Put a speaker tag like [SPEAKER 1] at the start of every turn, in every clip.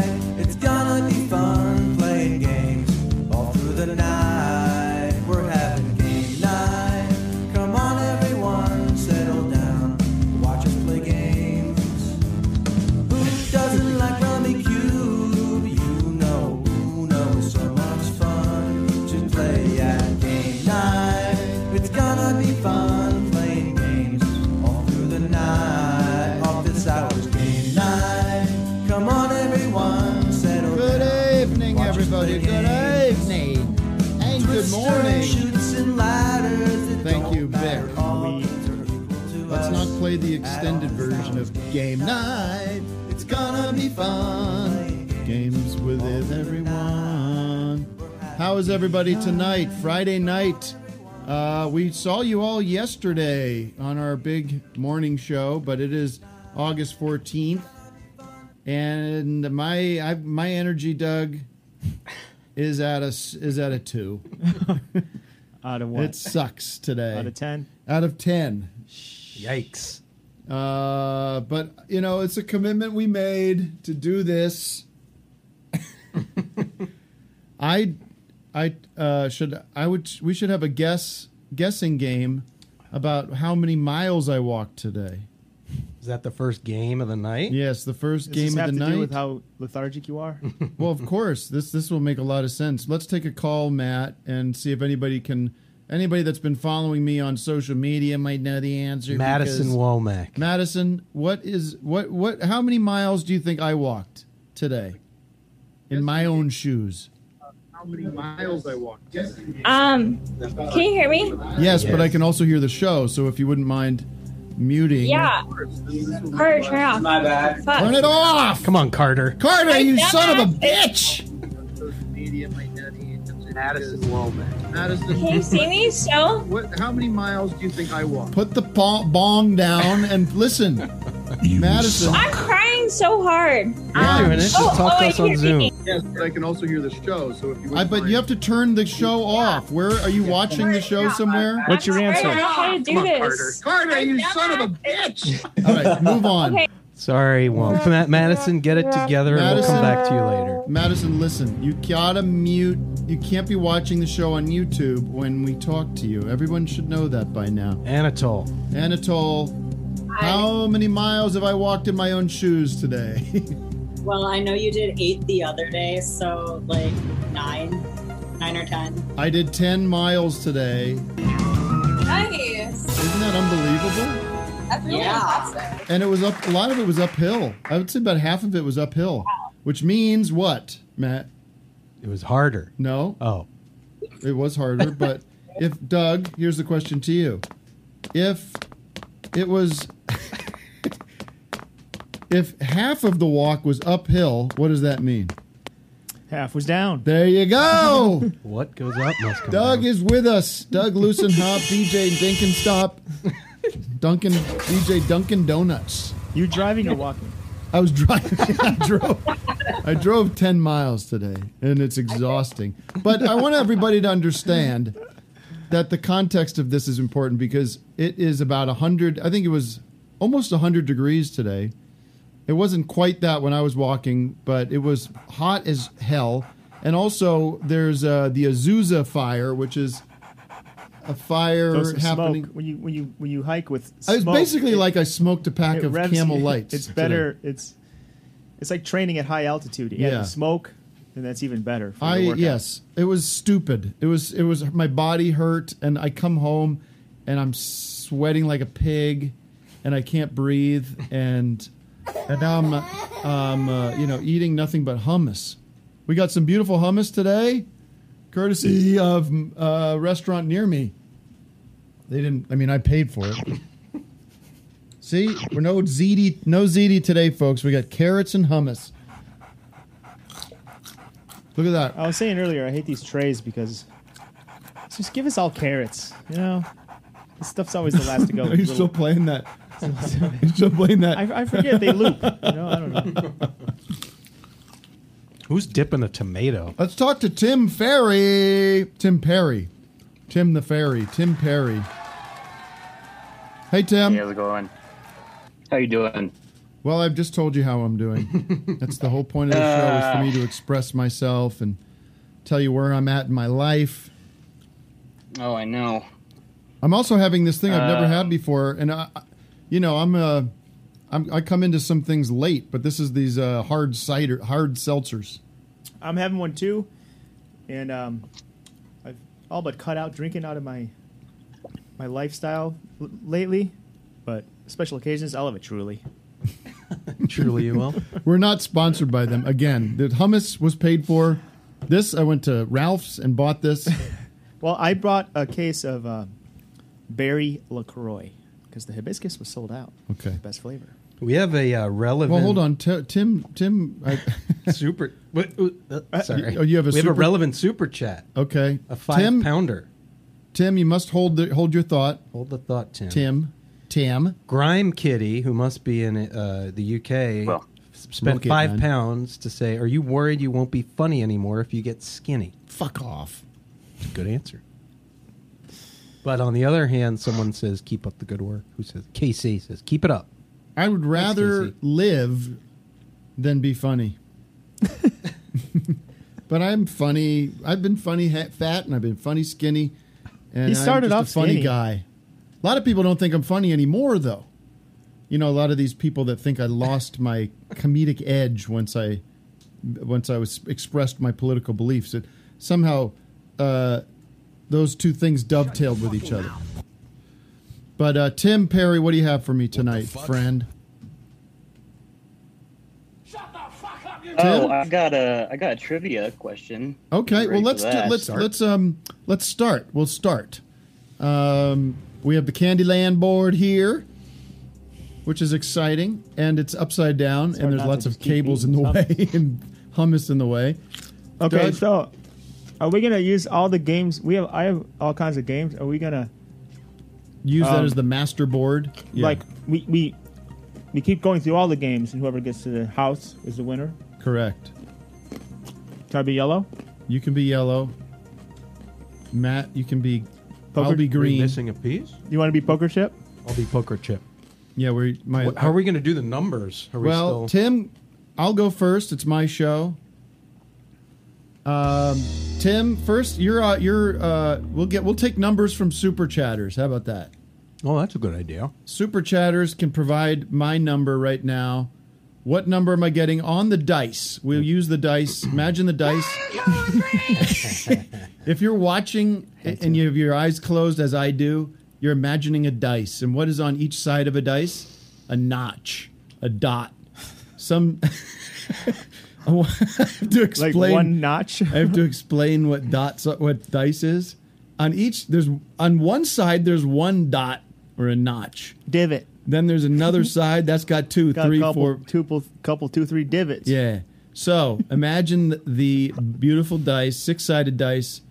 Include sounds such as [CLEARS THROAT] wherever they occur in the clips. [SPEAKER 1] Game night, it's gonna be fun playing games all through the night. We're having game night. Come on, everyone, settle down. Watch us play games. Who doesn't like Rummy Cube? You know Uno is so much fun to play at game night. It's gonna be fun playing games all through the night. Office hours, game night. Come on, everyone, settle
[SPEAKER 2] Good
[SPEAKER 1] down.
[SPEAKER 2] evening,
[SPEAKER 1] Watch us
[SPEAKER 2] everybody.
[SPEAKER 1] play
[SPEAKER 2] Good
[SPEAKER 1] games.
[SPEAKER 2] evening. And good morning.
[SPEAKER 1] Shoots and ladders that
[SPEAKER 2] Thank
[SPEAKER 1] don't
[SPEAKER 2] you,
[SPEAKER 1] matter.
[SPEAKER 2] Vic.
[SPEAKER 1] All things are equal to
[SPEAKER 2] Let's
[SPEAKER 1] us.
[SPEAKER 2] not play the extended version of Game Night. It's gonna be fun. Games with everyone. How is everybody tonight? Friday night. Uh, we saw you all yesterday on our big morning show, but it is August 14th. And my I, my energy, Doug, is at a s- is at a two.
[SPEAKER 3] [LAUGHS] out of what?
[SPEAKER 2] It sucks today.
[SPEAKER 3] out of ten.
[SPEAKER 2] Out of 10.
[SPEAKER 4] Yikes.
[SPEAKER 2] Uh, but you know, it's a commitment we made to do this. I, I uh, should I would we should have a guess guessing game about how many miles I walked today.
[SPEAKER 4] Is that the first game of the night?
[SPEAKER 2] Yes, the first
[SPEAKER 3] Does this
[SPEAKER 2] game of
[SPEAKER 3] have
[SPEAKER 2] the
[SPEAKER 3] to
[SPEAKER 2] night.
[SPEAKER 3] do with how lethargic you are?
[SPEAKER 2] [LAUGHS] well, of course, this this will make a lot of sense. Let's take a call, Matt, and see if anybody can anybody that's been following me on social media might know the answer.
[SPEAKER 4] Madison
[SPEAKER 2] because-
[SPEAKER 4] Womack.
[SPEAKER 2] Madison, what is what what how many miles do you think I walked today in my own shoes?
[SPEAKER 5] Um, can you hear me?
[SPEAKER 2] Yes, but I can also hear the show, so if you wouldn't mind muting.
[SPEAKER 5] Yeah. Carter, turn it off. My bad.
[SPEAKER 2] Turn it off.
[SPEAKER 4] Come on, Carter.
[SPEAKER 2] Carter, you
[SPEAKER 5] Turn
[SPEAKER 2] son of a
[SPEAKER 5] it
[SPEAKER 2] bitch.
[SPEAKER 4] Madison Womack.
[SPEAKER 5] Can you see me still?
[SPEAKER 6] What, how many miles do you think I walked?
[SPEAKER 2] Put the bong, bong down and listen. Madison.
[SPEAKER 5] I'm crying so hard.
[SPEAKER 4] Yeah,
[SPEAKER 5] Um,
[SPEAKER 4] and it's just talk to us on Zoom.
[SPEAKER 6] Yes, but I can also hear the show. So if you,
[SPEAKER 2] I but you have to turn the show off. Where are you watching the show somewhere?
[SPEAKER 3] What's your
[SPEAKER 5] I don't know
[SPEAKER 3] answer?
[SPEAKER 5] how to do this.
[SPEAKER 6] Carter, you son of a bitch!
[SPEAKER 2] All right, move on.
[SPEAKER 5] Okay.
[SPEAKER 4] Sorry, Womack. Ma- Madison, get it together and we'll
[SPEAKER 2] Madison.
[SPEAKER 4] come back to you later.
[SPEAKER 2] Madison, listen. You gotta mute. You can't be watching the show on YouTube when we talk to you. Everyone should know that by now.
[SPEAKER 4] Anatole.
[SPEAKER 2] Anatole, how many miles have I walked in my own shoes today? [LAUGHS]
[SPEAKER 7] Well, I know you did eight the other day, so like nine, nine or ten.
[SPEAKER 2] I did 10 miles today. Isn't
[SPEAKER 8] Nice.
[SPEAKER 2] that unbelievable?
[SPEAKER 8] That's really
[SPEAKER 2] [LAUGHS]
[SPEAKER 7] Yeah.
[SPEAKER 8] impressive.
[SPEAKER 2] And it was up. A lot of it was uphill. I would say about half of it was uphill, which means what, Matt?
[SPEAKER 4] It was harder.
[SPEAKER 2] No,
[SPEAKER 4] Oh.
[SPEAKER 2] it was
[SPEAKER 4] [LAUGHS]
[SPEAKER 2] harder. But if Doug, here's the question to you: If it was, [LAUGHS] if half of the walk was uphill, what does that mean?
[SPEAKER 3] Half was down.
[SPEAKER 2] There you
[SPEAKER 3] [LAUGHS]
[SPEAKER 2] go.
[SPEAKER 4] What goes up must come
[SPEAKER 2] Doug
[SPEAKER 4] down.
[SPEAKER 2] is with us. Doug Lucenhop, DJ Dinkin Stop, Duncan DJ Dunkin Donuts.
[SPEAKER 3] You driving or walking?
[SPEAKER 2] I was driving. [LAUGHS] I drove. I drove ten miles today, and it's exhausting. But I want everybody to understand that the context of this is important because it is about hundred. I think it was almost hundred degrees today. It wasn't quite that when I was walking, but it was hot as hell. And also, there's uh, the Azusa fire, which is a fire
[SPEAKER 3] Throw some
[SPEAKER 2] happening.
[SPEAKER 3] smoke. When you when you when you hike with
[SPEAKER 2] I
[SPEAKER 3] smoke,
[SPEAKER 2] was basically like I smoked a pack
[SPEAKER 3] it
[SPEAKER 2] of
[SPEAKER 3] revs-
[SPEAKER 2] Camel
[SPEAKER 3] it-
[SPEAKER 2] Lights.
[SPEAKER 3] It's
[SPEAKER 2] today.
[SPEAKER 3] better. It's It's like training at high altitude. You yeah.
[SPEAKER 2] Yeah.
[SPEAKER 3] smoke, then that's even better. For
[SPEAKER 2] I
[SPEAKER 3] the workout.
[SPEAKER 2] yes, it was stupid. It was it was my body hurt, and I come home, and I'm sweating like a pig, and I can't breathe, and and now I'm um uh, you know eating nothing but hummus. We got some beautiful hummus today, courtesy of uh, a restaurant near me. They didn't. I mean, I paid for it. See, we're no ZD, no ZD today, folks. We got carrots and hummus. Look at that.
[SPEAKER 3] I was saying earlier, I hate these trays because just give us all carrots. You know, this stuff's always the last to
[SPEAKER 2] [LAUGHS]
[SPEAKER 3] go.
[SPEAKER 2] Are you still playing that? [LAUGHS]
[SPEAKER 3] [LAUGHS]
[SPEAKER 2] You're still playing that?
[SPEAKER 3] I, I forget they loop. You know, I don't [LAUGHS] know.
[SPEAKER 2] [LAUGHS]
[SPEAKER 4] Who's dipping a tomato?
[SPEAKER 2] Let's talk to Tim Ferry. Tim Perry. Tim the Ferry. Tim Perry. Hey, Tim.
[SPEAKER 9] Hey, how's it going? How you doing?
[SPEAKER 2] Well, I've just told you how I'm
[SPEAKER 4] [LAUGHS]
[SPEAKER 2] doing. That's the whole point of the show is for me
[SPEAKER 4] Uh.
[SPEAKER 2] to express myself and tell you where I'm at in my life.
[SPEAKER 9] Oh, I know.
[SPEAKER 2] I'm also having this thing I've never
[SPEAKER 9] Uh,
[SPEAKER 2] had before, and I, I- you know, I'm uh, I'm, I come into some things late, but this is these uh, hard cider, hard seltzers.
[SPEAKER 3] I'm having one too, and um, I've all but cut out drinking out of my my lifestyle l- lately. But special occasions, I'll have it truly.
[SPEAKER 4] Truly, you will.
[SPEAKER 2] [LAUGHS] We're not sponsored by them. Again, the hummus was paid for. This I went to Ralph's and bought this.
[SPEAKER 3] Well, I brought a case of uh, berry Lacroix because the hibiscus was sold out.
[SPEAKER 2] Okay.
[SPEAKER 3] best flavor.
[SPEAKER 4] We have a uh, relevant.
[SPEAKER 2] Well, hold on, T- Tim. Tim, I,
[SPEAKER 4] [LAUGHS] Super. What, uh, sorry.
[SPEAKER 2] Oh, you have a
[SPEAKER 4] we have
[SPEAKER 2] super-
[SPEAKER 4] a relevant super chat.
[SPEAKER 2] okay,
[SPEAKER 4] A five
[SPEAKER 2] Tim,
[SPEAKER 4] pounder.
[SPEAKER 2] Tim, you must hold the, hold your thought.
[SPEAKER 4] Hold the thought, Tim.
[SPEAKER 2] Tim, Tim,
[SPEAKER 4] Grime Kitty, who must be in uh, the UK,
[SPEAKER 9] Well,
[SPEAKER 4] s- spent
[SPEAKER 2] look it,
[SPEAKER 4] five
[SPEAKER 2] man.
[SPEAKER 4] pounds to say, "Are you worried you won't be funny anymore if you get skinny?"
[SPEAKER 2] fuck off.
[SPEAKER 4] It's a good answer. But on the other hand, someone says, "Keep up the good work." Who says? KC says, "Keep it up."
[SPEAKER 2] I would rather
[SPEAKER 4] easy.
[SPEAKER 2] live than be
[SPEAKER 3] [LAUGHS]
[SPEAKER 2] funny. but I'm funny. I've been funny ha- fat, and I've been funny skinny. And
[SPEAKER 3] He started
[SPEAKER 2] I'm
[SPEAKER 3] off
[SPEAKER 2] just a funny
[SPEAKER 3] skinny.
[SPEAKER 2] guy. A lot of people don't think I'm funny anymore, though. You know, a lot of these people that think I
[SPEAKER 3] [LAUGHS]
[SPEAKER 2] lost my comedic edge once I once I was expressed my political beliefs. That somehow uh, those two things dovetailed with each other. But uh, Tim Perry, what do you have for me tonight, friend?
[SPEAKER 9] Oh, I got a I got a trivia question.
[SPEAKER 2] Okay,
[SPEAKER 9] You
[SPEAKER 2] well
[SPEAKER 9] ready
[SPEAKER 2] let's
[SPEAKER 9] for
[SPEAKER 2] do,
[SPEAKER 9] that?
[SPEAKER 2] let's
[SPEAKER 9] Start.
[SPEAKER 2] let's um let's start. We'll start. Um, we have the Candyland board here, which is exciting, and it's upside down,
[SPEAKER 3] hard
[SPEAKER 2] and there's
[SPEAKER 3] not to
[SPEAKER 2] lots of
[SPEAKER 3] just keep
[SPEAKER 2] cables in
[SPEAKER 3] eating
[SPEAKER 2] the way [LAUGHS] and hummus in the way.
[SPEAKER 3] Okay,
[SPEAKER 2] Doug?
[SPEAKER 3] so are we gonna use all the games? We have I have all kinds of games. Are we gonna
[SPEAKER 2] Use that
[SPEAKER 3] Um,
[SPEAKER 2] as the master board. Yeah.
[SPEAKER 3] like we we we keep going through all the games, and whoever gets to the house is the winner?
[SPEAKER 2] correct.
[SPEAKER 3] Can I be yellow?
[SPEAKER 2] You can be yellow. Matt, you can be. I'll
[SPEAKER 3] Poker-
[SPEAKER 2] be
[SPEAKER 4] Are we
[SPEAKER 2] green.
[SPEAKER 4] missing a piece? Oh.
[SPEAKER 3] You want to be poker chip?
[SPEAKER 4] I'll be poker chip.
[SPEAKER 2] Yeah, we my.
[SPEAKER 4] What, how are we going to do the numbers? Are we
[SPEAKER 2] well,
[SPEAKER 4] still?
[SPEAKER 2] Tim, I'll go first. It's my show. Um, Tim, first you're uh, you're uh, we'll get we'll take numbers from super chatters. How about that?
[SPEAKER 4] oh, that's a good idea.
[SPEAKER 2] Super chatters can provide my number right now. What number am I getting on the dice? We'll use the dice. Imagine the dice. if you're watching and you have your eyes closed, as I do, you're imagining a dice. And what is on each side of a dice? A notch, a dot. Some. [LAUGHS] I wa- [LAUGHS] I have to
[SPEAKER 3] Like
[SPEAKER 2] explain.
[SPEAKER 3] one
[SPEAKER 2] [LAUGHS]
[SPEAKER 3] notch?
[SPEAKER 2] I have to explain what dots what dice is. On each there's on one side there's one dot or a notch.
[SPEAKER 3] divot.
[SPEAKER 2] Then there's
[SPEAKER 3] [LAUGHS]
[SPEAKER 2] another side that's got two,
[SPEAKER 3] Got
[SPEAKER 2] three,
[SPEAKER 3] a couple,
[SPEAKER 2] four.
[SPEAKER 3] tuple- couple, two, three divots.
[SPEAKER 2] Yeah. So imagine the beautiful dice, six sided dice,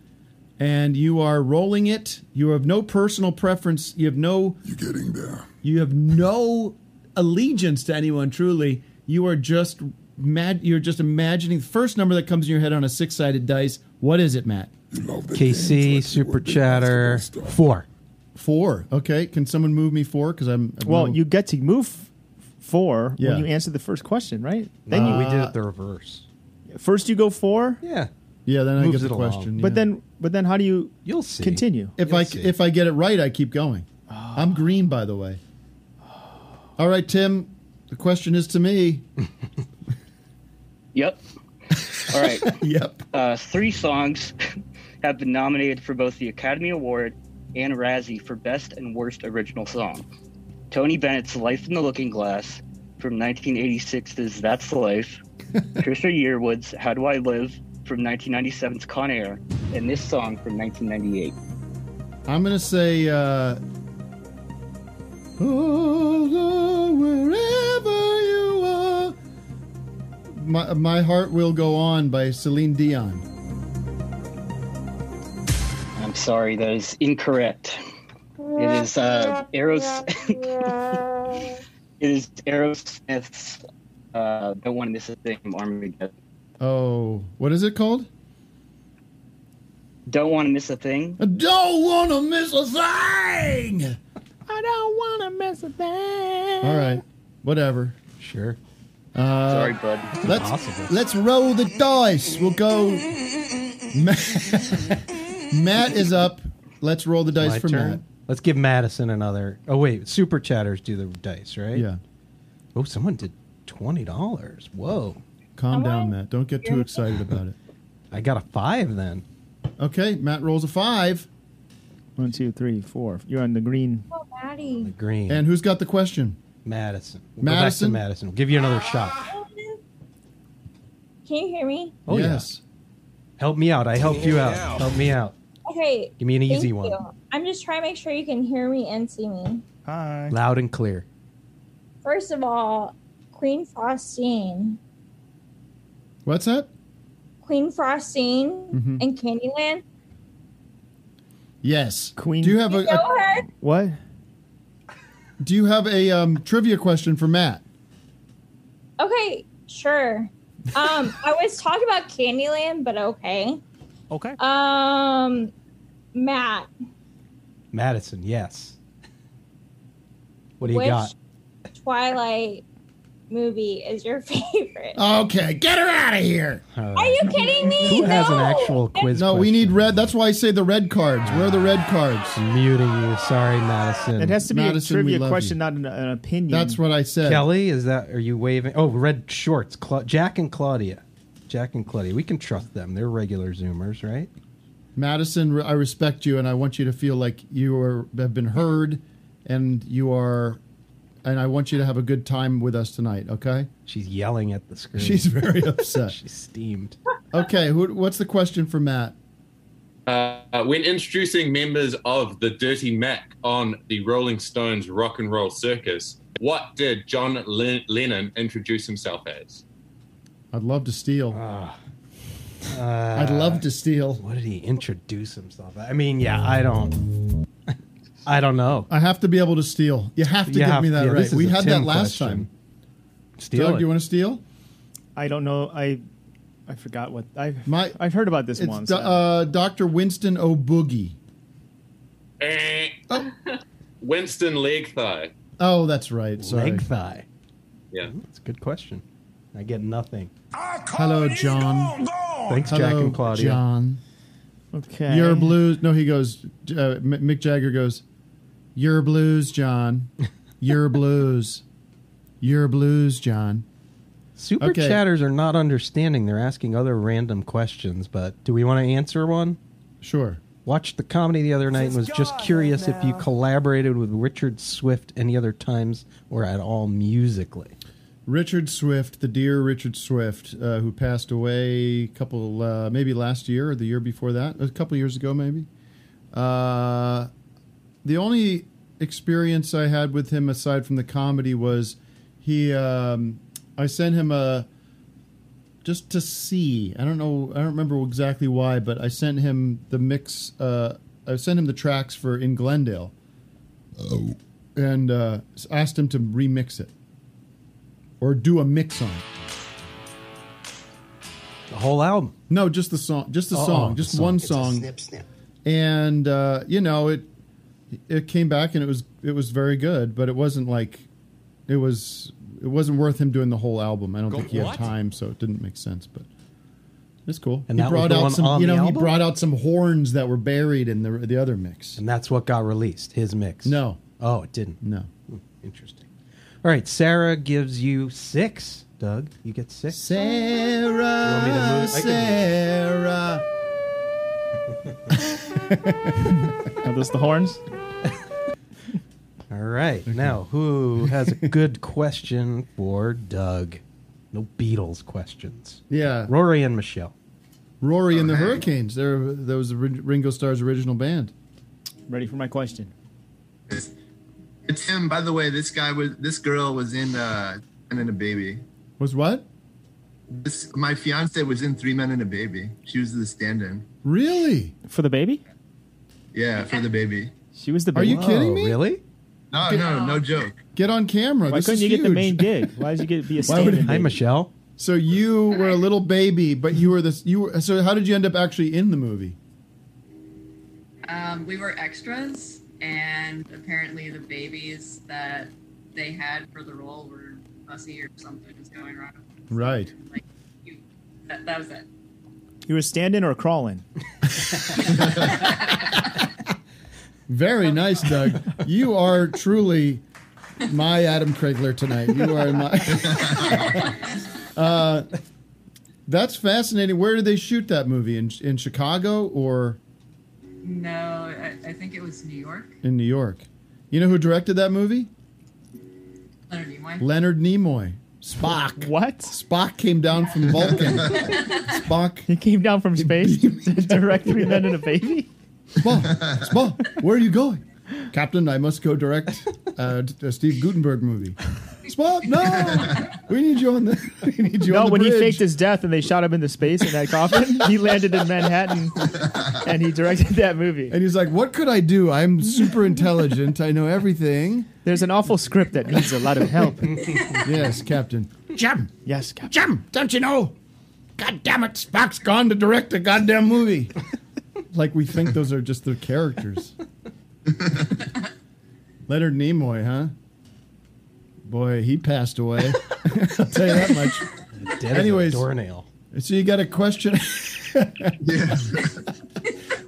[SPEAKER 2] and you are rolling it. You have no personal preference. You have no. You're getting there. You have no allegiance to anyone. Truly, you are just mad. You're just imagining the first number that comes in your head on a six sided dice. What is it, Matt?
[SPEAKER 4] KC super chatter four.
[SPEAKER 2] Four. Okay. Can someone move me four? Because I'm. I'm
[SPEAKER 3] Well,
[SPEAKER 2] no-
[SPEAKER 3] you get to move f- four
[SPEAKER 2] Yeah.
[SPEAKER 3] when you answer the first question, right? Then
[SPEAKER 4] we did
[SPEAKER 10] Uh,
[SPEAKER 4] it the reverse.
[SPEAKER 3] you first you go four,
[SPEAKER 4] Yeah,
[SPEAKER 2] Yeah. Then I get
[SPEAKER 4] moves
[SPEAKER 2] the
[SPEAKER 4] it along.
[SPEAKER 2] question.
[SPEAKER 3] but
[SPEAKER 2] yeah.
[SPEAKER 3] then but then how do you
[SPEAKER 4] you'll see.
[SPEAKER 3] continue?
[SPEAKER 2] If
[SPEAKER 4] You'll
[SPEAKER 2] I
[SPEAKER 4] see.
[SPEAKER 2] if I get it right, I keep going. I'm green, by the way. All right, Tim. The question is to me. [LAUGHS]
[SPEAKER 11] Yep. All right.
[SPEAKER 2] yep.
[SPEAKER 11] Uh, three songs [LAUGHS] have been nominated for both the Academy Award and Razzie for Best and Worst Original Song. Tony Bennett's Life in the Looking Glass from 1986's
[SPEAKER 2] [LAUGHS]
[SPEAKER 11] That's Life, Trisha Yearwood's How Do I Live from 1997's Con Air, and this song from 1998.
[SPEAKER 2] I'm gonna say. Uh, oh, Lord, wherever you are, my my heart will go on by Celine Dion.
[SPEAKER 11] I'm sorry, that is incorrect. It is uh, Aeros. it is Aerosmith's. Uh, don't want to miss a thing from Armageddon.
[SPEAKER 2] Oh, what is it called?
[SPEAKER 11] Don't want to miss a thing.
[SPEAKER 2] I don't want to miss a thing.
[SPEAKER 12] I don't want to miss a thing.
[SPEAKER 2] All right, whatever.
[SPEAKER 4] Sure.
[SPEAKER 2] Uh,
[SPEAKER 11] Sorry, bud.
[SPEAKER 2] Let's let's roll the dice. We'll go. Matt, [LAUGHS] Matt is up. Let's roll the dice
[SPEAKER 4] My
[SPEAKER 2] for
[SPEAKER 4] turn?
[SPEAKER 2] Matt.
[SPEAKER 4] Let's give Madison another. Oh wait, super chatters do the dice, right?
[SPEAKER 2] Yeah.
[SPEAKER 4] Oh, someone did twenty dollars. Whoa.
[SPEAKER 2] Calm down, Matt. Don't get too excited about it.
[SPEAKER 4] [LAUGHS] I got a five then.
[SPEAKER 2] Okay, Matt rolls a five.
[SPEAKER 3] One, two, three, four. You're on the green.
[SPEAKER 13] Oh, Maddie.
[SPEAKER 4] Green.
[SPEAKER 2] And who's got the question?
[SPEAKER 4] Madison. We'll
[SPEAKER 2] Madison?
[SPEAKER 4] Go back to Madison. We'll give you another shot.
[SPEAKER 13] Can you hear me?
[SPEAKER 4] Oh yes. Help me out. I helped you out. Help me out.
[SPEAKER 13] Okay.
[SPEAKER 4] Give me an
[SPEAKER 13] thank
[SPEAKER 4] easy one.
[SPEAKER 13] you. I'm just trying to make sure you can hear me and see me.
[SPEAKER 3] Hi.
[SPEAKER 4] Loud and clear.
[SPEAKER 13] First of all, Queen Faustine.
[SPEAKER 2] What's that?
[SPEAKER 13] Queen Faustine
[SPEAKER 2] Mhm.
[SPEAKER 13] and Candyland.
[SPEAKER 2] Yes.
[SPEAKER 3] Queen.
[SPEAKER 2] Do you have a,
[SPEAKER 13] You know
[SPEAKER 2] a
[SPEAKER 13] her?
[SPEAKER 3] What?
[SPEAKER 2] Do you have a um, trivia question for Matt?
[SPEAKER 13] Okay, sure. Um, [LAUGHS] I was talking about Candyland, but okay.
[SPEAKER 4] Okay.
[SPEAKER 13] Um, Matt,
[SPEAKER 4] Madison. Yes. What do you
[SPEAKER 13] Which-
[SPEAKER 4] got?
[SPEAKER 13] Twilight movie is your [LAUGHS] favorite.
[SPEAKER 2] Okay, get her out of here.
[SPEAKER 13] Are you kidding me?
[SPEAKER 4] Uh, Who has an
[SPEAKER 13] No.
[SPEAKER 4] actual quiz?
[SPEAKER 2] No, we need red. That's why I say the red cards. Where are the red cards?
[SPEAKER 4] I'm muting you. Sorry, Madison.
[SPEAKER 3] It has to be
[SPEAKER 2] Madison,
[SPEAKER 3] a
[SPEAKER 2] we
[SPEAKER 3] trivia
[SPEAKER 2] love
[SPEAKER 3] question,
[SPEAKER 2] you.
[SPEAKER 3] not an, an opinion.
[SPEAKER 2] That's what I said.
[SPEAKER 4] Mm. Kelly, is that? Are you waving? Oh, red shorts. Cla- Jack and Claudia. Jack and Claudia. We can trust them. They're regular Zoomers, right?
[SPEAKER 2] Madison, re- I respect you, and I want you to feel like you are, have been heard, and you are, and I want you to have a good time with us tonight. Okay?
[SPEAKER 4] She's yelling at the screen.
[SPEAKER 2] She's
[SPEAKER 4] [LAUGHS]
[SPEAKER 2] very upset.
[SPEAKER 4] She's steamed.
[SPEAKER 2] Okay, who, what's the question for Matt?
[SPEAKER 14] Uh, when introducing members of the Dirty Mac on the Rolling Stones Rock and Roll Circus, what did John Len- Lennon introduce himself as?
[SPEAKER 2] I'd love to steal.
[SPEAKER 4] Uh,
[SPEAKER 2] [LAUGHS] I'd love to steal.
[SPEAKER 4] What did he introduce himself? I mean, yeah, I don't. I don't know.
[SPEAKER 2] I have to be able to steal. You have to
[SPEAKER 4] You
[SPEAKER 2] give
[SPEAKER 4] have-
[SPEAKER 2] me that
[SPEAKER 4] yeah, this
[SPEAKER 2] right.
[SPEAKER 4] is
[SPEAKER 2] We
[SPEAKER 4] a
[SPEAKER 2] had
[SPEAKER 4] Tim
[SPEAKER 2] that last
[SPEAKER 4] question.
[SPEAKER 2] time.
[SPEAKER 4] Steal
[SPEAKER 2] Doug,
[SPEAKER 4] it.
[SPEAKER 2] you want to steal?
[SPEAKER 3] I don't know. I I forgot what I
[SPEAKER 2] My-
[SPEAKER 3] I've heard about this
[SPEAKER 2] It's
[SPEAKER 3] one.
[SPEAKER 2] Do-
[SPEAKER 3] so-
[SPEAKER 2] uh, Dr. Winston O'Boogie.
[SPEAKER 14] Eh. Winston Leg Thigh.
[SPEAKER 2] Oh, that's right. Sorry.
[SPEAKER 4] Leg thigh.
[SPEAKER 14] Yeah.
[SPEAKER 4] That's a good question. I get nothing.
[SPEAKER 2] Hello, John.
[SPEAKER 4] Thanks,
[SPEAKER 2] Hello,
[SPEAKER 4] Jack and Claudia.
[SPEAKER 2] John.
[SPEAKER 3] okay.
[SPEAKER 2] Your blues. No, he goes. Uh, M- Mick Jagger goes. Your blues,
[SPEAKER 4] [LAUGHS]
[SPEAKER 2] John. Your blues. Your blues, John.
[SPEAKER 4] Super
[SPEAKER 2] Okay.
[SPEAKER 4] chatters are not understanding. They're asking other random questions, but do we want to answer one?
[SPEAKER 2] Sure.
[SPEAKER 4] Watched the comedy the other night and was just curious if you collaborated with Richard Swift any other times or at all musically.
[SPEAKER 2] Richard Swift, the dear Richard Swift, uh, who passed away a couple, uh, maybe last year or the year before that, a couple years ago, maybe. Uh, the only experience I had with him aside from the comedy was he, um, I sent him a, just to see. I don't know. I don't remember exactly why, but I sent him the mix. Uh, I sent him the tracks for in Glendale, and uh, s- asked him to remix it or do a mix on it.
[SPEAKER 4] The whole album.
[SPEAKER 2] No, just the song. Just the
[SPEAKER 4] Oh,
[SPEAKER 2] song.
[SPEAKER 4] the
[SPEAKER 2] Just
[SPEAKER 4] song.
[SPEAKER 2] one
[SPEAKER 4] It's a
[SPEAKER 2] song. And uh, you know it. It came back and it was it was very good, but it wasn't like it was it wasn't worth him doing the whole album. I don't think he had time, so it didn't make sense. But it's cool.
[SPEAKER 4] And
[SPEAKER 2] he
[SPEAKER 4] that was
[SPEAKER 2] brought
[SPEAKER 4] the
[SPEAKER 2] out
[SPEAKER 4] one
[SPEAKER 2] some
[SPEAKER 4] on
[SPEAKER 2] you
[SPEAKER 4] the
[SPEAKER 2] know he
[SPEAKER 4] album?
[SPEAKER 2] brought out some horns that were buried in the the other mix.
[SPEAKER 4] And that's what got released, his mix.
[SPEAKER 2] No,
[SPEAKER 4] Oh, it didn't.
[SPEAKER 2] no.
[SPEAKER 4] Interesting. All right, Sarah gives you six. Doug, you get sick.
[SPEAKER 2] Sarah,
[SPEAKER 4] want me to move? I
[SPEAKER 2] Sarah.
[SPEAKER 3] Are those the horns?
[SPEAKER 4] All right. Now, who has a good question for Doug? No Beatles questions.
[SPEAKER 2] Yeah.
[SPEAKER 4] Rory and Michelle.
[SPEAKER 2] Rory and the Hurricanes. They're, that was Ri- Ringo Starr's original band.
[SPEAKER 3] Ready for my question?
[SPEAKER 14] It's him. By the way, this guy was this girl was in uh Men and a Baby.
[SPEAKER 2] Was what?
[SPEAKER 14] This my fiance was in Three Men and a Baby. She was the stand-in.
[SPEAKER 2] Really?
[SPEAKER 3] For the baby?
[SPEAKER 14] Yeah, for the baby.
[SPEAKER 3] She was the
[SPEAKER 2] Are you
[SPEAKER 3] baby.
[SPEAKER 2] kidding me?
[SPEAKER 4] Oh, Really?
[SPEAKER 14] No, no, no joke.
[SPEAKER 2] Get on camera.
[SPEAKER 3] Why
[SPEAKER 2] This
[SPEAKER 3] couldn't
[SPEAKER 2] is
[SPEAKER 3] you get the
[SPEAKER 2] huge.
[SPEAKER 3] main gig? Why did you get be a
[SPEAKER 2] [LAUGHS] Why would
[SPEAKER 3] stand-in?
[SPEAKER 2] it- Hi,
[SPEAKER 4] Michelle.
[SPEAKER 2] So you were a little baby, but you were this. You were so. How did you end up actually in the movie?
[SPEAKER 15] Um, we were extras, and apparently the babies that they had for the role were fussy or something was going wrong.
[SPEAKER 2] Right.
[SPEAKER 15] That, that was it.
[SPEAKER 3] You were standing or
[SPEAKER 2] [LAUGHS]
[SPEAKER 3] crawling?
[SPEAKER 2] Very nice, Doug. You are truly my Adam Krigler tonight. You are my. [LAUGHS] uh, that's fascinating. Where did they shoot that movie in in Chicago or
[SPEAKER 15] No, I, I think it was New York.
[SPEAKER 2] in New York? You know who directed that movie?
[SPEAKER 15] Leonard Nimoy.
[SPEAKER 2] Leonard Nimoy. Spock.
[SPEAKER 3] [LAUGHS] What?
[SPEAKER 2] Spock came down from Vulcan. Spock.
[SPEAKER 3] He came down from space to direct Three Men and a Baby.
[SPEAKER 2] Spock, Spock, where are you going? Captain, I must go direct uh, t- a Steve Gutenberg movie. [LAUGHS]
[SPEAKER 14] [LAUGHS]
[SPEAKER 2] Spock, no! We need you on the. We need you
[SPEAKER 3] no,
[SPEAKER 2] on the
[SPEAKER 3] when he
[SPEAKER 2] bridge.
[SPEAKER 3] faked his death and they shot him into space in that coffin, he landed in Manhattan [LAUGHS] and he directed that movie.
[SPEAKER 2] And he's like, "What could I do? I'm super intelligent. I know everything."
[SPEAKER 3] There's an awful script that needs a lot of help.
[SPEAKER 2] yes, Captain. Jim.
[SPEAKER 3] Yes, Captain.
[SPEAKER 2] Jim, don't you know? God damn it, Spock's gone to direct a goddamn movie. like we think those are just their characters. Leonard Nimoy, huh? Boy, he passed away. [LAUGHS] I'll tell you that much.
[SPEAKER 4] Dead as a doornail.
[SPEAKER 2] So you got a question? [LAUGHS] Do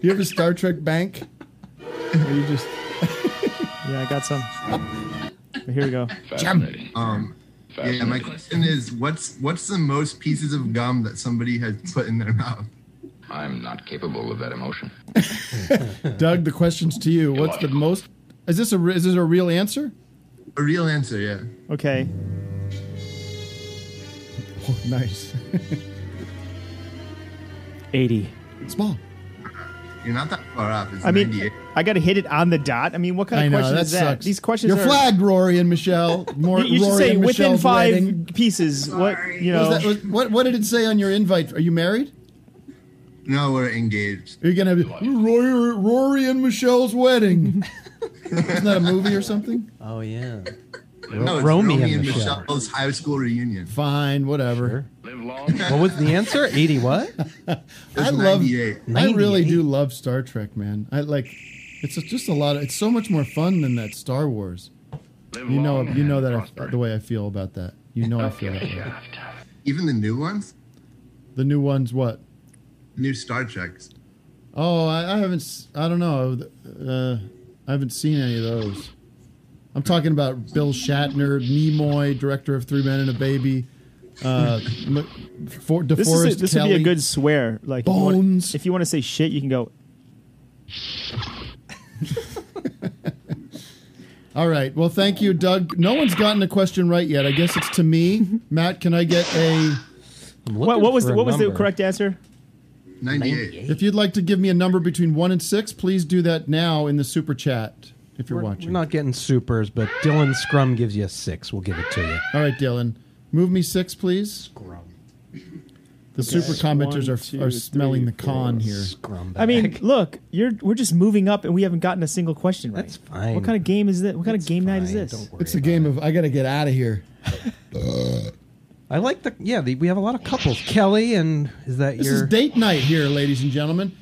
[SPEAKER 2] you have a Star Trek bank? Or you
[SPEAKER 4] [LAUGHS]
[SPEAKER 2] just
[SPEAKER 3] Yeah, I got some. Here we go.
[SPEAKER 14] Fascinating. Um, yeah, my question is, what's what's the most pieces of gum that somebody has put in their mouth? I'm not capable of that emotion.
[SPEAKER 2] Doug, the question's to you. What's the most? Is this a re- is this a real answer?
[SPEAKER 14] A real answer, yeah.
[SPEAKER 3] Okay.
[SPEAKER 2] [LAUGHS] Oh,
[SPEAKER 3] [LAUGHS]
[SPEAKER 2] nice.
[SPEAKER 3] 80.
[SPEAKER 2] Small.
[SPEAKER 14] You're not that far off. It's
[SPEAKER 3] I mean,
[SPEAKER 14] 98.
[SPEAKER 3] I got to hit it on the dot. I mean, what kind
[SPEAKER 2] I
[SPEAKER 3] of
[SPEAKER 2] know
[SPEAKER 3] question
[SPEAKER 2] that
[SPEAKER 3] is that?
[SPEAKER 2] sucks.
[SPEAKER 3] These questions
[SPEAKER 2] You're
[SPEAKER 3] are
[SPEAKER 2] flagged, Rory and
[SPEAKER 3] [LAUGHS]
[SPEAKER 2] Michelle. More,
[SPEAKER 3] You, you should
[SPEAKER 2] Rory
[SPEAKER 3] say
[SPEAKER 2] and
[SPEAKER 3] within
[SPEAKER 2] Michelle's
[SPEAKER 3] five
[SPEAKER 2] wedding.
[SPEAKER 3] pieces. What you know?
[SPEAKER 2] Was that- was- what, what did it say on your invite? Are you married?
[SPEAKER 14] No, we're engaged.
[SPEAKER 2] Are you gonna be Rory, Rory and Michelle's
[SPEAKER 3] [LAUGHS]
[SPEAKER 2] wedding? Isn't that a movie or something?
[SPEAKER 4] Oh yeah.
[SPEAKER 14] No, it's Romy, and Michelle's high school reunion.
[SPEAKER 2] Fine, whatever.
[SPEAKER 14] Live long.
[SPEAKER 4] What was the answer?
[SPEAKER 2] [LAUGHS]
[SPEAKER 4] 80 what?
[SPEAKER 2] I love.
[SPEAKER 14] 98.
[SPEAKER 2] I really do love Star Trek, man. I like. It's just a lot. Of, it's so much more fun than that Star Wars. You know, you know that I, the way I feel about that. You know, I feel that way.
[SPEAKER 14] Even the new ones,
[SPEAKER 2] The new one's what?
[SPEAKER 14] new Star Treks.
[SPEAKER 2] Oh, I, I haven't. s- I don't know. Uh, I haven't seen any of those. I'm talking about Bill Shatner, Nimoy, director of Three Men and a Baby.
[SPEAKER 3] [LAUGHS]
[SPEAKER 2] Uh, M- for, DeForest
[SPEAKER 3] This, is a, this would
[SPEAKER 2] Kelly.
[SPEAKER 3] be a good swear. Like if you wanna- If you want to say shit, you can go.
[SPEAKER 2] All right. Well, thank you, Doug. No one's gotten a question right yet. I guess it's to me. Matt, can I get a?
[SPEAKER 3] What, what was the, what was the correct answer?
[SPEAKER 14] 98.
[SPEAKER 2] If you'd like to give me a number between one and six, please do that now in the super chat if you're
[SPEAKER 4] We're,
[SPEAKER 2] watching.
[SPEAKER 4] we're not getting supers, but Dylan Scrum gives you a six. We'll give it to you.
[SPEAKER 2] All right, Dylan, move me six, please. Scrum. The
[SPEAKER 3] Okay.
[SPEAKER 2] super commenters
[SPEAKER 3] One,
[SPEAKER 2] are,
[SPEAKER 3] two,
[SPEAKER 2] are smelling
[SPEAKER 3] three,
[SPEAKER 2] the con here.
[SPEAKER 3] I mean, look, you're we're just moving up, and we haven't gotten a single question right. That's
[SPEAKER 2] fine.
[SPEAKER 3] What kind of game is that? What kind of game night is this?
[SPEAKER 2] it's a game of I got to get out of
[SPEAKER 3] [LAUGHS]
[SPEAKER 2] here.
[SPEAKER 4] I like the yeah. The, we have a lot of couples. Kelly and is that
[SPEAKER 2] This
[SPEAKER 4] your
[SPEAKER 2] is date night here, ladies and gentlemen.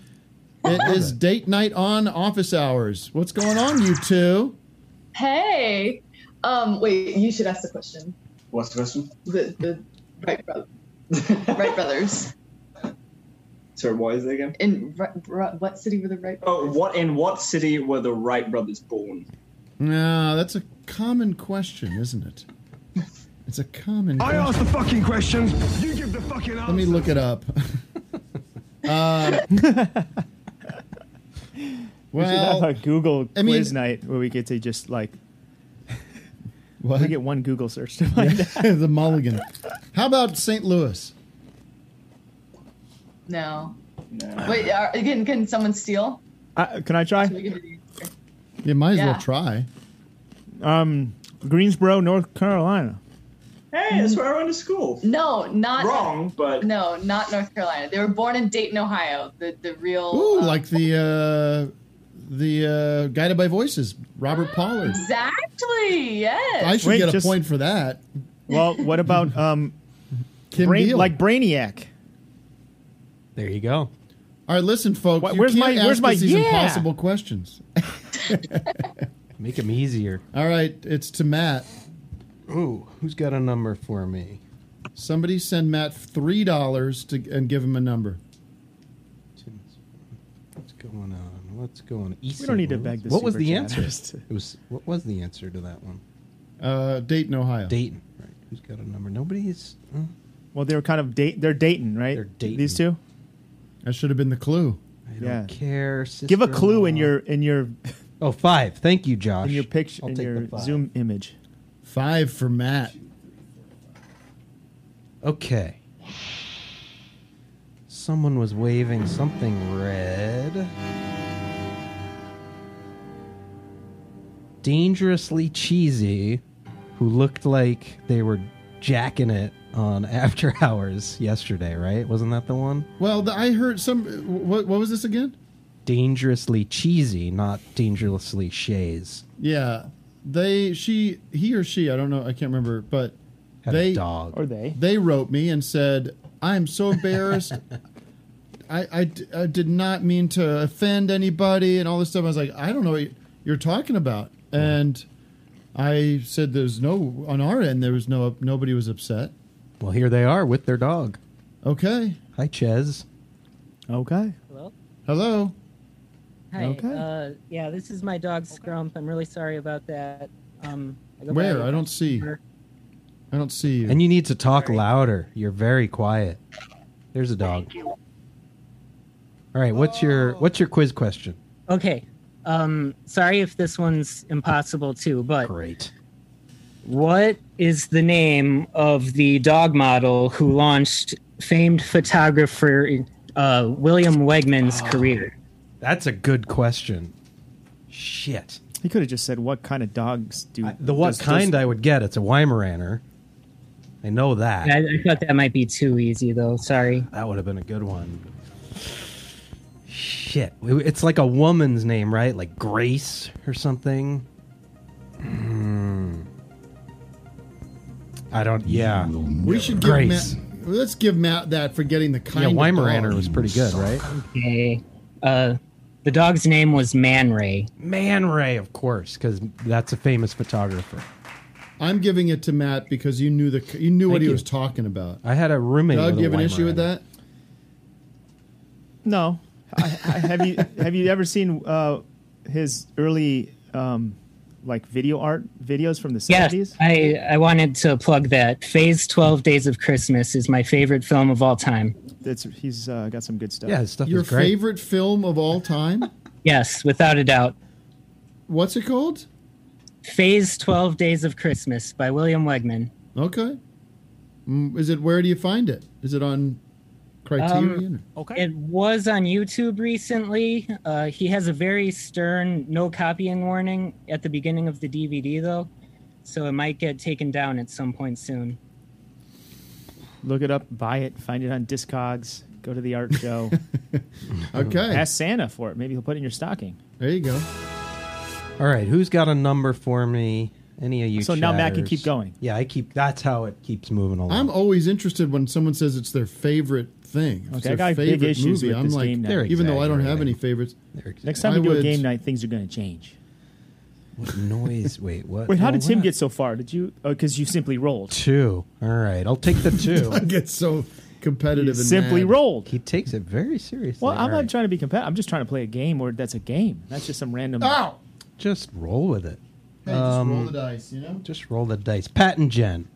[SPEAKER 2] It is date night on office hours. What's going on, you two?
[SPEAKER 16] Hey. Um, wait, you should ask the question.
[SPEAKER 7] What's the question?
[SPEAKER 16] The, the Wright, bro- [LAUGHS] Wright brothers.
[SPEAKER 7] Sorry, what is it again?
[SPEAKER 16] In Wright, Bro- what city were the Wright
[SPEAKER 7] Oh, what in what city were the Wright brothers born?
[SPEAKER 2] No, that's a common question, isn't it? It's a common.
[SPEAKER 5] I ask the
[SPEAKER 2] question.
[SPEAKER 5] fucking questions. You give the fucking
[SPEAKER 2] Let me
[SPEAKER 5] answers.
[SPEAKER 2] look it
[SPEAKER 4] [LAUGHS]
[SPEAKER 2] up. uh,
[SPEAKER 3] we should have
[SPEAKER 2] well,
[SPEAKER 3] a Google
[SPEAKER 2] I mean-
[SPEAKER 3] quiz night where we get to just like
[SPEAKER 2] What?
[SPEAKER 3] we get one Google search to find
[SPEAKER 2] [LAUGHS]
[SPEAKER 3] out.
[SPEAKER 2] the mulligan. How about St. Louis?
[SPEAKER 7] No. Wait, are, again, can someone steal?
[SPEAKER 3] Uh, can I try?
[SPEAKER 2] You might
[SPEAKER 7] as well Yeah.
[SPEAKER 2] try.
[SPEAKER 3] Um, Greensboro, North Carolina.
[SPEAKER 7] Hey, that's where I went to school. No, not
[SPEAKER 17] Wrong, but-
[SPEAKER 7] no, not North Carolina. They were born in Dayton, Ohio. The the real
[SPEAKER 2] Ooh,
[SPEAKER 7] uh,
[SPEAKER 2] like the uh, the uh, Guided by Voices, Robert Pollard.
[SPEAKER 7] exactly yes.
[SPEAKER 2] I should get a point for that.
[SPEAKER 3] Well, what
[SPEAKER 2] [LAUGHS]
[SPEAKER 3] about um,
[SPEAKER 2] Kim
[SPEAKER 3] Brain-
[SPEAKER 2] Deal?
[SPEAKER 3] like Brainiac?
[SPEAKER 2] There you go. All right, listen, folks.
[SPEAKER 3] Wha-
[SPEAKER 2] you
[SPEAKER 3] where's
[SPEAKER 2] can't
[SPEAKER 3] my-
[SPEAKER 2] ask
[SPEAKER 3] where's my-
[SPEAKER 2] us these
[SPEAKER 3] yeah!
[SPEAKER 2] impossible questions?
[SPEAKER 4] Make them easier.
[SPEAKER 2] All right, it's to Matt.
[SPEAKER 4] Ooh, who's got a number for me?
[SPEAKER 2] Somebody send Matt three dollars to and give him a number.
[SPEAKER 4] What's going on? What's going on? East
[SPEAKER 2] don't need to beg the
[SPEAKER 4] What was
[SPEAKER 2] super
[SPEAKER 4] the
[SPEAKER 2] chat.
[SPEAKER 4] answer?
[SPEAKER 2] [LAUGHS]
[SPEAKER 4] It was what was the answer to that one?
[SPEAKER 2] Uh, Dayton, Ohio.
[SPEAKER 4] Dayton. Right. Who's got a number? Nobody's. huh?
[SPEAKER 3] Well, they were kind of date. They're Dayton, right? They're Dayton. These two.
[SPEAKER 2] That should have been the clue.
[SPEAKER 4] I don't care.
[SPEAKER 3] Give a clue in
[SPEAKER 4] sister-in-law.
[SPEAKER 3] your in your
[SPEAKER 4] [LAUGHS] Oh, five. Thank you, Josh.
[SPEAKER 3] in your picture
[SPEAKER 4] I'll
[SPEAKER 3] in
[SPEAKER 4] take
[SPEAKER 3] your
[SPEAKER 4] the five.
[SPEAKER 3] Zoom image.
[SPEAKER 2] Five for Matt.
[SPEAKER 4] Okay. Someone was waving something red. Dangerously cheesy, who looked like they were jacking it on [LAUGHS] After Hours yesterday, right? Wasn't that the one?
[SPEAKER 2] Well, the, I heard some. What, what was this again?
[SPEAKER 4] Dangerously cheesy, not dangerously shays.
[SPEAKER 2] Yeah, they she he or she I don't know I can't remember, but
[SPEAKER 4] Had a
[SPEAKER 2] they
[SPEAKER 4] dog. Or
[SPEAKER 3] they
[SPEAKER 2] they wrote me and said I'm so embarrassed. [LAUGHS] I, I d- I did not mean to offend anybody and all this stuff. I was like, I don't know what you're talking about, and I said, "There's no on our end. There was no nobody was upset."
[SPEAKER 4] Well, here they are with their dog.
[SPEAKER 2] Okay.
[SPEAKER 4] Hi, Ches.
[SPEAKER 3] Okay.
[SPEAKER 18] Hello.
[SPEAKER 2] Hello.
[SPEAKER 18] Hi.
[SPEAKER 2] Okay.
[SPEAKER 18] Uh, yeah, this is my dog Scrump. I'm really sorry about that. Um, I go by
[SPEAKER 2] Where I don't see. I don't see you.
[SPEAKER 4] And you need to talk louder. You're very quiet. There's a dog. All right, what's your what's your quiz question?
[SPEAKER 18] Okay. Um, sorry if this one's impossible too, but
[SPEAKER 4] great.
[SPEAKER 18] What is the name of the dog model who launched famed photographer uh, William Wegman's career?
[SPEAKER 4] Ah, That's a good question. Shit.
[SPEAKER 3] He could have just said what kind of dogs do
[SPEAKER 4] The what
[SPEAKER 3] does-
[SPEAKER 4] kind
[SPEAKER 3] does-
[SPEAKER 4] I would get? It's a Weimaraner. I know that.
[SPEAKER 18] I, I thought that might be too easy though. Sorry.
[SPEAKER 4] That would have been a good one. Shit. It's like a woman's name, right? Like Grace or something. Hmm. I don't. Yeah.
[SPEAKER 2] We should give
[SPEAKER 4] Grace.
[SPEAKER 2] Matt. Let's give Matt that for getting the kind.
[SPEAKER 18] Yeah,
[SPEAKER 2] of
[SPEAKER 18] Weimaraner
[SPEAKER 2] dog.
[SPEAKER 18] was pretty good, right? Okay. Uh, the dog's name was Man Ray.
[SPEAKER 4] Man Ray, of course, because that's a famous photographer.
[SPEAKER 2] I'm giving it to Matt because you knew the you knew what
[SPEAKER 4] Thank
[SPEAKER 2] he
[SPEAKER 4] you.
[SPEAKER 2] was talking about.
[SPEAKER 4] I had a roommate.
[SPEAKER 2] Doug,
[SPEAKER 4] with a
[SPEAKER 2] you have an issue with
[SPEAKER 4] Weimaraner.
[SPEAKER 2] that?
[SPEAKER 3] No. I, I, have you have you ever seen uh, his early um, like video art videos from the seventies?
[SPEAKER 18] Yes, I, I wanted to plug that. Phase 12 Days of Christmas is my favorite film of all time.
[SPEAKER 3] That's he's uh, got some good stuff.
[SPEAKER 18] Yeah, his stuff
[SPEAKER 2] Your
[SPEAKER 18] is great.
[SPEAKER 2] favorite film of all time?
[SPEAKER 18] Yes, without a doubt.
[SPEAKER 2] What's it called?
[SPEAKER 18] Phase 12 Days of Christmas by William Wegman.
[SPEAKER 2] Okay. Mm, Is it where do you find it? Is it on Criterion?
[SPEAKER 18] okay. Um, It was on YouTube recently. Uh, he has a very stern no copying warning at the beginning of the DVD, though, so it might get taken down at some point soon.
[SPEAKER 3] Look it up, buy it, find it on Discogs. Go to the art
[SPEAKER 4] [LAUGHS]
[SPEAKER 3] show.
[SPEAKER 2] Okay.
[SPEAKER 3] Ask Santa for it. Maybe he'll put it in your stocking.
[SPEAKER 2] There you go.
[SPEAKER 4] All right, who's got a number for me? Any of you?
[SPEAKER 3] So now Matt can
[SPEAKER 4] chatters?
[SPEAKER 3] keep going.
[SPEAKER 4] Yeah, I keep. That's how it keeps moving along. [LAUGHS]
[SPEAKER 2] I'm always interested when someone says it's their favorite thing. If it's
[SPEAKER 3] Okay,
[SPEAKER 2] their
[SPEAKER 3] I got big
[SPEAKER 2] favorite
[SPEAKER 3] issues
[SPEAKER 2] movie.
[SPEAKER 3] with
[SPEAKER 2] I'm
[SPEAKER 3] this
[SPEAKER 2] like,
[SPEAKER 3] game night.
[SPEAKER 2] even
[SPEAKER 3] They're
[SPEAKER 2] though I don't have any
[SPEAKER 3] exaggerating.
[SPEAKER 2] favorites.
[SPEAKER 3] Next time we
[SPEAKER 2] I
[SPEAKER 3] do a
[SPEAKER 2] would-
[SPEAKER 3] game night, things are going to change.
[SPEAKER 4] What noise? Wait, what? Oh,
[SPEAKER 3] Wait, how
[SPEAKER 4] no,
[SPEAKER 3] did Tim
[SPEAKER 4] what?
[SPEAKER 3] get so far? Did you? Because you simply
[SPEAKER 4] [LAUGHS]
[SPEAKER 3] rolled.
[SPEAKER 4] two? All right, I'll take the
[SPEAKER 3] [LAUGHS]
[SPEAKER 4] two.
[SPEAKER 2] I get so competitive
[SPEAKER 3] You
[SPEAKER 2] and
[SPEAKER 3] simply
[SPEAKER 2] mad.
[SPEAKER 3] rolled.
[SPEAKER 4] He takes it very seriously.
[SPEAKER 3] Well, I'm
[SPEAKER 4] All
[SPEAKER 3] not trying to be competitive. I'm just trying to play a game where that's a game. That's just some random.
[SPEAKER 2] Ow!
[SPEAKER 4] right, Just roll with it. Um,
[SPEAKER 2] Hey, just roll the dice, you know?
[SPEAKER 4] Just roll the dice. Pat and Jen.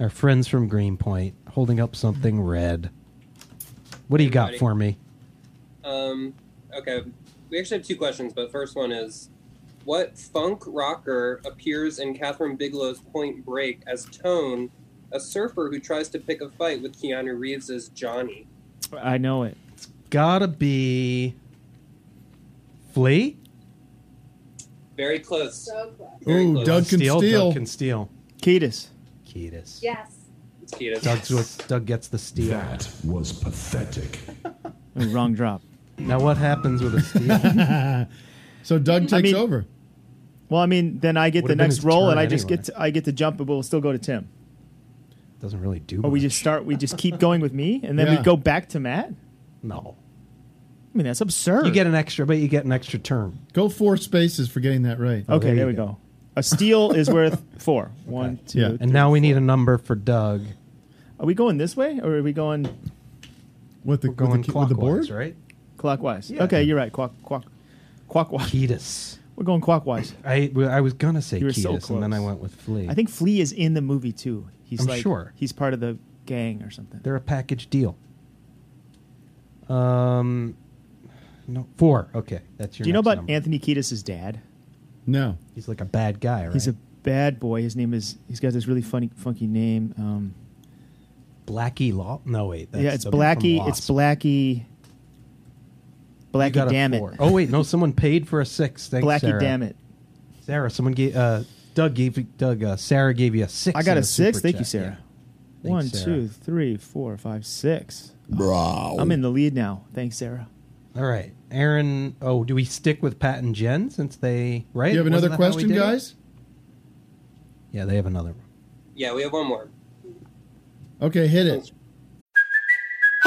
[SPEAKER 4] Our friends from Greenpoint holding up something red. What do you got
[SPEAKER 15] Everybody.
[SPEAKER 4] for me?
[SPEAKER 15] Um, okay, we actually have two questions, but first one is, what funk rocker appears in Catherine Bigelow's Point Break as Tone, a surfer who tries to pick a fight with Keanu Reeves
[SPEAKER 19] [LAUGHS]
[SPEAKER 15] as Johnny?
[SPEAKER 3] I know it.
[SPEAKER 4] Gotta be Flea.
[SPEAKER 15] Very close. So Very
[SPEAKER 2] Ooh,
[SPEAKER 15] close.
[SPEAKER 2] Doug can steal.
[SPEAKER 4] Doug can steal.
[SPEAKER 3] Ketis.
[SPEAKER 4] Ketis.
[SPEAKER 15] Yes. It's Ketis.
[SPEAKER 4] Doug's with, Doug gets the steal.
[SPEAKER 15] That
[SPEAKER 4] was pathetic.
[SPEAKER 3] [LAUGHS] Wrong drop.
[SPEAKER 4] Now what happens with a
[SPEAKER 3] [LAUGHS]
[SPEAKER 4] steal?
[SPEAKER 2] so Doug
[SPEAKER 3] I
[SPEAKER 2] takes
[SPEAKER 3] mean-
[SPEAKER 2] over.
[SPEAKER 3] Well, I mean, then I get
[SPEAKER 2] Would've
[SPEAKER 3] the
[SPEAKER 2] been
[SPEAKER 3] next
[SPEAKER 2] his
[SPEAKER 3] roll,
[SPEAKER 2] turn
[SPEAKER 3] and I just
[SPEAKER 2] anyway.
[SPEAKER 3] get to, I get to jump, but we'll still go to Tim.
[SPEAKER 4] Doesn't really do.
[SPEAKER 3] Or Oh, we just start. We just keep going with me, and then
[SPEAKER 4] Yeah.
[SPEAKER 3] we go back to Matt.
[SPEAKER 4] No,
[SPEAKER 3] I mean that's absurd.
[SPEAKER 4] You get an extra, but you get an extra turn.
[SPEAKER 2] Go four spaces for getting that right.
[SPEAKER 3] Okay, there, we go. A steal is worth four. One, two.
[SPEAKER 4] Yeah. And now we need a number for Doug.
[SPEAKER 3] Are we going this way, or are we going
[SPEAKER 2] with the
[SPEAKER 4] We're going
[SPEAKER 3] key-
[SPEAKER 4] clockwise, right?
[SPEAKER 3] clockwise?
[SPEAKER 4] Yeah.
[SPEAKER 3] Okay, you're right. Clock, clock, clockwise.
[SPEAKER 4] Ketis.
[SPEAKER 3] We're going clockwise.
[SPEAKER 4] I well, I was gonna say
[SPEAKER 3] You were so
[SPEAKER 4] Ketis, and then I
[SPEAKER 3] close.
[SPEAKER 4] went with Flea.
[SPEAKER 3] I think Flea is in the movie too. He's
[SPEAKER 4] I'm
[SPEAKER 3] like,
[SPEAKER 4] sure.
[SPEAKER 3] he's part of the gang or something.
[SPEAKER 4] they're a package deal. Um, no four. Okay, that's your.
[SPEAKER 3] Do you know
[SPEAKER 4] next
[SPEAKER 3] about
[SPEAKER 4] number.
[SPEAKER 3] Anthony Kiedis' dad?
[SPEAKER 2] No,
[SPEAKER 4] he's like a bad guy, right?
[SPEAKER 3] He's a bad boy. His name is. He's got this really funny, funky name. Um,
[SPEAKER 4] Blackie Law. No wait, that's
[SPEAKER 3] yeah, it's
[SPEAKER 4] the- from
[SPEAKER 3] Blackie.
[SPEAKER 4] Lost.
[SPEAKER 3] It's Blackie.
[SPEAKER 4] You
[SPEAKER 3] Blackie,
[SPEAKER 4] got a
[SPEAKER 3] damn
[SPEAKER 4] four.
[SPEAKER 3] it!
[SPEAKER 4] Oh wait, no, someone paid for a six. Thanks,
[SPEAKER 3] Blackie,
[SPEAKER 4] Sarah.
[SPEAKER 3] damn it!
[SPEAKER 4] Sarah, someone gave uh, Doug gave Doug uh, Sarah gave you a six.
[SPEAKER 3] I got
[SPEAKER 4] in
[SPEAKER 3] a six.
[SPEAKER 4] super
[SPEAKER 3] Thank you,
[SPEAKER 4] chat.
[SPEAKER 3] Sarah.
[SPEAKER 4] Thanks,
[SPEAKER 3] One,
[SPEAKER 4] Sarah.
[SPEAKER 3] two, three, four, five, six.
[SPEAKER 4] Bro.
[SPEAKER 3] I'm in the lead now. Thanks, Sarah.
[SPEAKER 4] All right, Aaron. Oh, do we stick with Pat and Jen since they right?
[SPEAKER 2] You have
[SPEAKER 4] Wasn't
[SPEAKER 2] another
[SPEAKER 4] that how we
[SPEAKER 2] question,
[SPEAKER 4] did it?
[SPEAKER 2] guys?
[SPEAKER 4] Yeah, they have another one.
[SPEAKER 15] Yeah, we have one more.
[SPEAKER 2] Okay, hit it.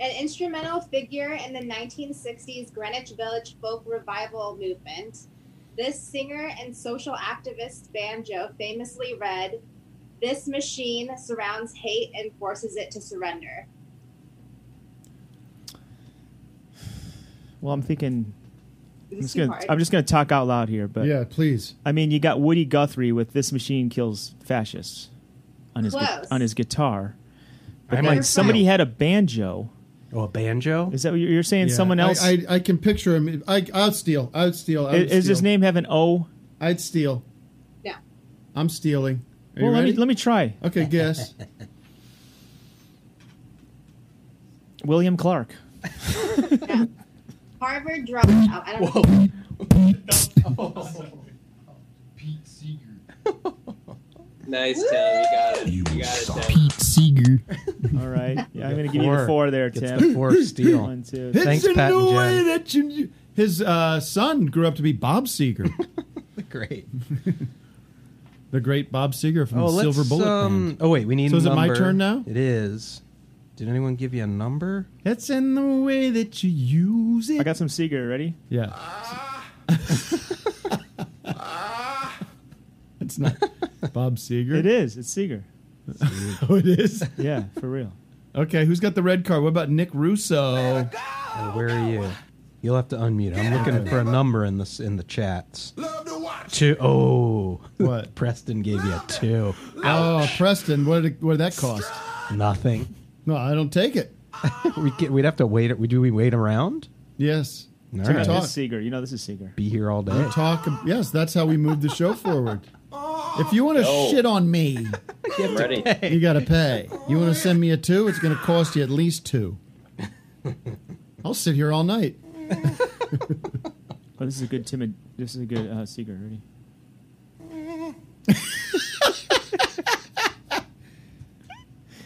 [SPEAKER 20] An instrumental figure in the 1960s Greenwich Village folk revival movement, this singer and social activist banjo famously read, This machine surrounds hate and forces it to surrender.
[SPEAKER 3] Well, I'm thinking.
[SPEAKER 20] This
[SPEAKER 3] I'm
[SPEAKER 20] is
[SPEAKER 3] just
[SPEAKER 20] too
[SPEAKER 3] gonna.
[SPEAKER 20] hard.
[SPEAKER 3] I'm just gonna talk out loud here, but
[SPEAKER 2] yeah, please.
[SPEAKER 3] I mean, you got Woody Guthrie with "This Machine Kills Fascists" on his gu-
[SPEAKER 20] Close.
[SPEAKER 3] on his guitar. But
[SPEAKER 4] I
[SPEAKER 3] then
[SPEAKER 4] might
[SPEAKER 3] somebody
[SPEAKER 4] steal.
[SPEAKER 3] had a banjo.
[SPEAKER 4] Oh, a banjo?
[SPEAKER 3] Is that what you're you're saying?
[SPEAKER 2] Yeah,
[SPEAKER 3] Someone
[SPEAKER 2] I-
[SPEAKER 3] else?
[SPEAKER 2] I, I, can picture him. I, I'd steal. I would steal. I would
[SPEAKER 3] is, is his
[SPEAKER 2] steal.
[SPEAKER 3] name have an O?
[SPEAKER 2] I'd steal.
[SPEAKER 20] No.
[SPEAKER 2] I'm stealing. Are
[SPEAKER 3] well,
[SPEAKER 2] you
[SPEAKER 3] let me
[SPEAKER 2] ready?
[SPEAKER 3] let me try.
[SPEAKER 2] Okay, guess.
[SPEAKER 3] [LAUGHS]
[SPEAKER 2] [LAUGHS]
[SPEAKER 3] William Clark.
[SPEAKER 20] Harvard dropout. I don't know.
[SPEAKER 15] [LAUGHS] Nice, Tim. You got it. You, got it, Tim.
[SPEAKER 2] Seeger.
[SPEAKER 3] [LAUGHS] All right. Yeah, I'm going to
[SPEAKER 4] get
[SPEAKER 3] give you the
[SPEAKER 4] four.
[SPEAKER 3] four there,
[SPEAKER 4] Gets
[SPEAKER 3] Tim. [LAUGHS]
[SPEAKER 4] the four steal.
[SPEAKER 3] One, two.
[SPEAKER 2] It's
[SPEAKER 3] Thanks,
[SPEAKER 2] a
[SPEAKER 3] Pat
[SPEAKER 2] new
[SPEAKER 3] and Jen.
[SPEAKER 2] way that you- you. His uh, son grew up to be Bob Seeger,
[SPEAKER 4] Great.
[SPEAKER 2] [LAUGHS] the great Bob Seeger from
[SPEAKER 4] Oh,
[SPEAKER 2] the
[SPEAKER 4] let's.
[SPEAKER 2] Silver Bullet.
[SPEAKER 4] um,
[SPEAKER 2] Band.
[SPEAKER 4] oh wait, we need.
[SPEAKER 2] So
[SPEAKER 4] a
[SPEAKER 2] is it my
[SPEAKER 4] number.
[SPEAKER 2] turn now?
[SPEAKER 4] It is. Did anyone give you a number?
[SPEAKER 2] It's in the way that you use it.
[SPEAKER 3] I got some Seeger. Ready?
[SPEAKER 2] Yeah. it's not [LAUGHS] Bob Seeger.
[SPEAKER 3] It is. It's Seeger.
[SPEAKER 2] [LAUGHS] oh, it is.
[SPEAKER 3] Yeah, for real.
[SPEAKER 2] Okay, who's got the red card? What about Nick Russo?
[SPEAKER 4] Oh, where are you? You'll have to unmute. I'm looking for a number in this in the chats. Two. Oh,
[SPEAKER 2] what?
[SPEAKER 4] [LAUGHS] Preston gave you a two.
[SPEAKER 2] Oh, Preston, what did, what did that cost?
[SPEAKER 4] Nothing.
[SPEAKER 2] No, I don't take it.
[SPEAKER 4] we get, [LAUGHS] we'd have to wait. We do we wait around?
[SPEAKER 2] Yes.
[SPEAKER 4] All
[SPEAKER 3] Tim,
[SPEAKER 4] right.
[SPEAKER 3] This is Seeger. You know this is Seeger.
[SPEAKER 4] Be here all day.
[SPEAKER 2] We talk. Yes, that's how we move the show forward. If you want to No. shit on me,
[SPEAKER 4] I'm ready.
[SPEAKER 2] you got to pay. You want to send me a two? It's going to cost you at least
[SPEAKER 3] [LAUGHS]
[SPEAKER 2] two. I'll sit here all night.
[SPEAKER 3] Oh, this is a good timid. This is a good uh, secret already.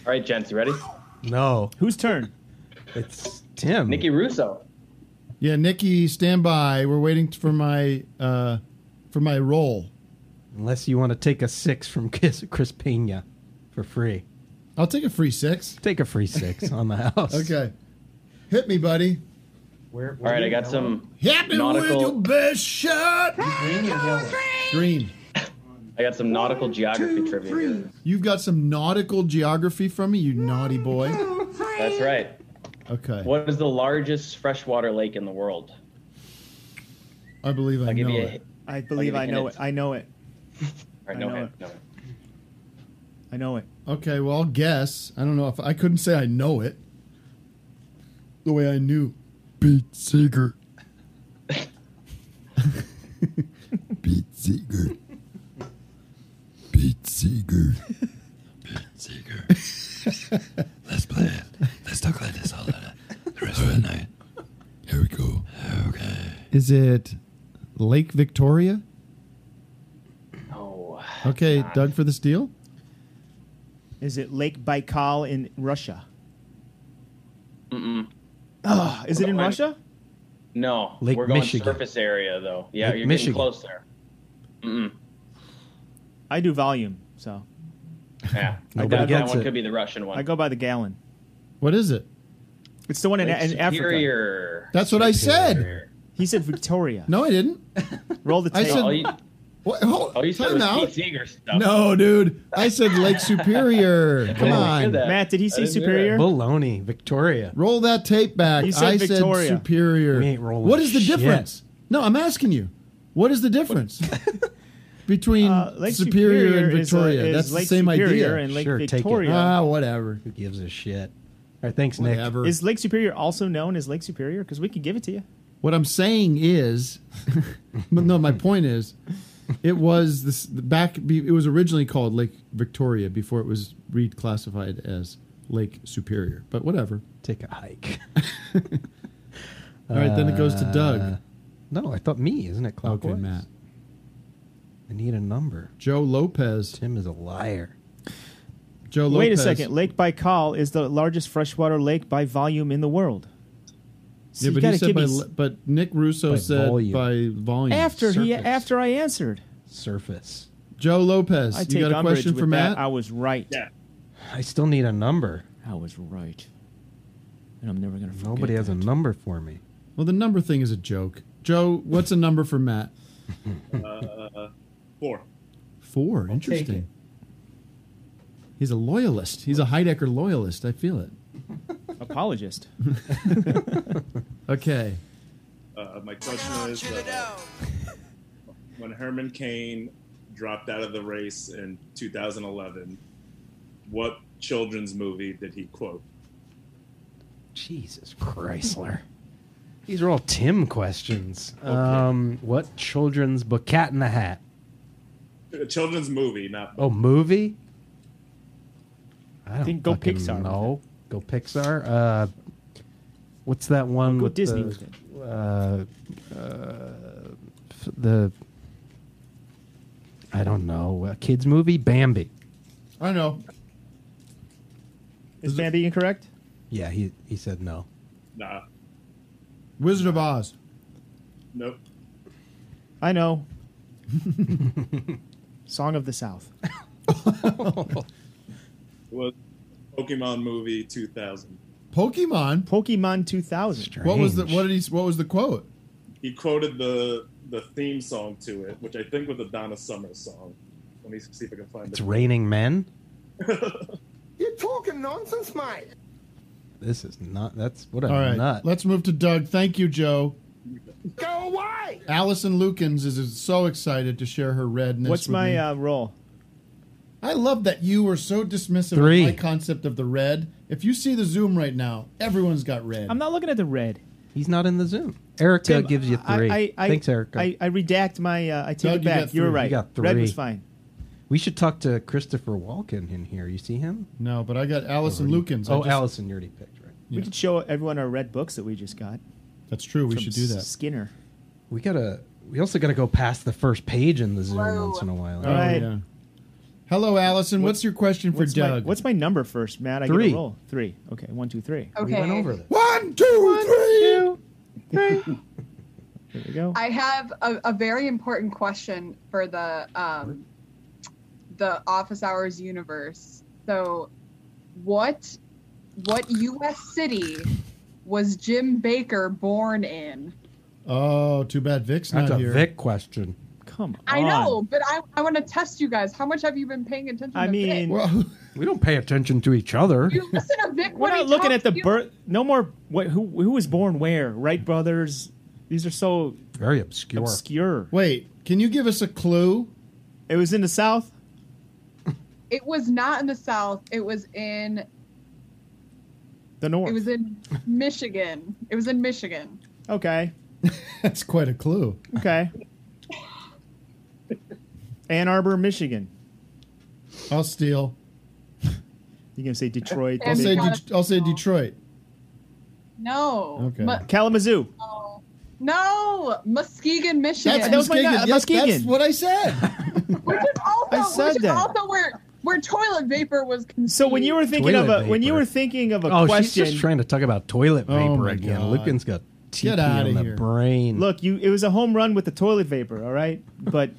[SPEAKER 19] All right, gents, you ready?
[SPEAKER 4] No.
[SPEAKER 3] Whose turn?
[SPEAKER 4] It's Tim.
[SPEAKER 19] Nikki Russo.
[SPEAKER 2] Yeah, Nikki, stand by. We're waiting for my uh, for my roll.
[SPEAKER 4] Unless you want to take a six from Chris, Chris Pena for free.
[SPEAKER 2] I'll take a free six.
[SPEAKER 4] Take a free six on the house.
[SPEAKER 2] Okay, hit me, buddy.
[SPEAKER 4] Where,
[SPEAKER 19] All right, I got some
[SPEAKER 2] Hit me with your
[SPEAKER 19] nautical.
[SPEAKER 2] best shot. Green.
[SPEAKER 19] [LAUGHS] I got some nautical geography trivia. here.
[SPEAKER 2] You've got some nautical geography from me, you naughty boy.
[SPEAKER 19] That's right.
[SPEAKER 2] Okay.
[SPEAKER 19] What is the largest freshwater lake in the world?
[SPEAKER 2] I believe I
[SPEAKER 19] I'll give
[SPEAKER 2] know
[SPEAKER 19] you a
[SPEAKER 2] it.
[SPEAKER 19] hint.
[SPEAKER 3] I believe I know it. I know it.
[SPEAKER 19] All
[SPEAKER 3] I
[SPEAKER 19] right, no
[SPEAKER 3] know
[SPEAKER 19] hint.
[SPEAKER 3] it.
[SPEAKER 19] No. hint.
[SPEAKER 3] I know it.
[SPEAKER 2] Okay, well, I'll guess. I don't know if I couldn't say I know it the way I knew Pete Seeger. Pete Seeger. Pete Seeger. Pete Seeger. Let's play it. Let's talk like this all night. The rest of the night. Here we go. Okay. Is it Lake Victoria?
[SPEAKER 19] No.
[SPEAKER 2] Okay, Doug for the steal.
[SPEAKER 3] Is it Lake Baikal in Russia?
[SPEAKER 19] Mm-mm.
[SPEAKER 3] Ugh, is it in Russia?
[SPEAKER 19] No.
[SPEAKER 3] Lake
[SPEAKER 19] We're going
[SPEAKER 3] Michigan.
[SPEAKER 19] surface area though. Yeah,
[SPEAKER 3] Lake
[SPEAKER 19] you're
[SPEAKER 3] Michigan.
[SPEAKER 19] getting close there. Mm-mm.
[SPEAKER 3] I do volume, so
[SPEAKER 19] Yeah. I doubt
[SPEAKER 3] Nobody
[SPEAKER 19] that
[SPEAKER 3] gets
[SPEAKER 19] one
[SPEAKER 3] it.
[SPEAKER 19] could be the Russian one.
[SPEAKER 3] I go by the gallon.
[SPEAKER 2] What is it?
[SPEAKER 3] It's the one in,
[SPEAKER 19] Lake
[SPEAKER 3] in Africa.
[SPEAKER 19] Superior.
[SPEAKER 2] That's what I said.
[SPEAKER 3] He said Victoria.
[SPEAKER 2] No, I didn't.
[SPEAKER 3] [LAUGHS] Roll the
[SPEAKER 2] I
[SPEAKER 3] tape.
[SPEAKER 2] said. [LAUGHS] what, hold,
[SPEAKER 3] all you said
[SPEAKER 2] time
[SPEAKER 3] was
[SPEAKER 2] out.
[SPEAKER 3] Pete
[SPEAKER 19] Seeger stuff.
[SPEAKER 2] No, dude. I said Lake [LAUGHS] Superior. Come on.
[SPEAKER 3] Matt, did he say Superior?
[SPEAKER 4] Baloney. Victoria.
[SPEAKER 2] Roll that tape back.
[SPEAKER 3] You said
[SPEAKER 2] I
[SPEAKER 3] Victoria.
[SPEAKER 2] said Superior.
[SPEAKER 4] We ain't rolling
[SPEAKER 2] what is the
[SPEAKER 4] shit.
[SPEAKER 2] difference? No, I'm asking you. What is the difference [LAUGHS] between Superior, and
[SPEAKER 3] Uh, Superior is, uh,
[SPEAKER 2] Victoria?
[SPEAKER 3] is
[SPEAKER 2] That's the
[SPEAKER 3] Lake
[SPEAKER 2] same
[SPEAKER 3] Superior
[SPEAKER 2] idea.
[SPEAKER 3] and Lake
[SPEAKER 4] Sure, take it.
[SPEAKER 3] Victoria.
[SPEAKER 2] Ah, whatever.
[SPEAKER 4] Who gives a shit? All right, thanks, Nick.
[SPEAKER 2] Whatever.
[SPEAKER 3] Is Lake Superior also known as Lake Superior? Because we could give it to you.
[SPEAKER 2] What I'm saying is, [LAUGHS] no, my point is, it was this back. It was originally called Lake Victoria before it was reclassified as Lake Superior. But whatever.
[SPEAKER 4] Take a hike.
[SPEAKER 2] [LAUGHS] All right, then it goes to
[SPEAKER 4] Uh,
[SPEAKER 2] Doug.
[SPEAKER 4] No, I thought me, isn't it? Clockwise? Matt. I need a number.
[SPEAKER 2] Joe Lopez.
[SPEAKER 4] Tim is a liar.
[SPEAKER 2] Joe Lopez.
[SPEAKER 3] Wait a second. Lake Baikal is the largest freshwater lake by volume in the world. So
[SPEAKER 2] yeah,
[SPEAKER 3] you
[SPEAKER 2] but
[SPEAKER 3] gotta
[SPEAKER 2] he said
[SPEAKER 3] give
[SPEAKER 2] by,
[SPEAKER 3] me
[SPEAKER 2] le-
[SPEAKER 3] s-
[SPEAKER 2] but Nick Russo
[SPEAKER 4] By
[SPEAKER 2] said
[SPEAKER 4] volume.
[SPEAKER 2] by volume.
[SPEAKER 3] after he
[SPEAKER 4] surface.
[SPEAKER 3] after I answered.
[SPEAKER 4] Surface.
[SPEAKER 2] Joe Lopez,
[SPEAKER 3] I
[SPEAKER 2] you
[SPEAKER 3] take
[SPEAKER 2] got a
[SPEAKER 3] umbrage
[SPEAKER 2] question
[SPEAKER 3] with
[SPEAKER 2] for
[SPEAKER 3] that.
[SPEAKER 2] Matt?
[SPEAKER 3] I was right.
[SPEAKER 4] I still need a number.
[SPEAKER 3] I was right. And I'm never gonna forget.
[SPEAKER 4] Nobody has a number for me.
[SPEAKER 2] Well, the number thing is a joke. Joe, what's a number for
[SPEAKER 4] [LAUGHS]
[SPEAKER 2] Matt?
[SPEAKER 3] [LAUGHS]
[SPEAKER 6] Uh, four.
[SPEAKER 2] 4 Interesting. He's a loyalist. He's a Heidecker loyalist. I feel it. [LAUGHS]
[SPEAKER 3] apologist.
[SPEAKER 2] Okay.
[SPEAKER 21] Uh, my question is uh, when Herman Cain dropped out of the race in 2011, what children's movie did he quote?
[SPEAKER 4] Jesus Chrysler.
[SPEAKER 10] [LAUGHS]
[SPEAKER 4] These are all Tim questions. Um, what children's book? Cat in the Hat.
[SPEAKER 21] A children's movie, not
[SPEAKER 4] Oh, movie. I don't
[SPEAKER 3] Think go
[SPEAKER 4] fucking
[SPEAKER 3] Pixar with
[SPEAKER 4] No, go Pixar. Uh, what's that one
[SPEAKER 3] go
[SPEAKER 4] with
[SPEAKER 3] Disney
[SPEAKER 4] the,
[SPEAKER 3] with it.
[SPEAKER 4] Uh, uh, f- the I don't know. A kids movie Bambi.
[SPEAKER 2] I know.
[SPEAKER 3] Is Bambi incorrect?
[SPEAKER 4] Yeah, he he said no.
[SPEAKER 21] Nah,
[SPEAKER 2] Wizard of Oz.
[SPEAKER 21] nope.
[SPEAKER 2] [LAUGHS]
[SPEAKER 3] I know. Song of the South.
[SPEAKER 21] It was Pokemon movie 2000.
[SPEAKER 2] Pokemon.
[SPEAKER 3] Pokemon 2000.
[SPEAKER 2] What was the what did he what was the quote?
[SPEAKER 21] He quoted the the theme song to it, which I think was a Donna Summer song. Let me see if I can find
[SPEAKER 4] It's
[SPEAKER 21] it. [LAUGHS]
[SPEAKER 4] raining men.
[SPEAKER 22] You're talking nonsense, mate.
[SPEAKER 4] This is not. That's what a
[SPEAKER 2] All right.
[SPEAKER 4] nut.
[SPEAKER 2] Let's move to Doug. Thank you, Joe.
[SPEAKER 22] Go away.
[SPEAKER 2] Allison Lukens is so excited to share her redness.
[SPEAKER 3] What's
[SPEAKER 2] with
[SPEAKER 3] my
[SPEAKER 2] me.
[SPEAKER 3] uh, role?
[SPEAKER 2] I love that you were so dismissive
[SPEAKER 4] Three.
[SPEAKER 2] of my concept of the red. If you see the Zoom right now, everyone's got red.
[SPEAKER 3] I'm not looking at the red.
[SPEAKER 4] He's not in the Zoom. Erica
[SPEAKER 3] Tim,
[SPEAKER 4] gives you
[SPEAKER 3] I-
[SPEAKER 4] three.
[SPEAKER 3] I, I,
[SPEAKER 4] Thanks, Erica.
[SPEAKER 3] I, I redact my. Uh, I take
[SPEAKER 4] Doug,
[SPEAKER 3] it
[SPEAKER 4] you
[SPEAKER 3] back.
[SPEAKER 4] got
[SPEAKER 3] are
[SPEAKER 4] three.
[SPEAKER 3] right.
[SPEAKER 4] You got
[SPEAKER 3] Red
[SPEAKER 4] three.
[SPEAKER 3] was fine.
[SPEAKER 4] We should talk to Christopher Walken in here. You see him?
[SPEAKER 2] No, but I got Allison
[SPEAKER 4] Already-
[SPEAKER 2] Lukens. I
[SPEAKER 4] Oh,
[SPEAKER 2] just-
[SPEAKER 4] Allison, you already picked, right?
[SPEAKER 3] We could show everyone our red books that we just got.
[SPEAKER 2] That's true.
[SPEAKER 4] we
[SPEAKER 3] From
[SPEAKER 4] should do that.
[SPEAKER 3] Skinner.
[SPEAKER 4] We gotta. We also gotta go past the first page in the Zoom once in a while.
[SPEAKER 3] All right.
[SPEAKER 2] Hello, Allison. What's your question for
[SPEAKER 3] what's my-
[SPEAKER 2] Doug?
[SPEAKER 3] what's my number first, Matt? I
[SPEAKER 2] Three.
[SPEAKER 3] get a roll. Three. Okay. One, two, three.
[SPEAKER 4] We went over this.
[SPEAKER 2] One, two,
[SPEAKER 23] three.
[SPEAKER 3] There we go.
[SPEAKER 23] I have a, a very important question for the um, the office hours universe. So, what what U.S. city was Jim Baker born in?
[SPEAKER 2] Oh, too bad Vic's
[SPEAKER 4] That's
[SPEAKER 2] not
[SPEAKER 4] a
[SPEAKER 2] here.
[SPEAKER 4] Vic question.
[SPEAKER 3] Come
[SPEAKER 23] I know, but I, I want to test you guys. How much have you been paying attention? to Vic?
[SPEAKER 4] we don't pay attention to each other. [LAUGHS]
[SPEAKER 23] listen to Vic.
[SPEAKER 3] We're not looking at the birth. No more. What, who who was born where? Wright brothers. These are so
[SPEAKER 4] very obscure.
[SPEAKER 3] Obscure.
[SPEAKER 2] Wait, can you give us a clue?
[SPEAKER 3] It was in the South.
[SPEAKER 23] It was not in the South. It was in
[SPEAKER 3] The North.
[SPEAKER 23] it was in Michigan. It was in Michigan.
[SPEAKER 3] okay.
[SPEAKER 2] [LAUGHS] That's quite a clue.
[SPEAKER 3] Okay. Ann Arbor, Michigan.
[SPEAKER 2] I'll steal.
[SPEAKER 3] You gonna say Detroit?
[SPEAKER 2] I'll say, Det- I'll say Detroit.
[SPEAKER 23] No.
[SPEAKER 2] Okay.
[SPEAKER 23] Mu-
[SPEAKER 3] Kalamazoo.
[SPEAKER 23] no, Muskegon, Michigan.
[SPEAKER 3] That was my Muskegon. guy,
[SPEAKER 2] Yes, that's
[SPEAKER 3] Muskegon.
[SPEAKER 2] what I
[SPEAKER 23] [LAUGHS]
[SPEAKER 2] said.
[SPEAKER 23] Also,
[SPEAKER 3] I said
[SPEAKER 23] which is
[SPEAKER 3] that.
[SPEAKER 23] Also, where where toilet vapor was. Conceived.
[SPEAKER 3] So when you were thinking of a
[SPEAKER 4] Toilet
[SPEAKER 3] when you
[SPEAKER 4] paper.
[SPEAKER 3] were thinking of a
[SPEAKER 4] Oh, she's
[SPEAKER 3] question,
[SPEAKER 4] just trying to talk about toilet
[SPEAKER 3] Oh
[SPEAKER 4] paper
[SPEAKER 3] my
[SPEAKER 4] again.
[SPEAKER 3] God.
[SPEAKER 4] Lucan's got TP
[SPEAKER 3] Get outta
[SPEAKER 4] on the
[SPEAKER 3] here.
[SPEAKER 4] brain.
[SPEAKER 3] look, you it was a home run with the toilet vapor. All right, but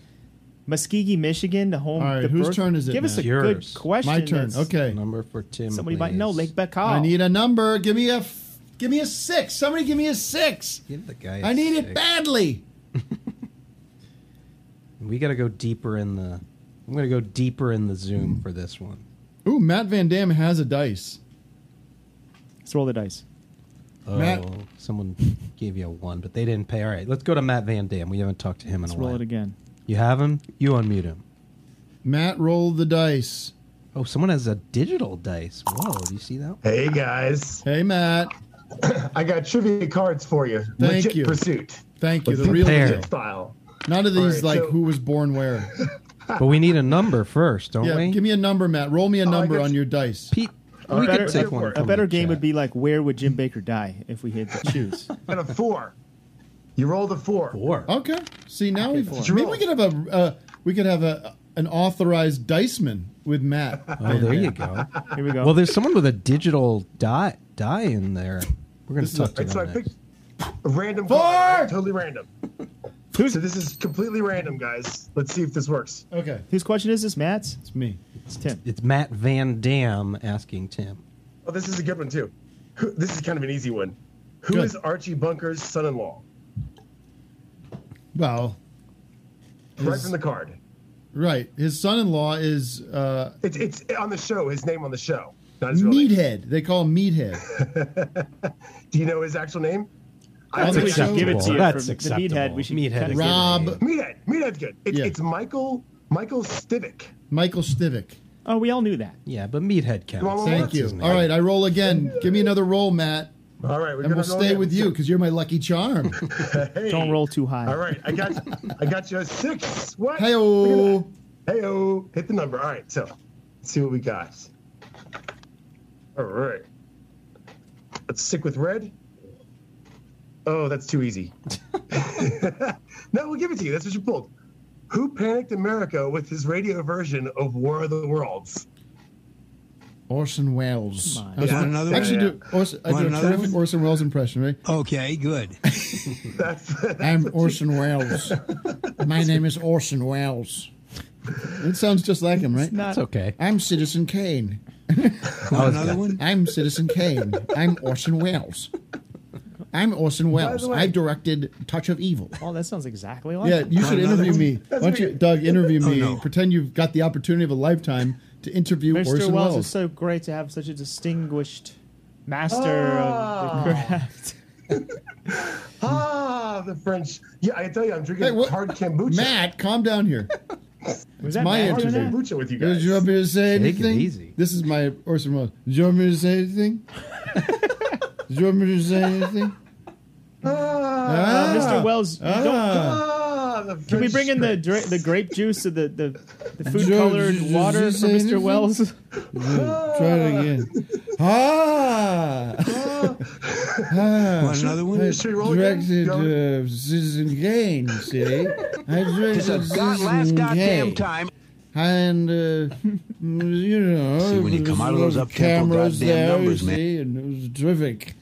[SPEAKER 3] Muskegee, Michigan, the home.
[SPEAKER 2] All right,
[SPEAKER 3] the
[SPEAKER 2] whose
[SPEAKER 3] birth-
[SPEAKER 2] turn is it
[SPEAKER 3] Give us
[SPEAKER 2] now?
[SPEAKER 3] a
[SPEAKER 2] Yours.
[SPEAKER 3] good question.
[SPEAKER 2] My turn,
[SPEAKER 3] that's-
[SPEAKER 2] okay.
[SPEAKER 4] Number for Tim.
[SPEAKER 3] Somebody might know Lake Beck Hall.
[SPEAKER 2] I need a number. Give me a, f- give me a six. Somebody give me a six.
[SPEAKER 4] Give the guy. a
[SPEAKER 2] I need it
[SPEAKER 4] six.
[SPEAKER 2] badly.
[SPEAKER 4] We got to go deeper in the. I'm going to go deeper in the Zoom for this one.
[SPEAKER 2] Ooh, Matt Van Dam has a dice.
[SPEAKER 3] Let's roll the dice.
[SPEAKER 4] Oh,
[SPEAKER 2] Matt-
[SPEAKER 4] someone gave you a one, but they didn't pay. All right, let's go to Matt Van Dam. We haven't talked to him in
[SPEAKER 3] Let's
[SPEAKER 4] a while.
[SPEAKER 3] roll it again.
[SPEAKER 4] You have him. You unmute him.
[SPEAKER 2] Matt rolled the dice.
[SPEAKER 4] Oh, someone has a digital dice. Whoa, do you see that?
[SPEAKER 5] Hey guys.
[SPEAKER 2] Hey Matt.
[SPEAKER 5] I got trivia cards for you.
[SPEAKER 2] Thank
[SPEAKER 5] Legit
[SPEAKER 2] you.
[SPEAKER 5] Pursuit.
[SPEAKER 2] Thank you.
[SPEAKER 4] Let's
[SPEAKER 2] The real
[SPEAKER 4] prepare.
[SPEAKER 2] deal.
[SPEAKER 5] Style.
[SPEAKER 2] None of these
[SPEAKER 5] All right,
[SPEAKER 2] like
[SPEAKER 5] so-
[SPEAKER 2] who was born
[SPEAKER 5] [LAUGHS]
[SPEAKER 2] where.
[SPEAKER 4] But we need a number first, don't
[SPEAKER 2] yeah,
[SPEAKER 4] we?
[SPEAKER 2] give me a number, Matt. Roll me a
[SPEAKER 3] Oh, I
[SPEAKER 2] number
[SPEAKER 3] got
[SPEAKER 2] on your dice.
[SPEAKER 4] Pete,
[SPEAKER 3] A better, a- a better game would be like where would Jim Baker die if we had
[SPEAKER 2] [LAUGHS]
[SPEAKER 3] to choose.
[SPEAKER 5] And a four. You rolled a four.
[SPEAKER 4] Four.
[SPEAKER 2] Okay. See now we
[SPEAKER 5] four.
[SPEAKER 2] maybe we could have a uh, we could have a an authorized diceman with Matt.
[SPEAKER 4] Oh, there you go.
[SPEAKER 3] Here we go.
[SPEAKER 4] Well, there's someone with a digital die die in there. We're going
[SPEAKER 5] This
[SPEAKER 4] to
[SPEAKER 5] is
[SPEAKER 4] talk to
[SPEAKER 5] a- so I
[SPEAKER 4] them. next.
[SPEAKER 5] picked a random four. Totally random.
[SPEAKER 3] so
[SPEAKER 5] this is completely random, guys. Let's see if this works.
[SPEAKER 2] Okay.
[SPEAKER 3] Whose question is this, Matt's?
[SPEAKER 2] It's me.
[SPEAKER 3] It's Tim.
[SPEAKER 4] It's Matt Van Dam asking Tim.
[SPEAKER 5] Oh, this is a good one too. Who- This is kind of an easy one. Who is Archie Bunker's son-in-law?
[SPEAKER 2] Well,
[SPEAKER 5] Right
[SPEAKER 2] his-
[SPEAKER 5] from the card.
[SPEAKER 2] right. His son-in-law is uh,
[SPEAKER 5] It's it's on the show. His name on the show. Not his real name.
[SPEAKER 2] Meathead. They call him Meathead.
[SPEAKER 5] [LAUGHS] Do you know his actual name?
[SPEAKER 2] I don't think we should give it to you That's for the
[SPEAKER 3] acceptable. meathead, we should Meathead kinda is give it
[SPEAKER 2] Rob- to
[SPEAKER 5] Meathead. Meathead's good. It's,
[SPEAKER 2] Yeah.
[SPEAKER 5] it's Michael Michael Stivic.
[SPEAKER 2] Michael Stivic.
[SPEAKER 3] Oh, we all knew that.
[SPEAKER 4] Yeah, but Meathead counts.
[SPEAKER 5] Well, well,
[SPEAKER 2] Thank
[SPEAKER 5] what's
[SPEAKER 2] you.
[SPEAKER 5] his name?
[SPEAKER 2] All right, I roll again. Give me another roll, Matt.
[SPEAKER 5] All right,
[SPEAKER 2] and
[SPEAKER 5] we're gonna
[SPEAKER 2] we'll
[SPEAKER 5] roll
[SPEAKER 2] stay
[SPEAKER 5] again.
[SPEAKER 2] with you because you're my lucky charm.
[SPEAKER 5] [LAUGHS] Hey.
[SPEAKER 3] Don't roll too high.
[SPEAKER 5] All right, I got
[SPEAKER 3] [LAUGHS]
[SPEAKER 5] I got you a six. What?
[SPEAKER 2] Heyo.
[SPEAKER 5] Heyo. Hit the number. All right, so let's see what we got. All right. Let's stick with red. Oh, that's too easy. [LAUGHS] no, we'll give it to you. That's what you pulled. Who panicked America with his radio version of War of the Worlds?
[SPEAKER 2] Orson Welles.
[SPEAKER 5] Come on.
[SPEAKER 2] I was
[SPEAKER 5] Yeah,
[SPEAKER 2] gonna-
[SPEAKER 5] another one?
[SPEAKER 2] actually, do Orson, I
[SPEAKER 5] Want
[SPEAKER 2] do a
[SPEAKER 5] another
[SPEAKER 2] terrific
[SPEAKER 5] one?
[SPEAKER 2] Orson Welles impression, right? [LAUGHS]
[SPEAKER 5] Okay, good.
[SPEAKER 3] [LAUGHS]
[SPEAKER 2] I'm Orson Welles. My name is Orson Welles. It sounds just like him, right?
[SPEAKER 3] not- It's
[SPEAKER 4] okay.
[SPEAKER 2] I'm Citizen
[SPEAKER 5] [LAUGHS]
[SPEAKER 2] Kane.
[SPEAKER 4] Want
[SPEAKER 2] [LAUGHS]
[SPEAKER 4] it's another good. one?
[SPEAKER 2] I'm Citizen Kane. I'm Orson Welles. I'm Orson Welles.
[SPEAKER 3] way-
[SPEAKER 2] I've directed Touch of Evil.
[SPEAKER 3] Oh, that sounds exactly like.
[SPEAKER 2] Yeah,
[SPEAKER 3] it.
[SPEAKER 2] you should interview me. Why
[SPEAKER 3] That's
[SPEAKER 2] don't you,
[SPEAKER 3] weird.
[SPEAKER 2] Doug, interview
[SPEAKER 3] Oh,
[SPEAKER 2] me.
[SPEAKER 3] no.
[SPEAKER 2] Pretend you've got the opportunity of a lifetime to interview
[SPEAKER 3] Mr.
[SPEAKER 2] Orson
[SPEAKER 3] Welles
[SPEAKER 2] Welles.
[SPEAKER 3] is so great to have such a distinguished master of the
[SPEAKER 5] Oh.
[SPEAKER 3] [LAUGHS] craft.
[SPEAKER 5] Ah, the French. Yeah, I tell you, I'm drinking
[SPEAKER 2] Hey, what-
[SPEAKER 5] hard kombucha.
[SPEAKER 2] Matt, calm down
[SPEAKER 5] [LAUGHS]
[SPEAKER 2] here.
[SPEAKER 3] Was
[SPEAKER 2] It's
[SPEAKER 3] that
[SPEAKER 2] my
[SPEAKER 3] Matt doing
[SPEAKER 2] interview.
[SPEAKER 3] that?
[SPEAKER 5] kombucha with you
[SPEAKER 2] Do
[SPEAKER 5] guys.
[SPEAKER 2] you want me to say
[SPEAKER 5] Take it
[SPEAKER 2] anything?
[SPEAKER 5] easy.
[SPEAKER 2] This is my Orson Welles. Do you want me to say
[SPEAKER 5] [LAUGHS]
[SPEAKER 2] anything? Do you want me to say anything?
[SPEAKER 3] Uh, Mr. Wells, you don't-
[SPEAKER 5] Ah, the
[SPEAKER 3] Can
[SPEAKER 5] French
[SPEAKER 3] we
[SPEAKER 2] Ah.
[SPEAKER 3] bring in the
[SPEAKER 5] drink.
[SPEAKER 3] dra- the grape juice of the the The food colored water for Mr. Wells.
[SPEAKER 2] Try it again.
[SPEAKER 22] [LAUGHS]
[SPEAKER 2] Ah! ah.
[SPEAKER 24] Want another one?
[SPEAKER 2] I directed uh, Citizen Kane,
[SPEAKER 24] [LAUGHS]
[SPEAKER 2] see? I directed
[SPEAKER 24] It's a god-
[SPEAKER 2] Citizen
[SPEAKER 24] last goddamn
[SPEAKER 2] Kane.
[SPEAKER 24] time.
[SPEAKER 2] And, uh, you know,
[SPEAKER 24] See, when you
[SPEAKER 2] there
[SPEAKER 24] come
[SPEAKER 2] was
[SPEAKER 24] out of those
[SPEAKER 2] a lot
[SPEAKER 24] up-tempo
[SPEAKER 2] cameras
[SPEAKER 24] goddamn
[SPEAKER 2] there,
[SPEAKER 24] numbers,
[SPEAKER 2] you
[SPEAKER 24] man.
[SPEAKER 2] see, and it was terrific.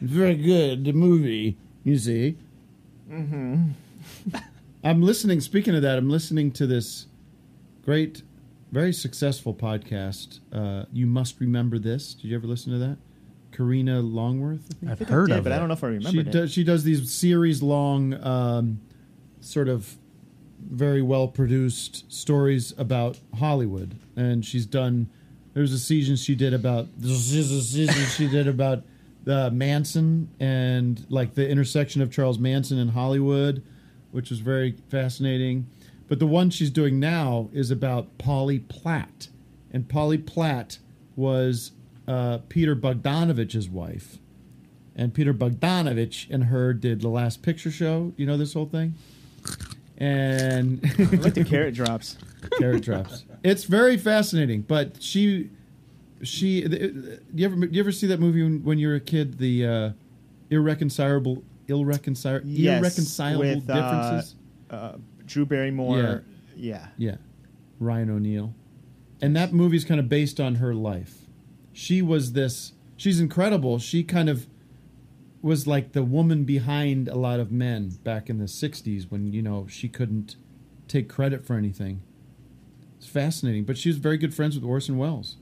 [SPEAKER 2] Very good, the movie, you see.
[SPEAKER 3] Mm-hmm.
[SPEAKER 2] I'm listening. Speaking of that, I'm listening to this great, very successful podcast. Uh, you must remember this. Did you ever listen to that? Karina Longworth.
[SPEAKER 3] I I've think I heard did, of but I it. don't know if I
[SPEAKER 2] She
[SPEAKER 3] remembered it.
[SPEAKER 2] does. She does these series long, um, sort of very well produced stories about Hollywood, and she's done. There was a season she did about season she did about uh, Manson and like the intersection of Charles Manson and Hollywood, which was very fascinating. But the one she's doing now is about Polly Platt, and Polly Platt was uh, Peter Bogdanovich's wife and Peter Bogdanovich and her did the last picture show. You know this whole thing, and like [LAUGHS]
[SPEAKER 3] the carrot drops,
[SPEAKER 2] carrot drops. It's very fascinating. But she, she, uh, do you ever do you ever see that movie when, when you're a kid? The uh, irreconcilable, irreconcilable, [LAUGHS]
[SPEAKER 3] Yes,
[SPEAKER 2] irreconcilable
[SPEAKER 3] with, uh,
[SPEAKER 2] differences.
[SPEAKER 3] uh, Drew Barrymore. Yeah.
[SPEAKER 2] Yeah. Ryan O'Neal. And that movie's kind of based on her life. She was this she's incredible. She kind of was like the woman behind a lot of men back in the 60s when, you know, she couldn't take credit for anything. It's fascinating, but she was very good friends with Orson Welles.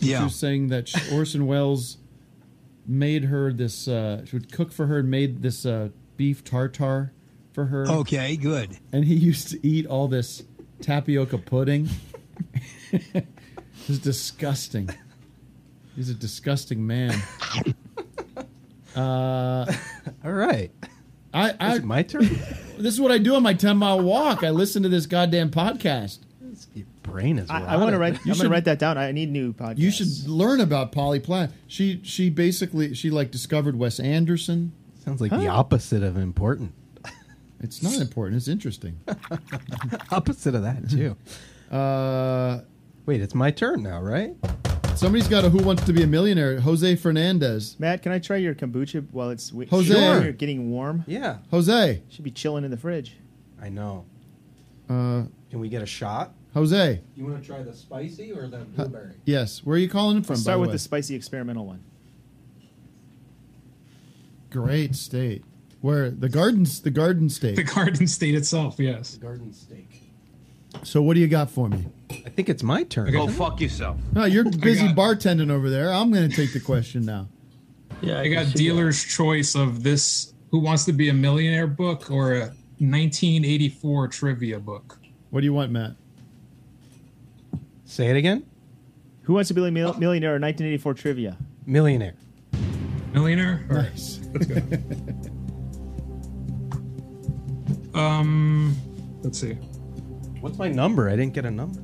[SPEAKER 2] She
[SPEAKER 24] Yeah.
[SPEAKER 2] was saying that she, Orson Welles made her this uh she would cook for her and made this uh beef tartare for her.
[SPEAKER 24] Okay, good.
[SPEAKER 2] And he used to eat all this tapioca pudding. It's disgusting. He's a disgusting man. Uh,
[SPEAKER 4] all right.
[SPEAKER 2] I, I
[SPEAKER 4] Is it my turn?
[SPEAKER 2] This is what I do on my ten mile walk. I listen to this goddamn podcast.
[SPEAKER 4] Brain is.
[SPEAKER 3] I, I want to write.
[SPEAKER 2] You
[SPEAKER 3] I'm
[SPEAKER 2] should-
[SPEAKER 3] gonna write that down. I need new podcast.
[SPEAKER 2] You should learn about Polly Platt. She she basically she like discovered Wes Anderson.
[SPEAKER 4] Sounds like the opposite of important.
[SPEAKER 2] It's not important. It's interesting.
[SPEAKER 4] [LAUGHS] opposite of that too.
[SPEAKER 2] Uh,
[SPEAKER 4] Wait, it's my turn now, right?
[SPEAKER 2] Somebody's got a Who Wants to Be a Millionaire? Jose Fernandez.
[SPEAKER 3] Matt, can I try your kombucha while it's wi-
[SPEAKER 2] Jose.
[SPEAKER 3] while you're getting warm?
[SPEAKER 4] Yeah.
[SPEAKER 2] Jose.
[SPEAKER 3] Should be chilling in the fridge.
[SPEAKER 4] I know.
[SPEAKER 2] Uh,
[SPEAKER 4] Can we get a shot?
[SPEAKER 2] Jose.
[SPEAKER 4] You want to try the spicy or the
[SPEAKER 2] Huh, yes. Where are you calling him from?
[SPEAKER 3] Start
[SPEAKER 2] by the
[SPEAKER 3] with
[SPEAKER 2] way?
[SPEAKER 3] the spicy experimental one.
[SPEAKER 2] Great state. Where the gardens, the garden state.
[SPEAKER 9] The Garden State itself, yes.
[SPEAKER 4] Garden Steak.
[SPEAKER 2] So what do you got for me?
[SPEAKER 4] I think it's my turn.
[SPEAKER 9] Go
[SPEAKER 4] fuck yourself.
[SPEAKER 2] No, you're busy bartending over there. I'm going to take the question now.
[SPEAKER 9] I, got dealer's choice of this Who Wants to Be a Millionaire book or a 1984 trivia book.
[SPEAKER 2] What do you want, Matt?
[SPEAKER 4] Say it again.
[SPEAKER 3] Who wants to be a Mil- millionaire? or 1984 trivia.
[SPEAKER 4] Millionaire.
[SPEAKER 9] Millionaire? All right,
[SPEAKER 2] Nice.
[SPEAKER 9] let's go. um, let's see.
[SPEAKER 4] What's my number? I didn't get a number.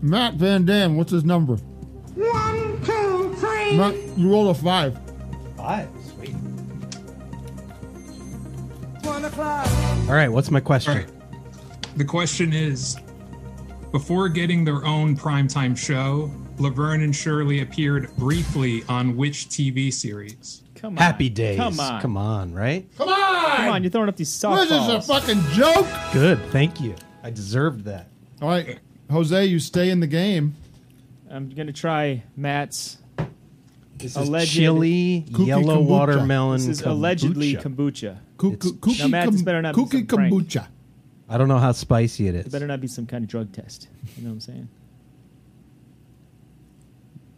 [SPEAKER 2] Matt Van Dam, what's his number?
[SPEAKER 22] One, two, three.
[SPEAKER 2] Matt, you rolled a five.
[SPEAKER 4] Five. Sweet.
[SPEAKER 22] One o'clock.
[SPEAKER 4] [LAUGHS] All right. What's my question?
[SPEAKER 9] The question is Before getting their own primetime show, Laverne and Shirley appeared briefly on which TV series?
[SPEAKER 3] Come on.
[SPEAKER 4] Happy days.
[SPEAKER 3] Come on.
[SPEAKER 4] Come on. Right.
[SPEAKER 2] Come on.
[SPEAKER 3] Come on. You're throwing up these softballs.
[SPEAKER 2] What is this, a fucking joke?
[SPEAKER 4] Good. Thank you. I deserved that.
[SPEAKER 2] All right, Jose, you stay in the game.
[SPEAKER 3] I'm gonna try Matt's.
[SPEAKER 4] This is chili Kooky yellow kombucha. watermelon
[SPEAKER 3] This is allegedly kombucha.
[SPEAKER 4] kombucha.
[SPEAKER 3] Kooky, now, Matt, this better not be some prank.
[SPEAKER 2] kombucha.
[SPEAKER 4] I don't know how spicy it
[SPEAKER 3] It
[SPEAKER 4] is.
[SPEAKER 3] better not be some kind of drug test. You know what I'm saying?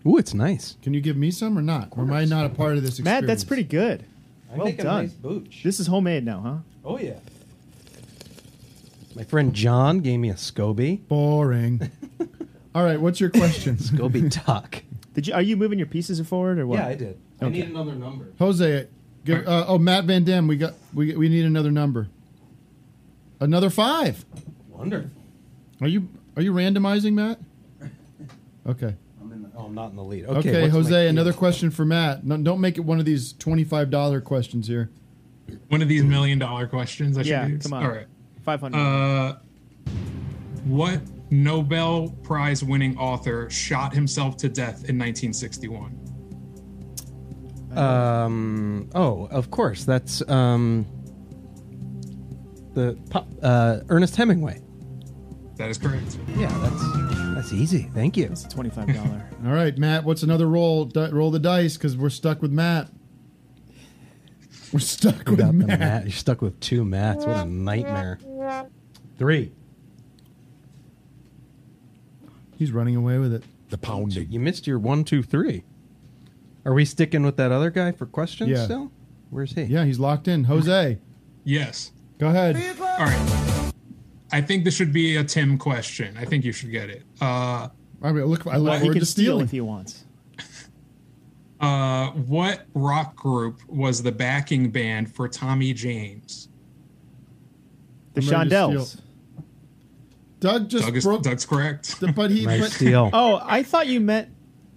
[SPEAKER 4] Ooh, it's nice.
[SPEAKER 2] Can you give me some or not? Or am I not a part of this experience?
[SPEAKER 3] Matt, that's pretty good.
[SPEAKER 4] I
[SPEAKER 3] well
[SPEAKER 4] make a
[SPEAKER 3] done.
[SPEAKER 4] nice booch.
[SPEAKER 3] This is homemade now, huh?
[SPEAKER 4] Oh yeah. My friend John gave me a SCOBY. [LAUGHS]
[SPEAKER 2] Boring. All right, what's your question?
[SPEAKER 4] SCOBY talk.
[SPEAKER 3] Did you? Are you moving your pieces forward or what?
[SPEAKER 4] Yeah, I did. I
[SPEAKER 3] Okay.
[SPEAKER 4] need another number.
[SPEAKER 2] Jose, give, uh, oh Matt Van Dam, we got we we need another number. Another five.
[SPEAKER 4] Wonderful.
[SPEAKER 2] Are you are you randomizing,
[SPEAKER 4] [LAUGHS]
[SPEAKER 2] Matt? Okay.
[SPEAKER 4] I'm in the, oh, I'm not in the lead. Okay,
[SPEAKER 2] Okay,
[SPEAKER 4] what's my
[SPEAKER 2] Jose,
[SPEAKER 4] cue?
[SPEAKER 2] another question for Matt. No, don't make it one of these twenty-five dollar questions here.
[SPEAKER 9] One of these million dollar questions. I should
[SPEAKER 3] Yeah,
[SPEAKER 9] use?
[SPEAKER 3] come on.
[SPEAKER 9] All right.
[SPEAKER 3] 500.
[SPEAKER 9] Uh, what Nobel Prize winning author shot himself to death in 1961?
[SPEAKER 4] Um. Oh, of course. That's um. The pop, uh, Ernest Hemingway.
[SPEAKER 9] That is correct.
[SPEAKER 4] Yeah, that's that's easy. Thank you. It's
[SPEAKER 3] twenty five dollar.
[SPEAKER 2] All right, Matt. What's another roll? Di- roll the dice because we're stuck with Matt. We're stuck with
[SPEAKER 4] Without the
[SPEAKER 2] Matt.
[SPEAKER 4] mat, you're stuck with two mats. What a nightmare. Three.
[SPEAKER 2] He's running away with it.
[SPEAKER 4] The pounding. You missed your one, two, three. Are we sticking with that other guy for questions
[SPEAKER 2] Yeah.
[SPEAKER 4] still? Where's he?
[SPEAKER 2] Yeah, he's locked in. Jose,
[SPEAKER 9] Yes.
[SPEAKER 2] go ahead.
[SPEAKER 9] All right. I think this should be a Tim question. I think you should get it. Uh,
[SPEAKER 2] I mean, look, I
[SPEAKER 9] Well,
[SPEAKER 2] look
[SPEAKER 9] he
[SPEAKER 2] forward
[SPEAKER 9] can
[SPEAKER 2] to
[SPEAKER 9] steal
[SPEAKER 2] stealing.
[SPEAKER 9] if
[SPEAKER 3] he wants.
[SPEAKER 9] uh, what rock group was the backing band for Tommy James?
[SPEAKER 3] The
[SPEAKER 9] I'm ready to
[SPEAKER 3] Shondells.
[SPEAKER 9] steal.
[SPEAKER 2] Doug just
[SPEAKER 9] Doug is, Doug's correct.
[SPEAKER 2] But he
[SPEAKER 9] Nice but-
[SPEAKER 2] [LAUGHS]
[SPEAKER 9] steal.
[SPEAKER 3] [LAUGHS] Oh, I thought you meant.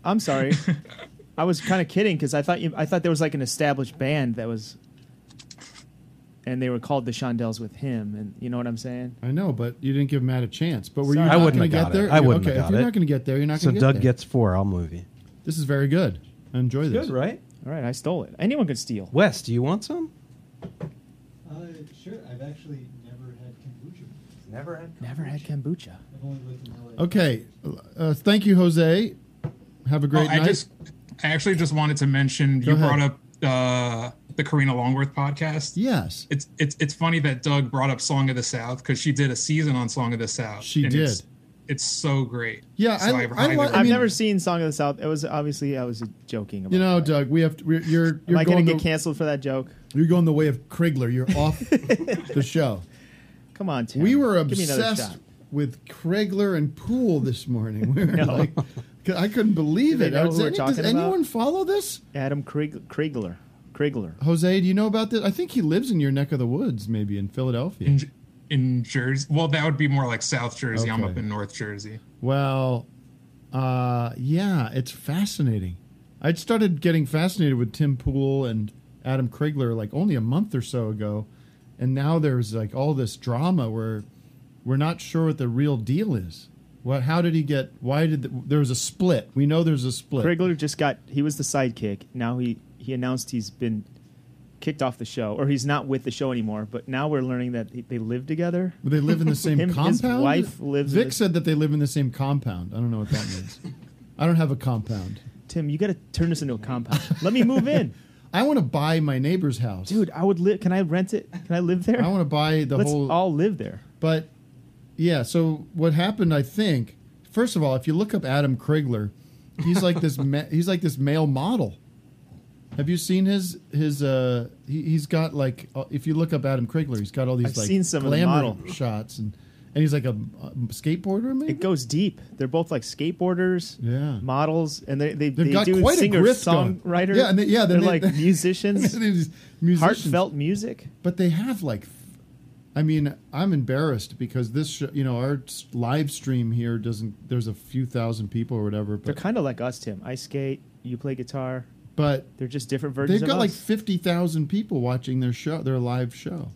[SPEAKER 3] I'm
[SPEAKER 4] [LAUGHS]
[SPEAKER 3] sorry. I was kind of kidding because I thought you. I thought there was like an established band that was, and they were called the Shondells with him, and you know what I'm saying.
[SPEAKER 2] I know, but you didn't give Matt a chance. But were you
[SPEAKER 3] Sorry. I
[SPEAKER 2] not
[SPEAKER 3] wouldn't
[SPEAKER 2] gonna get
[SPEAKER 3] have got it.
[SPEAKER 2] there?
[SPEAKER 4] I wouldn't
[SPEAKER 2] okay,
[SPEAKER 4] have got
[SPEAKER 2] if you're
[SPEAKER 4] it.
[SPEAKER 2] not going to get there, you're not
[SPEAKER 4] So
[SPEAKER 2] going to get
[SPEAKER 4] Doug
[SPEAKER 2] there.
[SPEAKER 4] gets four. I'll move you.
[SPEAKER 2] This is very good. I enjoy this.
[SPEAKER 4] good, right?
[SPEAKER 3] All right, I stole it. Anyone could steal.
[SPEAKER 4] Wes, do you want some?
[SPEAKER 24] Uh, sure. I've actually never had kombucha.
[SPEAKER 4] Never had.
[SPEAKER 3] Never had kombucha.
[SPEAKER 24] I've only lived in LA.
[SPEAKER 2] Okay. Uh, thank you, Jose. Have a
[SPEAKER 9] Oh,
[SPEAKER 2] great
[SPEAKER 9] I
[SPEAKER 2] night.
[SPEAKER 9] just, I actually just wanted to mention
[SPEAKER 2] Go
[SPEAKER 9] you
[SPEAKER 2] ahead.
[SPEAKER 9] brought up uh, the Karina Longworth podcast.
[SPEAKER 2] Yes.
[SPEAKER 9] It's it's it's funny that Doug brought up Song of the South because she did a season on Song of the South.
[SPEAKER 2] She
[SPEAKER 9] and It's,
[SPEAKER 2] did.
[SPEAKER 9] it's so great.
[SPEAKER 2] Yeah, I-
[SPEAKER 9] so
[SPEAKER 2] I
[SPEAKER 9] highly
[SPEAKER 2] like-
[SPEAKER 3] I've
[SPEAKER 9] recommend-
[SPEAKER 3] never seen Song of the South. It was obviously I was joking. About
[SPEAKER 2] you know, Doug, we have to, we're, you're
[SPEAKER 3] Am
[SPEAKER 2] you're
[SPEAKER 3] I
[SPEAKER 2] going
[SPEAKER 3] going to
[SPEAKER 2] the,
[SPEAKER 3] get canceled for that joke?
[SPEAKER 2] you're going the way of Krigler. You're
[SPEAKER 3] [LAUGHS]
[SPEAKER 2] off the show.
[SPEAKER 3] Come on, Tim.
[SPEAKER 2] We were
[SPEAKER 3] Give me another
[SPEAKER 2] obsessed
[SPEAKER 3] shot.
[SPEAKER 2] with Krigler and Poole this morning.
[SPEAKER 3] [LAUGHS]
[SPEAKER 2] We were like, 'cause I couldn't believe
[SPEAKER 3] Do they
[SPEAKER 2] it.
[SPEAKER 3] know
[SPEAKER 2] I was
[SPEAKER 3] who we're
[SPEAKER 2] saying,
[SPEAKER 3] talking
[SPEAKER 2] Does
[SPEAKER 3] about?
[SPEAKER 2] anyone follow this?
[SPEAKER 3] Adam Krieg- Kriegler. Kriegler.
[SPEAKER 2] Jose, do you know about this? I think he lives in your neck of the woods, maybe in Philadelphia.
[SPEAKER 9] in, in Jersey. Well, that would be more like South Jersey. I'm
[SPEAKER 2] Okay.
[SPEAKER 9] up in North Jersey.
[SPEAKER 2] Well, uh, yeah, it's fascinating. I started getting fascinated with Tim Pool and Adam Krigler like only a month or so ago, and now there's like all this drama where we're not sure what the real deal is. What? How did he get? Why did the, there was a split? We know there's a split.
[SPEAKER 3] Krigler just got. He was the sidekick. Now he he announced he's been kicked off the show, or he's not with the show anymore. But now we're learning that he, they live together.
[SPEAKER 2] Well, They
[SPEAKER 3] [LAUGHS]
[SPEAKER 2] live in the same
[SPEAKER 3] Him-
[SPEAKER 2] compound.
[SPEAKER 3] His wife lives.
[SPEAKER 2] Vic
[SPEAKER 3] in the,
[SPEAKER 2] said that they live in the same compound. I don't know what that means. I don't have a compound.
[SPEAKER 3] Tim, you got to turn this into a compound. Let me move in.
[SPEAKER 2] [LAUGHS] I want to buy my neighbor's house,
[SPEAKER 3] dude. I would live. Can I rent it? Can I live there?
[SPEAKER 2] I want to buy the
[SPEAKER 3] Let's
[SPEAKER 2] whole.
[SPEAKER 3] all live there.
[SPEAKER 2] But yeah, so what happened? I think first of all, if you look up Adam Krigler, he's like
[SPEAKER 3] [LAUGHS]
[SPEAKER 2] this. Ma- he's like this male model. Have you seen his his? uh he, He's got like uh, if you look up Adam Krigler, he's got all these
[SPEAKER 3] I've
[SPEAKER 2] like
[SPEAKER 3] seen some of the
[SPEAKER 2] glamour
[SPEAKER 3] model.
[SPEAKER 2] shots and and he's like a, a skateboarder. Maybe
[SPEAKER 3] It goes deep. They're both like skateboarders,
[SPEAKER 2] Yeah.
[SPEAKER 3] models, and they they,
[SPEAKER 2] They've
[SPEAKER 3] they
[SPEAKER 2] got
[SPEAKER 3] do
[SPEAKER 2] quite a
[SPEAKER 3] singer
[SPEAKER 2] grift going.
[SPEAKER 3] songwriter.
[SPEAKER 2] Yeah, and they- yeah, [LAUGHS] then
[SPEAKER 3] they're
[SPEAKER 2] they-
[SPEAKER 3] like musicians, heartfelt music.
[SPEAKER 2] But they have like, I mean, I'm embarrassed because this, show, you know, our s- live stream here doesn't. There's a few thousand people or whatever,
[SPEAKER 3] They're
[SPEAKER 2] but
[SPEAKER 3] kind of like us, Tim. I skate, you play guitar.
[SPEAKER 2] but
[SPEAKER 3] They're just different versions.
[SPEAKER 2] they've got
[SPEAKER 3] of
[SPEAKER 2] like
[SPEAKER 3] us.
[SPEAKER 2] fifty thousand people watching their show, their live show,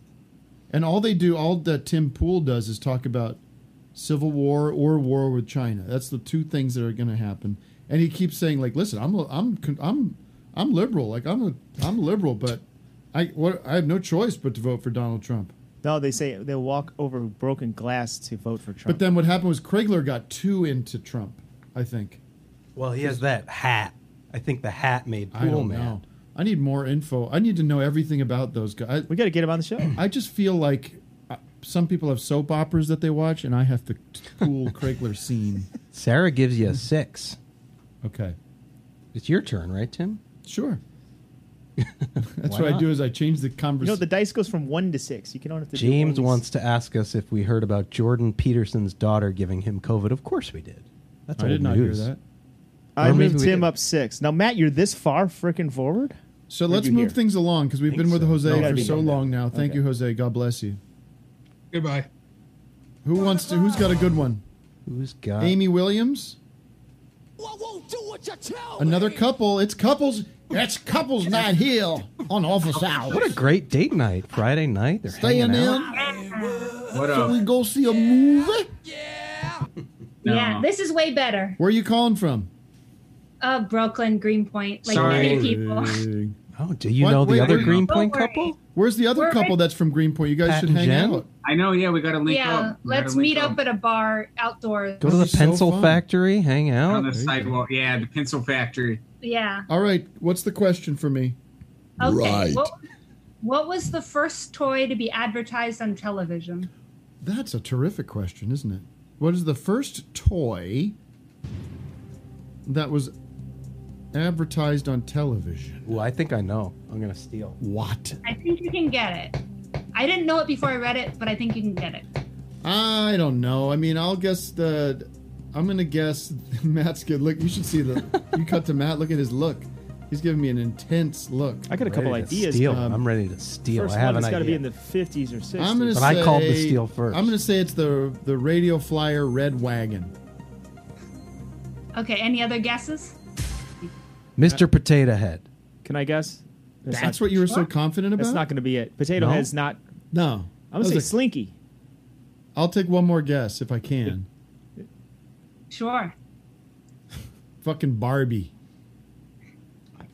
[SPEAKER 2] and all they do, all that Tim Pool does is talk about civil war or war with China. That's the two things that are going to happen. And he keeps saying like, listen, I'm a, I'm con- I'm I'm liberal, like I'm a I'm liberal, but I what I have no choice but to vote for Donald Trump.
[SPEAKER 3] No, they say they walk over broken glass to vote for Trump.
[SPEAKER 2] But then what happened was Krigler got too into Trump, I think.
[SPEAKER 4] Well, he has that hat. I think the hat made
[SPEAKER 2] I
[SPEAKER 4] Pool
[SPEAKER 2] don't
[SPEAKER 4] Man.
[SPEAKER 2] know. I need more info. I need to know everything about those guys.
[SPEAKER 3] We got to get him on the show.
[SPEAKER 2] [CLEARS THROAT] I just feel like uh, some people have soap operas that they watch, and I have the cool Krigler scene. [LAUGHS]
[SPEAKER 4] Sarah gives you a six.
[SPEAKER 2] Okay.
[SPEAKER 4] It's your turn, right, Tim?
[SPEAKER 2] Sure. That's
[SPEAKER 4] Why
[SPEAKER 2] what I
[SPEAKER 4] not?
[SPEAKER 2] do is I change the
[SPEAKER 3] you know
[SPEAKER 2] conversation.
[SPEAKER 3] the dice goes from one to six. You can don't have to. do
[SPEAKER 4] James
[SPEAKER 3] one.
[SPEAKER 4] wants to ask us if we heard about Jordan Peterson's daughter giving him COVID. Of course we did. That's
[SPEAKER 2] I
[SPEAKER 4] old
[SPEAKER 2] did not
[SPEAKER 4] news.
[SPEAKER 2] hear that.
[SPEAKER 3] I
[SPEAKER 4] Or maybe
[SPEAKER 3] moved
[SPEAKER 4] we
[SPEAKER 3] Tim
[SPEAKER 4] did.
[SPEAKER 3] up six. Now Matt, you're this far freaking forward.
[SPEAKER 2] so
[SPEAKER 3] Or
[SPEAKER 2] let's
[SPEAKER 3] you
[SPEAKER 2] move
[SPEAKER 3] here?
[SPEAKER 2] things along because we've
[SPEAKER 3] Think
[SPEAKER 2] been with
[SPEAKER 4] uh,
[SPEAKER 3] so.
[SPEAKER 2] Jose
[SPEAKER 3] No, gotta
[SPEAKER 2] for
[SPEAKER 3] be
[SPEAKER 2] so
[SPEAKER 3] done.
[SPEAKER 2] long now. Thank
[SPEAKER 3] Okay.
[SPEAKER 2] you, Jose. God bless you.
[SPEAKER 9] Goodbye.
[SPEAKER 2] Who wants to? Who's got a good one?
[SPEAKER 4] Who's got
[SPEAKER 2] Amy Williams? Another couple. It's couples. That's couples night here. on office hours.
[SPEAKER 4] What a great date night. Friday night. They're
[SPEAKER 2] Staying
[SPEAKER 4] hanging
[SPEAKER 2] in.
[SPEAKER 4] out.
[SPEAKER 2] What Should we
[SPEAKER 4] Oh,
[SPEAKER 2] go see a movie?
[SPEAKER 13] Yeah, this is way better.
[SPEAKER 2] Where are you calling from?
[SPEAKER 13] Uh, Brooklyn, Greenpoint, like many people. Oh,
[SPEAKER 4] Oh, do you know the other Greenpoint couple?
[SPEAKER 2] Where's the other
[SPEAKER 13] We're
[SPEAKER 2] couple
[SPEAKER 13] in-
[SPEAKER 2] that's from Greenpoint? You guys
[SPEAKER 4] Pat
[SPEAKER 2] should
[SPEAKER 4] and
[SPEAKER 2] hang
[SPEAKER 4] Jen?
[SPEAKER 2] out.
[SPEAKER 23] I know. Yeah, we got to link
[SPEAKER 13] yeah,
[SPEAKER 23] up. We gotta
[SPEAKER 13] let's
[SPEAKER 23] link
[SPEAKER 13] meet up at a bar outdoors.
[SPEAKER 4] Go to the pencil factory, hang out.
[SPEAKER 23] on the
[SPEAKER 4] There you
[SPEAKER 23] sidewalk. Yeah, the pencil factory.
[SPEAKER 13] Yeah.
[SPEAKER 2] All right. What's the question for me?
[SPEAKER 13] Okay. What, what was the first toy to be advertised on television?
[SPEAKER 2] That's a terrific question, isn't it? What is the first toy that was advertised on television?
[SPEAKER 4] Well, I think I know. I'm going to steal.
[SPEAKER 2] What?
[SPEAKER 13] I think you can get it. I didn't know it before I read it, but I think you can get it.
[SPEAKER 2] I don't know. I mean, I'll guess the. I'm gonna guess [LAUGHS] Matt's good. Look, you should see the. you cut to Matt. Look at his look. He's giving me an intense look.
[SPEAKER 3] I got a
[SPEAKER 4] I'm
[SPEAKER 3] couple
[SPEAKER 4] ready to
[SPEAKER 3] ideas.
[SPEAKER 4] Steal.
[SPEAKER 3] Um,
[SPEAKER 4] I'm ready to steal.
[SPEAKER 3] First
[SPEAKER 4] I have
[SPEAKER 3] one
[SPEAKER 4] an
[SPEAKER 3] has got to be
[SPEAKER 4] idea.
[SPEAKER 3] in the 50s or 60s.
[SPEAKER 2] I'm gonna
[SPEAKER 4] But I called the
[SPEAKER 2] say-
[SPEAKER 4] steal first.
[SPEAKER 2] I'm gonna say it's the the radio flyer red wagon.
[SPEAKER 13] Okay. Any other guesses?
[SPEAKER 4] Mr. Potato Head.
[SPEAKER 3] Can I guess?
[SPEAKER 2] That's what you were so What? confident
[SPEAKER 3] That's
[SPEAKER 2] about?
[SPEAKER 3] not going to be it. Potato
[SPEAKER 2] No?
[SPEAKER 3] Head's not.
[SPEAKER 2] No,
[SPEAKER 3] I'm going
[SPEAKER 2] That
[SPEAKER 3] to say
[SPEAKER 2] was a-
[SPEAKER 3] Slinky.
[SPEAKER 2] I'll take one more guess if I can.
[SPEAKER 13] Sure.
[SPEAKER 2] Fucking Barbie.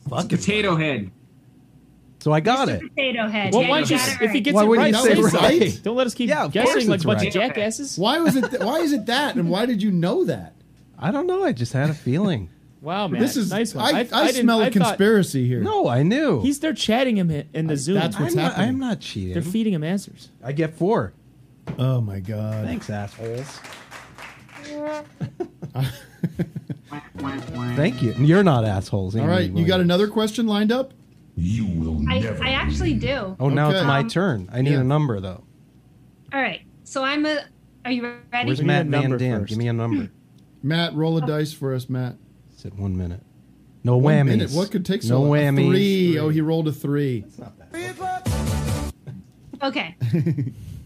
[SPEAKER 23] Potato head.
[SPEAKER 4] So I got it.
[SPEAKER 13] Potato Head.
[SPEAKER 3] Well,
[SPEAKER 13] yeah,
[SPEAKER 3] why
[SPEAKER 13] you
[SPEAKER 3] don't you,
[SPEAKER 13] got
[SPEAKER 3] if he gets
[SPEAKER 4] Why
[SPEAKER 3] it
[SPEAKER 4] wouldn't
[SPEAKER 3] right,
[SPEAKER 4] you
[SPEAKER 3] I'll
[SPEAKER 4] say
[SPEAKER 3] say
[SPEAKER 4] right?
[SPEAKER 3] something. Don't let us keep
[SPEAKER 4] Yeah, of course
[SPEAKER 3] guessing like a
[SPEAKER 4] it's
[SPEAKER 3] bunch
[SPEAKER 4] right.
[SPEAKER 3] of jackasses.
[SPEAKER 2] Why was it? Th- why is it that? And why did you know
[SPEAKER 3] [LAUGHS]
[SPEAKER 2] that?
[SPEAKER 4] I don't know. I just had a feeling.
[SPEAKER 3] Wow, man.
[SPEAKER 2] This is
[SPEAKER 3] nice one.
[SPEAKER 2] I, I,
[SPEAKER 3] I, I didn't-
[SPEAKER 2] smell a
[SPEAKER 3] I thought-
[SPEAKER 2] conspiracy here.
[SPEAKER 4] no, I knew.
[SPEAKER 3] He's they're chatting him in in the Zoom.
[SPEAKER 2] that's what's
[SPEAKER 4] I'm not-
[SPEAKER 2] happening.
[SPEAKER 4] I'm not cheating.
[SPEAKER 3] They're feeding him answers.
[SPEAKER 4] I get four.
[SPEAKER 2] Oh my god.
[SPEAKER 4] Thanks, assholes. Thank you. You're not assholes.
[SPEAKER 2] All right, you got another question lined up?
[SPEAKER 4] You will
[SPEAKER 13] I, I actually do.
[SPEAKER 4] Oh, now it's
[SPEAKER 13] Um,
[SPEAKER 4] my turn. I need
[SPEAKER 2] Yeah.
[SPEAKER 4] a number though.
[SPEAKER 13] All right. So I'm a. Are you ready?
[SPEAKER 4] Where's Matt Van Dam? Give me a number.
[SPEAKER 2] [CLEARS THROAT] Matt, roll a dice for us, Matt.
[SPEAKER 4] It's at one minute. No
[SPEAKER 2] One
[SPEAKER 4] whammies.
[SPEAKER 2] minute. What could take so
[SPEAKER 4] No
[SPEAKER 2] long? A
[SPEAKER 4] whammies.
[SPEAKER 2] Three. Oh, he rolled a three.
[SPEAKER 4] [LAUGHS]
[SPEAKER 13] Okay.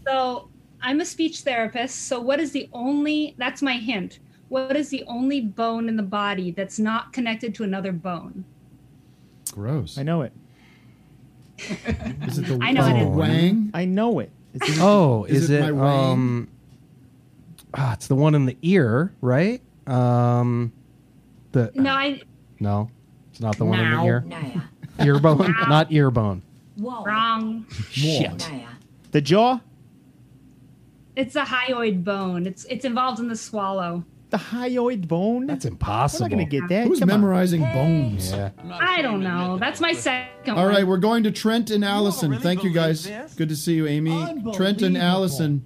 [SPEAKER 13] so I'm a speech therapist. So what is the only? That's my hint. What is the only bone in the body that's not connected to another bone?
[SPEAKER 2] Gross. I
[SPEAKER 3] know it.
[SPEAKER 2] [LAUGHS] Is it the
[SPEAKER 13] I know
[SPEAKER 2] is
[SPEAKER 13] it
[SPEAKER 2] it
[SPEAKER 13] is.
[SPEAKER 2] Wang?
[SPEAKER 3] I know it.
[SPEAKER 2] [LAUGHS]
[SPEAKER 3] It's-
[SPEAKER 4] Oh, is, it,
[SPEAKER 2] my wang?
[SPEAKER 4] um Ah, it's the one in the ear, right? Um the
[SPEAKER 13] No, I
[SPEAKER 4] No. It's not Uh, the one in the
[SPEAKER 13] No.
[SPEAKER 4] ear. [LAUGHS] Ear bone, not ear bone.
[SPEAKER 13] wrong.
[SPEAKER 4] Shit.
[SPEAKER 3] The jaw?
[SPEAKER 13] It's the hyoid bone. It's it's involved in the swallow.
[SPEAKER 3] The hyoid bone? That's
[SPEAKER 4] impossible.
[SPEAKER 3] I'm not going to get that.
[SPEAKER 2] Who's
[SPEAKER 3] Come on.
[SPEAKER 2] memorizing bones?
[SPEAKER 4] Yeah.
[SPEAKER 13] I don't know. That's my second.
[SPEAKER 2] All
[SPEAKER 13] one.
[SPEAKER 2] right, we're going to Trent and Allison. Thank you guys. Good to see you, Amy. Trent and
[SPEAKER 13] Unbelievable.
[SPEAKER 2] Allison,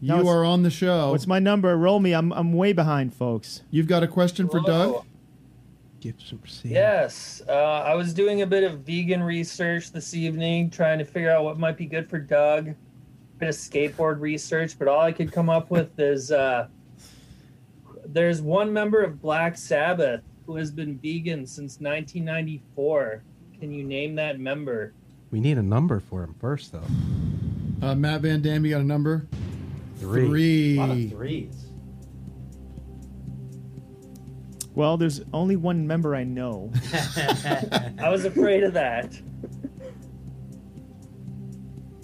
[SPEAKER 3] Now
[SPEAKER 2] you
[SPEAKER 3] it's-
[SPEAKER 2] are on the show.
[SPEAKER 3] What's my number? Roll me. I'm, I'm way behind, folks.
[SPEAKER 2] You've got a question for Doug?
[SPEAKER 4] Gibson proceed.
[SPEAKER 15] Yes, uh, I was doing a bit of vegan research this evening, trying to figure out what might be good for Doug. Bit of skateboard research, but all I could come up with is uh, there's one member of Black Sabbath who has been vegan since 1994. Can you name that member?
[SPEAKER 4] We need a number for him first though.
[SPEAKER 2] Uh, Matt Van Dam, you got a number?
[SPEAKER 4] Three.
[SPEAKER 2] Three.
[SPEAKER 4] threes.
[SPEAKER 3] Well, there's only one member I know.
[SPEAKER 15] [LAUGHS] I was afraid of that.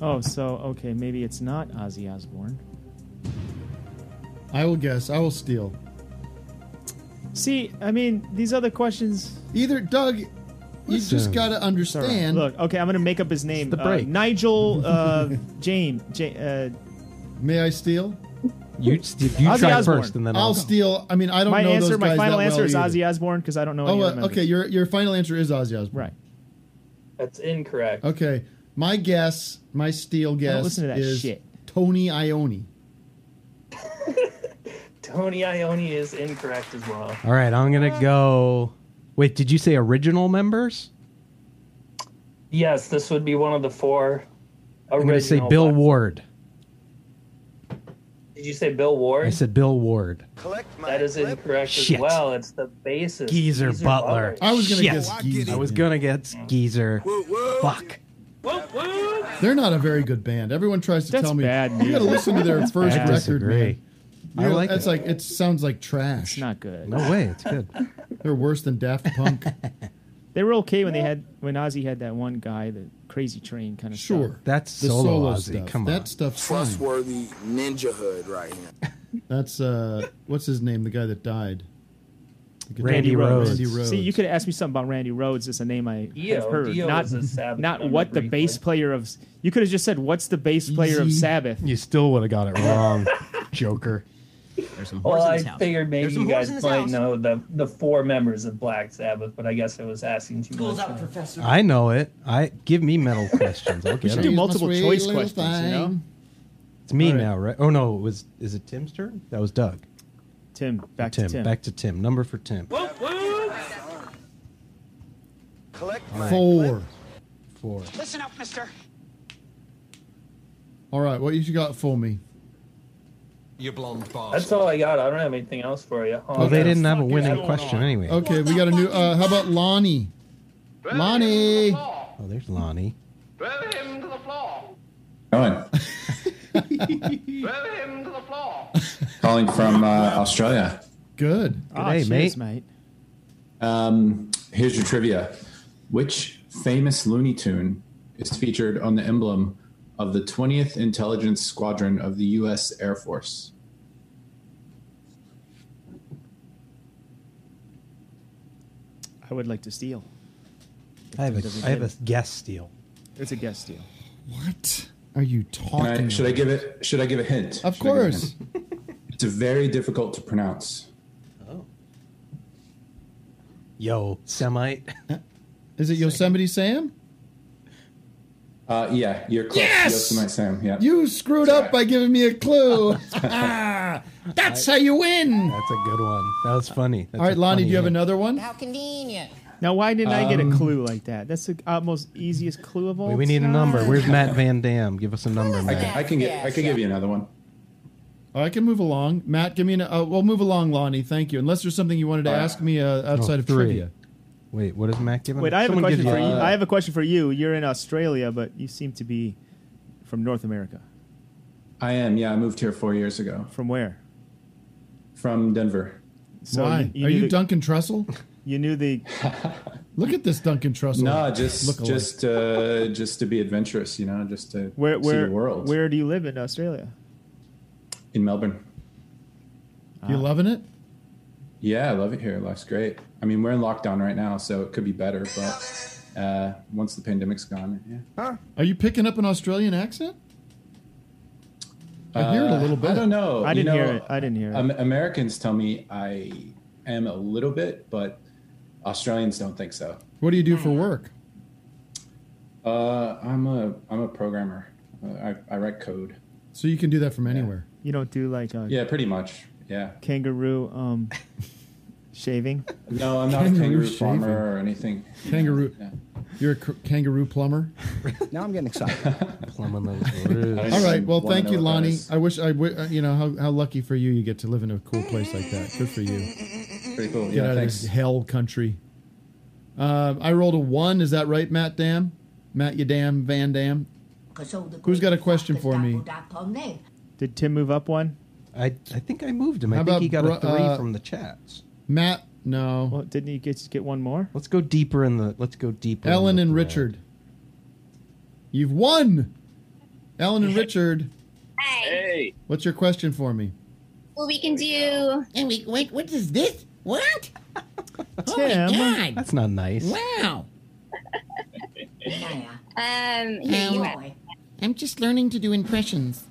[SPEAKER 3] Oh, so, okay, maybe it's not Ozzy Osbourne.
[SPEAKER 2] I will guess. I will steal.
[SPEAKER 3] See, I mean, these other questions.
[SPEAKER 2] Either, Doug, you just got to
[SPEAKER 3] All right,
[SPEAKER 2] understand.
[SPEAKER 3] Look, okay, I'm going to make up his name.
[SPEAKER 2] It's the
[SPEAKER 3] Uh,
[SPEAKER 2] break.
[SPEAKER 3] Nigel
[SPEAKER 2] [LAUGHS]
[SPEAKER 3] uh, Jane. Jane uh,
[SPEAKER 2] May I steal?
[SPEAKER 4] You, Steve, you
[SPEAKER 3] Ozzy
[SPEAKER 4] try
[SPEAKER 3] Osbourne.
[SPEAKER 4] first, and then
[SPEAKER 2] I'll,
[SPEAKER 4] I'll, go.
[SPEAKER 2] steal. I mean, I don't
[SPEAKER 3] my
[SPEAKER 2] know
[SPEAKER 3] answer,
[SPEAKER 2] those
[SPEAKER 3] my
[SPEAKER 2] guys
[SPEAKER 3] final
[SPEAKER 2] that
[SPEAKER 3] answer
[SPEAKER 2] well
[SPEAKER 3] is
[SPEAKER 2] either.
[SPEAKER 3] Ozzy Osbourne because I don't know any
[SPEAKER 2] Oh,
[SPEAKER 3] other
[SPEAKER 2] uh,
[SPEAKER 3] members.
[SPEAKER 2] okay. Your your final answer is Ozzy Osbourne. Right.
[SPEAKER 15] That's incorrect.
[SPEAKER 2] Okay. My guess, my steel guess,
[SPEAKER 15] listen to that
[SPEAKER 2] is
[SPEAKER 15] shit.
[SPEAKER 2] Tony Ione.
[SPEAKER 15] Tony Ione is incorrect as well.
[SPEAKER 4] All right, I'm gonna go. Wait, did you say original members?
[SPEAKER 15] Yes, this would be one of the four.
[SPEAKER 4] I'm gonna say
[SPEAKER 15] original
[SPEAKER 4] Bill
[SPEAKER 15] Black-
[SPEAKER 4] Ward.
[SPEAKER 15] Did you say Bill Ward?
[SPEAKER 4] I said Bill Ward.
[SPEAKER 15] That is incorrect
[SPEAKER 4] Shit.
[SPEAKER 15] as well. It's the basis.
[SPEAKER 4] Geezer, Butler.
[SPEAKER 15] I
[SPEAKER 2] was gonna
[SPEAKER 4] Shit.
[SPEAKER 2] guess Geezer.
[SPEAKER 4] I was gonna get Geezer. Fuck.
[SPEAKER 2] They're not a very good band. Everyone tries to
[SPEAKER 4] That's
[SPEAKER 2] tell me
[SPEAKER 4] bad
[SPEAKER 2] you got to
[SPEAKER 4] news.
[SPEAKER 2] listen to their
[SPEAKER 4] That's
[SPEAKER 2] first
[SPEAKER 4] bad. I
[SPEAKER 2] record. Man.
[SPEAKER 4] disagree. I
[SPEAKER 2] You know,
[SPEAKER 4] like
[SPEAKER 2] that's
[SPEAKER 4] it.
[SPEAKER 2] like it sounds like trash. It's
[SPEAKER 3] not
[SPEAKER 2] [LAUGHS]
[SPEAKER 3] good.
[SPEAKER 4] No way, it's good.
[SPEAKER 2] They're worse than Daft Punk.
[SPEAKER 3] They were okay when they had when Ozzy had that one guy, the crazy train kind of
[SPEAKER 2] Sure.
[SPEAKER 3] stuff.
[SPEAKER 4] [LAUGHS] That's
[SPEAKER 2] The
[SPEAKER 4] solo,
[SPEAKER 2] solo
[SPEAKER 4] Ozzy.
[SPEAKER 2] stuff.
[SPEAKER 4] Come on.
[SPEAKER 2] That stuff's fine.
[SPEAKER 16] Trustworthy ninja hood right here.
[SPEAKER 2] That's uh, what's his name? The guy that died. The guitar-
[SPEAKER 4] Randy Rhodes.
[SPEAKER 2] Randy Rhodes.
[SPEAKER 3] See, you could ask me something about Randy Rhodes. It's a name I have
[SPEAKER 15] Dio.
[SPEAKER 3] heard.
[SPEAKER 15] Dio
[SPEAKER 3] not
[SPEAKER 15] is a Sabbath
[SPEAKER 3] not
[SPEAKER 15] member
[SPEAKER 3] what the
[SPEAKER 15] briefly.
[SPEAKER 3] bass player of. You could have just said, "What's the bass player of
[SPEAKER 4] Easy.
[SPEAKER 3] Sabbath?"
[SPEAKER 4] You still would have got it wrong, [LAUGHS] Joker.
[SPEAKER 15] There's
[SPEAKER 4] some
[SPEAKER 15] well,
[SPEAKER 4] whores in
[SPEAKER 15] I
[SPEAKER 4] this house.
[SPEAKER 15] figured maybe
[SPEAKER 4] There's some
[SPEAKER 15] you
[SPEAKER 4] whores
[SPEAKER 15] guys
[SPEAKER 4] in this
[SPEAKER 15] might
[SPEAKER 4] house.
[SPEAKER 15] know the the four members of Black Sabbath, but I guess I was asking too much. Professor.
[SPEAKER 4] I know it. I give me metal questions. I'll
[SPEAKER 3] We
[SPEAKER 4] get
[SPEAKER 3] should
[SPEAKER 4] it.
[SPEAKER 3] do multiple choice questions. You know,
[SPEAKER 4] It's me
[SPEAKER 3] All right.
[SPEAKER 4] now, right? Oh no, it was is it Tim's turn? That was Doug.
[SPEAKER 3] Tim, back to Tim.
[SPEAKER 4] Back to Tim. Number for Tim.
[SPEAKER 22] Collect.
[SPEAKER 4] All right.
[SPEAKER 2] Four.
[SPEAKER 4] Four.
[SPEAKER 22] Listen up, mister.
[SPEAKER 2] All right, what you got for me?
[SPEAKER 15] You blonde bastard. That's all I got. I don't have anything else for you. Oh,
[SPEAKER 4] Well, they didn't have a
[SPEAKER 15] fuck is
[SPEAKER 4] winning
[SPEAKER 15] going
[SPEAKER 4] question
[SPEAKER 15] on?
[SPEAKER 4] anyway.
[SPEAKER 2] Okay, we got a new. Uh, how about Lonnie? Lonnie.
[SPEAKER 4] Oh, there's Lonnie.
[SPEAKER 22] Drive him to the floor.
[SPEAKER 4] [LAUGHS]
[SPEAKER 22] Drive him to the floor.
[SPEAKER 14] Calling from uh, Australia.
[SPEAKER 2] Good.
[SPEAKER 3] Ah,
[SPEAKER 14] G'day, mate.
[SPEAKER 3] cheers, mate.
[SPEAKER 14] Um, here's your trivia. Which famous Looney Tune is featured on the emblem of the 20th Intelligence Squadron of the U.S. Air Force?
[SPEAKER 3] I would like to steal.
[SPEAKER 4] I have
[SPEAKER 3] Doesn't
[SPEAKER 4] a I have a
[SPEAKER 3] hit.
[SPEAKER 4] guess steal.
[SPEAKER 3] It's a guest deal.
[SPEAKER 2] What are you
[SPEAKER 14] Can I-
[SPEAKER 2] talking?
[SPEAKER 14] should I
[SPEAKER 2] about?
[SPEAKER 14] give it? Should I give a hint?
[SPEAKER 2] Of
[SPEAKER 14] Should I give a
[SPEAKER 2] course.
[SPEAKER 14] hint? [LAUGHS] it's a very difficult to pronounce.
[SPEAKER 3] Oh.
[SPEAKER 4] Yo, Semite.
[SPEAKER 2] Is it Yosemite Sam?
[SPEAKER 14] Uh, yeah, you're close.
[SPEAKER 2] Yes!
[SPEAKER 14] Yosemite Sam. Yeah.
[SPEAKER 2] You screwed up by giving me
[SPEAKER 14] [LAUGHS]
[SPEAKER 2] a clue. ah, that's how you win.
[SPEAKER 4] That's a good one. That was funny.
[SPEAKER 2] All right, Lonnie, do you have
[SPEAKER 14] uh,
[SPEAKER 2] another one?
[SPEAKER 3] How convenient. Now, why didn't I get a
[SPEAKER 4] Um,
[SPEAKER 3] clue like that? That's the utmost easiest clue of all.
[SPEAKER 4] We, we need a
[SPEAKER 3] time.
[SPEAKER 4] number. Where's Matt Van Dam? Give us a number,
[SPEAKER 14] I can,
[SPEAKER 4] Matt.
[SPEAKER 14] I can get. I can give you another one.
[SPEAKER 2] Oh, I can move along. Matt, give me an. Uh, well, move along, Lonnie. Thank you. Unless there's something you wanted to ask me uh, outside
[SPEAKER 4] Oh,
[SPEAKER 2] of
[SPEAKER 4] three.
[SPEAKER 2] trivia.
[SPEAKER 4] Wait, what is Matt giving?
[SPEAKER 3] Wait, I have
[SPEAKER 4] Someone
[SPEAKER 3] a question
[SPEAKER 4] gives
[SPEAKER 3] for you.
[SPEAKER 4] Uh,
[SPEAKER 3] I have a question for you. You're in Australia, but you seem to be from North America.
[SPEAKER 14] I am. Yeah, I moved here four years ago.
[SPEAKER 3] From where?
[SPEAKER 14] From Denver.
[SPEAKER 3] So
[SPEAKER 2] Why?
[SPEAKER 3] you- you
[SPEAKER 2] Are
[SPEAKER 3] knew
[SPEAKER 2] you
[SPEAKER 3] the-
[SPEAKER 2] Duncan Trussell?
[SPEAKER 3] [LAUGHS] You knew the.
[SPEAKER 2] [LAUGHS] Look at this Duncan Trussell.
[SPEAKER 14] No, just
[SPEAKER 2] lookalike.
[SPEAKER 14] just uh, just to be adventurous, you know, just to
[SPEAKER 3] Where
[SPEAKER 14] see
[SPEAKER 3] where
[SPEAKER 14] the world
[SPEAKER 3] where do you live in Australia?
[SPEAKER 14] in Melbourne. Uh,
[SPEAKER 2] You loving it?
[SPEAKER 14] Yeah, I love it here. Life's great. I mean, we're in lockdown right now, so it could be better, but uh, once the pandemic's gone, yeah.
[SPEAKER 2] Are you picking up an Australian accent? I hear it a
[SPEAKER 14] Uh,
[SPEAKER 2] little bit.
[SPEAKER 14] I don't know.
[SPEAKER 3] I
[SPEAKER 14] You
[SPEAKER 3] didn't
[SPEAKER 14] know,
[SPEAKER 3] hear it. I didn't hear it.
[SPEAKER 14] Am- Americans tell me I am a little bit, but Australians don't think so.
[SPEAKER 2] What do you do for work?
[SPEAKER 14] Uh, I'm a I'm a programmer. Uh, I, I write code.
[SPEAKER 2] So you can do that from anywhere.
[SPEAKER 3] You don't do like a
[SPEAKER 14] Yeah, pretty much. Yeah.
[SPEAKER 3] kangaroo
[SPEAKER 4] [LAUGHS]
[SPEAKER 3] um shaving.
[SPEAKER 14] No, I'm not a
[SPEAKER 2] Kangaroo
[SPEAKER 14] kangaroo
[SPEAKER 2] shaving.
[SPEAKER 14] farmer or anything.
[SPEAKER 2] Kangaroo. You're a k- kangaroo plumber.
[SPEAKER 7] Now I'm
[SPEAKER 19] [LAUGHS]
[SPEAKER 7] getting excited.
[SPEAKER 14] [LAUGHS]
[SPEAKER 4] Plumbing
[SPEAKER 14] I
[SPEAKER 4] those
[SPEAKER 2] All right.
[SPEAKER 14] just
[SPEAKER 2] Well,
[SPEAKER 14] wanna
[SPEAKER 2] thank
[SPEAKER 14] know
[SPEAKER 2] you,
[SPEAKER 14] what that
[SPEAKER 2] Lonnie.
[SPEAKER 14] is.
[SPEAKER 2] I wish I, w- uh, you know, how, how lucky for you you get to live in a cool place like that. Good for you.
[SPEAKER 14] Pretty cool.
[SPEAKER 2] Get
[SPEAKER 14] Yeah,
[SPEAKER 2] out
[SPEAKER 14] thanks.
[SPEAKER 2] of this hell country. Um, I rolled a one. Is that right, Matt Dam? Matt, you damn Van Dam. Who's got a question for me?
[SPEAKER 3] Did Tim move up one?
[SPEAKER 4] I I think I moved him. I
[SPEAKER 2] How
[SPEAKER 4] think
[SPEAKER 2] about
[SPEAKER 4] he got a
[SPEAKER 2] Bru-
[SPEAKER 4] three
[SPEAKER 2] uh,
[SPEAKER 4] from the chats.
[SPEAKER 2] Matt, no.
[SPEAKER 3] Well, didn't you get get one more?
[SPEAKER 4] Let's go deeper in the. Let's go deeper. in
[SPEAKER 2] Ellen
[SPEAKER 4] the
[SPEAKER 2] and
[SPEAKER 4] thread.
[SPEAKER 2] Richard. You've won. Ellen and Richard,
[SPEAKER 19] Hey.
[SPEAKER 2] what's your question for me?
[SPEAKER 20] Well, we can do.
[SPEAKER 7] And we wait. What is this? What?
[SPEAKER 3] [LAUGHS] Tim,
[SPEAKER 7] God.
[SPEAKER 4] that's not nice.
[SPEAKER 7] Wow.
[SPEAKER 20] [LAUGHS] Um,
[SPEAKER 7] here you are. I'm just learning to do impressions.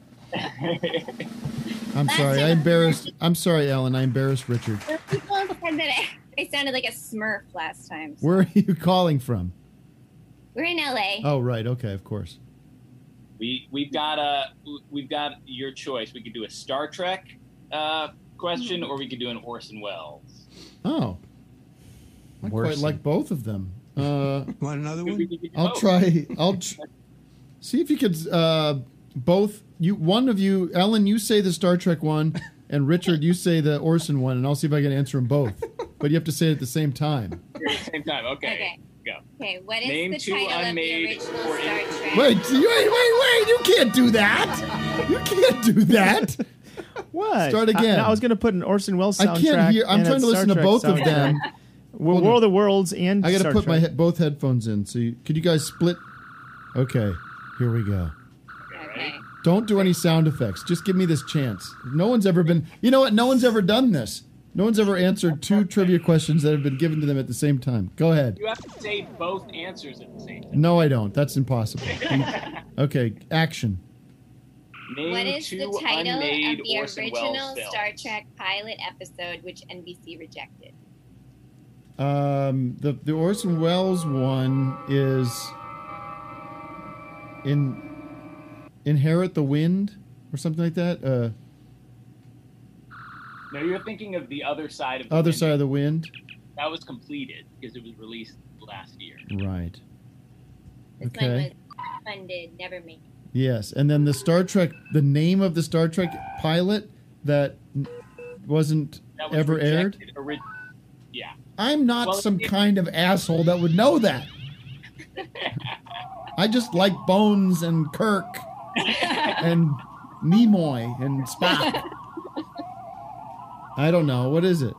[SPEAKER 2] I'm sorry. I embarrassed. I'm sorry, Ellen. I embarrassed Richard.
[SPEAKER 20] people said that I, I sounded like a Smurf last time.
[SPEAKER 2] Where are you calling from?
[SPEAKER 20] We're in LA.
[SPEAKER 2] Oh, right. Okay, of course.
[SPEAKER 19] We we've got a we've got your choice. We could do a Star Trek uh, question, or we could do an Orson Welles.
[SPEAKER 2] Oh, I quite
[SPEAKER 19] Worsen.
[SPEAKER 2] like both of [LAUGHS] them. Uh,
[SPEAKER 7] Want another
[SPEAKER 19] one?
[SPEAKER 2] I'll try. I'll tr- see if you could uh, both. You one of you, Ellen. You say the Star Trek [LAUGHS] one, and Richard, you say the Orson one, and I'll see if I can answer them both. But you have to say it at the same time.
[SPEAKER 19] At the same time. Okay.
[SPEAKER 20] Okay.
[SPEAKER 19] Go.
[SPEAKER 20] Okay, what is
[SPEAKER 19] Name
[SPEAKER 20] the
[SPEAKER 19] two
[SPEAKER 20] title
[SPEAKER 19] unmade
[SPEAKER 20] of the original
[SPEAKER 19] or
[SPEAKER 20] Star
[SPEAKER 19] in-
[SPEAKER 20] Trek?
[SPEAKER 2] Wait, wait, wait, wait! You can't do that. You can't do that.
[SPEAKER 3] [LAUGHS] What?
[SPEAKER 2] Start again.
[SPEAKER 3] I, I was going to put an Orson Welles
[SPEAKER 2] I
[SPEAKER 3] soundtrack.
[SPEAKER 2] can't hear. I'm
[SPEAKER 3] and a
[SPEAKER 2] trying to
[SPEAKER 3] Star
[SPEAKER 2] listen to
[SPEAKER 3] Trek
[SPEAKER 2] both of
[SPEAKER 3] [LAUGHS] soundtrack.
[SPEAKER 2] them.
[SPEAKER 3] We're World of the Worlds and
[SPEAKER 2] I got to
[SPEAKER 3] Star
[SPEAKER 2] put my
[SPEAKER 3] Trek.
[SPEAKER 2] he- both headphones in. So you, could you guys split? Okay, here we go. Don't do any sound effects. Just give me this chance. No one's ever been. You know what? No one's ever done this. No one's ever answered two trivia questions that have been given to them at the same time. Go ahead.
[SPEAKER 5] You have to say both answers at the same time.
[SPEAKER 2] No, I don't. That's impossible. okay, action.
[SPEAKER 5] Name
[SPEAKER 20] What is the
[SPEAKER 5] Uh, two
[SPEAKER 20] title
[SPEAKER 5] unmade
[SPEAKER 20] of the
[SPEAKER 5] Orson
[SPEAKER 20] original
[SPEAKER 5] Welles films.
[SPEAKER 20] Star Trek pilot episode which NBC rejected?
[SPEAKER 2] Um, the the Orson Welles one is in inherit the wind or something like that. Uh,
[SPEAKER 5] No, you're thinking of the other side of the
[SPEAKER 2] other
[SPEAKER 5] Wind.
[SPEAKER 2] side of the wind.
[SPEAKER 5] That was completed because it was released last year.
[SPEAKER 2] Right.
[SPEAKER 20] This
[SPEAKER 2] Okay.
[SPEAKER 20] one was funded, never made.
[SPEAKER 2] Yes, and then the Star Trek, the name of the Star Trek pilot that n- wasn't
[SPEAKER 5] That was
[SPEAKER 2] ever aired.
[SPEAKER 5] rejected orig- yeah. [LAUGHS]
[SPEAKER 2] I'm not
[SPEAKER 5] Well,
[SPEAKER 2] some
[SPEAKER 5] it-
[SPEAKER 2] kind of asshole that would know
[SPEAKER 5] [LAUGHS]
[SPEAKER 2] that. I just like Bones and Kirk and Nimoy and Spock. I don't know. What is it?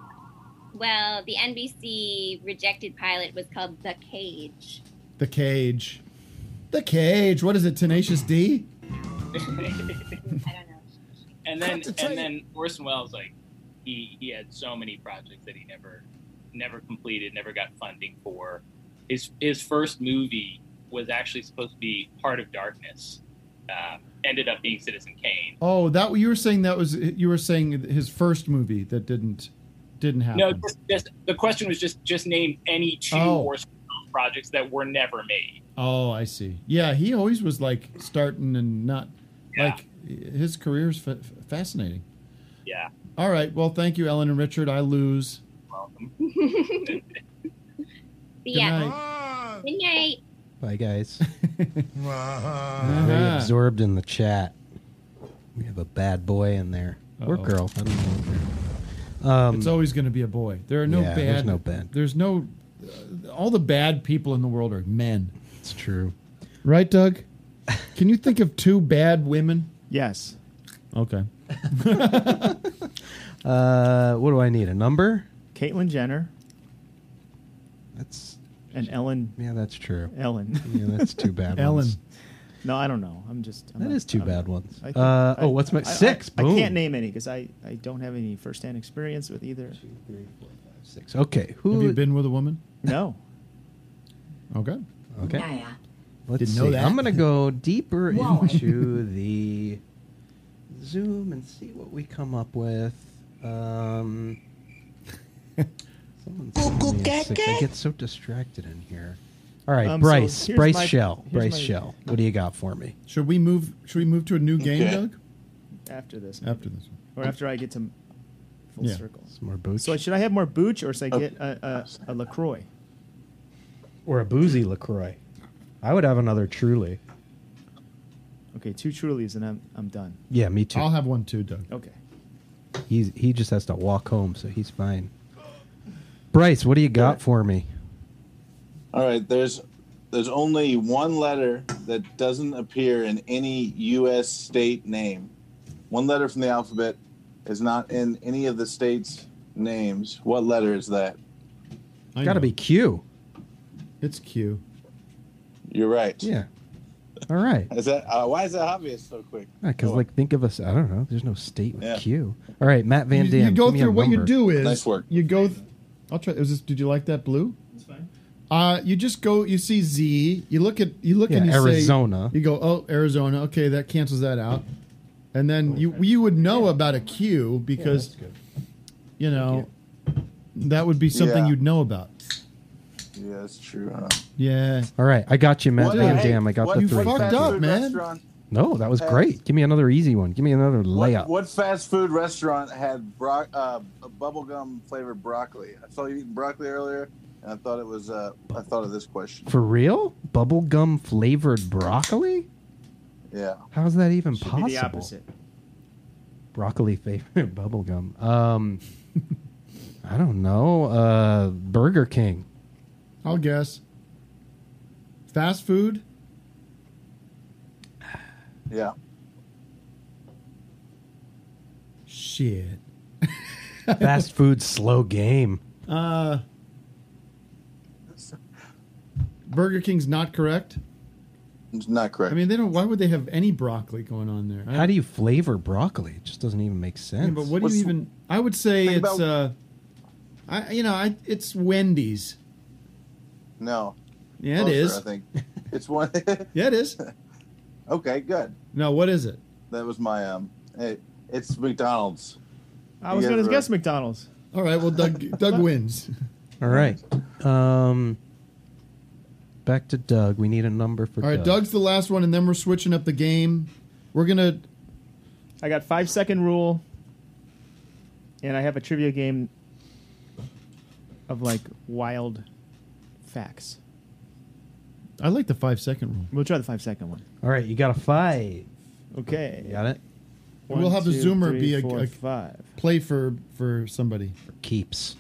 [SPEAKER 20] Well, the NBC rejected pilot was called The Cage.
[SPEAKER 2] The Cage. The Cage. What is it? Tenacious D?
[SPEAKER 5] and then
[SPEAKER 2] Concentrate.
[SPEAKER 5] and then Orson Welles like he he had so many projects that he never never completed, never got funding for. His his first movie was actually supposed to be Heart of Darkness. Um, ended up being Citizen Kane.
[SPEAKER 2] Oh, that you were saying that was you were saying his first movie that didn't didn't happen.
[SPEAKER 5] No, just, just the question was just just name any two
[SPEAKER 2] Oh.
[SPEAKER 5] Orson Welles projects that were never made.
[SPEAKER 2] Oh, I see. Yeah, he always was like starting and not like his career's fa- fascinating.
[SPEAKER 5] Yeah.
[SPEAKER 2] All right. Well, thank you, Ellen and Richard. I lose.
[SPEAKER 5] Welcome.
[SPEAKER 20] But
[SPEAKER 2] Good
[SPEAKER 20] yeah.
[SPEAKER 2] night.
[SPEAKER 20] Good night.
[SPEAKER 4] Bye,
[SPEAKER 2] [LAUGHS]
[SPEAKER 4] guys.
[SPEAKER 6] Uh-huh.
[SPEAKER 2] Uh-huh.
[SPEAKER 4] Very absorbed in the chat. We have a bad boy in there. Or
[SPEAKER 2] Uh-oh.
[SPEAKER 4] girl. I don't know. Um,
[SPEAKER 2] it's always going to be a boy. There are no
[SPEAKER 4] yeah,
[SPEAKER 2] bad.
[SPEAKER 4] there's no bad.
[SPEAKER 2] There's no. uh, all the bad people in the world are men.
[SPEAKER 4] It's true.
[SPEAKER 2] Right, Doug? [LAUGHS] Can you think of two bad women?
[SPEAKER 3] Yes.
[SPEAKER 2] Okay.
[SPEAKER 4] [LAUGHS] Uh, what do I need? A number?
[SPEAKER 3] Caitlyn Jenner.
[SPEAKER 4] That's
[SPEAKER 3] and Ellen.
[SPEAKER 4] Yeah, that's true.
[SPEAKER 3] Ellen.
[SPEAKER 4] Yeah, that's
[SPEAKER 3] [LAUGHS]
[SPEAKER 4] two bad
[SPEAKER 3] Ellen.
[SPEAKER 4] ones.
[SPEAKER 3] No, I don't know. I'm just. I'm
[SPEAKER 4] That
[SPEAKER 3] not-
[SPEAKER 4] is two
[SPEAKER 3] I'm-
[SPEAKER 4] bad ones.
[SPEAKER 3] I think-
[SPEAKER 4] Uh,
[SPEAKER 3] I-
[SPEAKER 4] oh, what's my
[SPEAKER 3] I- I-
[SPEAKER 4] six?
[SPEAKER 3] I,
[SPEAKER 4] Boom.
[SPEAKER 3] can't name any because I, I don't have any firsthand experience with either. Two, three, four, five,
[SPEAKER 4] six. Okay. Who?
[SPEAKER 2] Have you been with a woman?
[SPEAKER 3] No.
[SPEAKER 2] Okay.
[SPEAKER 4] Okay.
[SPEAKER 3] Yeah, yeah.
[SPEAKER 4] Let's
[SPEAKER 2] Didn't
[SPEAKER 4] see.
[SPEAKER 2] know that.
[SPEAKER 4] I'm gonna
[SPEAKER 5] [LAUGHS]
[SPEAKER 4] go deeper
[SPEAKER 2] Whoa.
[SPEAKER 25] [LAUGHS]
[SPEAKER 4] into the Zoom and see what we come up with. Um, someone sent me a six. I get so distracted in here. All right,
[SPEAKER 2] Um, so
[SPEAKER 4] Bryce.
[SPEAKER 2] here's
[SPEAKER 4] Bryce
[SPEAKER 2] my-
[SPEAKER 4] Shell.
[SPEAKER 2] here's
[SPEAKER 4] Bryce
[SPEAKER 2] my-
[SPEAKER 4] Shell. What do you got for me?
[SPEAKER 2] Should we move? Should we move to a new game,
[SPEAKER 4] Okay.
[SPEAKER 2] Doug?
[SPEAKER 3] After this.
[SPEAKER 2] After this
[SPEAKER 3] Or after I get to full
[SPEAKER 2] Yeah.
[SPEAKER 3] circle.
[SPEAKER 4] more booze.
[SPEAKER 3] So should I have more booch or should I
[SPEAKER 4] Oh.
[SPEAKER 3] get a, a, a LaCroix?
[SPEAKER 4] Or a boozy LaCroix. I would have another truly.
[SPEAKER 3] Okay, two Trulies and I'm, I'm done.
[SPEAKER 4] Yeah, me too.
[SPEAKER 2] I'll have one too, Doug.
[SPEAKER 3] Okay.
[SPEAKER 4] He's, he just has to walk home, so he's fine. Bryce, what do you got for me?
[SPEAKER 25] All right, there's there's only one letter that doesn't appear in any U.S. state name. One letter from the alphabet is not in any of the states' names. What letter is that?
[SPEAKER 2] I
[SPEAKER 4] Got to
[SPEAKER 2] know.
[SPEAKER 4] be Q.
[SPEAKER 2] It's Q.
[SPEAKER 25] You're right.
[SPEAKER 4] Yeah. All right.
[SPEAKER 25] Is that uh, why is that obvious so quick?
[SPEAKER 4] Because, like, think of us. I don't know. There's no state with
[SPEAKER 25] Yeah.
[SPEAKER 4] Q. All right, Matt Van
[SPEAKER 2] You-
[SPEAKER 4] Dam.
[SPEAKER 2] You, go
[SPEAKER 4] give me a
[SPEAKER 2] through what you
[SPEAKER 4] number.
[SPEAKER 2] do is You go. Th- I'll try. Is this? Did you like that blue? That's
[SPEAKER 3] fine.
[SPEAKER 2] Uh, you just go. You see Z. You look at. You look
[SPEAKER 4] Yeah,
[SPEAKER 2] and you
[SPEAKER 4] Arizona.
[SPEAKER 2] Say, you go. Oh, Arizona. Okay, that cancels that out. And then you you would know about a Q because, you know, that would be something
[SPEAKER 25] Yeah.
[SPEAKER 2] you'd know about.
[SPEAKER 25] Yeah, that's true. Huh?
[SPEAKER 2] Yeah.
[SPEAKER 4] All right, I got you, Matt
[SPEAKER 25] What-
[SPEAKER 4] Van
[SPEAKER 25] hey,
[SPEAKER 4] Dam. I got
[SPEAKER 25] what-
[SPEAKER 4] the
[SPEAKER 25] what
[SPEAKER 4] three.
[SPEAKER 25] fast food restaurant-
[SPEAKER 4] No, that was
[SPEAKER 25] has-
[SPEAKER 4] great. Give me another easy one. Give me another layup.
[SPEAKER 25] What, what fast food restaurant had bro- uh, bubblegum flavored broccoli? I saw you eating broccoli earlier, and I thought it was. Uh, I thought of this question.
[SPEAKER 4] For real? Bubblegum flavored broccoli?
[SPEAKER 25] Yeah.
[SPEAKER 4] How's that even
[SPEAKER 25] Should be the
[SPEAKER 4] possible?
[SPEAKER 25] opposite.
[SPEAKER 4] Broccoli flavored [LAUGHS] bubblegum. Um, I don't know. Uh, Burger King.
[SPEAKER 2] I'll guess. Fast food.
[SPEAKER 25] Yeah.
[SPEAKER 2] Shit.
[SPEAKER 4] [LAUGHS] Fast food slow game.
[SPEAKER 2] Uh, Burger King's not correct.
[SPEAKER 25] It's not correct.
[SPEAKER 2] I mean, they don't. Why would they have any broccoli going on there?
[SPEAKER 4] How do you flavor broccoli? It just doesn't even make sense.
[SPEAKER 2] Yeah, but what do you even? I would say
[SPEAKER 4] Think
[SPEAKER 2] it's
[SPEAKER 4] about-
[SPEAKER 2] uh, I you know, I, it's Wendy's.
[SPEAKER 25] No.
[SPEAKER 2] Yeah, it
[SPEAKER 25] Closer,
[SPEAKER 2] is.
[SPEAKER 25] I think it's one.
[SPEAKER 2] [LAUGHS] yeah, it is.
[SPEAKER 25] [LAUGHS] okay, good.
[SPEAKER 2] No, what is it?
[SPEAKER 25] That was my um. It, it's McDonald's.
[SPEAKER 3] I was
[SPEAKER 25] You
[SPEAKER 3] going
[SPEAKER 25] guys
[SPEAKER 3] to
[SPEAKER 25] are-
[SPEAKER 3] guess McDonald's.
[SPEAKER 2] All right, well,
[SPEAKER 3] [LAUGHS]
[SPEAKER 2] Doug Doug wins.
[SPEAKER 4] [LAUGHS] All right. Um, back to Doug. We need a number for
[SPEAKER 2] All right,
[SPEAKER 4] Doug.
[SPEAKER 2] Doug's the last one, and then we're switching up the game. We're gonna.
[SPEAKER 3] I got five second rule, and I have a trivia game of like wild facts.
[SPEAKER 2] I like the five second rule.
[SPEAKER 3] We'll try the five second one.
[SPEAKER 4] All right, you got a five.
[SPEAKER 3] Okay.
[SPEAKER 4] You got it.
[SPEAKER 3] One,
[SPEAKER 2] we'll have the
[SPEAKER 3] two,
[SPEAKER 2] zoomer
[SPEAKER 3] three,
[SPEAKER 2] be a,
[SPEAKER 3] four,
[SPEAKER 2] a
[SPEAKER 3] five.
[SPEAKER 2] play for for somebody.
[SPEAKER 4] Keeps.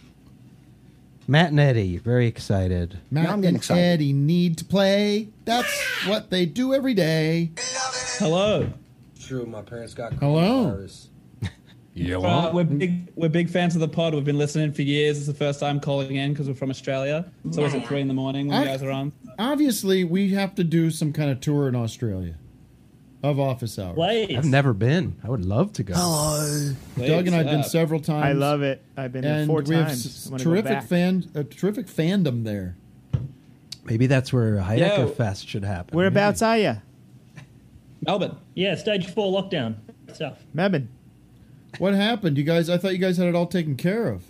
[SPEAKER 4] Matt and Eddie, very excited.
[SPEAKER 2] Matt and Eddie need to play. That's what they do every day.
[SPEAKER 26] Hello. True, my parents got
[SPEAKER 2] Hello.
[SPEAKER 26] coronavirus. Uh, we're
[SPEAKER 2] Mm.
[SPEAKER 26] big. We're big fans of the pod. We've been listening for years. It's the first time calling in because we're from Australia. It's always at three in the morning when you
[SPEAKER 2] I-
[SPEAKER 26] guys are on.
[SPEAKER 2] Obviously, we have to do some kind of tour in Australia of office hours.
[SPEAKER 26] Please.
[SPEAKER 4] I've never been. I would love to go.
[SPEAKER 2] Doug and I've been several times.
[SPEAKER 3] I love it. I've been there
[SPEAKER 2] and
[SPEAKER 3] four
[SPEAKER 2] we have
[SPEAKER 3] times.
[SPEAKER 2] s-
[SPEAKER 3] I'm gonna go
[SPEAKER 2] terrific
[SPEAKER 3] back.
[SPEAKER 2] fan, a terrific fandom there.
[SPEAKER 4] Maybe that's where Heideka
[SPEAKER 3] Yeah.
[SPEAKER 4] Fest should happen.
[SPEAKER 3] Whereabouts are you?
[SPEAKER 26] Melbourne.
[SPEAKER 27] Yeah, stage four lockdown stuff.
[SPEAKER 3] Melbourne.
[SPEAKER 2] What happened, you guys? I thought you guys had it all taken care of.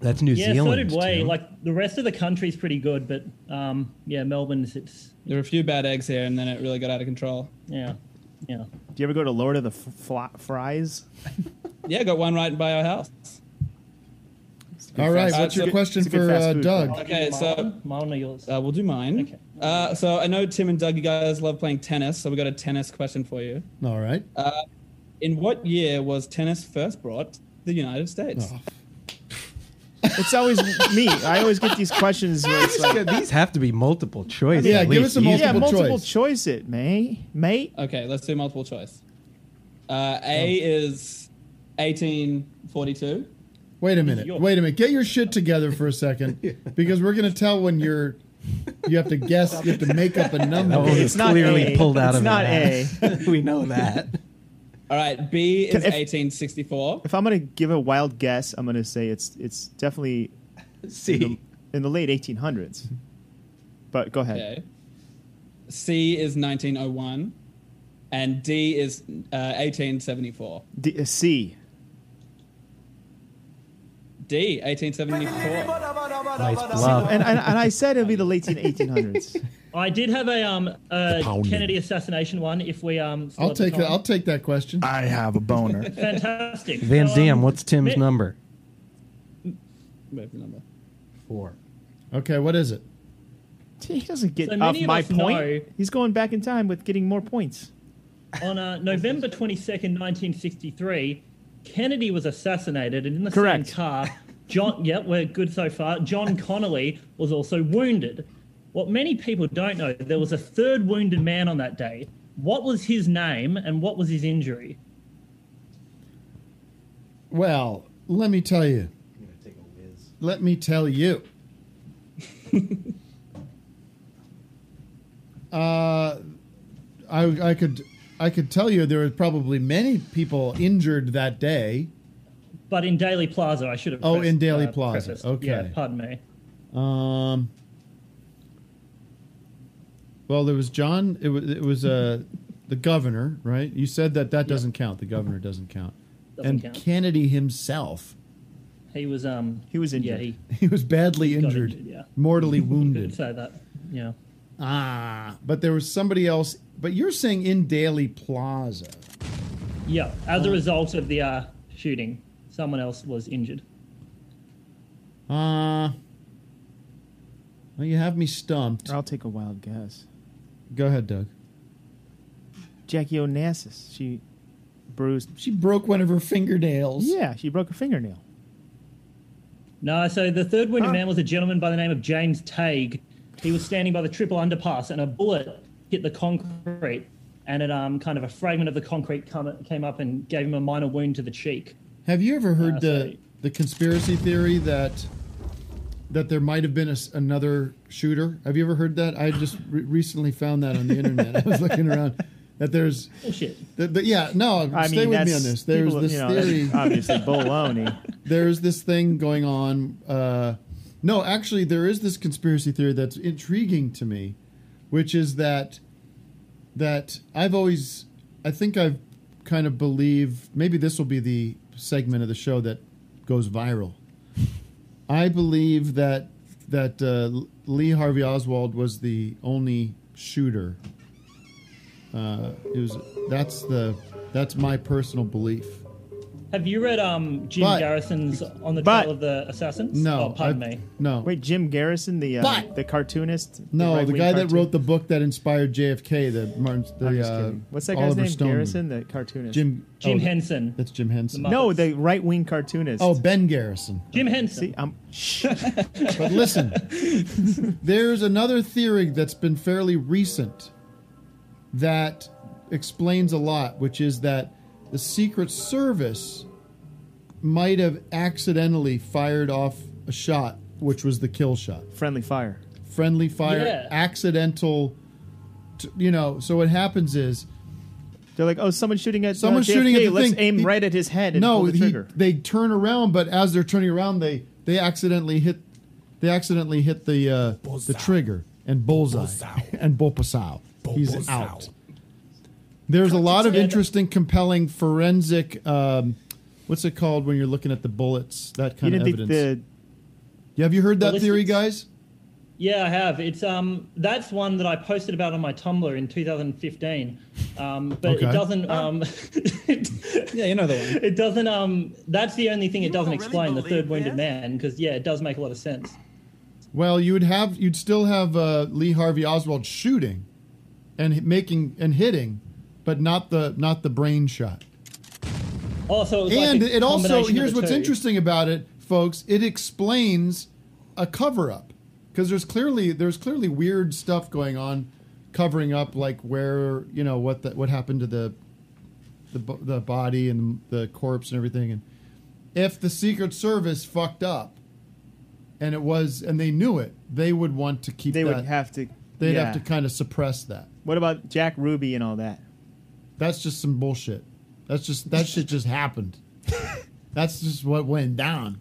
[SPEAKER 4] That's New
[SPEAKER 27] yeah, so did we. Like the rest of the country's pretty good, but um, yeah, Melbourne's it's
[SPEAKER 26] There were a few bad eggs here, and then it really got out of control.
[SPEAKER 27] yeah, yeah.
[SPEAKER 3] Do you ever go to Lord of the F- Fla- Fries?
[SPEAKER 26] [LAUGHS] Yeah, got one right by our house.
[SPEAKER 2] All right, what's your question for uh, Doug?
[SPEAKER 26] Okay, so
[SPEAKER 27] mine or yours?
[SPEAKER 26] Uh, we'll do mine. Okay. Uh, so I know Tim and Doug, you guys love playing tennis, so we got a tennis question for you.
[SPEAKER 2] All right.
[SPEAKER 26] Uh, in what year was tennis first brought to the United States?
[SPEAKER 3] [LAUGHS] It's always me. I always get
[SPEAKER 26] [LAUGHS]
[SPEAKER 3] these questions where it's like,
[SPEAKER 4] These have to be multiple choice.
[SPEAKER 3] Yeah,
[SPEAKER 4] at
[SPEAKER 3] give us
[SPEAKER 4] least.
[SPEAKER 3] a
[SPEAKER 4] You-
[SPEAKER 3] multiple Yeah, multiple choice. it, mate. Mate.
[SPEAKER 26] Okay, let's do multiple choice. Uh, a
[SPEAKER 3] Oh.
[SPEAKER 26] is 1842.
[SPEAKER 2] Wait a minute. Wait a minute. Get your shit together for a second, because we're gonna tell when you're. You have to guess. You have to make up a number.
[SPEAKER 26] Okay, it's not Clearly A. pulled out It's of an not
[SPEAKER 3] ass.
[SPEAKER 2] [LAUGHS]
[SPEAKER 3] [LAUGHS]
[SPEAKER 4] A. we know that.
[SPEAKER 26] All right, B is
[SPEAKER 3] If-
[SPEAKER 26] 1864.
[SPEAKER 3] If I'm gonna give a wild guess, I'm gonna say it's it's
[SPEAKER 27] [LAUGHS]
[SPEAKER 3] definitely
[SPEAKER 26] C.
[SPEAKER 3] in the, in the late 1800s. But go ahead.
[SPEAKER 26] Okay. C is 1901. And D is uh, 1874.
[SPEAKER 3] D, uh, C.
[SPEAKER 26] D, 1874.
[SPEAKER 3] And, and and I said it'd be the late
[SPEAKER 27] [LAUGHS]
[SPEAKER 3] 1800s.
[SPEAKER 27] I did have a um
[SPEAKER 2] The
[SPEAKER 27] a
[SPEAKER 2] pounding.
[SPEAKER 27] Kennedy assassination one. If we um, still
[SPEAKER 2] I'll
[SPEAKER 27] have the
[SPEAKER 2] take that.
[SPEAKER 27] time.
[SPEAKER 2] I'll take that question. I have a
[SPEAKER 26] [LAUGHS]
[SPEAKER 2] boner.
[SPEAKER 27] Fantastic.
[SPEAKER 4] Van
[SPEAKER 27] So,
[SPEAKER 4] Dam,
[SPEAKER 27] um,
[SPEAKER 4] what's Tim's
[SPEAKER 27] Mi-
[SPEAKER 4] number?
[SPEAKER 2] Four. Okay, what is it?
[SPEAKER 3] He doesn't get
[SPEAKER 27] So
[SPEAKER 3] off
[SPEAKER 27] many of
[SPEAKER 3] my
[SPEAKER 27] us
[SPEAKER 3] point.
[SPEAKER 27] know-
[SPEAKER 3] He's going back in time with getting more points.
[SPEAKER 27] On uh, November 22nd, 1963, Kennedy was assassinated, and in the
[SPEAKER 3] Correct.
[SPEAKER 27] same car, John. [LAUGHS] Yep, we're good so far. John Connolly was also wounded. What many people don't know, there was a third wounded man on that day. What was his name, and what was his injury?
[SPEAKER 2] Well, let me tell you. Let me tell
[SPEAKER 27] [LAUGHS]
[SPEAKER 2] you. uh, I I could I could tell you there were probably many people injured that day.
[SPEAKER 27] But in Daly Plaza, I should have.
[SPEAKER 2] Oh,
[SPEAKER 27] prefaced,
[SPEAKER 2] in Daly
[SPEAKER 27] uh,
[SPEAKER 2] Plaza.
[SPEAKER 27] prefaced.
[SPEAKER 2] Okay.
[SPEAKER 27] Yeah, pardon me.
[SPEAKER 2] Um. Well, there was John. It was it was uh, the governor, right? You said that that doesn't count. The governor doesn't count.
[SPEAKER 27] Doesn't
[SPEAKER 2] and
[SPEAKER 27] count.
[SPEAKER 2] Kennedy himself, [LAUGHS]
[SPEAKER 27] He was um.
[SPEAKER 3] He was
[SPEAKER 27] injured. Yeah, he
[SPEAKER 2] he was badly
[SPEAKER 27] got
[SPEAKER 2] injured,
[SPEAKER 27] injured, yeah.
[SPEAKER 2] mortally
[SPEAKER 27] could [LAUGHS]
[SPEAKER 2] wounded.
[SPEAKER 27] say that. Yeah.
[SPEAKER 2] Ah, but there was somebody else. But you're saying in Daly Plaza.
[SPEAKER 27] Yeah, as a
[SPEAKER 2] Oh.
[SPEAKER 27] result of the uh, shooting, someone else was injured.
[SPEAKER 2] Uh, well, you have me stumped.
[SPEAKER 3] I'll take a wild guess.
[SPEAKER 2] Go ahead, Doug.
[SPEAKER 3] Jackie Onassis. She bruised.
[SPEAKER 2] She broke one of her fingernails.
[SPEAKER 3] Yeah, she broke her fingernail.
[SPEAKER 27] No, so the third wounded man was a gentleman by the name of James Tague. He was standing by the triple underpass, and a bullet hit the concrete, and it um kind of a fragment of the concrete come, came up and gave him a minor wound to the cheek.
[SPEAKER 2] Have you ever heard
[SPEAKER 27] Uh,
[SPEAKER 2] the the conspiracy theory that that there might have been a s another shooter. Have you ever heard that? I just re- recently found that on the internet. I was looking around that
[SPEAKER 3] [LAUGHS]
[SPEAKER 2] there's
[SPEAKER 27] Bullshit.
[SPEAKER 2] that- that- yeah, no,
[SPEAKER 3] Oh, I
[SPEAKER 2] stay
[SPEAKER 3] mean,
[SPEAKER 2] with me
[SPEAKER 3] that's-
[SPEAKER 2] on this. There's
[SPEAKER 3] people-
[SPEAKER 2] this
[SPEAKER 3] you know, that's
[SPEAKER 2] theory,
[SPEAKER 3] obviously baloney.
[SPEAKER 2] There's this thing going on. Uh, no, actually, there is this conspiracy theory that's intriguing to me, which is that that I've always, I think I've kind of believe maybe this will be the segment of the show that goes viral. I believe that that uh, Lee Harvey Oswald was the only shooter. Uh, it was that's the that's my personal belief.
[SPEAKER 27] Have you read um, Jim
[SPEAKER 2] But-
[SPEAKER 27] Garrison's On the
[SPEAKER 3] but-
[SPEAKER 27] Trail of the Assassins?
[SPEAKER 2] [LAUGHS] No,
[SPEAKER 27] Oh, pardon
[SPEAKER 2] I-
[SPEAKER 27] me.
[SPEAKER 2] No,
[SPEAKER 3] Wait, Jim Garrison, the uh,
[SPEAKER 27] But-
[SPEAKER 3] the cartoonist.
[SPEAKER 2] no, the,
[SPEAKER 3] right-wing
[SPEAKER 2] guy that
[SPEAKER 3] cartoon-
[SPEAKER 2] wrote the book that inspired JFK, the Martin, the
[SPEAKER 3] I'm just
[SPEAKER 2] uh,
[SPEAKER 3] kidding. What's that
[SPEAKER 2] Oliver
[SPEAKER 3] guy's name?
[SPEAKER 2] Stone.
[SPEAKER 3] Garrison, the cartoonist.
[SPEAKER 2] Jim oh, That's Jim Henson.
[SPEAKER 3] No, the right wing cartoonist.
[SPEAKER 2] Oh, Ben Garrison.
[SPEAKER 27] Jim Henson.
[SPEAKER 3] See, I'm,
[SPEAKER 2] But listen, there's another theory that's been fairly recent that explains a lot, which is that the Secret Service might have accidentally fired off a shot, which was the kill shot.
[SPEAKER 3] Friendly fire.
[SPEAKER 2] Friendly fire,
[SPEAKER 3] Yeah.
[SPEAKER 2] accidental. T- you know, so what happens is
[SPEAKER 3] they're like, oh, someone's shooting
[SPEAKER 2] [LAUGHS]
[SPEAKER 3] at
[SPEAKER 2] someone's shooting at
[SPEAKER 3] JFK,
[SPEAKER 2] the
[SPEAKER 3] Let's
[SPEAKER 2] thing.
[SPEAKER 3] aim
[SPEAKER 2] He-
[SPEAKER 3] right at his head and
[SPEAKER 2] no,
[SPEAKER 3] pull the
[SPEAKER 2] he-
[SPEAKER 3] trigger.
[SPEAKER 2] they turn around, but as they're turning around, they they accidentally hit they accidentally hit the uh, the trigger and bullseye, [LAUGHS] and Bopasow. He's out. There's a lot of interesting, compelling forensic. Um, what's it called when you're looking at the bullets? That
[SPEAKER 27] You
[SPEAKER 2] kind of
[SPEAKER 27] didn't
[SPEAKER 2] evidence.
[SPEAKER 27] think
[SPEAKER 2] yeah, have you heard that
[SPEAKER 27] Ballistics?
[SPEAKER 2] theory, guys?
[SPEAKER 27] Yeah, I have. It's um that's one that I posted about on my Tumblr in 2015. Um, but
[SPEAKER 2] Okay.
[SPEAKER 27] it doesn't um [LAUGHS] Yeah, you know the one. It doesn't um that's the only thing it doesn't explain the third wounded man because yeah, it does make a lot of sense.
[SPEAKER 2] Well, you would have you'd still have uh, Lee Harvey Oswald shooting and hi- making and hitting, but not the not the brain shot.
[SPEAKER 27] Also, it was
[SPEAKER 2] and
[SPEAKER 27] like a
[SPEAKER 2] it also
[SPEAKER 27] combination of
[SPEAKER 2] here's
[SPEAKER 27] the
[SPEAKER 2] what's
[SPEAKER 27] two.
[SPEAKER 2] interesting about it folks it explains a cover up because there's clearly there's clearly weird stuff going on covering up like where you know what the, what happened to the the, bo- the body and the corpse and everything and if the secret service fucked up and it was and they knew it they would want to keep
[SPEAKER 3] They would
[SPEAKER 2] that-
[SPEAKER 3] have to-
[SPEAKER 2] they'd
[SPEAKER 3] yeah.
[SPEAKER 2] have to kind of suppress that
[SPEAKER 3] What about Jack Ruby and all that?
[SPEAKER 2] that's just some bullshit. That's just that shit just
[SPEAKER 3] [LAUGHS]
[SPEAKER 2] happened. That's just what went down.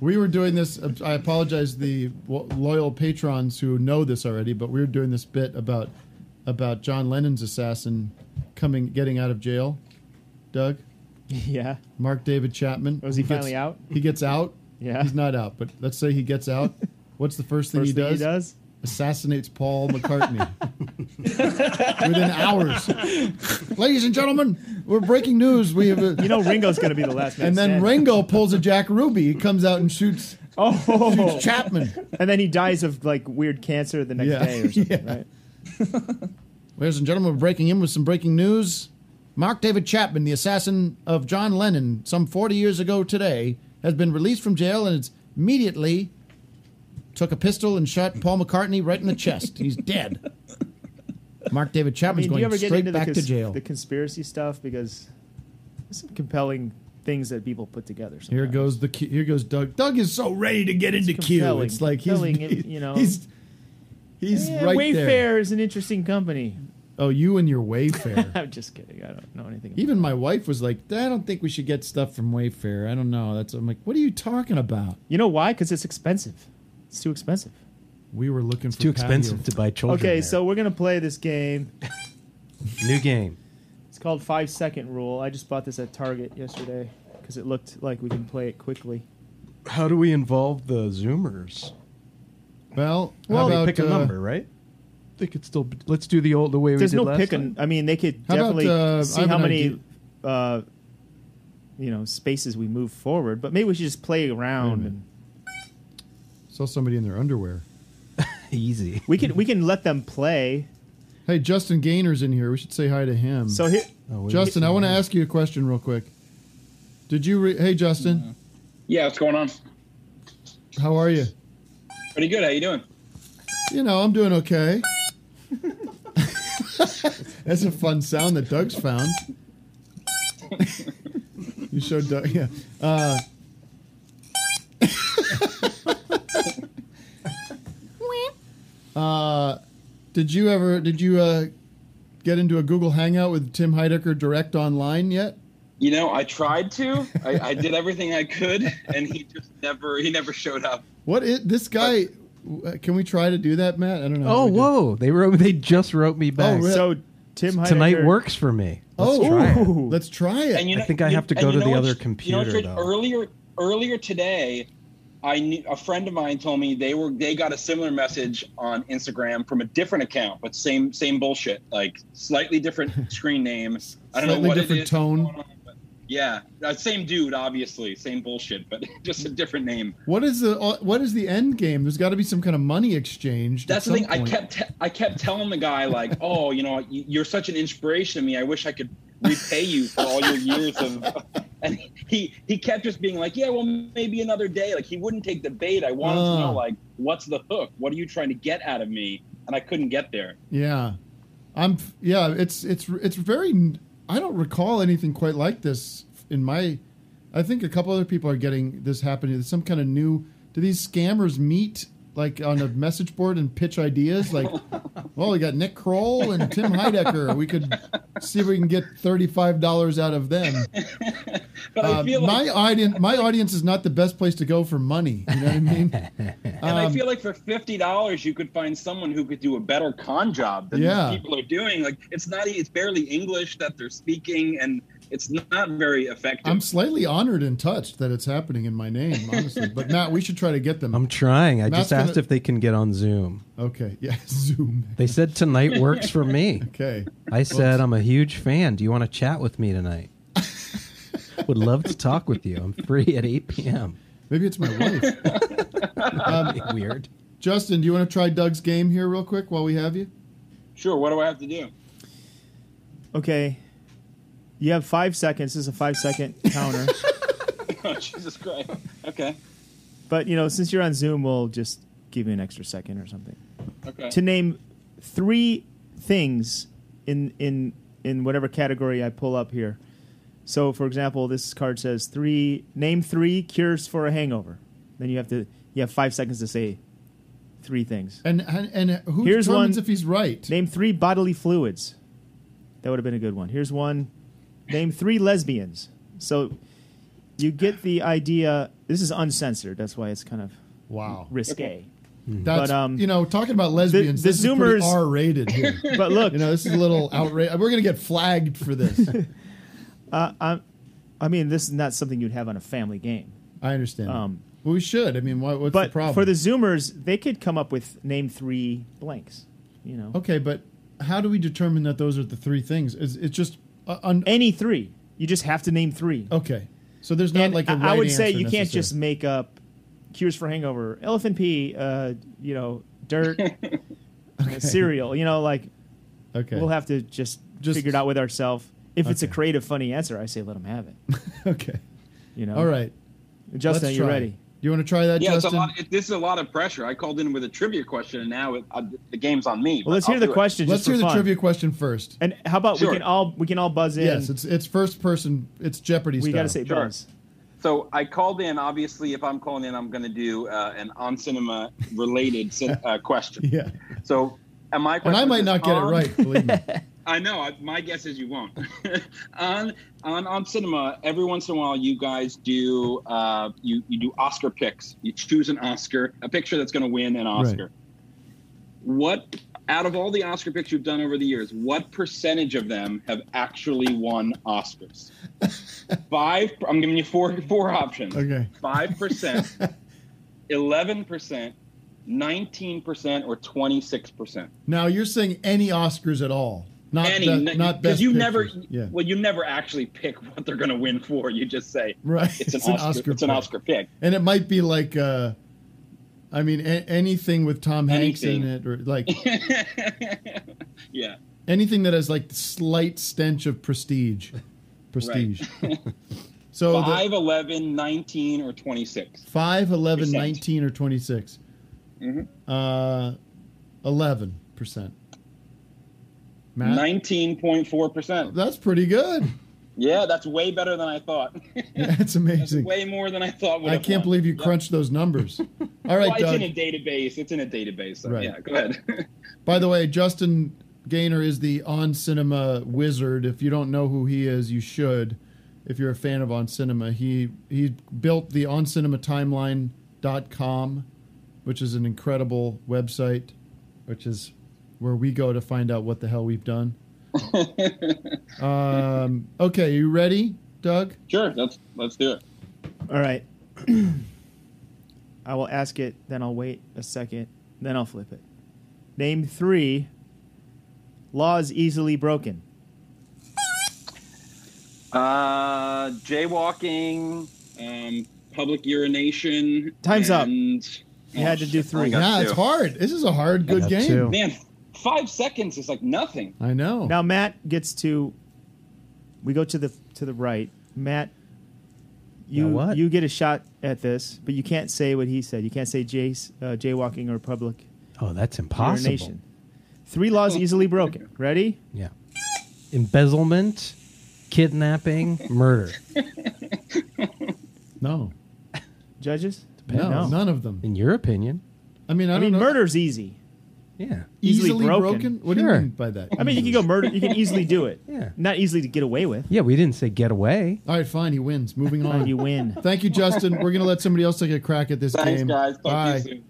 [SPEAKER 2] we were doing this. uh, I apologize to the wo- loyal patrons who know this already, but we were doing this bit about about John Lennon's assassin coming getting out of jail. Doug,
[SPEAKER 3] [LAUGHS] yeah,
[SPEAKER 2] Mark David Chapman.
[SPEAKER 3] Was he finally
[SPEAKER 2] gets,
[SPEAKER 3] out?
[SPEAKER 2] He gets out.
[SPEAKER 3] Yeah.
[SPEAKER 2] he's not out, but let's say he gets
[SPEAKER 3] [LAUGHS]
[SPEAKER 2] out. What's the first thing,
[SPEAKER 3] First
[SPEAKER 2] he,
[SPEAKER 3] thing
[SPEAKER 2] does?
[SPEAKER 3] he does?
[SPEAKER 2] Assassinates Paul McCartney within hours. Ladies and gentlemen, we're breaking news. We have a,
[SPEAKER 3] You know Ringo's gonna be the last man
[SPEAKER 2] And then
[SPEAKER 3] standing.
[SPEAKER 2] Ringo pulls a Jack Ruby. He comes out and shoots.
[SPEAKER 3] Oh,
[SPEAKER 2] shoots Chapman.
[SPEAKER 3] And then he dies of like weird cancer the next
[SPEAKER 2] Yeah.
[SPEAKER 3] day or something, right?
[SPEAKER 2] Ladies and gentlemen, we're breaking in with some breaking news. Mark David Chapman, the assassin of John Lennon, some 40 years ago today, has been released from jail and is immediately took a pistol and shot Paul McCartney right in the chest. He's dead. Mark David
[SPEAKER 3] I mean,
[SPEAKER 2] Chapman's
[SPEAKER 3] do you ever
[SPEAKER 2] going
[SPEAKER 3] get
[SPEAKER 2] straight
[SPEAKER 3] into
[SPEAKER 2] back
[SPEAKER 3] the,
[SPEAKER 2] to
[SPEAKER 3] cons-
[SPEAKER 2] jail.
[SPEAKER 3] The conspiracy stuff because there's some compelling things that people put together. sometimes.
[SPEAKER 2] Here goes the Q- here goes Doug. Doug is so ready to get
[SPEAKER 3] It's
[SPEAKER 2] into Q.
[SPEAKER 3] compelling,
[SPEAKER 2] It's like he's
[SPEAKER 3] compelling, it- you know.
[SPEAKER 2] he's he's
[SPEAKER 3] Yeah,
[SPEAKER 2] right
[SPEAKER 3] Wayfair
[SPEAKER 2] there.
[SPEAKER 3] is an interesting company.
[SPEAKER 2] Oh, you and your Wayfair.
[SPEAKER 3] [LAUGHS]
[SPEAKER 2] [LAUGHS]
[SPEAKER 3] I'm just kidding. I don't know anything.
[SPEAKER 2] Even my wife was like, "I don't think we should get stuff from Wayfair. I don't know." That's I'm like, "What are you talking about?"
[SPEAKER 3] You know why? Because it's expensive. It's too expensive.
[SPEAKER 2] We were looking for
[SPEAKER 4] too
[SPEAKER 2] patio.
[SPEAKER 4] expensive to buy children.
[SPEAKER 3] okay,
[SPEAKER 4] there.
[SPEAKER 3] so we're gonna play this game.
[SPEAKER 4] new game.
[SPEAKER 3] It's called Five Second Rule. I just bought this at Target yesterday because it looked like we can play it quickly.
[SPEAKER 4] How do we involve the Zoomers?
[SPEAKER 2] Well,
[SPEAKER 3] how
[SPEAKER 4] well,
[SPEAKER 3] about,
[SPEAKER 4] they pick a
[SPEAKER 3] uh,
[SPEAKER 4] number, right? They could still. Be, let's do the old the way
[SPEAKER 3] There's
[SPEAKER 4] we did
[SPEAKER 3] no
[SPEAKER 4] last
[SPEAKER 3] pick.
[SPEAKER 4] time.
[SPEAKER 3] and- I mean, they could
[SPEAKER 4] How about,
[SPEAKER 3] definitely
[SPEAKER 4] uh, I
[SPEAKER 3] see
[SPEAKER 4] have
[SPEAKER 3] how
[SPEAKER 4] an
[SPEAKER 3] many,
[SPEAKER 4] idea.
[SPEAKER 3] uh, you know, spaces we move forward. But maybe we should just play around. And
[SPEAKER 2] Saw somebody in their underwear.
[SPEAKER 4] [LAUGHS] Easy.
[SPEAKER 3] we can we can let them play.
[SPEAKER 2] Hey, Justin Gaynor's in here. We should say hi to him.
[SPEAKER 3] So here-
[SPEAKER 4] Oh, wait.
[SPEAKER 2] Justin, I want to ask you a question real quick. Did you? Re- hey, Justin,
[SPEAKER 21] [LAUGHS] Yeah, what's going on?
[SPEAKER 2] how are you?
[SPEAKER 21] Pretty good. How you doing?
[SPEAKER 2] You know, I'm doing okay. [LAUGHS] That's a fun sound that Doug's found. [LAUGHS] you showed Doug, yeah. Uh, uh, Did you ever? Did you uh, get into a Google Hangout with Tim Heidecker direct online yet?
[SPEAKER 21] You know, I tried to. I, I did everything I could, and he just never he never showed up.
[SPEAKER 2] What is this guy? w- uh, Can we try to do that, Matt? I don't know.
[SPEAKER 4] Oh,
[SPEAKER 2] how we do-
[SPEAKER 4] whoa! They wrote. They just wrote me back.
[SPEAKER 2] really? So Tim
[SPEAKER 4] tonight
[SPEAKER 2] Heidecker-
[SPEAKER 4] works for me. Let's
[SPEAKER 2] oh,
[SPEAKER 4] try it.
[SPEAKER 2] ooh, [LAUGHS] let's try it.
[SPEAKER 21] And you
[SPEAKER 4] I
[SPEAKER 21] know,
[SPEAKER 4] think I
[SPEAKER 21] you-
[SPEAKER 4] have to
[SPEAKER 21] and
[SPEAKER 4] go
[SPEAKER 21] you
[SPEAKER 4] to
[SPEAKER 21] know
[SPEAKER 4] the
[SPEAKER 21] what's-
[SPEAKER 4] other
[SPEAKER 21] You know,
[SPEAKER 4] computer
[SPEAKER 21] what's
[SPEAKER 4] though.
[SPEAKER 21] weird? earlier earlier today, I knew, a friend of mine told me they were they got a similar message on Instagram from a different account, but same same bullshit, like
[SPEAKER 4] [LAUGHS]
[SPEAKER 21] slightly different screen name. I don't know
[SPEAKER 2] Slightly
[SPEAKER 21] what
[SPEAKER 2] different
[SPEAKER 21] it is.
[SPEAKER 2] tone.
[SPEAKER 21] Yeah, uh, same dude, obviously, same bullshit, but [LAUGHS] just a different name.
[SPEAKER 2] What is the uh, what is the end game? There's got to be some kind of money exchange.
[SPEAKER 21] That's
[SPEAKER 2] at
[SPEAKER 21] the thing.
[SPEAKER 2] some
[SPEAKER 21] I
[SPEAKER 2] point.
[SPEAKER 21] kept te- I kept telling the guy like, [LAUGHS] "Oh, you know, you- you're such an inspiration to me. I wish I could repay you for all your years of."
[SPEAKER 2] [LAUGHS]
[SPEAKER 21] And he he kept just being like, "Yeah, well, maybe another day." Like he wouldn't take the bait. I wanted to
[SPEAKER 2] Ah.
[SPEAKER 21] know like, what's the hook? What are you trying to get out of me? And I couldn't get there.
[SPEAKER 2] Yeah, I'm. Yeah, it's it's it's very. I don't recall anything quite like this in my. I think a couple other people are getting this happening. There's some kind of new. Do these scammers meet like on a message board and pitch ideas?
[SPEAKER 21] [LAUGHS]
[SPEAKER 2] Like, well, we got Nick Kroll and Tim Heidecker. We could see if we can get thirty-five dollars out of them.
[SPEAKER 21] But I
[SPEAKER 2] Uh,
[SPEAKER 21] feel like,
[SPEAKER 2] my
[SPEAKER 28] [LAUGHS]
[SPEAKER 2] audience, my audience is not the best place to go for money. You know what I
[SPEAKER 4] [LAUGHS]
[SPEAKER 2] mean?
[SPEAKER 21] and I
[SPEAKER 2] um,
[SPEAKER 21] feel like for fifty dollars, you could find someone who could do a better con job than
[SPEAKER 2] Yeah.
[SPEAKER 21] these people are doing. Like it's not e- it's barely English that they're speaking, and it's not very effective.
[SPEAKER 2] I'm slightly honored and touched that it's happening in my name, honestly. But Matt, we should try to get them.
[SPEAKER 4] I'm trying. I
[SPEAKER 2] Matt's
[SPEAKER 4] just asked
[SPEAKER 2] gonna-
[SPEAKER 4] if they can get on Zoom.
[SPEAKER 2] Okay. Yeah. [LAUGHS] Zoom.
[SPEAKER 4] They
[SPEAKER 2] [LAUGHS]
[SPEAKER 4] said tonight works for me.
[SPEAKER 2] Okay.
[SPEAKER 4] I said I'm a huge fan. Do you want to chat with me
[SPEAKER 2] [LAUGHS]
[SPEAKER 4] tonight? Would love to talk with you. I'm free at 8 p.m.
[SPEAKER 2] Maybe
[SPEAKER 4] [LAUGHS]
[SPEAKER 2] it's my wife. Um,
[SPEAKER 4] Weird.
[SPEAKER 2] Justin, do you want to try Doug's game here real quick while we have you?
[SPEAKER 21] Sure. What do I have to do?
[SPEAKER 3] Okay. You have five seconds. This is a five second counter.
[SPEAKER 4] [LAUGHS]
[SPEAKER 21] oh, Jesus Christ. Okay.
[SPEAKER 3] but, you know, since you're on Zoom, we'll just give you an extra second or something.
[SPEAKER 21] Okay.
[SPEAKER 3] To name three things in, in, in whatever category I pull up here. So, for example, this card says three, name three cures for a hangover. Then you have to, you have five seconds to say three things.
[SPEAKER 2] And and, and who
[SPEAKER 3] Here's
[SPEAKER 2] determines
[SPEAKER 3] one.
[SPEAKER 2] if he's right?
[SPEAKER 3] Name three bodily fluids. That would have been a good one. Here's one. Name three lesbians. So you get the idea. This is uncensored. That's why it's kind of
[SPEAKER 2] wow
[SPEAKER 3] risque.
[SPEAKER 2] That's,
[SPEAKER 3] But um,
[SPEAKER 2] you know, talking about lesbians,
[SPEAKER 3] the
[SPEAKER 2] this is pretty
[SPEAKER 3] Zoomers-
[SPEAKER 2] R-rated here.
[SPEAKER 3] [LAUGHS] But look-
[SPEAKER 2] you know, this is a little outrageous. We're going to get flagged for this.
[SPEAKER 3] [LAUGHS] uh, I, I mean, this is not something you'd have on a family game.
[SPEAKER 2] I understand.
[SPEAKER 3] Um,
[SPEAKER 2] well, we should. I mean, what, what's
[SPEAKER 3] but
[SPEAKER 2] the problem?
[SPEAKER 3] for the Zoomers, they could come up with name three blanks. You know,
[SPEAKER 2] okay, but how do we determine that those are the three things? Is it's just uh, un-
[SPEAKER 3] any three? You just have to name three.
[SPEAKER 2] Okay, so there's not
[SPEAKER 3] And
[SPEAKER 2] like a
[SPEAKER 3] I-
[SPEAKER 2] right
[SPEAKER 3] I would say
[SPEAKER 2] answer
[SPEAKER 3] you can't
[SPEAKER 2] necessarily.
[SPEAKER 3] just make up cures for hangover, elephant pee, uh, you know,
[SPEAKER 21] [LAUGHS]
[SPEAKER 3] dirt, uh, cereal. You know, like
[SPEAKER 2] Okay.
[SPEAKER 3] we'll have to just,
[SPEAKER 2] Just-
[SPEAKER 3] figure it out with ourselves. If it's a
[SPEAKER 2] Okay.
[SPEAKER 3] creative, funny answer, I say let them have it.
[SPEAKER 2] okay.
[SPEAKER 3] You know.
[SPEAKER 2] All right. Let's
[SPEAKER 3] Justin, are you
[SPEAKER 2] try it.
[SPEAKER 3] ready?
[SPEAKER 2] Do you want to try that,
[SPEAKER 21] Yeah, it's a
[SPEAKER 2] Justin?
[SPEAKER 21] lot, it, this is a lot of pressure. I called in with a trivia question, and now it, uh, the game's on me.
[SPEAKER 3] Well, let's
[SPEAKER 21] but
[SPEAKER 3] hear
[SPEAKER 21] I'll
[SPEAKER 3] the
[SPEAKER 21] do it.
[SPEAKER 3] question.
[SPEAKER 2] Let's
[SPEAKER 3] just for
[SPEAKER 2] hear the
[SPEAKER 3] fun.
[SPEAKER 2] trivia question first.
[SPEAKER 3] And how about
[SPEAKER 21] Sure.
[SPEAKER 3] we can all we can all buzz in?
[SPEAKER 2] Yes, it's it's first person. It's Jeopardy.
[SPEAKER 3] we
[SPEAKER 2] got to
[SPEAKER 3] say
[SPEAKER 21] Sure.
[SPEAKER 3] buzz.
[SPEAKER 21] So I called in. Obviously, if I'm calling in, I'm going to do uh, an on cinema related cin- uh, question.
[SPEAKER 2] Yeah.
[SPEAKER 21] So, am I?
[SPEAKER 2] And I might not get it right. Believe
[SPEAKER 28] [LAUGHS]
[SPEAKER 2] me.
[SPEAKER 21] I know. I, my guess is you won't. [LAUGHS] on on on cinema, every once in a while, you guys do uh, you you do Oscar picks. You choose an Oscar, a picture that's going to win an Oscar. What out of all the Oscar picks you've done over the years, what percentage of them have actually won Oscars? Five. I'm giving you four four options.
[SPEAKER 2] Okay.
[SPEAKER 21] Five percent, eleven percent, nineteen percent, or twenty six percent.
[SPEAKER 2] Now you're saying any Oscars at all? Not
[SPEAKER 21] Any,
[SPEAKER 2] be-
[SPEAKER 21] n-
[SPEAKER 2] not best.
[SPEAKER 21] you
[SPEAKER 2] pictures.
[SPEAKER 21] never, well, you never actually pick what they're going to win for. You just say,
[SPEAKER 2] Right,
[SPEAKER 21] It's an,
[SPEAKER 2] it's an
[SPEAKER 21] Oscar,
[SPEAKER 2] Oscar
[SPEAKER 21] It's an
[SPEAKER 2] pick.
[SPEAKER 21] Oscar pick.
[SPEAKER 2] and it might be like, uh, I mean, a- anything with Tom Hanks in it, or like
[SPEAKER 21] [LAUGHS] Yeah.
[SPEAKER 2] anything that has like slight stench of prestige,
[SPEAKER 21] [LAUGHS]
[SPEAKER 2] prestige. so the-
[SPEAKER 21] Five, eleven, nineteen, 5, 11, 19, or 26.
[SPEAKER 2] 5, 11,
[SPEAKER 21] Percent.
[SPEAKER 2] 19, or 26?
[SPEAKER 21] Mhm.
[SPEAKER 2] Uh, 11%. Matt?
[SPEAKER 21] 19.4%.
[SPEAKER 2] That's pretty good.
[SPEAKER 21] Yeah, that's way better than I
[SPEAKER 2] [LAUGHS]
[SPEAKER 21] thought.
[SPEAKER 2] That's amazing.
[SPEAKER 21] way more than I thought. Would
[SPEAKER 2] I
[SPEAKER 21] have
[SPEAKER 2] can't
[SPEAKER 21] won.
[SPEAKER 2] believe you crunched those
[SPEAKER 21] [LAUGHS]
[SPEAKER 2] numbers. All
[SPEAKER 21] well,
[SPEAKER 2] right,
[SPEAKER 21] it's
[SPEAKER 2] Doug.
[SPEAKER 21] in a database. It's in a database. So
[SPEAKER 2] Right.
[SPEAKER 21] Yeah, go ahead.
[SPEAKER 2] By the way, Justin Gaynor is the on cinema wizard. If you don't know who he is, you should. If you're a fan of on cinema, he he built the oncinema.timeline.com, which is an incredible website, which is where we go to find out what the hell we've
[SPEAKER 21] [LAUGHS]
[SPEAKER 2] done. um, okay, you ready, Doug?
[SPEAKER 21] sure, let's let's do it.
[SPEAKER 3] All right. [CLEARS THROAT] I will ask it, then I'll wait a second, then I'll flip it. Name three laws easily broken.
[SPEAKER 21] Uh, jaywalking, um, public urination.
[SPEAKER 3] Time's up.
[SPEAKER 21] and-
[SPEAKER 3] You had to do three.
[SPEAKER 21] I got
[SPEAKER 2] Yeah, it's
[SPEAKER 21] two.
[SPEAKER 2] hard. This is a hard, good
[SPEAKER 3] got
[SPEAKER 2] game.
[SPEAKER 3] two.
[SPEAKER 21] Man, five seconds is like nothing.
[SPEAKER 2] I know.
[SPEAKER 3] Now Matt gets to. We go to the to the right. Matt, you
[SPEAKER 4] Now what?
[SPEAKER 3] you get a shot at this, but you can't say what he said. You can't say jays, uh, jaywalking or public
[SPEAKER 4] Oh, that's impossible.
[SPEAKER 3] urination. Three laws easily broken. Ready?
[SPEAKER 4] Yeah. Embezzlement, kidnapping,
[SPEAKER 2] [LAUGHS]
[SPEAKER 4] murder.
[SPEAKER 2] No.
[SPEAKER 3] Judges?
[SPEAKER 2] No, none of them.
[SPEAKER 4] In your opinion,
[SPEAKER 2] I mean, I,
[SPEAKER 3] I
[SPEAKER 2] don't
[SPEAKER 3] mean,
[SPEAKER 2] know.
[SPEAKER 3] murder's easy.
[SPEAKER 4] Yeah.
[SPEAKER 3] Easily,
[SPEAKER 2] Easily
[SPEAKER 3] broken.
[SPEAKER 2] broken? What do you mean by that?
[SPEAKER 3] I mean, you can go murder. You can easily do it.
[SPEAKER 4] Yeah.
[SPEAKER 3] Not easily to get away with.
[SPEAKER 4] yeah, we didn't say get away.
[SPEAKER 2] All right, fine. He wins. [LAUGHS] Moving on.
[SPEAKER 3] You win.
[SPEAKER 2] Thank you, Justin. We're gonna let somebody else take a crack at this
[SPEAKER 21] Thanks,
[SPEAKER 2] game.
[SPEAKER 21] guys. Talk to you
[SPEAKER 2] Bye.
[SPEAKER 21] soon.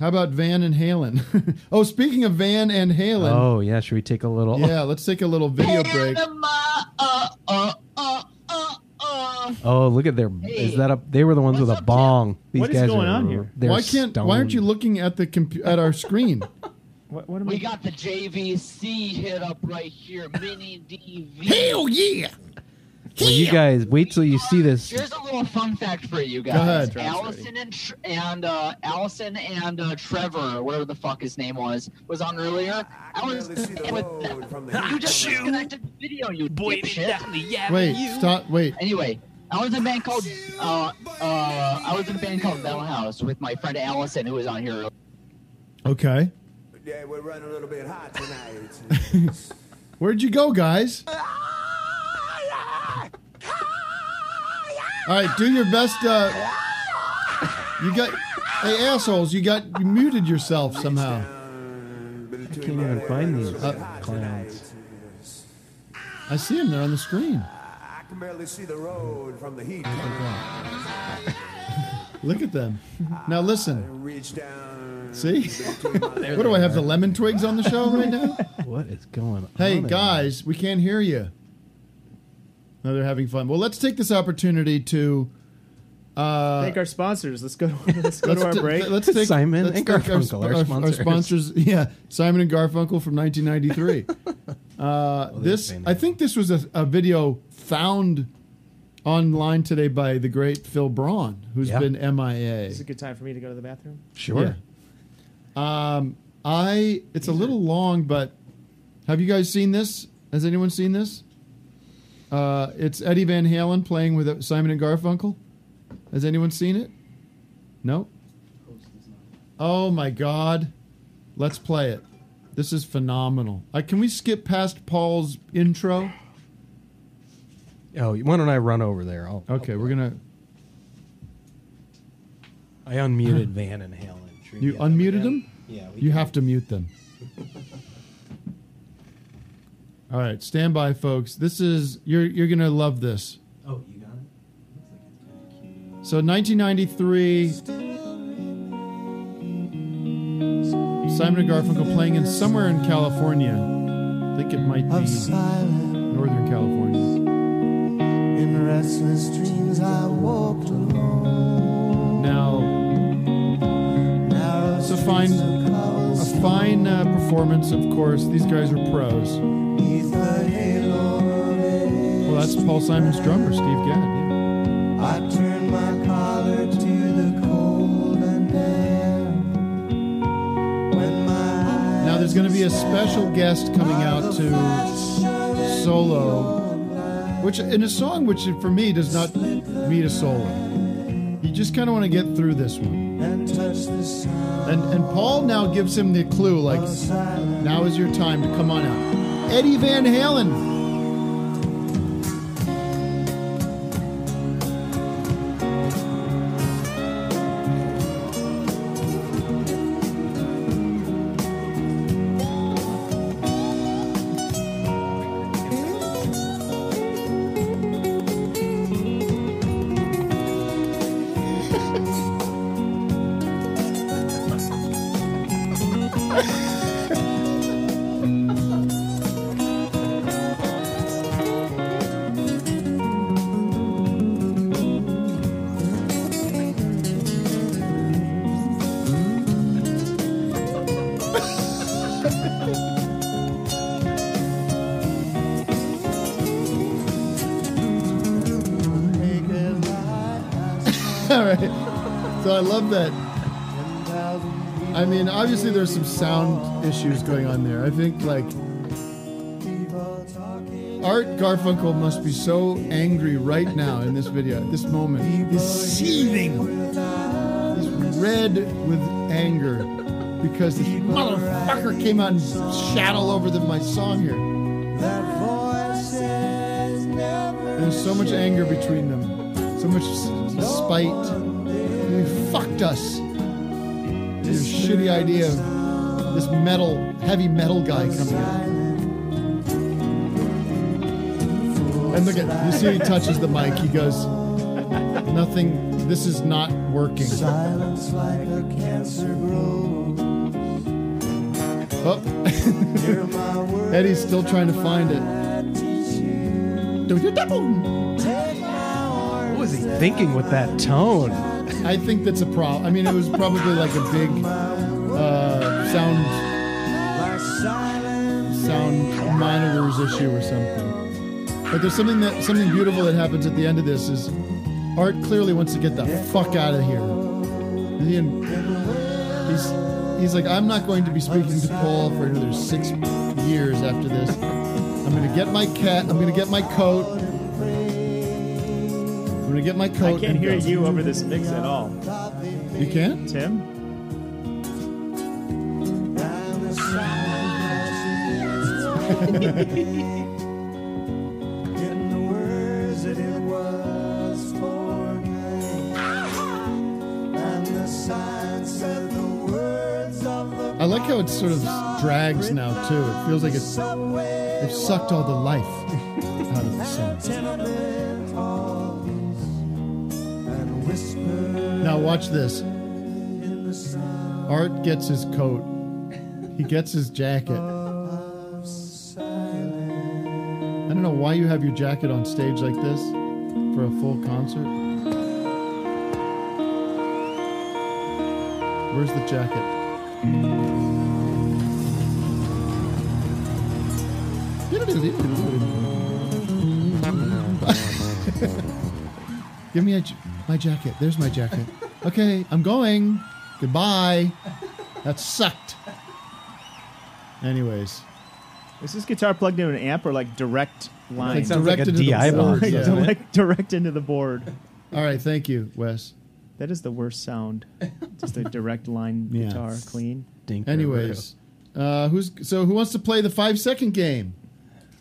[SPEAKER 2] How about Van and Halen? [LAUGHS] oh, speaking of Van and Halen,
[SPEAKER 4] Oh yeah, should we take a little?
[SPEAKER 2] yeah, let's take a little video break.
[SPEAKER 4] [LAUGHS]
[SPEAKER 28] uh,
[SPEAKER 4] Oh look at their. Is that a? They were the ones with a bong. These
[SPEAKER 2] What is
[SPEAKER 4] guys
[SPEAKER 2] going
[SPEAKER 4] are,
[SPEAKER 2] on
[SPEAKER 3] here?
[SPEAKER 4] They're
[SPEAKER 2] why can't? Why aren't you
[SPEAKER 4] stoned.
[SPEAKER 2] looking at the compu- at our screen? [LAUGHS]
[SPEAKER 3] What, what am
[SPEAKER 28] We got the JVC hit up right here. Mini DV.
[SPEAKER 2] Hell yeah!
[SPEAKER 4] Well, you guys wait till you see this.
[SPEAKER 28] Here's a little fun fact for you
[SPEAKER 4] Go
[SPEAKER 28] guys.
[SPEAKER 4] ahead.
[SPEAKER 28] Allison and Tr- and uh, Allison and uh, Trevor, or whatever the fuck his name was, was on earlier. I was with you just disconnected the video, you boy.
[SPEAKER 2] Wait, stop.
[SPEAKER 6] [LAUGHS]
[SPEAKER 2] Wait.
[SPEAKER 28] Anyway, I was in a band called uh, uh, I was in a band called Metal House with my friend Allison, who was on here.
[SPEAKER 2] Okay.
[SPEAKER 6] Yeah, we're running a little bit hot tonight.
[SPEAKER 2] [LAUGHS] Where'd you go, guys? All right, do your best. Uh, you got, hey assholes, you got you muted yourself somehow. Uh,
[SPEAKER 4] I can't even find these
[SPEAKER 6] Uh,
[SPEAKER 4] clowns.
[SPEAKER 2] I see him there on the screen.
[SPEAKER 6] I can barely see the road from the heat.
[SPEAKER 2] Look at them. Now listen.
[SPEAKER 6] Reach down.
[SPEAKER 4] [LAUGHS]
[SPEAKER 2] See?
[SPEAKER 6] There
[SPEAKER 2] what do
[SPEAKER 6] they
[SPEAKER 2] I have?
[SPEAKER 6] are.
[SPEAKER 2] The lemon twigs on the show right now?
[SPEAKER 4] What is going on?
[SPEAKER 2] Hey
[SPEAKER 4] in
[SPEAKER 2] guys, we can't hear you. No, they're having fun. Well, let's take this opportunity to uh,
[SPEAKER 3] Thank our sponsors. Let's go. Let's go to
[SPEAKER 2] Let's
[SPEAKER 3] [LAUGHS] our
[SPEAKER 2] ta-
[SPEAKER 3] break.
[SPEAKER 2] Let's take
[SPEAKER 4] Simon
[SPEAKER 2] let's
[SPEAKER 4] and
[SPEAKER 2] take our
[SPEAKER 4] Garfunkel,
[SPEAKER 2] sp-
[SPEAKER 4] our
[SPEAKER 2] our,
[SPEAKER 4] sponsors.
[SPEAKER 2] sponsors. [LAUGHS] Yeah, Simon and Garfunkel from
[SPEAKER 4] [LAUGHS]
[SPEAKER 2] 1993. uh, this, I think, this was a, a video found online today by the great Phil Braun, who's
[SPEAKER 3] Yeah.
[SPEAKER 2] been MIA.
[SPEAKER 3] This is a good time for me to go to the bathroom.
[SPEAKER 4] Sure.
[SPEAKER 2] Yeah. Um, I it's a little long, but have you guys seen this? Has anyone seen this? Uh, it's Eddie Van Halen playing with Simon and Garfunkel. Has anyone seen it? No. Oh my God! Let's play it. This is phenomenal. Uh, can we skip past Paul's intro?
[SPEAKER 4] Oh, why don't I run over there? I'll,
[SPEAKER 2] Okay, we're gonna.
[SPEAKER 4] I unmuted Van and Halen. Should we
[SPEAKER 2] You
[SPEAKER 4] get them
[SPEAKER 2] unmuted
[SPEAKER 4] again?
[SPEAKER 2] them?
[SPEAKER 4] Yeah. we
[SPEAKER 2] You
[SPEAKER 4] can.
[SPEAKER 2] have to mute them. All right, stand by, folks. This is you're you're gonna love this.
[SPEAKER 4] Oh, you got it.
[SPEAKER 2] So 1993, Simon and Garfunkel playing in somewhere in California. I think it might be Northern California.
[SPEAKER 6] In restless dreams, I walked alone.
[SPEAKER 2] Now, it's a fine, a fine uh, performance. Of course, these guys are pros. Well, that's Paul Simon's drummer, Steve Gadd. yeah.
[SPEAKER 6] I turned my collar to the cold and damp. When my
[SPEAKER 2] Now there's going to be a special guest coming out to solo, which in a song which for me does not meet a solo. You just kind of want to get through this one.
[SPEAKER 6] and touch the sound
[SPEAKER 2] And and Paul now gives him the clue like now is your time to come on out. Eddie Van Halen [LAUGHS] All right. So I love that. I mean, obviously there's some sound issues going on there. I think like Art Garfunkel must be so angry right now in this video, at this moment. He's seething. He's red with anger because this motherfucker came out and shat all over the, my song here. There's so much anger between them, so much s- spite. You fucked us. Your shitty idea of this metal, heavy metal guy coming in. And look at, you see he touches the mic. He goes, nothing, this is not working.
[SPEAKER 5] Silence like a cancer grows.
[SPEAKER 2] [LAUGHS] Oh. Eddie's still trying to find it. Do your
[SPEAKER 4] What
[SPEAKER 2] [LAUGHS]
[SPEAKER 4] was he thinking with that tone?
[SPEAKER 2] I think that's a problem. I mean, it was probably like a big uh, sound sound monitors issue or something. But there's something that something beautiful that happens at the end of this is Art clearly wants to get the fuck out of here. And he and- he's he's like, I'm not going to be speaking to Paul for another six years after this. I'm gonna get my cat. I'm gonna get my coat. I'm gonna get my coat.
[SPEAKER 3] I can't
[SPEAKER 2] and
[SPEAKER 3] hear
[SPEAKER 2] go.
[SPEAKER 3] you over this mix at all.
[SPEAKER 2] You can't,
[SPEAKER 3] Tim.
[SPEAKER 5] In the words that it was forgiven, and the signs of the words of the
[SPEAKER 2] I like how it sort of drags now too. It feels like it's they've sucked all the life out of the song.
[SPEAKER 5] tenement halls and whisper
[SPEAKER 2] Now watch this.
[SPEAKER 5] in the sun
[SPEAKER 2] Art gets his coat. He gets his jacket. I
[SPEAKER 5] of silence.
[SPEAKER 2] don't know why you have your jacket on stage like this for a full concert. Where's the jacket? Give me a, j- my jacket. There's my jacket. Okay, I'm going. Goodbye. That sucked. Anyways,
[SPEAKER 3] Is this guitar plugged into an amp or like direct line?
[SPEAKER 2] Like sounds like a Direct into the DI board, box, doesn't
[SPEAKER 3] [LAUGHS]
[SPEAKER 2] it?
[SPEAKER 3] direct, direct into the board.
[SPEAKER 2] All right, thank you, Wes.
[SPEAKER 3] That is the worst sound. Just a direct line
[SPEAKER 2] Yeah.
[SPEAKER 3] guitar, clean.
[SPEAKER 2] Anyways, uh, who's so who wants to play the five second game?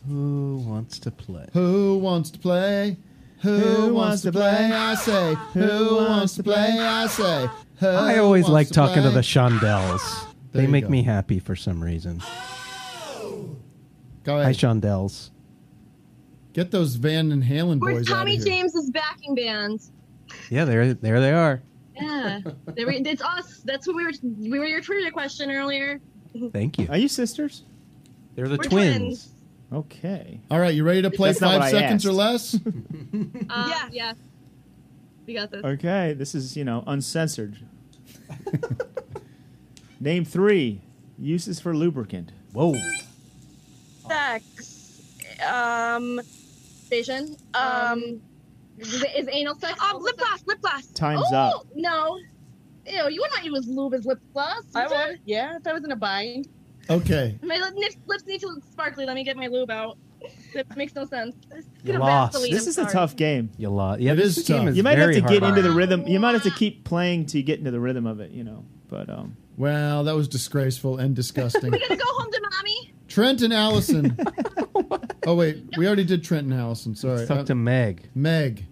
[SPEAKER 4] Who wants to play?
[SPEAKER 2] Who wants to play? Who, wants, to play? I say. Who wants to play? I say. Who
[SPEAKER 4] I always
[SPEAKER 2] wants
[SPEAKER 4] like
[SPEAKER 2] to
[SPEAKER 4] talking to
[SPEAKER 2] play?
[SPEAKER 4] the Shondells.
[SPEAKER 2] There
[SPEAKER 4] They
[SPEAKER 2] you
[SPEAKER 4] make
[SPEAKER 2] go.
[SPEAKER 4] me happy for some reason.
[SPEAKER 2] Go
[SPEAKER 4] Hi,
[SPEAKER 2] ahead.
[SPEAKER 4] Shondells.
[SPEAKER 2] Get those Van and Halen
[SPEAKER 7] Where's
[SPEAKER 2] boys
[SPEAKER 7] Tommy
[SPEAKER 2] out of here.
[SPEAKER 7] James's backing band?
[SPEAKER 4] Yeah, there, there they are.
[SPEAKER 7] Yeah, [LAUGHS] There we- it's us. That's what we were. We were your trivia question earlier.
[SPEAKER 4] Thank you.
[SPEAKER 3] Are you sisters?
[SPEAKER 4] They're the
[SPEAKER 7] We're twins.
[SPEAKER 3] Okay.
[SPEAKER 2] All right, you ready to play
[SPEAKER 3] That's not what
[SPEAKER 2] five
[SPEAKER 3] I
[SPEAKER 2] seconds or
[SPEAKER 3] asked.
[SPEAKER 2] less?
[SPEAKER 7] Uh, yeah, yeah. We got this.
[SPEAKER 3] [LAUGHS] Okay, this is, you know, uncensored. Name three uses for lubricant.
[SPEAKER 4] Whoa.
[SPEAKER 7] Sex. Um. Station. Um. Is, is anal sex? Um. Lip gloss. Lip gloss.
[SPEAKER 3] Time's
[SPEAKER 7] oh,
[SPEAKER 3] up.
[SPEAKER 7] No. Ew. You would not use lube as lip gloss.
[SPEAKER 13] I
[SPEAKER 7] you?
[SPEAKER 13] would.
[SPEAKER 7] Yeah. If I was in a bind.
[SPEAKER 2] Okay.
[SPEAKER 7] My lip- lips, lips need to look sparkly. Let me get my lube out. That makes no sense. Let's
[SPEAKER 4] You
[SPEAKER 7] get a
[SPEAKER 4] lost.
[SPEAKER 7] Vaseline,
[SPEAKER 3] This
[SPEAKER 7] I'm
[SPEAKER 3] is a
[SPEAKER 7] sorry.
[SPEAKER 3] tough game.
[SPEAKER 4] You lost. Yeah, this
[SPEAKER 3] is
[SPEAKER 4] game
[SPEAKER 3] tough.
[SPEAKER 4] is
[SPEAKER 3] you might have
[SPEAKER 4] very
[SPEAKER 3] to get
[SPEAKER 4] hard.
[SPEAKER 3] into the rhythm. You might have to keep playing to get into the rhythm of it, you know. But um
[SPEAKER 2] Well, that was disgraceful and disgusting. [LAUGHS]
[SPEAKER 7] We gotta go home to mommy.
[SPEAKER 2] Trent and
[SPEAKER 3] [LAUGHS]
[SPEAKER 2] Allison. oh wait, we already did Trent and Allison. Sorry.
[SPEAKER 4] Let's talk
[SPEAKER 2] Uh,
[SPEAKER 4] to Meg.
[SPEAKER 2] Meg.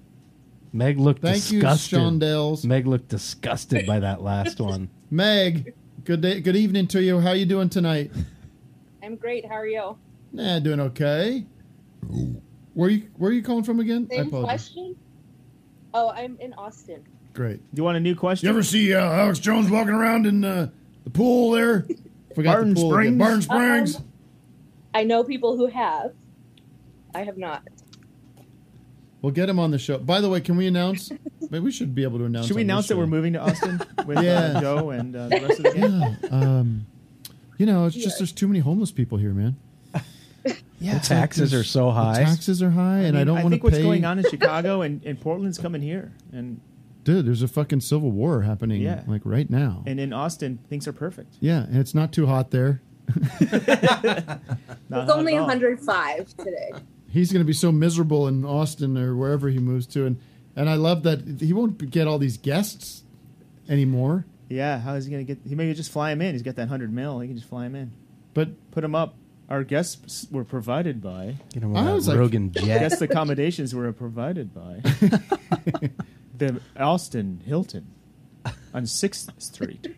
[SPEAKER 4] Meg looked
[SPEAKER 2] Thank you,
[SPEAKER 4] disgusted.
[SPEAKER 2] Shondells.
[SPEAKER 4] Meg looked disgusted by that
[SPEAKER 2] [LAUGHS]
[SPEAKER 4] last one.
[SPEAKER 2] Meg. Good day. Good evening to you. How you doing tonight?
[SPEAKER 13] I'm great. How are you?
[SPEAKER 2] Nah, doing okay. Where you Where are you calling from again? I
[SPEAKER 13] Same
[SPEAKER 2] apologize.
[SPEAKER 13] question. Oh, I'm in Austin.
[SPEAKER 2] Great.
[SPEAKER 3] Do you want a new question?
[SPEAKER 2] You ever see uh, Alex Jones walking around in uh, the pool there? Forgot
[SPEAKER 3] Barton
[SPEAKER 2] the pool again.
[SPEAKER 3] Springs?
[SPEAKER 2] Barton
[SPEAKER 10] Um,
[SPEAKER 2] Springs.
[SPEAKER 10] I know people who have. I have not.
[SPEAKER 2] We'll get him on the show. By the way, can we announce? Maybe we should be able to announce.
[SPEAKER 3] Should we
[SPEAKER 2] on this
[SPEAKER 3] announce that
[SPEAKER 2] show.
[SPEAKER 3] we're moving to
[SPEAKER 2] [LAUGHS]
[SPEAKER 3] Austin with
[SPEAKER 2] Yeah.
[SPEAKER 3] uh, Joe and uh, the rest of the gang?
[SPEAKER 2] Um, you know, it's just there's too many homeless people here, man.
[SPEAKER 4] Yeah,
[SPEAKER 2] It's like
[SPEAKER 4] taxes
[SPEAKER 2] there's-
[SPEAKER 4] are so high.
[SPEAKER 2] The taxes are high, and I,
[SPEAKER 3] mean,
[SPEAKER 2] don't want to
[SPEAKER 3] think
[SPEAKER 2] pay.
[SPEAKER 3] what's going on in Chicago and, and Portland's coming here, and
[SPEAKER 2] Dude, there's a fucking civil war happening
[SPEAKER 3] Yeah.
[SPEAKER 2] like right now.
[SPEAKER 3] and in Austin things are perfect.
[SPEAKER 2] Yeah, and it's not too hot there.
[SPEAKER 3] Not
[SPEAKER 20] It's only
[SPEAKER 3] at all.
[SPEAKER 20] 105 today.
[SPEAKER 2] He's going to be so miserable in Austin or wherever he moves to, and and I love that he won't get all these guests anymore.
[SPEAKER 3] Yeah, how is he gonna get? He maybe just fly him in. He's got that hundred mil. He can just fly him in.
[SPEAKER 2] But
[SPEAKER 3] put him up. Our guests were provided by.
[SPEAKER 4] Get him on I that was like- uh, Rogan jet.
[SPEAKER 3] Guest accommodations were
[SPEAKER 2] [LAUGHS]
[SPEAKER 3] provided by the Austin Hilton on Sixth Street.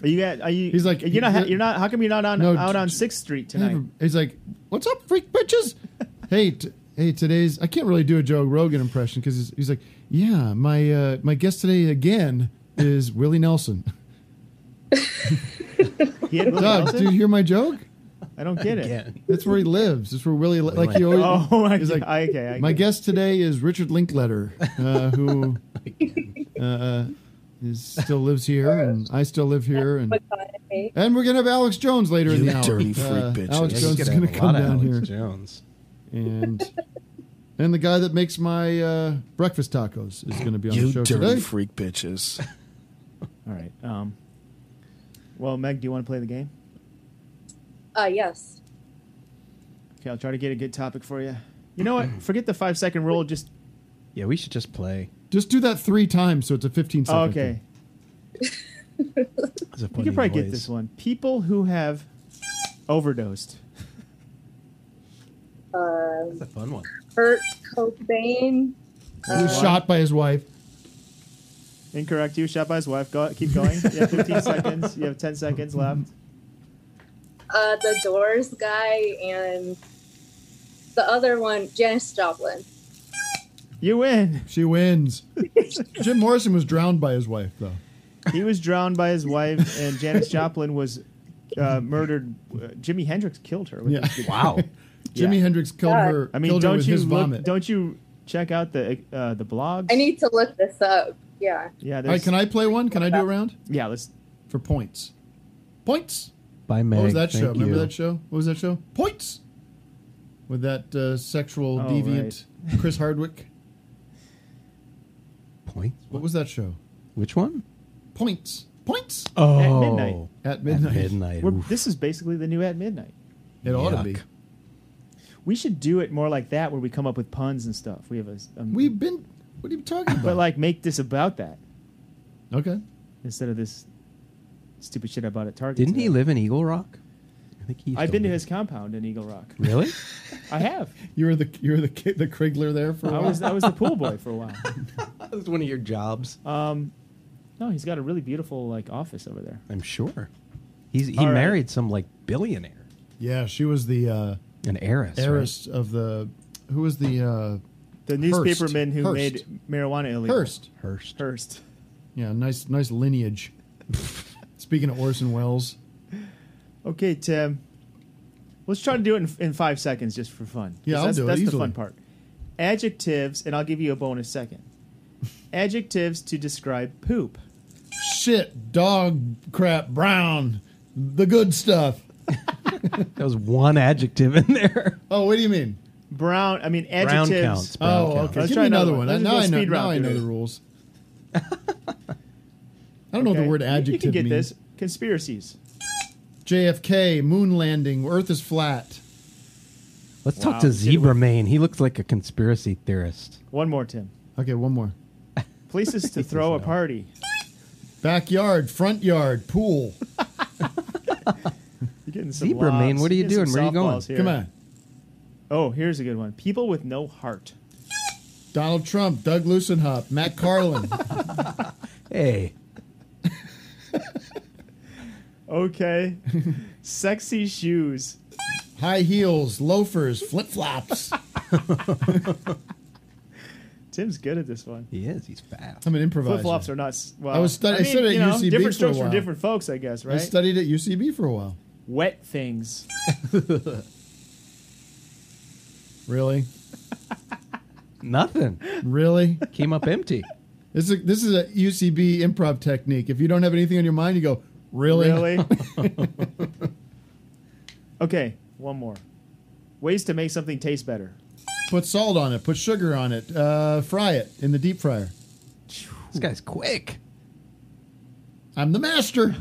[SPEAKER 3] Are you at? Are you?
[SPEAKER 2] He's like-
[SPEAKER 3] you're not. You're not. How come you're not on
[SPEAKER 2] No,
[SPEAKER 3] out
[SPEAKER 2] j-
[SPEAKER 3] on Sixth Street
[SPEAKER 2] Hey,
[SPEAKER 3] tonight?
[SPEAKER 2] He's like, "What's up, freak
[SPEAKER 4] [LAUGHS]
[SPEAKER 2] bitches?" hey, t- hey, today's I can't really do a Joe Rogan impression because he's, he's like, "Yeah, my uh, my guest today again is Willie Nelson." [LAUGHS]
[SPEAKER 3] He had Willie
[SPEAKER 2] Doug,
[SPEAKER 3] Nelson?
[SPEAKER 2] do you hear my joke?
[SPEAKER 3] I don't get it.
[SPEAKER 2] That's where he lives. That's where Willie, li- like he always.
[SPEAKER 3] Oh, I,
[SPEAKER 2] he's like,
[SPEAKER 3] I, okay. I
[SPEAKER 2] my
[SPEAKER 3] get it.
[SPEAKER 2] guest today is Richard Linkletter,
[SPEAKER 4] [LAUGHS]
[SPEAKER 2] uh,
[SPEAKER 4] Oh
[SPEAKER 2] who uh, is, still lives here, and I still live here, and and we're gonna have Alex Jones later in
[SPEAKER 4] You
[SPEAKER 2] the hour. Uh,
[SPEAKER 4] dirty freak bitches.
[SPEAKER 2] Alex
[SPEAKER 4] Yeah, he's
[SPEAKER 2] Jones
[SPEAKER 4] gonna
[SPEAKER 2] is
[SPEAKER 4] have
[SPEAKER 2] gonna
[SPEAKER 4] a
[SPEAKER 2] come
[SPEAKER 4] lot of
[SPEAKER 2] down
[SPEAKER 4] Alex
[SPEAKER 2] here.
[SPEAKER 4] Jones.
[SPEAKER 2] and and the guy that makes my uh, breakfast tacos is gonna be on
[SPEAKER 6] You
[SPEAKER 2] the show
[SPEAKER 6] dirty
[SPEAKER 2] today.
[SPEAKER 6] freak bitches.
[SPEAKER 3] All right. Um. Well, Meg, do you want to play the game?
[SPEAKER 20] Uh, yes.
[SPEAKER 3] Okay, I'll try to get a good topic for you. You know
[SPEAKER 4] [CLEARS THROAT]
[SPEAKER 3] what? Forget the five second rule. Just
[SPEAKER 4] Yeah, we should just play.
[SPEAKER 2] Just do that three times, so it's a fifteen second.
[SPEAKER 3] oh, okay.
[SPEAKER 4] It's a
[SPEAKER 3] You
[SPEAKER 4] funny
[SPEAKER 3] can probably get
[SPEAKER 4] noise.
[SPEAKER 3] this one. People who have overdosed.
[SPEAKER 20] Um,
[SPEAKER 4] That's a fun one.
[SPEAKER 20] Kurt Cobain.
[SPEAKER 2] He was shot by his wife.
[SPEAKER 3] Incorrect. He was shot by his wife. Go, keep going. You
[SPEAKER 2] [LAUGHS]
[SPEAKER 3] have 15 seconds. You have 10 seconds left.
[SPEAKER 20] Uh, the Doors guy and the other one, Janis Joplin.
[SPEAKER 3] You win.
[SPEAKER 2] She wins. [LAUGHS] Jim Morrison was drowned by his wife, though.
[SPEAKER 3] He was drowned by his wife,
[SPEAKER 2] [LAUGHS]
[SPEAKER 3] and Janis Joplin was uh, murdered. Uh, Jimi Hendrix killed her. With
[SPEAKER 2] Yeah.
[SPEAKER 3] his-
[SPEAKER 2] Wow. [LAUGHS] Jimi Hendrix killed her.
[SPEAKER 3] I mean,
[SPEAKER 2] killed her
[SPEAKER 3] don't
[SPEAKER 2] with
[SPEAKER 3] you
[SPEAKER 2] his
[SPEAKER 3] look,
[SPEAKER 2] vomit.
[SPEAKER 3] don't you check out the uh, the blogs?
[SPEAKER 20] I need to look this up. Yeah.
[SPEAKER 3] yeah.
[SPEAKER 2] All right, can I play one? Can I do a round?
[SPEAKER 3] Yeah, let's
[SPEAKER 2] for points. Points.
[SPEAKER 4] By Meg.
[SPEAKER 2] what was that
[SPEAKER 4] thank
[SPEAKER 2] show? Remember
[SPEAKER 4] you.
[SPEAKER 2] that show? What was that show? Points. With that uh, sexual
[SPEAKER 3] Oh,
[SPEAKER 2] deviant Chris Hardwick.
[SPEAKER 4] Points?
[SPEAKER 2] What was that show?
[SPEAKER 4] Which one?
[SPEAKER 2] Points. Points.
[SPEAKER 4] Oh.
[SPEAKER 3] midnight.
[SPEAKER 2] At midnight.
[SPEAKER 4] At midnight.
[SPEAKER 3] We're,
[SPEAKER 4] Oof.
[SPEAKER 3] this is basically the new at midnight.
[SPEAKER 2] It ought to be.
[SPEAKER 4] Yuck.
[SPEAKER 3] We should do it more like that, where we come up with puns and stuff. We have a, s- um,
[SPEAKER 2] We've been. What are you talking
[SPEAKER 3] [LAUGHS] but
[SPEAKER 2] about?
[SPEAKER 3] like make this about that
[SPEAKER 2] okay.
[SPEAKER 3] instead of this stupid shit I bought at Target.
[SPEAKER 4] Didn't he
[SPEAKER 3] today.
[SPEAKER 4] live in Eagle Rock? I think he.
[SPEAKER 3] I've
[SPEAKER 4] still
[SPEAKER 3] been to
[SPEAKER 4] lives-
[SPEAKER 3] his compound in Eagle Rock.
[SPEAKER 4] Really?
[SPEAKER 3] I
[SPEAKER 4] [LAUGHS]
[SPEAKER 3] have.
[SPEAKER 2] [LAUGHS] You were the you were the kid, the Krigler there for. a
[SPEAKER 3] I
[SPEAKER 2] while.
[SPEAKER 3] was I was the pool boy for a while.
[SPEAKER 4] [LAUGHS] that was one of your jobs.
[SPEAKER 3] Um, no, he's got a really beautiful like office over there.
[SPEAKER 4] I'm sure. He's he
[SPEAKER 3] All right.
[SPEAKER 4] married some like billionaire,
[SPEAKER 2] Yeah, she was the uh,
[SPEAKER 4] an heiress.
[SPEAKER 2] heiress of the. Who was the? Uh,
[SPEAKER 3] The
[SPEAKER 2] Hearst.
[SPEAKER 3] newspaperman who
[SPEAKER 2] Hearst.
[SPEAKER 3] made marijuana illegal.
[SPEAKER 2] Hearst.
[SPEAKER 4] Right? Hearst.
[SPEAKER 3] Hearst.
[SPEAKER 2] Yeah, nice nice
[SPEAKER 4] [LAUGHS]
[SPEAKER 2] lineage. Speaking of Orson Welles,
[SPEAKER 3] Okay, Tim. Let's try to do it in, in five seconds just for fun. 'Cause
[SPEAKER 2] Yeah, I'll
[SPEAKER 3] that's,
[SPEAKER 2] do it
[SPEAKER 3] That's the
[SPEAKER 2] easily.
[SPEAKER 3] fun part. Adjectives, and I'll give you a bonus second. Adjectives to describe poop.
[SPEAKER 2] shit, dog crap, brown, the good stuff.
[SPEAKER 4] [LAUGHS] That was one adjective in there.
[SPEAKER 2] Oh, what do you mean?
[SPEAKER 3] Brown. I mean
[SPEAKER 4] Brown
[SPEAKER 3] adjectives.
[SPEAKER 4] counts. Brown
[SPEAKER 2] Oh,
[SPEAKER 4] counts.
[SPEAKER 2] okay.
[SPEAKER 3] Let's
[SPEAKER 2] Give
[SPEAKER 3] try
[SPEAKER 2] me another one.
[SPEAKER 3] Let's
[SPEAKER 2] Now I
[SPEAKER 3] just go
[SPEAKER 2] know.
[SPEAKER 3] speed
[SPEAKER 2] Now
[SPEAKER 3] round
[SPEAKER 2] I know
[SPEAKER 3] through
[SPEAKER 2] the
[SPEAKER 3] this. [LAUGHS]
[SPEAKER 2] rules. I don't know what
[SPEAKER 3] Okay.
[SPEAKER 2] the word
[SPEAKER 3] You
[SPEAKER 2] adjective
[SPEAKER 3] can get
[SPEAKER 2] means.
[SPEAKER 3] this. Conspiracies.
[SPEAKER 2] JFK, moon landing, Earth is flat.
[SPEAKER 4] Let's
[SPEAKER 3] Wow.
[SPEAKER 4] talk to
[SPEAKER 3] Did we-
[SPEAKER 4] Zebra Man. He looks like a conspiracy theorist.
[SPEAKER 3] One more, Tim.
[SPEAKER 2] Okay, one more. [LAUGHS]
[SPEAKER 3] Places to throw a party.
[SPEAKER 2] Backyard, front yard,
[SPEAKER 3] [LAUGHS]
[SPEAKER 2] pool.
[SPEAKER 3] You're getting some
[SPEAKER 4] Zebra Man,
[SPEAKER 3] lobs.
[SPEAKER 4] what are you
[SPEAKER 3] You're getting
[SPEAKER 4] doing?
[SPEAKER 3] some
[SPEAKER 4] Where are you going?
[SPEAKER 3] softballs here.
[SPEAKER 2] Come on.
[SPEAKER 3] Oh, here's a good one. People with no heart.
[SPEAKER 2] Donald Trump, Doug Lucenhop, Matt
[SPEAKER 3] [LAUGHS]
[SPEAKER 2] Carlin.
[SPEAKER 4] Hey,
[SPEAKER 3] Okay. Sexy shoes.
[SPEAKER 2] High heels, loafers, flip flops.
[SPEAKER 3] [LAUGHS] Tim's good at this one.
[SPEAKER 4] He is. He's fast.
[SPEAKER 2] I'm an improviser.
[SPEAKER 3] Flip flops are not. s- Well,
[SPEAKER 2] I was stud- I
[SPEAKER 3] mean,
[SPEAKER 2] studied at
[SPEAKER 3] you know,
[SPEAKER 2] UCB for a
[SPEAKER 3] Different strokes
[SPEAKER 2] while.
[SPEAKER 3] for different folks, I guess. Right.
[SPEAKER 2] I studied at UCB for a while.
[SPEAKER 3] Wet things.
[SPEAKER 2] [LAUGHS] Really?
[SPEAKER 4] Nothing.
[SPEAKER 2] Really?
[SPEAKER 4] Came up empty.
[SPEAKER 2] This is this is a UCB improv technique. If you don't have anything on your mind, you go, really?
[SPEAKER 3] Really? okay, one more. Ways to make something taste better.
[SPEAKER 2] [LAUGHS] Put salt on it. Put sugar on it. Uh, fry it in the deep fryer.
[SPEAKER 4] This guy's quick.
[SPEAKER 2] I'm the master.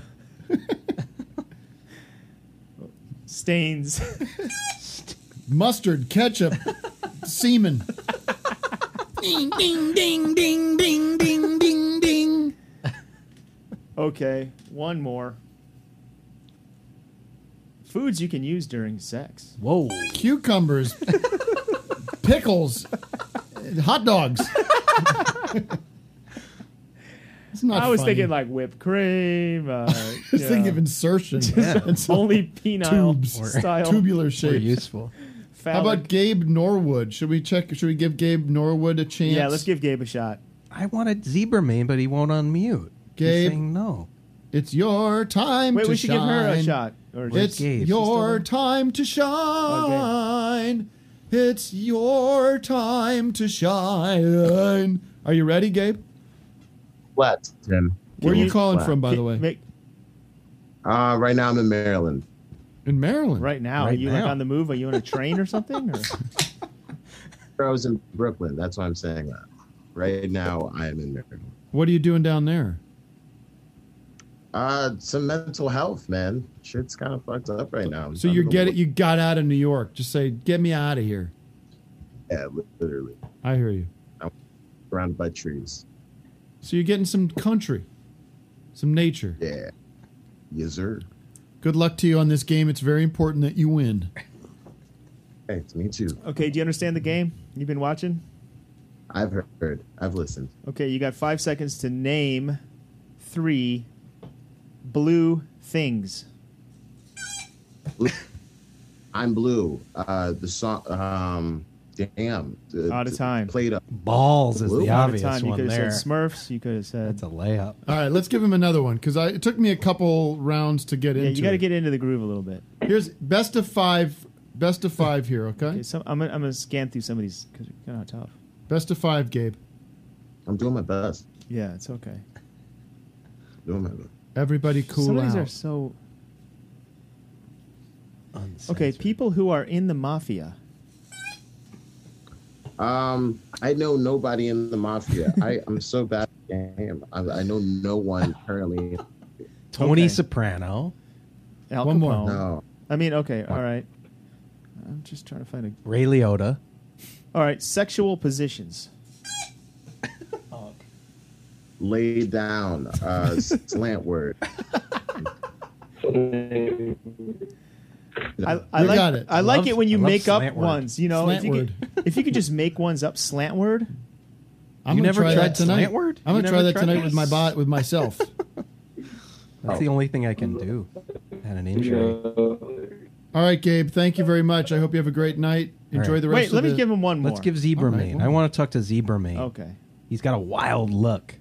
[SPEAKER 3] Stains.
[SPEAKER 2] [LAUGHS] Mustard, ketchup, semen.
[SPEAKER 7] [LAUGHS] Ding, ding, ding, ding, ding, ding, ding, ding.
[SPEAKER 3] Okay, one more. Foods you can use during sex.
[SPEAKER 4] Whoa.
[SPEAKER 3] [LAUGHS]
[SPEAKER 2] Cucumbers, pickles, hot dogs. it's not
[SPEAKER 3] I was
[SPEAKER 2] funny. [LAUGHS]
[SPEAKER 3] thinking like whipped cream. Uh, I
[SPEAKER 2] was thinking of insertion. [LAUGHS] It's
[SPEAKER 3] only penile [LAUGHS] style.
[SPEAKER 2] tubular shapes.
[SPEAKER 4] useful.
[SPEAKER 2] How about Gabe Norwood? Should we check? Should we give Gabe Norwood a chance?
[SPEAKER 3] Yeah, let's give Gabe a shot.
[SPEAKER 4] I wanted Zebraman, but he won't unmute. He's
[SPEAKER 2] Gabe.
[SPEAKER 4] saying no.
[SPEAKER 2] It's your time.
[SPEAKER 3] Wait,
[SPEAKER 2] to
[SPEAKER 3] we should give her a
[SPEAKER 2] shine.
[SPEAKER 3] shot, or- Where's
[SPEAKER 2] it's
[SPEAKER 3] Gabe? She's still
[SPEAKER 2] your
[SPEAKER 3] there?
[SPEAKER 2] time to shine. It's your time to shine. Are you ready, Gabe?
[SPEAKER 9] What, Tim?
[SPEAKER 2] Where are you
[SPEAKER 9] What?
[SPEAKER 2] calling from, by the way?
[SPEAKER 9] Uh, right now I'm in Maryland.
[SPEAKER 2] In Maryland.
[SPEAKER 3] Right now, are
[SPEAKER 9] Right
[SPEAKER 3] you like
[SPEAKER 9] now.
[SPEAKER 3] on the move? Are you on a train or something?
[SPEAKER 4] [LAUGHS]
[SPEAKER 3] Or?
[SPEAKER 9] I was in Brooklyn. That's why I'm saying that. Right now I am in Maryland.
[SPEAKER 2] What are you doing down there?
[SPEAKER 9] Uh, some mental health, man. Shit's kind of fucked up right now.
[SPEAKER 2] So you get it. You got out of New York. Just say, "Get me out of here."
[SPEAKER 9] Yeah, literally
[SPEAKER 2] I hear you.
[SPEAKER 9] surrounded by trees.
[SPEAKER 2] So you're getting some country, some nature.
[SPEAKER 9] Yeah. Yes, sir.
[SPEAKER 2] Good luck to you on this game. It's very important that you win.
[SPEAKER 9] Thanks. Me too.
[SPEAKER 3] Okay, do you understand the game? You've been watching.
[SPEAKER 9] I've heard. I've listened.
[SPEAKER 3] Okay, you got five seconds to name three blue things.
[SPEAKER 9] I'm blue. Uh, the song. Um, damn. The,
[SPEAKER 3] Out of
[SPEAKER 9] the-
[SPEAKER 3] time.
[SPEAKER 9] Played up.
[SPEAKER 4] Balls is
[SPEAKER 9] Blue?
[SPEAKER 4] the
[SPEAKER 3] Out of
[SPEAKER 4] obvious
[SPEAKER 3] time. You
[SPEAKER 4] one
[SPEAKER 3] could
[SPEAKER 4] there.
[SPEAKER 3] have said Smurfs. You could have said. That's
[SPEAKER 4] a layup.
[SPEAKER 2] All right, let's give him another one because it took me a couple rounds to get
[SPEAKER 3] Yeah,
[SPEAKER 2] into.
[SPEAKER 3] you got to
[SPEAKER 2] it.
[SPEAKER 3] get into the groove a little bit.
[SPEAKER 2] Here's best of five. Best of five here. Okay.
[SPEAKER 3] Okay, some, I'm gonna, I'm gonna scan through some of these because they're kind of tough.
[SPEAKER 2] Best of five, Gabe.
[SPEAKER 9] I'm doing my best.
[SPEAKER 3] Yeah, it's okay.
[SPEAKER 9] Doing my best.
[SPEAKER 2] Everybody cool
[SPEAKER 3] some of
[SPEAKER 2] out.
[SPEAKER 3] these are so. Okay, people who are in the mafia.
[SPEAKER 9] Um, I know nobody in the mafia. I I'm so bad at the game. I, I know no one currently.
[SPEAKER 4] Tony
[SPEAKER 3] Okay.
[SPEAKER 4] Soprano.
[SPEAKER 3] Al
[SPEAKER 4] One more.
[SPEAKER 3] Capone.
[SPEAKER 9] No.
[SPEAKER 3] I mean, okay, all right. I'm just trying to find a.
[SPEAKER 4] Ray Liotta.
[SPEAKER 3] All right, sexual positions.
[SPEAKER 9] Lay down. Uh, slant word.
[SPEAKER 3] I, I
[SPEAKER 2] We
[SPEAKER 3] like
[SPEAKER 2] got it.
[SPEAKER 3] I like
[SPEAKER 2] Love-
[SPEAKER 3] it when you
[SPEAKER 2] I love
[SPEAKER 3] make up
[SPEAKER 2] slant word.
[SPEAKER 3] ones. You know,
[SPEAKER 2] Slant
[SPEAKER 3] if you, Could, if you could just make ones up, slant word.
[SPEAKER 2] I'm gonna
[SPEAKER 3] You never
[SPEAKER 2] try
[SPEAKER 3] tried
[SPEAKER 2] that tonight.
[SPEAKER 3] slant word?
[SPEAKER 2] I'm
[SPEAKER 3] You
[SPEAKER 2] gonna try
[SPEAKER 3] never
[SPEAKER 2] that
[SPEAKER 3] tried
[SPEAKER 2] tonight
[SPEAKER 3] that?
[SPEAKER 2] with my bot with myself.
[SPEAKER 4] [LAUGHS] That's the only thing I can do. Had an injury.
[SPEAKER 9] All
[SPEAKER 2] right, Gabe. Thank you very much. I hope you have a great night. Enjoy the rest. of the...
[SPEAKER 4] Let's give Zebra
[SPEAKER 2] All right,
[SPEAKER 4] Mane.
[SPEAKER 2] one
[SPEAKER 4] I
[SPEAKER 2] more.
[SPEAKER 4] want to talk to Zebra Mane.
[SPEAKER 3] Okay.
[SPEAKER 4] He's got a wild look.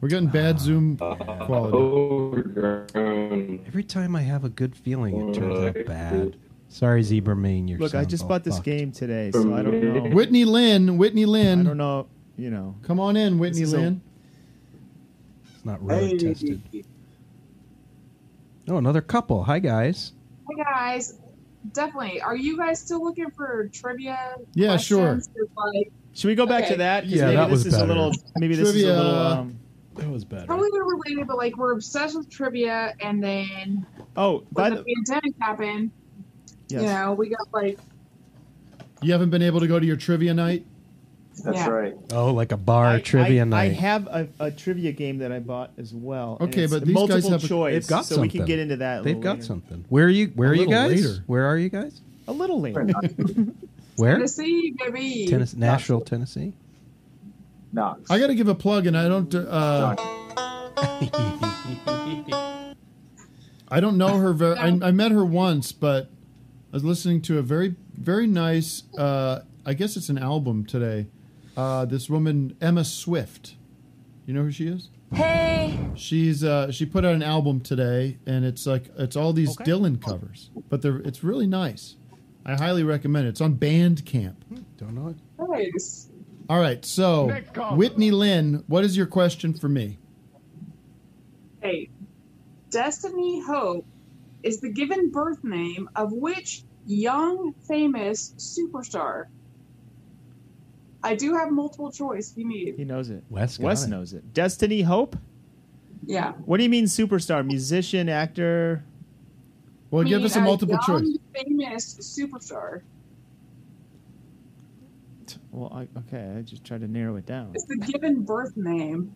[SPEAKER 2] We're getting bad Zoom
[SPEAKER 4] quality. Every time I have a good feeling, it turns out bad. Sorry, Zebra Mane. Your
[SPEAKER 3] Look, I
[SPEAKER 4] sound's
[SPEAKER 3] just
[SPEAKER 4] all
[SPEAKER 3] bought this
[SPEAKER 4] fucked.
[SPEAKER 3] game today, so I don't know.
[SPEAKER 2] Whitney Lynn. Whitney Lynn. I don't
[SPEAKER 3] know. You know.
[SPEAKER 2] Come on in, Whitney
[SPEAKER 3] This is a-
[SPEAKER 2] Lynn.
[SPEAKER 4] It's not road tested. Oh, another couple. Hi, guys.
[SPEAKER 23] Hey guys, definitely. Are you guys still looking for trivia?
[SPEAKER 4] Yeah,
[SPEAKER 23] questions? 'Cause, Like,
[SPEAKER 3] Should we go back
[SPEAKER 23] Okay.
[SPEAKER 3] to that? 'Cause
[SPEAKER 4] Yeah,
[SPEAKER 3] maybe
[SPEAKER 4] that
[SPEAKER 3] this
[SPEAKER 4] was
[SPEAKER 3] is a
[SPEAKER 4] better.
[SPEAKER 3] little. Maybe this is a
[SPEAKER 4] Trivia.
[SPEAKER 3] little. Um,
[SPEAKER 4] that was better.
[SPEAKER 23] totally not related, but like we're obsessed with trivia, and then
[SPEAKER 3] Oh, by
[SPEAKER 23] when the, pandemic happened,
[SPEAKER 2] Yes.
[SPEAKER 23] you know, we got like
[SPEAKER 2] You haven't been able to go to your trivia night.
[SPEAKER 23] That's Yeah.
[SPEAKER 4] right. Oh, like a bar trivia
[SPEAKER 3] I,
[SPEAKER 4] night.
[SPEAKER 3] I have a, a trivia game that I bought as well. and
[SPEAKER 2] Okay,
[SPEAKER 3] it's
[SPEAKER 2] but these guys
[SPEAKER 3] multiple
[SPEAKER 2] have a-
[SPEAKER 3] choice.
[SPEAKER 4] They've got
[SPEAKER 3] so we can
[SPEAKER 4] something.
[SPEAKER 3] get into that. a
[SPEAKER 4] They've
[SPEAKER 3] little
[SPEAKER 4] got
[SPEAKER 3] later.
[SPEAKER 4] something. Where are you? Where
[SPEAKER 3] A
[SPEAKER 4] are you
[SPEAKER 3] little
[SPEAKER 4] guys?
[SPEAKER 3] later.
[SPEAKER 4] Where are you guys?
[SPEAKER 3] A little later.
[SPEAKER 4] Where?
[SPEAKER 23] Tennessee, baby.
[SPEAKER 4] Tennessee, Nashville, Tennessee.
[SPEAKER 2] I got to give a plug, and I don't. Uh,
[SPEAKER 19] [LAUGHS]
[SPEAKER 2] I don't know her very. I, I met her once, but I was listening to a very, very nice. Uh, I guess it's an album today. Uh, this woman Emma Swift. You know who she is?
[SPEAKER 16] Hey.
[SPEAKER 2] She's uh, she put out an album today, and it's like it's all these
[SPEAKER 16] Okay.
[SPEAKER 2] Dylan covers, but they're it's really nice. I highly recommend it. It's on Bandcamp. Don't know it.
[SPEAKER 23] Nice.
[SPEAKER 2] All right, so
[SPEAKER 23] Next call.
[SPEAKER 2] Whitney Lynn, what is your question for me?
[SPEAKER 23] Hey, Destiny Hope is the given birth name of which young famous superstar? I do have multiple choice if you
[SPEAKER 3] [LAUGHS]
[SPEAKER 23] need.
[SPEAKER 3] He knows it.
[SPEAKER 4] Wes got
[SPEAKER 3] Wes
[SPEAKER 4] it.
[SPEAKER 3] knows it. Destiny Hope.
[SPEAKER 23] Yeah.
[SPEAKER 3] What do you mean superstar? Musician, actor?
[SPEAKER 2] Well,
[SPEAKER 23] I mean, young Famous superstar.
[SPEAKER 3] Well, I, okay, I just tried to narrow it down.
[SPEAKER 23] It's the given birth name.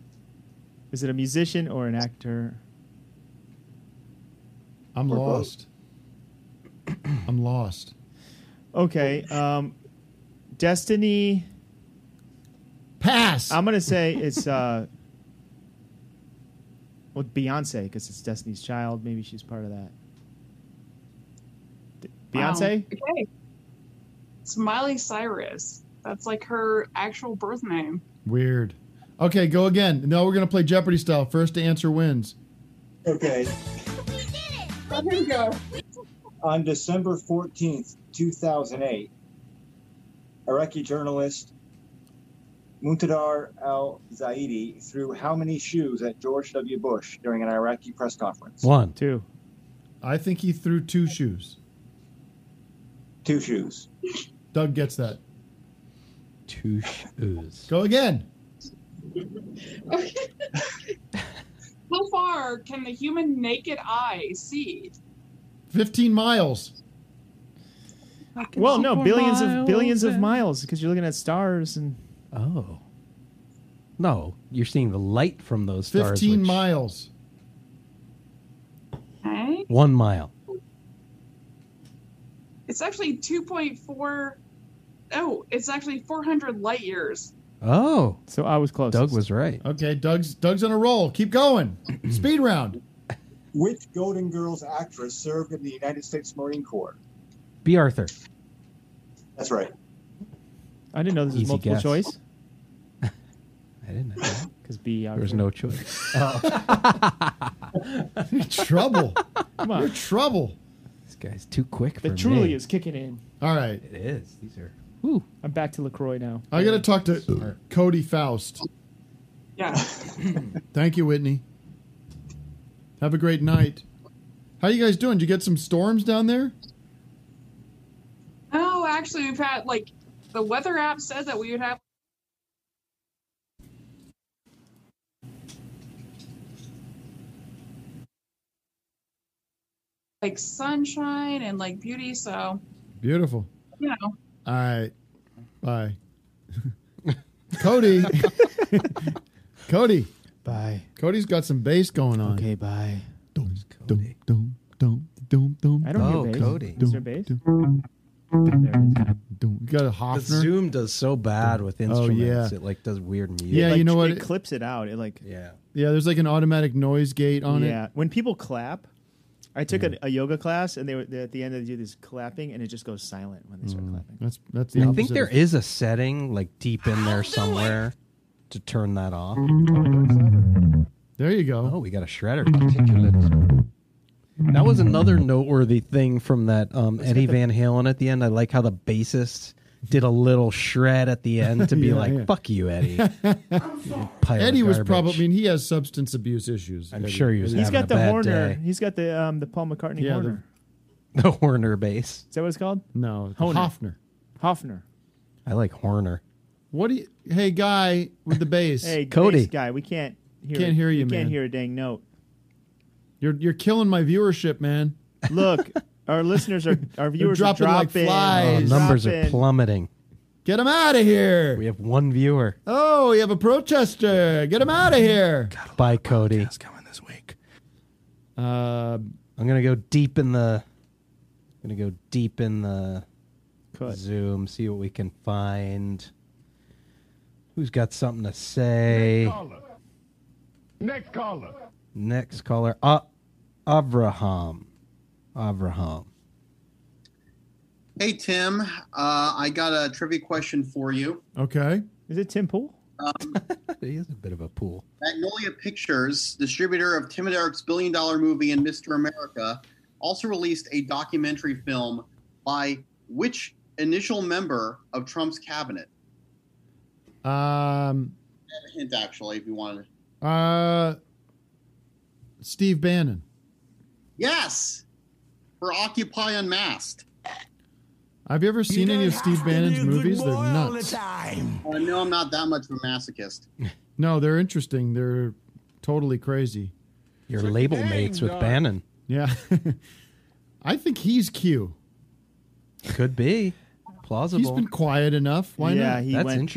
[SPEAKER 3] Is it a musician or an actor?
[SPEAKER 2] I'm
[SPEAKER 3] Or both.
[SPEAKER 2] lost. [CLEARS THROAT] I'm lost.
[SPEAKER 3] Okay, um, Destiny.
[SPEAKER 2] Pass.
[SPEAKER 3] I'm gonna say it's uh, well, Beyonce because it's Destiny's Child. Maybe she's part of that. D- Beyonce.
[SPEAKER 23] Wow. Um, Okay. It's Miley Cyrus. That's like her actual birth name.
[SPEAKER 2] Weird. Okay, go again. No, we're gonna play Jeopardy style. First to answer wins.
[SPEAKER 13] Okay.
[SPEAKER 23] Let him go.
[SPEAKER 13] On December 14th, 2008, Iraqi journalist Muntadar al Zaidi threw how many shoes at George W. Bush during an Iraqi press conference?
[SPEAKER 4] One,
[SPEAKER 3] two.
[SPEAKER 2] I think he threw two shoes.
[SPEAKER 13] Two shoes.
[SPEAKER 2] Doug gets that.
[SPEAKER 4] Two shoes.
[SPEAKER 2] Go again.
[SPEAKER 23] How far can the human naked eye see?
[SPEAKER 2] Fifteen miles.
[SPEAKER 3] Well, no, billions of
[SPEAKER 4] miles
[SPEAKER 3] billions of
[SPEAKER 4] and-
[SPEAKER 3] miles because you're looking at stars and
[SPEAKER 4] Oh. No, you're seeing the light from those stars.
[SPEAKER 2] Fifteen
[SPEAKER 4] which-
[SPEAKER 2] miles.
[SPEAKER 23] Okay.
[SPEAKER 4] One mile.
[SPEAKER 23] It's actually 2.4. Oh, it's actually 400 light years.
[SPEAKER 4] Oh.
[SPEAKER 3] So I was close.
[SPEAKER 4] Doug was right.
[SPEAKER 2] Okay, Doug's Doug's on a roll. Keep
[SPEAKER 4] [CLEARS THROAT]
[SPEAKER 2] going. Speed round.
[SPEAKER 13] Which Golden Girls actress served in the United States Marine Corps?
[SPEAKER 4] B. Arthur.
[SPEAKER 13] That's right.
[SPEAKER 3] I didn't know this was
[SPEAKER 4] Easy
[SPEAKER 3] multiple
[SPEAKER 4] guess.
[SPEAKER 3] choice.
[SPEAKER 4] I didn't know.
[SPEAKER 3] Because B.
[SPEAKER 4] There was no [LAUGHS] choice. Oh.
[SPEAKER 2] [LAUGHS] You're trouble.
[SPEAKER 3] Come on.
[SPEAKER 2] You're trouble.
[SPEAKER 4] This guy's too quick for
[SPEAKER 3] The
[SPEAKER 4] me.
[SPEAKER 3] truly is kicking in.
[SPEAKER 2] All right.
[SPEAKER 4] It is. These are.
[SPEAKER 3] Woo. I'm back to LaCroix now.
[SPEAKER 2] I gotta talk to Cody Faust.
[SPEAKER 23] Yeah.
[SPEAKER 2] [CLEARS THROAT] Thank you, Whitney. Have a great night. How you guys doing? Did you get some storms down there?
[SPEAKER 23] Oh, actually, we've had like the weather app said that we would have. Like sunshine and like beauty, so
[SPEAKER 2] Beautiful.
[SPEAKER 23] you know.
[SPEAKER 2] All right. Bye. [LAUGHS] Cody. [LAUGHS] Cody.
[SPEAKER 3] Bye.
[SPEAKER 2] Cody's got some bass going on. Okay,
[SPEAKER 3] bye.
[SPEAKER 2] Dum, dum, dum, dum, dum,
[SPEAKER 3] I don't
[SPEAKER 4] Oh,
[SPEAKER 3] hear bass. Is there bass?
[SPEAKER 2] dum. You got a
[SPEAKER 4] The
[SPEAKER 2] Hofner?
[SPEAKER 4] Zoom does so bad with
[SPEAKER 2] Oh,
[SPEAKER 4] instruments.
[SPEAKER 2] yeah.
[SPEAKER 4] It like does weird music.
[SPEAKER 2] Yeah, you know what?
[SPEAKER 3] It clips it out. It like
[SPEAKER 4] yeah.
[SPEAKER 2] Yeah, there's like an automatic noise gate on
[SPEAKER 3] yeah.
[SPEAKER 2] it.
[SPEAKER 3] When people clap, I took a, a yoga class and they were they, at the end they do this clapping and it just goes silent when they start clapping.
[SPEAKER 2] Mm. That's that's the
[SPEAKER 4] I
[SPEAKER 2] opposite.
[SPEAKER 4] think there
[SPEAKER 2] of-
[SPEAKER 4] is a setting like deep in there somewhere to turn that off.
[SPEAKER 2] There you go.
[SPEAKER 4] Oh, we got a shredder. Particulate. That
[SPEAKER 2] [LAUGHS]
[SPEAKER 4] was another noteworthy thing from that um, Eddie Van Halen at the end. I like how the bassist did a little shred at the end to be
[SPEAKER 2] [LAUGHS] Yeah,
[SPEAKER 4] like,
[SPEAKER 2] yeah.
[SPEAKER 4] "Fuck you,
[SPEAKER 2] [LAUGHS]
[SPEAKER 4] Eddie." You pile of
[SPEAKER 2] Eddie was
[SPEAKER 4] garbage.
[SPEAKER 2] probably. I mean, he has substance abuse issues.
[SPEAKER 4] I'm sure he was
[SPEAKER 3] He's
[SPEAKER 4] having
[SPEAKER 3] got
[SPEAKER 4] a
[SPEAKER 3] the
[SPEAKER 4] bad
[SPEAKER 3] Horner.
[SPEAKER 4] day.
[SPEAKER 3] He's got the um the Paul McCartney
[SPEAKER 2] Yeah, the-
[SPEAKER 3] Horner.
[SPEAKER 4] the Horner bass.
[SPEAKER 3] Is that what it's called?
[SPEAKER 2] No,
[SPEAKER 3] Horner.
[SPEAKER 2] Hofner.
[SPEAKER 3] Hofner.
[SPEAKER 4] I like Horner.
[SPEAKER 2] What do you? Hey, guy with the bass.
[SPEAKER 3] Hey, bass guy, we can't hear.
[SPEAKER 2] Can't
[SPEAKER 3] it.
[SPEAKER 2] hear you,
[SPEAKER 3] we
[SPEAKER 2] man.
[SPEAKER 3] Can't hear a dang note.
[SPEAKER 2] You're you're killing my viewership, man.
[SPEAKER 3] Look, our listeners are our viewers are
[SPEAKER 2] dropping like
[SPEAKER 3] dropping.
[SPEAKER 4] Oh,
[SPEAKER 2] flies.
[SPEAKER 4] numbers are
[SPEAKER 3] dropping.
[SPEAKER 4] plummeting.
[SPEAKER 2] Get him out of here.
[SPEAKER 4] We have one viewer.
[SPEAKER 2] Oh, we have a protester. Get him
[SPEAKER 4] Mm.
[SPEAKER 2] out of here.
[SPEAKER 4] Bye, Cody.
[SPEAKER 2] Uh,
[SPEAKER 4] I'm gonna go deep in the. I'm gonna go deep in the
[SPEAKER 3] Cut.
[SPEAKER 4] Zoom. See what we can find. Who's got something to say?
[SPEAKER 1] Next caller.
[SPEAKER 4] Next caller, uh, Avraham. Avraham.
[SPEAKER 6] Hey, Tim. Uh, I got a trivia question for you.
[SPEAKER 2] Okay.
[SPEAKER 3] Is it Tim Pool?
[SPEAKER 6] Um,
[SPEAKER 4] [LAUGHS] He is a bit of a pool.
[SPEAKER 6] Magnolia Pictures, distributor of Tim and Eric's billion dollar movie and Mr. America, also released a documentary film by which initial member of Trump's cabinet?
[SPEAKER 2] Um,
[SPEAKER 6] I have a hint, actually, if you wanted.
[SPEAKER 2] uh, Steve Bannon.
[SPEAKER 6] Yes, for Occupy Unmasked.
[SPEAKER 2] Have you ever seen any of Steve Bannon's movies? They're nuts.
[SPEAKER 6] time. I know I'm not that much of a masochist.
[SPEAKER 2] No, they're interesting. They're totally crazy.
[SPEAKER 4] Your label mates with Bannon.
[SPEAKER 2] Yeah. [LAUGHS] I think he's Q.
[SPEAKER 4] Could be. Plausible.
[SPEAKER 2] He's been quiet enough. Why
[SPEAKER 3] yeah,
[SPEAKER 2] not?
[SPEAKER 3] he went,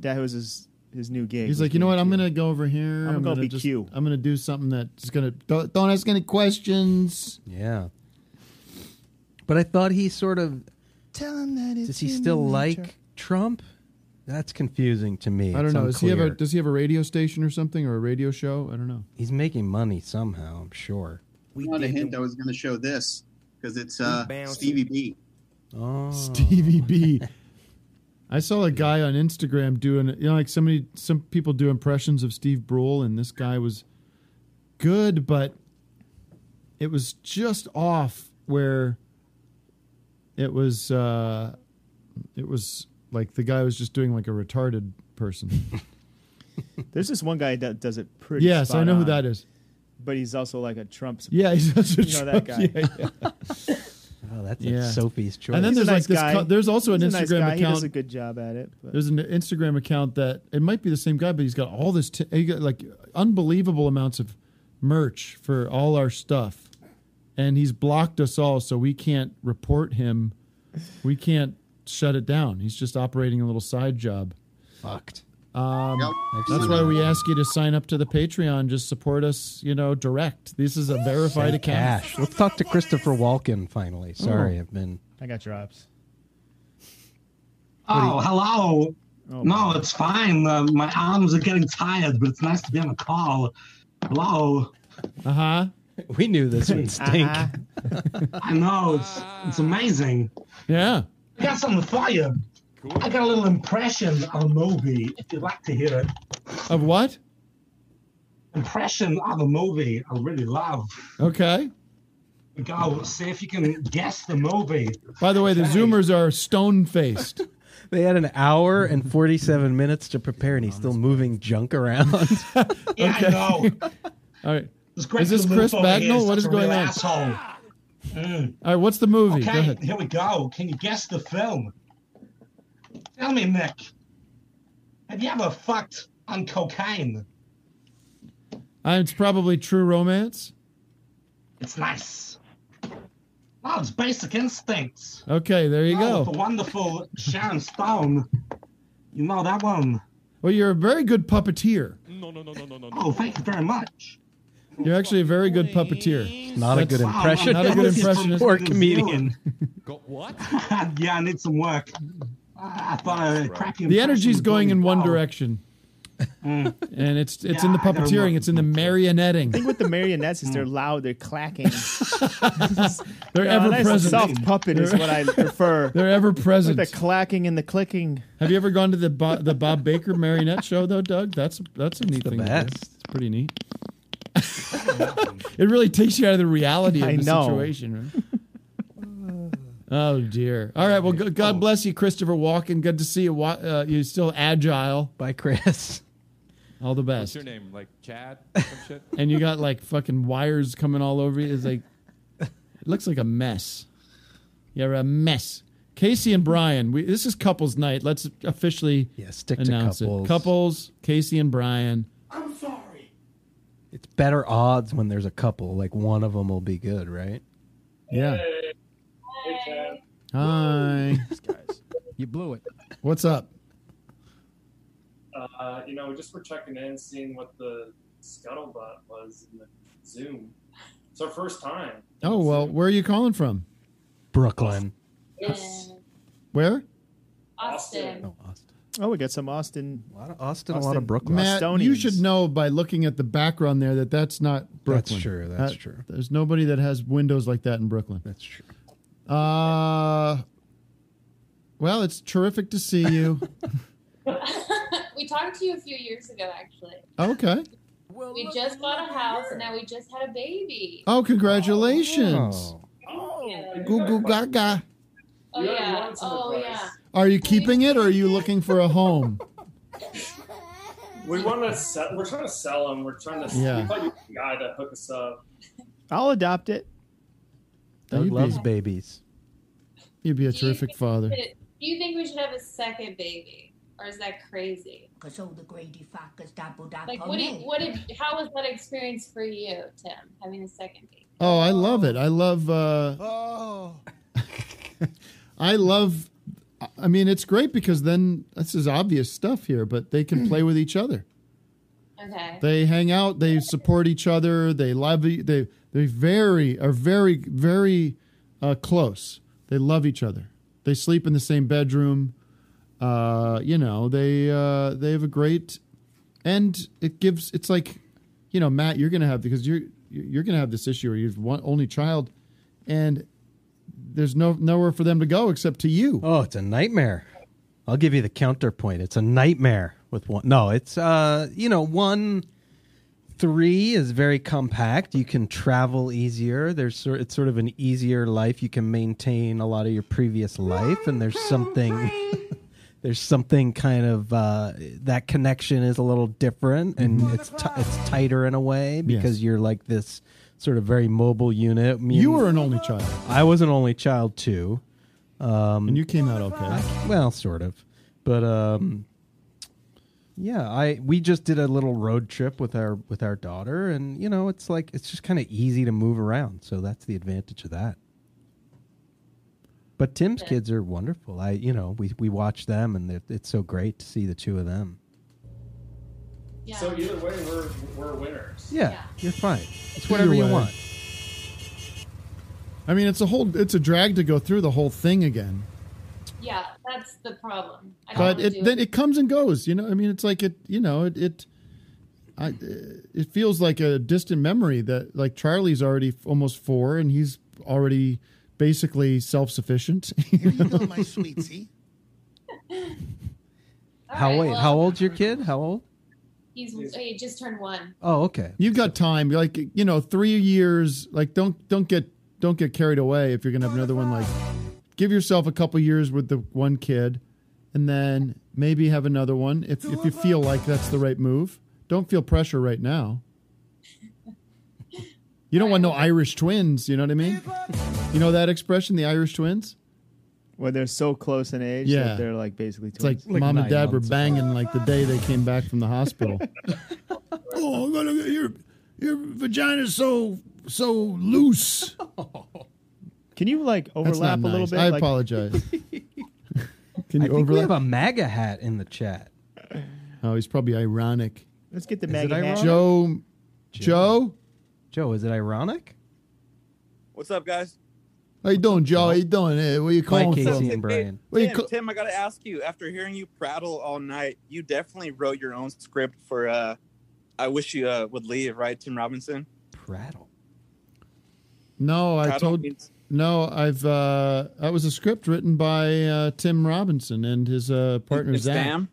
[SPEAKER 2] That
[SPEAKER 3] was his his new gig.
[SPEAKER 2] He's like, you know what? I'm gonna go over here.
[SPEAKER 3] I'm gonna be
[SPEAKER 2] just, Q. I'm gonna do something that's gonna don't, don't ask any questions.
[SPEAKER 4] Yeah. But I thought he sort of
[SPEAKER 2] Tell him that
[SPEAKER 4] does he still like Trump? That's confusing to me.
[SPEAKER 2] I don't
[SPEAKER 4] It's
[SPEAKER 2] know. Does he have a
[SPEAKER 4] unclear.
[SPEAKER 2] Does he have a radio station or something or a radio show? I don't know.
[SPEAKER 4] He's making money somehow, I'm sure.
[SPEAKER 6] We not a hint. I was going to show this because it's uh, Stevie B.
[SPEAKER 4] Oh.
[SPEAKER 2] Stevie B. I saw a guy on Instagram doing, you know, like somebody, some people do impressions of Steve Brule, and this guy was good, but it was just off where it was, uh, it was like the guy was just doing like a retarded person.
[SPEAKER 4] [LAUGHS]
[SPEAKER 3] There's this one guy that does it pretty.
[SPEAKER 2] Yes, I
[SPEAKER 3] spot
[SPEAKER 2] know who
[SPEAKER 3] on,
[SPEAKER 2] that is.
[SPEAKER 3] But he's also like a Trump. supporter.
[SPEAKER 2] [LAUGHS] Yeah, he's also
[SPEAKER 3] you know that guy.
[SPEAKER 2] Trump, yeah, yeah.
[SPEAKER 3] [LAUGHS]
[SPEAKER 4] [LAUGHS] Oh, that's
[SPEAKER 2] Yeah.
[SPEAKER 4] Sophie's choice.
[SPEAKER 2] And then
[SPEAKER 3] He's
[SPEAKER 2] there's
[SPEAKER 3] a
[SPEAKER 2] like
[SPEAKER 3] nice
[SPEAKER 2] this.
[SPEAKER 3] guy.
[SPEAKER 2] co- there's also an
[SPEAKER 3] He's a nice
[SPEAKER 2] Instagram
[SPEAKER 3] guy.
[SPEAKER 2] account.
[SPEAKER 3] He does a good job at it. but-
[SPEAKER 2] There's an Instagram account that it might be the same guy, but he's got all this t- he got like unbelievable amounts of merch for all our stuff, and he's blocked us all, so we can't report him. We can't shut it down. He's just operating a little side job.
[SPEAKER 4] Fucked.
[SPEAKER 2] Um,
[SPEAKER 4] I've
[SPEAKER 2] that's
[SPEAKER 4] seen
[SPEAKER 2] why
[SPEAKER 4] that.
[SPEAKER 2] we ask you to sign up to the Patreon. Just support us, you know, direct. This is a verified
[SPEAKER 4] Send
[SPEAKER 2] account.
[SPEAKER 4] cash. Let's talk to Christopher Walken finally. [LAUGHS] Sorry,
[SPEAKER 2] Oh.
[SPEAKER 4] I've been
[SPEAKER 3] I got drops.
[SPEAKER 5] Oh, hello.
[SPEAKER 3] Oh,
[SPEAKER 5] no, it's fine. Uh, my arms are getting tired, but it's nice to be on a call. Hello.
[SPEAKER 2] Uh huh.
[SPEAKER 4] We knew this would
[SPEAKER 2] Uh-huh.
[SPEAKER 4] stink.
[SPEAKER 5] [LAUGHS] I know. It's, it's amazing.
[SPEAKER 2] Yeah.
[SPEAKER 5] I got something for you. I got a little impression of a movie, if you'd like to hear it.
[SPEAKER 2] Of what?
[SPEAKER 5] Impression of a movie I really love.
[SPEAKER 2] Okay.
[SPEAKER 5] Go see if you can guess the movie.
[SPEAKER 2] By the way, the Zoomers are stone faced.
[SPEAKER 4] [LAUGHS] They had an hour and 47 minutes to prepare, and he's still moving junk around.
[SPEAKER 5] [LAUGHS] Yeah, I know.
[SPEAKER 2] [LAUGHS] All right.
[SPEAKER 5] Greg
[SPEAKER 2] Is this
[SPEAKER 5] Loof
[SPEAKER 2] Chris
[SPEAKER 5] over here
[SPEAKER 2] Bagnall?
[SPEAKER 5] is
[SPEAKER 2] What is
[SPEAKER 5] such a real
[SPEAKER 2] going on?
[SPEAKER 5] Asshole. Mm.
[SPEAKER 2] All right, what's the movie? Go
[SPEAKER 5] Okay,
[SPEAKER 2] ahead.
[SPEAKER 5] here we go. Can you guess the film? Tell me, Nick. Have you ever fucked on cocaine?
[SPEAKER 2] Uh, it's probably True Romance.
[SPEAKER 5] It's nice. Oh, it's Basic Instincts.
[SPEAKER 2] Okay, there you
[SPEAKER 5] Oh, The
[SPEAKER 2] go.
[SPEAKER 5] wonderful Sharon Stone. You know that one.
[SPEAKER 2] Well, you're a very good puppeteer.
[SPEAKER 5] Oh, thank you very much.
[SPEAKER 2] You're actually a very good puppeteer.
[SPEAKER 4] Not a good
[SPEAKER 5] Wow,
[SPEAKER 4] impression.
[SPEAKER 2] Not a good
[SPEAKER 5] this is
[SPEAKER 2] impression.
[SPEAKER 5] from New Zealand.
[SPEAKER 2] [LAUGHS]
[SPEAKER 5] [LAUGHS] yeah, I need some work. I I thought a crappy
[SPEAKER 2] The energy's
[SPEAKER 5] impression
[SPEAKER 2] going in
[SPEAKER 5] was
[SPEAKER 2] one
[SPEAKER 5] really
[SPEAKER 2] direction,
[SPEAKER 5] Mm.
[SPEAKER 2] and it's it's in the
[SPEAKER 5] Yeah, I gotta
[SPEAKER 2] puppeteering.
[SPEAKER 5] look.
[SPEAKER 2] It's in the marionetting.
[SPEAKER 3] I think with the marionettes is they're
[SPEAKER 4] Hmm.
[SPEAKER 3] loud, they're clacking.
[SPEAKER 2] [LAUGHS] They're
[SPEAKER 3] No,
[SPEAKER 2] ever
[SPEAKER 3] nice
[SPEAKER 2] present.
[SPEAKER 3] Soft puppet is
[SPEAKER 2] [LAUGHS]
[SPEAKER 3] what I prefer.
[SPEAKER 2] They're ever present.
[SPEAKER 3] With the clacking and the clicking.
[SPEAKER 2] Have you ever gone to the Bo- the Bob Baker marionette show though, Doug? That's that's a neat thing. to do.
[SPEAKER 4] best.
[SPEAKER 2] It's pretty neat. [LAUGHS] it really takes you out of the reality of
[SPEAKER 3] [LAUGHS] I
[SPEAKER 2] the
[SPEAKER 3] know.
[SPEAKER 2] situation. Right? Oh dear! All right. Well, go-
[SPEAKER 4] Oh.
[SPEAKER 2] God bless you, Christopher Walken. Good to see you. Wa- Uh, you're still agile.
[SPEAKER 4] Bye, Chris.
[SPEAKER 2] All the best.
[SPEAKER 22] What's your name? Like Chad? Some shit?
[SPEAKER 2] And you got like fucking wires coming all over you. It's like it looks like a mess. You're a mess. Casey and Brian. We, this is couples night. Let's officially
[SPEAKER 4] Yeah, stick to
[SPEAKER 2] announce
[SPEAKER 4] couples.
[SPEAKER 2] it. Couples. Casey and Brian.
[SPEAKER 5] I'm sorry.
[SPEAKER 4] It's better odds when there's a couple. Like one of them will be good, right?
[SPEAKER 2] Yeah. Hi.
[SPEAKER 4] You blew it.
[SPEAKER 2] What's up?
[SPEAKER 13] Uh, you know, just for checking in, seeing what the scuttlebutt was in the Zoom. It's our first time.
[SPEAKER 2] Oh well, where are you calling from?
[SPEAKER 4] Brooklyn.
[SPEAKER 2] Where?
[SPEAKER 13] Austin.
[SPEAKER 3] Oh, we got some Austin. A lot
[SPEAKER 4] of Austin, a lot of Brooklyn.
[SPEAKER 2] Matt, you should know by looking at the background there that that's not Brooklyn.
[SPEAKER 4] true, that's
[SPEAKER 2] That-
[SPEAKER 4] true.
[SPEAKER 2] There's nobody that has windows like that in Brooklyn.
[SPEAKER 4] That's true.
[SPEAKER 2] Uh, Well, it's terrific to see
[SPEAKER 4] [LAUGHS]
[SPEAKER 2] you.
[SPEAKER 19] [LAUGHS] we talked to you a few years ago, actually.
[SPEAKER 2] okay.
[SPEAKER 19] we just bought a house, and now we just had a baby.
[SPEAKER 2] Oh,
[SPEAKER 4] Oh.
[SPEAKER 2] congratulations.
[SPEAKER 3] Oh.
[SPEAKER 2] Goo goo gaga.
[SPEAKER 19] Oh yeah. Oh yeah.
[SPEAKER 2] Are you keeping it or are you looking for a home?
[SPEAKER 22] We want to sell. We're trying to sell them. We're trying to.
[SPEAKER 2] Yeah.
[SPEAKER 22] We thought you were the guy to hook us up.
[SPEAKER 3] [LAUGHS] I'll adopt it.
[SPEAKER 4] Doug
[SPEAKER 2] You'd be-
[SPEAKER 4] loves babies.
[SPEAKER 2] You'd be a terrific father.
[SPEAKER 19] Do you think we should have a second baby, or is that crazy? Cause all the greedy fuckers double Like what? Do you, what did? How was that experience for you, Tim, having a second baby?
[SPEAKER 2] Oh, I love it. I love. Uh, [LAUGHS] I love. I mean, it's great because then this is obvious stuff here, but they can play with each other.
[SPEAKER 19] Okay.
[SPEAKER 2] They hang out. They support each other. They love. e- They they very are very very uh, close. They love each other. They sleep in the same bedroom. Uh, you know they uh, they have a great, and it gives. It's like, you know, Matt, you're gonna have because you're you're gonna have this issue where you've one only child, and there's no nowhere for them to go except to you.
[SPEAKER 4] Oh, it's a nightmare. I'll give you the counterpoint. It's a nightmare with one. No, it's uh, you know, one three is very compact. You can travel easier. There's sort it's sort of an easier life. You can maintain a lot of your previous life, and there's something. [LAUGHS] There's something kind of uh, that connection is a little different, and
[SPEAKER 2] Mm-hmm.
[SPEAKER 4] it's t- it's tighter in a way because you're like this sort of very mobile unit. Me
[SPEAKER 2] You
[SPEAKER 4] and-
[SPEAKER 2] were an only child.
[SPEAKER 4] I was an only child too. Um,
[SPEAKER 2] and you came out okay.
[SPEAKER 4] well, sort of. But um, yeah, I we just did a little road trip with our with our daughter, and you know, it's like it's just kind of easy to move around. So that's the advantage of that. But Tim's kids are wonderful. I you know we we watch them, and it- it's so great to see the two of them.
[SPEAKER 22] So either way, we're we're winners.
[SPEAKER 4] Yeah, you're fine. It's whatever
[SPEAKER 2] Either
[SPEAKER 4] you
[SPEAKER 2] way.
[SPEAKER 4] want.
[SPEAKER 2] I mean, it's a whole it's a drag to go through the whole thing again.
[SPEAKER 19] Yeah, that's the problem. I don't
[SPEAKER 2] but
[SPEAKER 19] wanna
[SPEAKER 2] it
[SPEAKER 19] do
[SPEAKER 2] then it comes and goes. You know, I mean, it's like it. You know, it it. I, it feels like a distant memory that like Charlie's already f- almost four and he's already basically self [LAUGHS] sufficient.
[SPEAKER 14] my sweetie.
[SPEAKER 19] [LAUGHS]
[SPEAKER 4] How wait? how old's your kid? How old?
[SPEAKER 19] He's he just turned one.
[SPEAKER 4] Oh, okay.
[SPEAKER 2] You've got time. Like you know, three years. Like don't don't get don't get carried away if you're gonna have another one. Like give yourself a couple years with the one kid, and then maybe have another one if if you feel like that's the right move. Don't feel pressure right now. You don't want no Irish twins. You know what I mean? You know that expression, the Irish twins.
[SPEAKER 3] Where they're so close in age
[SPEAKER 2] Yeah.
[SPEAKER 3] that they're like basically
[SPEAKER 2] It's like,
[SPEAKER 3] twins.
[SPEAKER 2] mom and dad were banging like the day they came back from the hospital.
[SPEAKER 14] Oh, I'm gonna get your your vagina's so so loose.
[SPEAKER 3] [LAUGHS] Can you like
[SPEAKER 2] That's
[SPEAKER 3] overlap
[SPEAKER 2] not
[SPEAKER 3] a little
[SPEAKER 2] nice.
[SPEAKER 3] bit?
[SPEAKER 2] I
[SPEAKER 3] like-
[SPEAKER 4] [LAUGHS]
[SPEAKER 2] apologize. Can
[SPEAKER 4] I
[SPEAKER 2] you
[SPEAKER 4] think we
[SPEAKER 2] overlap?
[SPEAKER 4] have a MAGA hat in the chat.
[SPEAKER 2] Oh, he's probably ironic.
[SPEAKER 3] Let's get the
[SPEAKER 4] Is it
[SPEAKER 3] MAGA hat.
[SPEAKER 4] ironic?
[SPEAKER 2] Joe, Joe,
[SPEAKER 4] Joe, is it ironic?
[SPEAKER 29] What's up, guys?
[SPEAKER 2] how you doing, Joe? How you doing? Hey, where you
[SPEAKER 4] Hi,
[SPEAKER 2] calling
[SPEAKER 4] Casey
[SPEAKER 2] from?
[SPEAKER 4] and Brian.
[SPEAKER 2] Where you
[SPEAKER 29] Tim,
[SPEAKER 2] ca-
[SPEAKER 29] Tim, I gotta ask you. After hearing you prattle all night, you definitely wrote your own script for. uh I wish you uh, would leave, right, Tim Robinson?
[SPEAKER 4] Prattle.
[SPEAKER 2] no, I
[SPEAKER 29] Prattle
[SPEAKER 2] told.
[SPEAKER 29] means-
[SPEAKER 2] No, I've. Uh, that was a script written by uh, Tim Robinson and his uh, partner
[SPEAKER 29] It's
[SPEAKER 2] Zach.
[SPEAKER 29] Sam?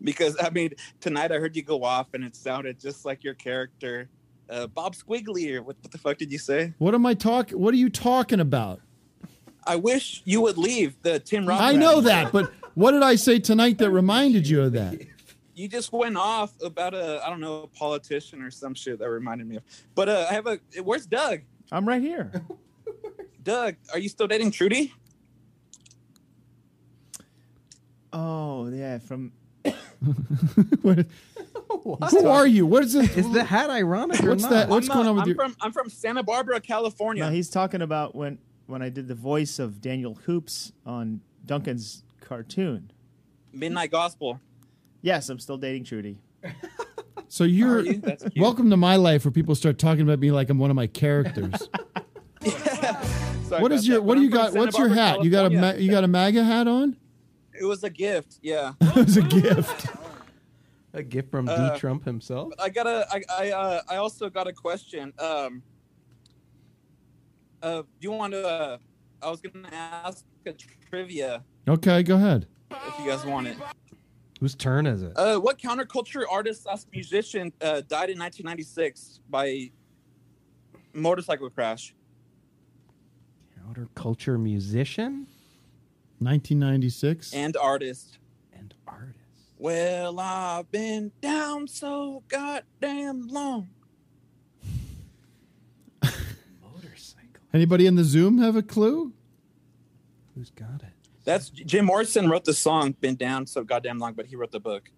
[SPEAKER 29] Because I mean, tonight I heard you go off, and it sounded just like your character, uh, Bob Squiggly. Or what, what the fuck did you say?
[SPEAKER 2] What am I talk? What are you talking about?
[SPEAKER 29] I wish you would leave the Uh, Tim
[SPEAKER 2] I
[SPEAKER 29] Robinson.
[SPEAKER 2] know that, but what did I say tonight that reminded you of that?
[SPEAKER 29] you just went off about a I don't know a politician or some shit that reminded me of. But uh, I have a where's Doug?
[SPEAKER 3] I'm right here.
[SPEAKER 29] [LAUGHS] Doug, are you still dating Trudy?
[SPEAKER 3] Oh
[SPEAKER 2] [LAUGHS]
[SPEAKER 3] yeah, from
[SPEAKER 2] Who are you? What is this?
[SPEAKER 4] Is the hat ironic
[SPEAKER 2] What's that? What's
[SPEAKER 29] I'm, uh,
[SPEAKER 2] going on with
[SPEAKER 29] I'm
[SPEAKER 2] your?
[SPEAKER 29] From, I'm from Santa Barbara, California.
[SPEAKER 3] No, he's talking about when when I did the voice of Daniel Hoops on Duncan's cartoon.
[SPEAKER 29] Midnight Gospel.
[SPEAKER 3] Yes, I'm still dating Trudy.
[SPEAKER 2] So
[SPEAKER 29] Oh,
[SPEAKER 2] you're
[SPEAKER 3] you? That's cute.
[SPEAKER 2] welcome to my life, where people start talking about me like I'm one of my characters.
[SPEAKER 29] [LAUGHS] Sorry
[SPEAKER 2] what is
[SPEAKER 29] about
[SPEAKER 2] your?
[SPEAKER 29] that,
[SPEAKER 2] What
[SPEAKER 29] but
[SPEAKER 2] do you
[SPEAKER 29] I'm from
[SPEAKER 2] got?
[SPEAKER 29] Santa
[SPEAKER 2] What's your
[SPEAKER 29] Barbara,
[SPEAKER 2] hat? You got a ma-
[SPEAKER 29] California.
[SPEAKER 2] you got a MAGA hat on? [LAUGHS]
[SPEAKER 29] It was a gift. Yeah.
[SPEAKER 2] it was a
[SPEAKER 4] [LAUGHS]
[SPEAKER 2] gift.
[SPEAKER 4] A gift from
[SPEAKER 29] Uh,
[SPEAKER 4] D. Trump himself.
[SPEAKER 29] I got a. I I uh, I also got a question. Um. Uh, do you want to? Uh, I was gonna ask a trivia
[SPEAKER 2] Okay, go ahead.
[SPEAKER 29] if you guys want it.
[SPEAKER 4] Whose turn is it?
[SPEAKER 29] Uh, what counterculture artist slash musician uh, died in 1996 by motorcycle crash?
[SPEAKER 4] Counterculture musician?
[SPEAKER 2] 1996.
[SPEAKER 29] and artist. And artist. Well, I've been down so goddamn long.
[SPEAKER 2] Anybody in the Zoom have a clue?
[SPEAKER 4] Who's got it?
[SPEAKER 29] That's Jim Morrison wrote the song "Been Down So Goddamn Long," but he wrote the book.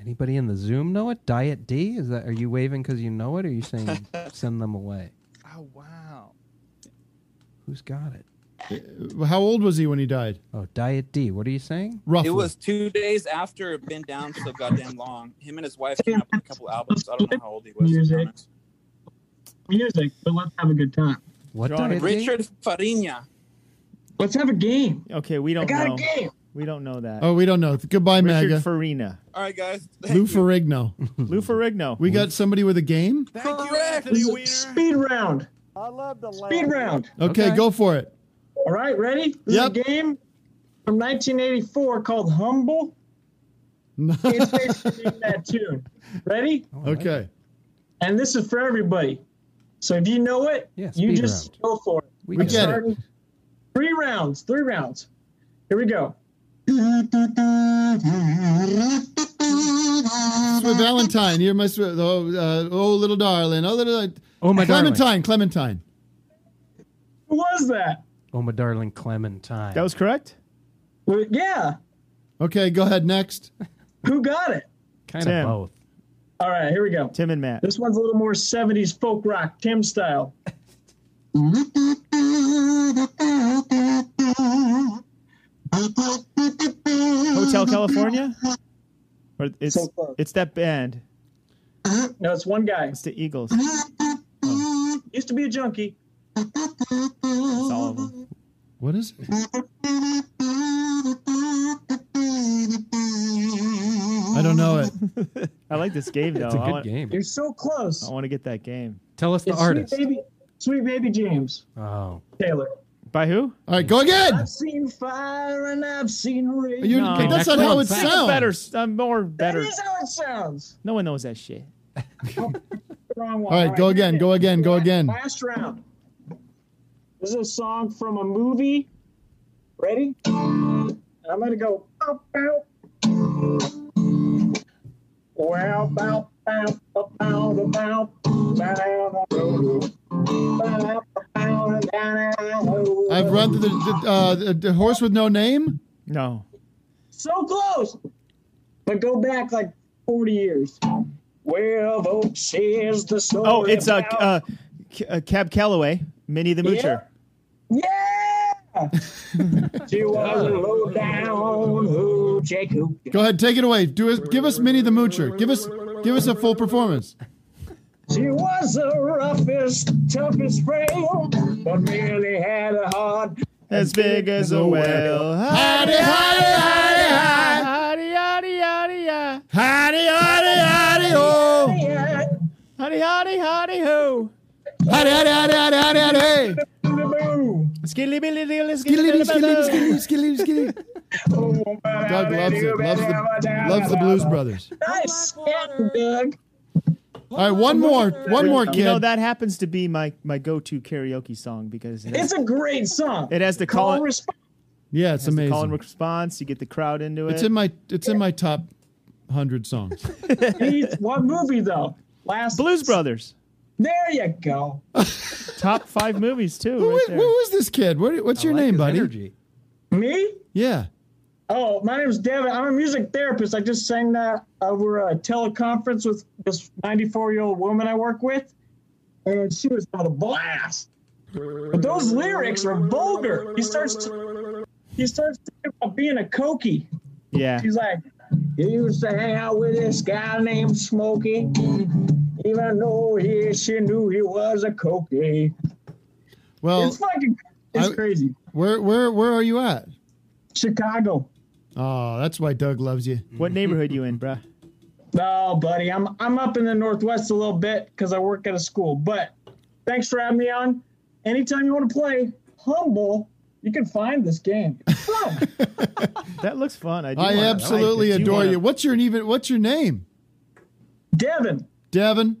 [SPEAKER 4] Anybody in the Zoom know it? Diet D? Is that? Are you waving because you know it? Or are
[SPEAKER 5] [LAUGHS]
[SPEAKER 4] you saying send them away?
[SPEAKER 29] Oh wow.
[SPEAKER 4] Who's got it?
[SPEAKER 2] Uh, How old was he when he died?
[SPEAKER 4] Oh, Diet D. What are you saying?
[SPEAKER 29] It was two days after "Been Down So Goddamn Long." Him and his wife came up with a couple albums. I don't know how old he was. to be
[SPEAKER 5] Music.
[SPEAKER 29] honest.
[SPEAKER 5] Music, but let's have a good time.
[SPEAKER 4] What
[SPEAKER 29] Richard Farina.
[SPEAKER 3] Let's have a game. Okay, we don't
[SPEAKER 29] got a
[SPEAKER 3] know.
[SPEAKER 29] game.
[SPEAKER 3] We don't know that.
[SPEAKER 2] Oh, we don't know. Goodbye,
[SPEAKER 3] Richard
[SPEAKER 2] Maga.
[SPEAKER 3] Farina.
[SPEAKER 29] All right, guys.
[SPEAKER 2] Lou Ferrigno.
[SPEAKER 3] [LAUGHS] Lou Ferrigno.
[SPEAKER 2] We got somebody with a game?
[SPEAKER 29] Correct.
[SPEAKER 5] Speed round. I love the speed round.
[SPEAKER 2] Okay, go for it.
[SPEAKER 5] All right, ready? This is a game from 1984 called
[SPEAKER 2] [LAUGHS]
[SPEAKER 5] Humble. it's basically that tune. Ready?
[SPEAKER 2] Okay.
[SPEAKER 5] And this is for everybody. So if you know it, you
[SPEAKER 2] speed
[SPEAKER 5] just go for it.
[SPEAKER 2] We We get it.
[SPEAKER 5] starting Three rounds. Three rounds. Here we go.
[SPEAKER 2] Sweet Valentine, you're my sweet. Oh, uh, oh, little darling. Oh, little.
[SPEAKER 4] Oh, my darling.
[SPEAKER 2] Clementine, Clementine.
[SPEAKER 5] Who was that?
[SPEAKER 4] Oh, my darling Clementine.
[SPEAKER 3] That was correct?
[SPEAKER 5] yeah.
[SPEAKER 2] Okay, go ahead. Next.
[SPEAKER 5] Who got it?
[SPEAKER 4] Kind
[SPEAKER 5] Tim.
[SPEAKER 4] of both.
[SPEAKER 5] All right, here we go.
[SPEAKER 3] Tim and Matt.
[SPEAKER 5] This one's a little more 70s folk rock, Tim style.
[SPEAKER 3] Hotel California? Or it's it's that band.
[SPEAKER 5] Uh-huh. No, it's one guy. It's
[SPEAKER 3] the Eagles.
[SPEAKER 5] Used to be a junkie.
[SPEAKER 3] It's all of them.
[SPEAKER 2] What is it? I don't know it.
[SPEAKER 3] [LAUGHS] I like this game though.
[SPEAKER 4] It's a
[SPEAKER 3] I
[SPEAKER 4] good
[SPEAKER 3] want-
[SPEAKER 4] game.
[SPEAKER 5] You're so close.
[SPEAKER 3] I want to get that game.
[SPEAKER 4] Tell us the
[SPEAKER 5] It's
[SPEAKER 4] artist.
[SPEAKER 5] Sweet baby, sweet baby James
[SPEAKER 4] Oh.
[SPEAKER 5] Taylor.
[SPEAKER 3] By who?
[SPEAKER 2] All right, go again.
[SPEAKER 5] I've seen fire and I've seen rain.
[SPEAKER 2] You- No. that's not how it
[SPEAKER 3] That's
[SPEAKER 2] sounds.
[SPEAKER 3] Better, uh, more
[SPEAKER 5] That
[SPEAKER 3] better.
[SPEAKER 5] is how it sounds.
[SPEAKER 3] No one knows that shit.
[SPEAKER 5] Wrong
[SPEAKER 2] All
[SPEAKER 5] one.
[SPEAKER 2] right, go again. Go again. Go again.
[SPEAKER 5] Last round. This is a song from a movie. Ready? I'm gonna go. Bow, bow. Well, bow, bow, bow, bow, bow, bow, bow, bow, bow, bow, bow.
[SPEAKER 2] I've run through the, the, uh, the, the horse with no name.
[SPEAKER 3] No.
[SPEAKER 5] So close. But go back like 40 years. Well, folks, here's the story.
[SPEAKER 3] Oh, it's uh,
[SPEAKER 5] about-
[SPEAKER 3] uh, C- uh, Cab Calloway, Minnie the Moocher.
[SPEAKER 5] She was a low down hooch. Jacob.
[SPEAKER 2] Go ahead, take it away. Do us, give us Minnie the Moocher. Give us, give us a full performance.
[SPEAKER 5] She was the roughest, toughest frail, but really had a heart
[SPEAKER 3] as big as a whale.
[SPEAKER 2] Howdy, howdy,
[SPEAKER 3] howdy, howdy, howdy, howdy,
[SPEAKER 2] howdy, howdy, howdy, oh.
[SPEAKER 3] howdy, howdy, howdy, ho.
[SPEAKER 2] Howdy, howdy, howdy, howdy, howdy, howdy.
[SPEAKER 3] Skilly, billy, dilly,
[SPEAKER 2] Skilly,
[SPEAKER 3] skilly,
[SPEAKER 2] skilly,
[SPEAKER 3] billy,
[SPEAKER 2] skilly, skilly, skilly. Doug loves it. Loves the, loves the Blues Brothers.
[SPEAKER 5] Nice. Yeah, Doug.
[SPEAKER 2] All right, one more, one more kid.
[SPEAKER 3] You know that happens to be my my go-to karaoke song because it has,
[SPEAKER 5] It's a great song.
[SPEAKER 3] it has the
[SPEAKER 5] Call
[SPEAKER 3] call,
[SPEAKER 5] and response.
[SPEAKER 2] yeah, it's
[SPEAKER 3] has the call and
[SPEAKER 2] amazing.
[SPEAKER 3] response. You get the crowd into it.
[SPEAKER 2] It's in my, it's in my top hundred songs.
[SPEAKER 5] [LAUGHS] He's- what movie though? Last
[SPEAKER 3] Blues Brothers.
[SPEAKER 5] There you go.
[SPEAKER 3] [LAUGHS] Top five movies too.
[SPEAKER 2] Who
[SPEAKER 3] right
[SPEAKER 2] is,
[SPEAKER 3] there.
[SPEAKER 2] who is this kid? What, what's your name, buddy?
[SPEAKER 5] Me?
[SPEAKER 2] Yeah.
[SPEAKER 5] Oh, my name's Devin. I'm a music therapist. I just sang that over a teleconference with this 94 year old woman I work with, and she was having a blast. But those lyrics are vulgar. He starts he starts talking about being a cokey.
[SPEAKER 3] Yeah.
[SPEAKER 5] She's like, he used to hang out with this guy named Smokey, even though he she knew he was a cokey.
[SPEAKER 2] Well,
[SPEAKER 5] it's fucking it's
[SPEAKER 2] I-
[SPEAKER 5] crazy.
[SPEAKER 2] Where, where, where are you at?
[SPEAKER 5] Chicago.
[SPEAKER 2] Oh, that's why Doug loves you.
[SPEAKER 3] What neighborhood you in, bruh?
[SPEAKER 5] No, Oh, buddy, I'm I'm up in the northwest a little bit because I work at a school. But thanks for having me on. Anytime you want to play, humble, you can find this game. It's fun.
[SPEAKER 3] that looks fun. I, do
[SPEAKER 2] I
[SPEAKER 3] wanna-
[SPEAKER 2] absolutely
[SPEAKER 3] like it. Do
[SPEAKER 2] adore
[SPEAKER 3] wanna-
[SPEAKER 2] you. What's your even? What's your name?
[SPEAKER 5] Devin.
[SPEAKER 2] Devin,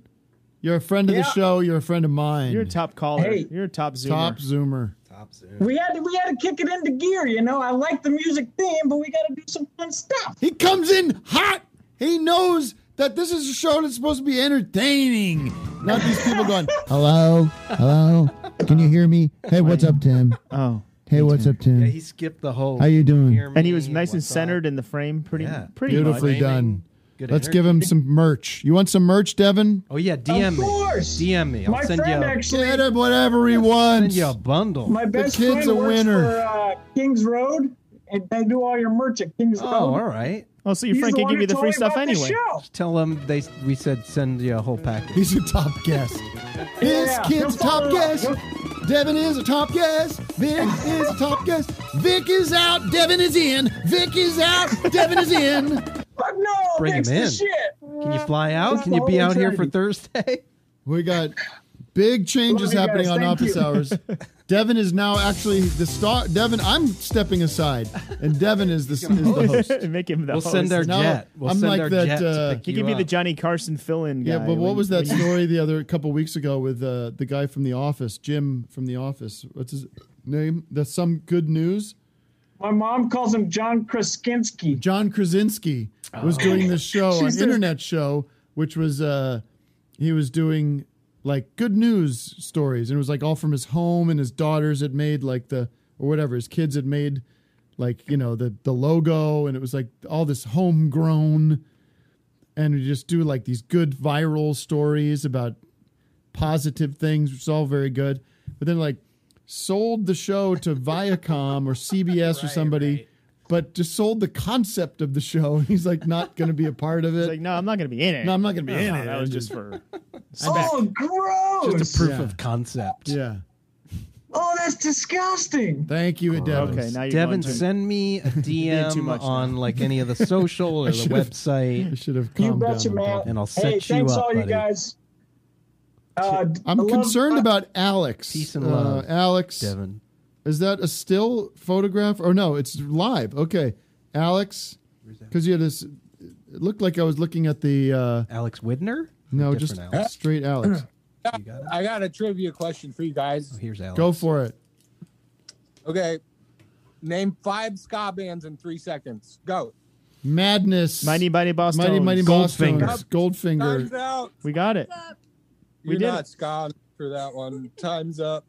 [SPEAKER 2] you're a friend of
[SPEAKER 5] Yeah.
[SPEAKER 2] the show. You're a friend of mine.
[SPEAKER 3] You're a top caller.
[SPEAKER 5] Hey.
[SPEAKER 3] You're a top zoomer.
[SPEAKER 2] Top zoomer.
[SPEAKER 5] We had to we had to kick it into gear, you know. I like the music theme, but we got to do some fun stuff.
[SPEAKER 2] He comes in hot. He knows that this is a show that's supposed to be entertaining. Not these people going, hello, hello, can you hear me? Hey, what's up, Tim?
[SPEAKER 3] Oh.
[SPEAKER 2] Hey, what's up, Tim?
[SPEAKER 4] Yeah, he skipped the whole.
[SPEAKER 2] How you doing?
[SPEAKER 4] hear
[SPEAKER 3] And he
[SPEAKER 4] me,
[SPEAKER 3] was nice and
[SPEAKER 4] what's up.
[SPEAKER 3] centered in the frame. Pretty,
[SPEAKER 4] Yeah.
[SPEAKER 3] pretty
[SPEAKER 2] Beautifully
[SPEAKER 3] much.
[SPEAKER 2] done.
[SPEAKER 4] Good
[SPEAKER 2] Let's
[SPEAKER 4] energy.
[SPEAKER 2] give him some merch. You want some merch, Devin?
[SPEAKER 4] Oh yeah, DM me.
[SPEAKER 5] course.
[SPEAKER 4] DM me. [LAUGHS] I'll
[SPEAKER 5] My
[SPEAKER 4] send
[SPEAKER 5] friend
[SPEAKER 4] you. a-
[SPEAKER 5] actually-
[SPEAKER 2] Get him whatever he wants.
[SPEAKER 4] send you a bundle.
[SPEAKER 5] My
[SPEAKER 2] The
[SPEAKER 5] best
[SPEAKER 2] kid's
[SPEAKER 5] friend
[SPEAKER 2] a
[SPEAKER 5] works
[SPEAKER 2] winner.
[SPEAKER 5] for uh, Kings Road, and they do all your merch at Kings
[SPEAKER 4] oh,
[SPEAKER 5] Road.
[SPEAKER 4] all right.
[SPEAKER 3] Oh, so your
[SPEAKER 5] He's
[SPEAKER 3] friend
[SPEAKER 5] the
[SPEAKER 3] can
[SPEAKER 5] one
[SPEAKER 3] give you
[SPEAKER 5] who
[SPEAKER 3] the
[SPEAKER 5] told
[SPEAKER 3] free
[SPEAKER 5] me
[SPEAKER 3] stuff
[SPEAKER 5] about this
[SPEAKER 3] anyway.
[SPEAKER 5] show.
[SPEAKER 4] Tell them they we said send you a whole package.
[SPEAKER 2] He's a top guest. This
[SPEAKER 5] Yeah,
[SPEAKER 2] kid's a
[SPEAKER 5] he'll follow
[SPEAKER 2] top
[SPEAKER 5] up.
[SPEAKER 2] guest.
[SPEAKER 5] He'll-
[SPEAKER 2] Devin is a top guest.
[SPEAKER 5] [LAUGHS]
[SPEAKER 2] Vic is a top guest. Vic is out. Devin is in. Vic is out. Devin is in.
[SPEAKER 5] Fuck no,
[SPEAKER 4] Bring
[SPEAKER 5] Nick's
[SPEAKER 4] him
[SPEAKER 5] the
[SPEAKER 4] in.
[SPEAKER 5] shit.
[SPEAKER 4] Can you fly out?
[SPEAKER 5] That's
[SPEAKER 4] Can
[SPEAKER 5] the
[SPEAKER 4] you be
[SPEAKER 5] whole
[SPEAKER 4] out here for
[SPEAKER 5] eternity.
[SPEAKER 4] Thursday?
[SPEAKER 2] We got big changes
[SPEAKER 5] Love you guys.
[SPEAKER 2] happening on
[SPEAKER 5] Thank
[SPEAKER 2] office
[SPEAKER 5] you. [LAUGHS]
[SPEAKER 2] hours. Devin is now actually the star. Devin, I'm stepping aside, and Devin is the, is
[SPEAKER 4] [LAUGHS]
[SPEAKER 2] the host.
[SPEAKER 3] [LAUGHS] Make him the
[SPEAKER 4] We'll
[SPEAKER 3] host.
[SPEAKER 4] send our
[SPEAKER 2] No,
[SPEAKER 4] jet. We'll
[SPEAKER 2] I'm
[SPEAKER 4] send
[SPEAKER 2] like
[SPEAKER 4] our
[SPEAKER 2] that,
[SPEAKER 4] jet
[SPEAKER 2] uh,
[SPEAKER 4] to pick
[SPEAKER 3] He
[SPEAKER 4] you
[SPEAKER 3] could be the
[SPEAKER 4] up.
[SPEAKER 3] Johnny Carson fill-in guy.
[SPEAKER 2] Yeah, but what
[SPEAKER 3] when-
[SPEAKER 2] was that
[SPEAKER 3] when you-
[SPEAKER 2] story the other couple weeks ago with uh, the guy from The Office, Jim from The Office? What's his name? That's some good news.
[SPEAKER 5] My mom calls him John Krasinski.
[SPEAKER 2] John Krasinski was
[SPEAKER 4] Oh.
[SPEAKER 2] doing
[SPEAKER 5] [LAUGHS]
[SPEAKER 2] this show,
[SPEAKER 5] She
[SPEAKER 2] an
[SPEAKER 5] says-
[SPEAKER 2] internet show, which was uh, he was doing like good news stories, and it was like all from his home, and his daughters had made like the or whatever his kids had made, like you know the the logo, and it was like all this homegrown, and you just do like these good viral stories about positive things, which is all very good, but then like sold the show to Viacom
[SPEAKER 3] [LAUGHS]
[SPEAKER 2] or CBS or somebody but just sold the concept of the show. He's like not going to be a part of
[SPEAKER 3] It's
[SPEAKER 2] it.
[SPEAKER 3] like, no, I'm not going to be in it.
[SPEAKER 2] no, I'm not going to be in
[SPEAKER 3] No,
[SPEAKER 2] it.
[SPEAKER 3] [LAUGHS] That was
[SPEAKER 2] [LAUGHS]
[SPEAKER 3] just for.
[SPEAKER 5] Oh, gross!
[SPEAKER 4] Just a proof
[SPEAKER 2] Yeah.
[SPEAKER 4] of concept.
[SPEAKER 2] yeah.
[SPEAKER 5] oh, that's disgusting.
[SPEAKER 2] Thank you, Devin.
[SPEAKER 3] Oh, Okay, now you're
[SPEAKER 4] Devin,
[SPEAKER 3] going to-
[SPEAKER 4] send
[SPEAKER 3] [LAUGHS]
[SPEAKER 4] me a
[SPEAKER 3] did too
[SPEAKER 4] DM
[SPEAKER 3] much now.
[SPEAKER 4] on like any
[SPEAKER 2] [LAUGHS]
[SPEAKER 4] of the
[SPEAKER 3] [LAUGHS]
[SPEAKER 4] social or
[SPEAKER 2] I
[SPEAKER 4] the
[SPEAKER 2] should've- I
[SPEAKER 4] website.
[SPEAKER 2] should have
[SPEAKER 5] You
[SPEAKER 2] calmed
[SPEAKER 5] betcha,
[SPEAKER 2] down.
[SPEAKER 5] man.
[SPEAKER 4] And I'll
[SPEAKER 5] hey,
[SPEAKER 4] set you
[SPEAKER 5] thanks
[SPEAKER 4] up,
[SPEAKER 5] all you
[SPEAKER 4] buddy.
[SPEAKER 5] guys. Uh, I
[SPEAKER 2] I'm
[SPEAKER 5] love-
[SPEAKER 2] concerned
[SPEAKER 5] uh,
[SPEAKER 2] about Alex.
[SPEAKER 4] Peace and love,
[SPEAKER 2] Uh, Alex,
[SPEAKER 4] Devin.
[SPEAKER 2] is that a still photograph? Or no, it's live. Okay, Alex, because you had this. It looked like I was looking at the uh,
[SPEAKER 4] Alex Widner?
[SPEAKER 2] no,
[SPEAKER 4] Different
[SPEAKER 2] just
[SPEAKER 4] Alex.
[SPEAKER 2] straight Alex.
[SPEAKER 4] You got it?
[SPEAKER 21] I got a trivia question for you guys.
[SPEAKER 4] Oh, here's [CLEARS THROAT] Alex.
[SPEAKER 2] Go for it.
[SPEAKER 21] Okay. Name five ska bands in three seconds. Go.
[SPEAKER 2] Madness.
[SPEAKER 3] Mighty Mighty Boss
[SPEAKER 2] Mighty Mighty Boss
[SPEAKER 3] Goldfinger.
[SPEAKER 2] Tones, Goldfinger.
[SPEAKER 21] Time's out.
[SPEAKER 3] We got it. We
[SPEAKER 21] You're
[SPEAKER 3] did
[SPEAKER 21] not
[SPEAKER 3] it.
[SPEAKER 21] ska for that one. Time's up.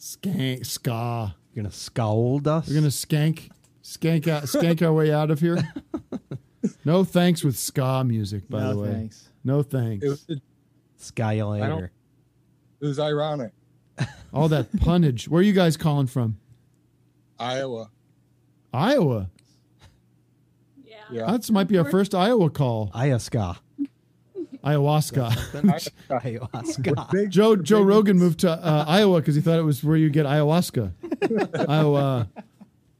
[SPEAKER 2] Skank. Ska.
[SPEAKER 4] You're gonna scold us.
[SPEAKER 2] We're gonna skank, skank out, skank our way out of here. No thanks with ska music, by
[SPEAKER 3] no,
[SPEAKER 2] the way.
[SPEAKER 3] thanks.
[SPEAKER 2] No
[SPEAKER 21] It, was-
[SPEAKER 2] thanks.
[SPEAKER 21] it
[SPEAKER 4] sky
[SPEAKER 21] I don't-
[SPEAKER 4] later.
[SPEAKER 21] was ironic.
[SPEAKER 2] All that punnage. Where are you guys calling from?
[SPEAKER 21] Iowa.
[SPEAKER 2] Iowa.
[SPEAKER 19] Yeah.
[SPEAKER 21] Yeah.
[SPEAKER 2] That's might be our first Iowa call.
[SPEAKER 4] Ayaska.
[SPEAKER 2] Ayahuasca.
[SPEAKER 4] Ayahuasca.
[SPEAKER 21] Big-
[SPEAKER 2] Joe Joe Rogan moved to uh, Iowa because he thought it was where you get ayahuasca. Iowa.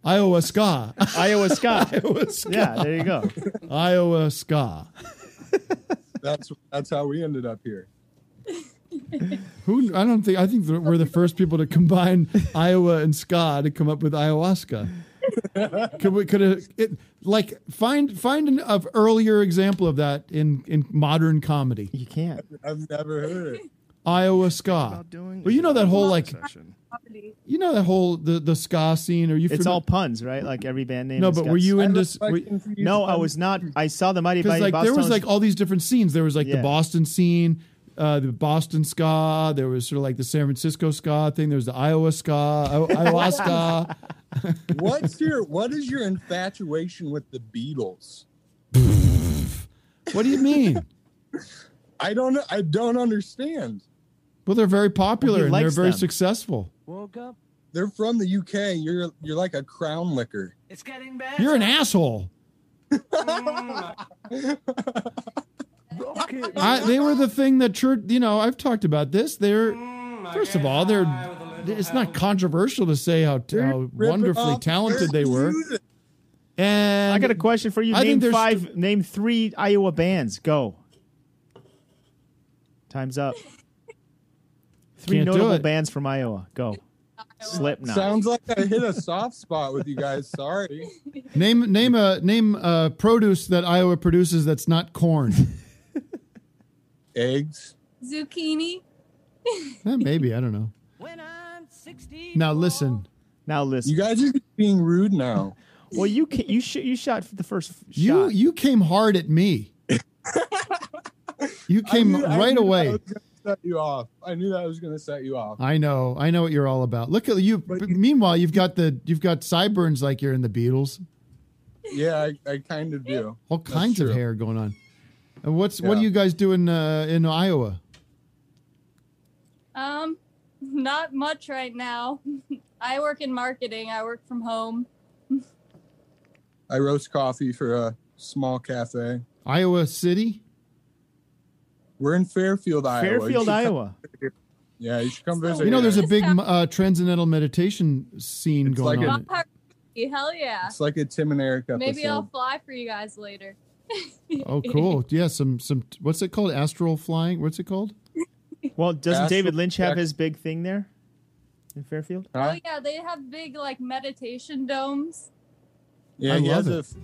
[SPEAKER 2] Iowa ska.
[SPEAKER 3] Iowa
[SPEAKER 2] [LAUGHS]
[SPEAKER 3] Scott.
[SPEAKER 2] Iowa ska.
[SPEAKER 3] Yeah, there you go.
[SPEAKER 2] Iowa ska.
[SPEAKER 21] That's that's how we ended up here.
[SPEAKER 2] Who I don't think I think that we're the first people to combine Iowa and ska to come up with ayahuasca. could we could it, it like find find an of earlier example of that in in modern comedy
[SPEAKER 3] You can't.
[SPEAKER 21] I've never heard it.
[SPEAKER 2] Iowa ska. Well, you know that whole like you know that whole the the ska scene. Are you?
[SPEAKER 3] It's
[SPEAKER 2] fami-
[SPEAKER 3] all puns, right? Like every band name.
[SPEAKER 2] no,
[SPEAKER 3] has
[SPEAKER 2] but
[SPEAKER 3] got-
[SPEAKER 2] were you into s- were-
[SPEAKER 3] No, I was not. I saw the Mighty
[SPEAKER 2] because
[SPEAKER 3] Mighty
[SPEAKER 2] like
[SPEAKER 3] Boss
[SPEAKER 2] there was
[SPEAKER 3] Tones-
[SPEAKER 2] like all these different scenes. There was like the
[SPEAKER 3] Yeah.
[SPEAKER 2] Boston scene, uh, the Boston ska. There was sort of like the San Francisco ska thing. There was the Iowa ska, I- Iowa ska.
[SPEAKER 21] What's your what is your infatuation with the Beatles?
[SPEAKER 2] What do you mean?
[SPEAKER 21] I don't I don't understand.
[SPEAKER 2] Well, they're very popular
[SPEAKER 3] Well, he
[SPEAKER 2] and they're
[SPEAKER 3] likes
[SPEAKER 2] very
[SPEAKER 3] them.
[SPEAKER 2] successful.
[SPEAKER 4] Woke up.
[SPEAKER 21] They're from the UK. You're you're like a crown licker.
[SPEAKER 4] It's getting bad.
[SPEAKER 2] You're an
[SPEAKER 4] [LAUGHS]
[SPEAKER 2] asshole. I, they were the thing that church. You know, I've talked about this. They're first of all, they're. It's not controversial to say how, how wonderfully talented they were. And
[SPEAKER 3] I got a question for you.
[SPEAKER 2] I think
[SPEAKER 3] name
[SPEAKER 2] there's
[SPEAKER 3] five. name three Iowa bands. Go. Time's up. 3
[SPEAKER 2] Can't do
[SPEAKER 3] notable
[SPEAKER 2] it.
[SPEAKER 3] bands from Iowa. Go. Slipknot.
[SPEAKER 5] Sounds like I hit a soft spot with you guys.
[SPEAKER 4] [LAUGHS]
[SPEAKER 5] Sorry.
[SPEAKER 2] Name name a name a produce that Iowa produces that's not corn.
[SPEAKER 5] Eggs.
[SPEAKER 13] Zucchini.
[SPEAKER 2] Eh, maybe I don't know. Now listen.
[SPEAKER 3] Now listen.
[SPEAKER 5] You guys are being rude now.
[SPEAKER 3] [LAUGHS] Well, you ca- you sh- you shot for the first f-
[SPEAKER 2] You
[SPEAKER 3] shot.
[SPEAKER 2] you came hard at
[SPEAKER 5] [LAUGHS]
[SPEAKER 2] me. you came
[SPEAKER 5] I knew- I
[SPEAKER 2] right
[SPEAKER 5] knew
[SPEAKER 2] away.
[SPEAKER 5] I was gonna set you off. I knew that was going to set you off.
[SPEAKER 2] I know, I know what you're all about. Look at you. but meanwhile, you've got the you've got sideburns like you're in the Beatles.
[SPEAKER 5] Yeah, I, I kind of do.
[SPEAKER 2] All kinds of hair going on. And what's what do
[SPEAKER 5] Yeah.
[SPEAKER 2] you guys doing uh, in Iowa?
[SPEAKER 13] Um, not much right now. [LAUGHS] I work in marketing. I work from home.
[SPEAKER 5] I roast coffee for a small cafe.
[SPEAKER 2] Iowa City.
[SPEAKER 5] We're in Fairfield, Iowa. You
[SPEAKER 2] Fairfield,
[SPEAKER 5] should come-
[SPEAKER 2] Iowa.
[SPEAKER 5] Yeah, you should come visit.
[SPEAKER 2] You know, there's a
[SPEAKER 5] here.
[SPEAKER 2] big uh, transcendental meditation scene going
[SPEAKER 5] like a-
[SPEAKER 2] on.
[SPEAKER 13] Hell yeah.
[SPEAKER 5] It's like a Tim and Eric episode.
[SPEAKER 13] Maybe I'll fly for you guys later. [LAUGHS]
[SPEAKER 2] oh, cool. [LAUGHS] Yeah, some some. What's it called? Astral flying. What's it called?
[SPEAKER 3] Well, doesn't
[SPEAKER 2] Astral
[SPEAKER 3] David Lynch have
[SPEAKER 2] project-
[SPEAKER 3] his big thing there in Fairfield?
[SPEAKER 13] Oh yeah, they have big like meditation domes.
[SPEAKER 5] Yeah,
[SPEAKER 2] I
[SPEAKER 5] he
[SPEAKER 2] love
[SPEAKER 5] has
[SPEAKER 2] it.
[SPEAKER 5] a f-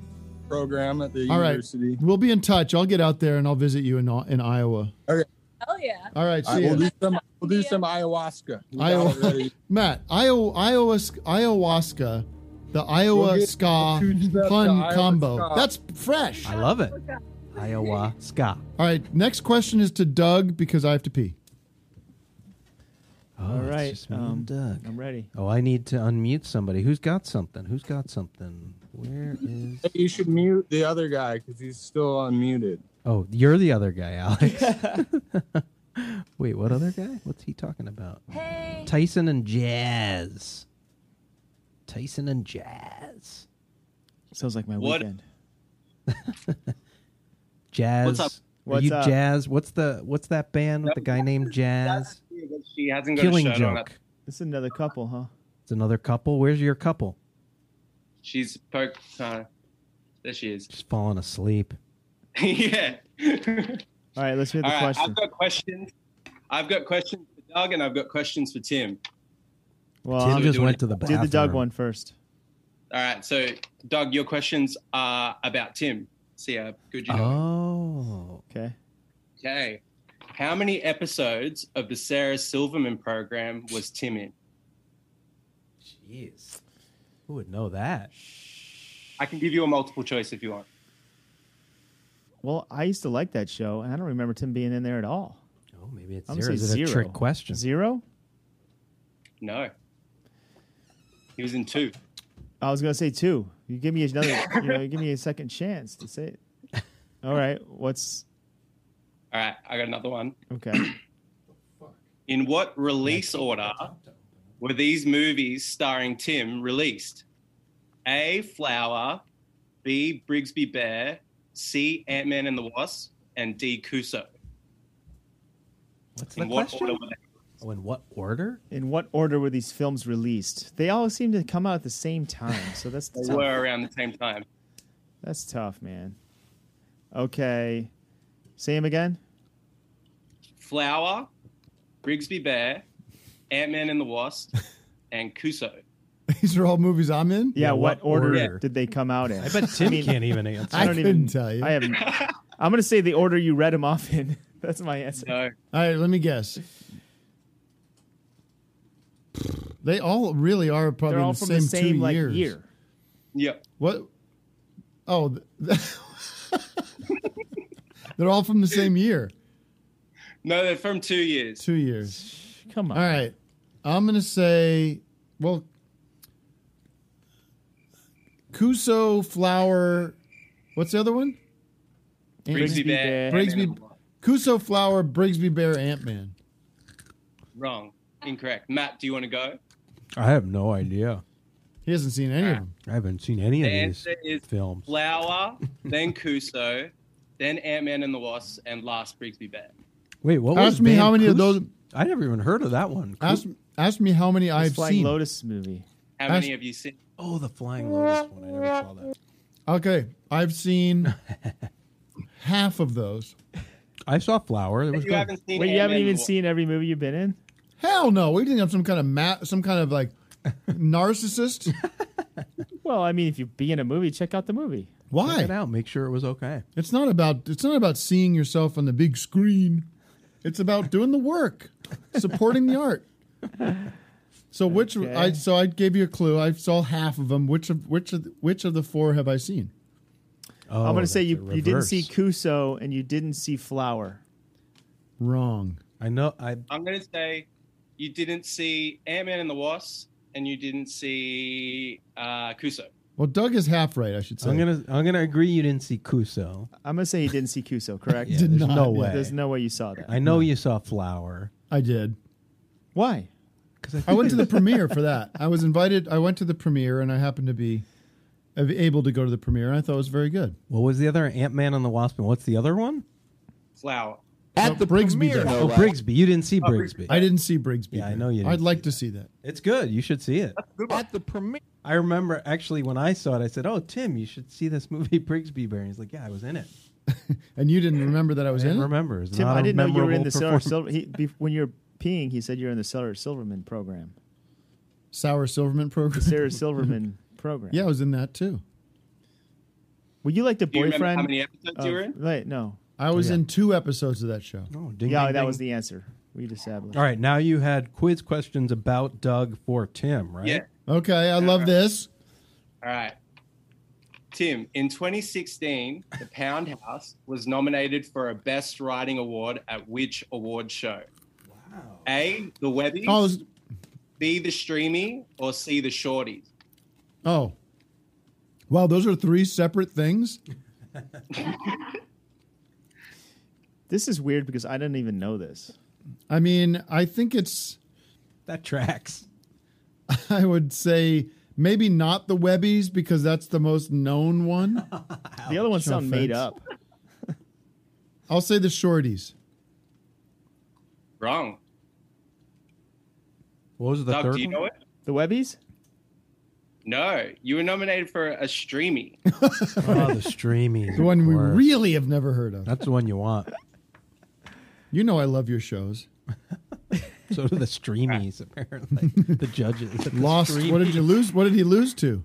[SPEAKER 5] program at the
[SPEAKER 2] All right,
[SPEAKER 5] university.
[SPEAKER 2] we'll be in touch. I'll get out there and I'll visit you in in Iowa.
[SPEAKER 5] Okay.
[SPEAKER 13] Hell yeah.
[SPEAKER 2] All right,
[SPEAKER 5] I-
[SPEAKER 2] see
[SPEAKER 5] we'll
[SPEAKER 2] ya.
[SPEAKER 5] do some. We'll do some ayahuasca. We got it
[SPEAKER 2] Iowa,
[SPEAKER 5] ready.
[SPEAKER 2] [LAUGHS] Matt, Iowa, Iowa, ayahuasca, the Iowa
[SPEAKER 4] We'll get-
[SPEAKER 2] ska
[SPEAKER 4] we'll choose that to
[SPEAKER 2] pun
[SPEAKER 4] Iowa
[SPEAKER 2] combo.
[SPEAKER 4] ska.
[SPEAKER 2] That's fresh.
[SPEAKER 4] I love it. Iowa ska.
[SPEAKER 2] All right, next question is to Doug because I have to pee.
[SPEAKER 3] All
[SPEAKER 4] Oh, it's
[SPEAKER 3] right,
[SPEAKER 4] just me and
[SPEAKER 3] um,
[SPEAKER 4] Doug.
[SPEAKER 3] I'm ready.
[SPEAKER 4] Oh, I need to unmute somebody. Who's got something? Who's got something? Where is?
[SPEAKER 5] Hey, you should mute the other guy because he's still unmuted.
[SPEAKER 4] Oh, you're the other
[SPEAKER 5] [LAUGHS]
[SPEAKER 4] guy, Alex. [LAUGHS] Wait, what other guy? What's he talking about?
[SPEAKER 13] Hey.
[SPEAKER 4] Tyson and Jazz. Tyson and Jazz.
[SPEAKER 3] Sounds like my
[SPEAKER 4] What-
[SPEAKER 3] weekend.
[SPEAKER 4] Jazz.
[SPEAKER 3] What's up?
[SPEAKER 4] Are you
[SPEAKER 3] What's up?
[SPEAKER 4] Jazz? What's the what's that band with the guy named Jazz?
[SPEAKER 22] She hasn't got a
[SPEAKER 4] Killing
[SPEAKER 22] shot on it.
[SPEAKER 4] Joke.
[SPEAKER 3] This is another couple, huh?
[SPEAKER 4] It's another couple. Where's your couple?
[SPEAKER 22] She's poked. Uh, there she is. [LAUGHS]
[SPEAKER 4] Just falling asleep.
[SPEAKER 22] yeah.
[SPEAKER 3] All right, let's hear the
[SPEAKER 22] All right.
[SPEAKER 3] question.
[SPEAKER 22] I've got questions. I've got questions for Doug and I've got questions for Tim.
[SPEAKER 3] well,
[SPEAKER 4] Tim
[SPEAKER 3] I'm
[SPEAKER 4] just
[SPEAKER 3] doing
[SPEAKER 4] went
[SPEAKER 3] it-
[SPEAKER 4] to the
[SPEAKER 3] Do the Doug
[SPEAKER 4] bathroom.
[SPEAKER 3] one first.
[SPEAKER 22] All right. So, Doug, your questions are about Tim. See how good you know.
[SPEAKER 4] Uh-huh. Oh.
[SPEAKER 3] Okay.
[SPEAKER 22] Okay. How many episodes of the Sarah Silverman program was Tim in?
[SPEAKER 4] Jeez. Who would know that?
[SPEAKER 22] I can give you a multiple choice if you want.
[SPEAKER 3] Well, I used to like that show, and I don't remember Tim being in there at all.
[SPEAKER 4] Oh, maybe it's
[SPEAKER 3] I'm gonna
[SPEAKER 4] zero.
[SPEAKER 3] say
[SPEAKER 4] Is it a
[SPEAKER 3] zero.
[SPEAKER 4] trick question?
[SPEAKER 3] Zero?
[SPEAKER 22] No. He was in two.
[SPEAKER 3] I was gonna say two. You give me another. you know, you give me a second chance to say it.
[SPEAKER 4] [LAUGHS]
[SPEAKER 3] All right. What's
[SPEAKER 22] All right. I got another one.
[SPEAKER 3] okay?
[SPEAKER 22] In what release order were these movies starring Tim released? A. Flower, B. Brigsby Bear, C. Ant Man and the Wasp, and D. Cuso.
[SPEAKER 4] What's
[SPEAKER 22] In what order were they?
[SPEAKER 4] Oh, in what order?
[SPEAKER 3] In what order were these films released? They all seem to come out at the same time, so that's
[SPEAKER 22] They
[SPEAKER 3] tough.
[SPEAKER 22] were around the same time.
[SPEAKER 3] That's tough, man. Okay, say him again.
[SPEAKER 22] Flower, Brigsby Bear, Ant Man and the Wasp, and Cuso.
[SPEAKER 2] [LAUGHS] These are all movies I'm in.
[SPEAKER 3] Yeah, what, order, did they come out in?
[SPEAKER 4] I bet Tim can't even answer.
[SPEAKER 3] I don't
[SPEAKER 2] I
[SPEAKER 3] even.
[SPEAKER 2] couldn't tell you.
[SPEAKER 3] I haven't. I'm gonna say the order you read them off in. [LAUGHS] That's my answer.
[SPEAKER 2] All right, let me guess. They all really are probably
[SPEAKER 3] They're
[SPEAKER 2] in
[SPEAKER 3] all
[SPEAKER 2] the
[SPEAKER 3] from
[SPEAKER 2] same,
[SPEAKER 3] the same
[SPEAKER 2] two
[SPEAKER 3] like
[SPEAKER 2] years.
[SPEAKER 3] year.
[SPEAKER 22] Yep.
[SPEAKER 2] What? Oh, th- [LAUGHS] they're all from the same year.
[SPEAKER 22] No, they're from two years.
[SPEAKER 2] Two years.
[SPEAKER 3] Come on.
[SPEAKER 2] All right, I'm gonna say, well, Cuso flower. What's the other one?
[SPEAKER 22] Brigsby Bear, Ant-Man
[SPEAKER 2] Brigsby.
[SPEAKER 22] and the Wasp.
[SPEAKER 2] Cuso flower. Brigsby bear. Ant Man.
[SPEAKER 22] Wrong. Incorrect. Matt, do you want to go?
[SPEAKER 4] I have no idea.
[SPEAKER 2] He hasn't seen any of them.
[SPEAKER 4] I haven't seen any
[SPEAKER 22] The
[SPEAKER 4] of these
[SPEAKER 22] answer is
[SPEAKER 4] films.
[SPEAKER 22] Flower, then Cuso, then Ant Man and the Wasp, and last Brigsby Bear.
[SPEAKER 4] Wait, what
[SPEAKER 2] Ask
[SPEAKER 4] was
[SPEAKER 2] me
[SPEAKER 4] Van
[SPEAKER 2] how many of
[SPEAKER 4] Coos-
[SPEAKER 2] those-
[SPEAKER 4] I never even heard of that one.
[SPEAKER 2] Ask, ask me how many I've
[SPEAKER 3] Flying
[SPEAKER 2] seen.
[SPEAKER 3] Lotus movie.
[SPEAKER 22] How
[SPEAKER 2] Ask-
[SPEAKER 22] many have you seen?
[SPEAKER 4] Oh, the Flying Lotus one. I never saw that.
[SPEAKER 2] Okay, I've
[SPEAKER 4] [LAUGHS]
[SPEAKER 2] seen half of those.
[SPEAKER 4] I saw Flower. It was
[SPEAKER 22] You
[SPEAKER 4] good.
[SPEAKER 22] haven't seen
[SPEAKER 3] Wait, you haven't
[SPEAKER 22] Ant-Man
[SPEAKER 3] even
[SPEAKER 22] and the Wasp.
[SPEAKER 3] seen every movie you've been in?
[SPEAKER 2] Hell no. We think I'm some kind of ma- some kind of
[SPEAKER 4] [LAUGHS]
[SPEAKER 2] like narcissist.
[SPEAKER 3] well, I mean, if you be in a movie, check out the movie.
[SPEAKER 2] Why?
[SPEAKER 4] Check it out. Make sure it was okay.
[SPEAKER 2] It's not about it's not about seeing yourself on the big screen. It's about doing the work, supporting the art. So which
[SPEAKER 3] Okay.
[SPEAKER 2] I so I gave you a clue. I saw half of them. Which of which of, which of the four have I seen?
[SPEAKER 4] Oh,
[SPEAKER 3] I'm going to say you, you didn't see Cuso and you didn't see Flower.
[SPEAKER 2] Wrong.
[SPEAKER 4] I know. I
[SPEAKER 22] I'm going to say you didn't see Ant Man and the Wasp, and you didn't see uh, Kuso.
[SPEAKER 2] Well, Doug is half right. I should say.
[SPEAKER 4] I'm gonna I'm gonna agree you didn't see Cuso.
[SPEAKER 3] I'm going to say you didn't see Cuso, correct?
[SPEAKER 4] Yeah, Did there's not. no way.
[SPEAKER 3] There's no way you saw that.
[SPEAKER 4] I know you saw Flower.
[SPEAKER 2] I did.
[SPEAKER 3] Why?
[SPEAKER 4] Because
[SPEAKER 2] I went to
[SPEAKER 4] [LAUGHS]
[SPEAKER 2] the premiere for that. I was invited. I went to the premiere, and I happened to be able to go to the premiere. And I thought it was very good.
[SPEAKER 4] What was the other Ant Man and the Wasp? And what's the other one?
[SPEAKER 22] Flower.
[SPEAKER 2] At the Brigsby.
[SPEAKER 4] Oh, Brigsby. You didn't see Brigsby.
[SPEAKER 2] I didn't see Brigsby.
[SPEAKER 4] Yeah, I know you. Didn't
[SPEAKER 2] I'd like to see that.
[SPEAKER 4] It's good. You should see it. At the premiere. I remember actually when I saw it, I said, "Oh, Tim, you should see this movie, [LAUGHS] Brigsby Bear." And he's like, "Yeah, I was in it."
[SPEAKER 2] [LAUGHS] And you didn't remember that I was
[SPEAKER 4] I
[SPEAKER 2] in. it?
[SPEAKER 4] remember. It's
[SPEAKER 3] Tim,
[SPEAKER 4] not
[SPEAKER 3] I
[SPEAKER 4] a
[SPEAKER 3] didn't know you were in the Cellar
[SPEAKER 4] memorable
[SPEAKER 3] Silver.
[SPEAKER 4] performance.
[SPEAKER 3] He, be, when you were peeing, he said you were in the Cellar Silverman program.
[SPEAKER 2] Sour Silverman program.
[SPEAKER 3] Sarah Silverman
[SPEAKER 2] [LAUGHS]
[SPEAKER 3] program.
[SPEAKER 2] Yeah, I was in that too.
[SPEAKER 3] Were you like the
[SPEAKER 2] Do you remember
[SPEAKER 3] boyfriend?
[SPEAKER 2] how many episodes you
[SPEAKER 3] of-
[SPEAKER 2] were in?
[SPEAKER 3] Wait, no.
[SPEAKER 2] I was
[SPEAKER 3] Yeah.
[SPEAKER 2] in two episodes of that show.
[SPEAKER 4] Oh,
[SPEAKER 3] yeah, that was the answer. We established.
[SPEAKER 4] All right, now you had quiz questions about Doug for Tim, right?
[SPEAKER 22] Yeah.
[SPEAKER 2] Okay, I love this.
[SPEAKER 22] All right. Tim, in 2016, The Pound House was nominated for a Best Writing Award at which award show? Wow. A. The Webbies.
[SPEAKER 2] Oh, this-
[SPEAKER 22] B. The Streamy. Or C. The Shorties.
[SPEAKER 2] Oh, wow, those are three separate things.
[SPEAKER 3] This is weird because I didn't even know this.
[SPEAKER 2] I mean, I think it's
[SPEAKER 4] that tracks.
[SPEAKER 2] [LAUGHS] I would say maybe not the Webbies because that's the most known
[SPEAKER 4] [LAUGHS]
[SPEAKER 2] one.
[SPEAKER 3] The other ones
[SPEAKER 2] No
[SPEAKER 3] sound made
[SPEAKER 2] offense.
[SPEAKER 3] up.
[SPEAKER 2] I'll say the Shorties.
[SPEAKER 22] Wrong.
[SPEAKER 4] What was the
[SPEAKER 22] Doug,
[SPEAKER 4] third
[SPEAKER 22] do you
[SPEAKER 4] one?
[SPEAKER 22] know it?
[SPEAKER 3] The Webbies?
[SPEAKER 22] No, you were nominated for a Streamy.
[SPEAKER 4] [LAUGHS] Oh, the streaming.
[SPEAKER 2] The one we
[SPEAKER 4] of course.
[SPEAKER 2] really have never heard of.
[SPEAKER 4] That's the one
[SPEAKER 2] [LAUGHS]
[SPEAKER 4] you want.
[SPEAKER 2] You know I love your
[SPEAKER 4] [LAUGHS]
[SPEAKER 2] shows.
[SPEAKER 4] So do the streamies, apparently.
[SPEAKER 2] [LAUGHS]
[SPEAKER 4] The judges. at the
[SPEAKER 2] Lost. What did you
[SPEAKER 4] Streamies.
[SPEAKER 2] lose? What did he lose to?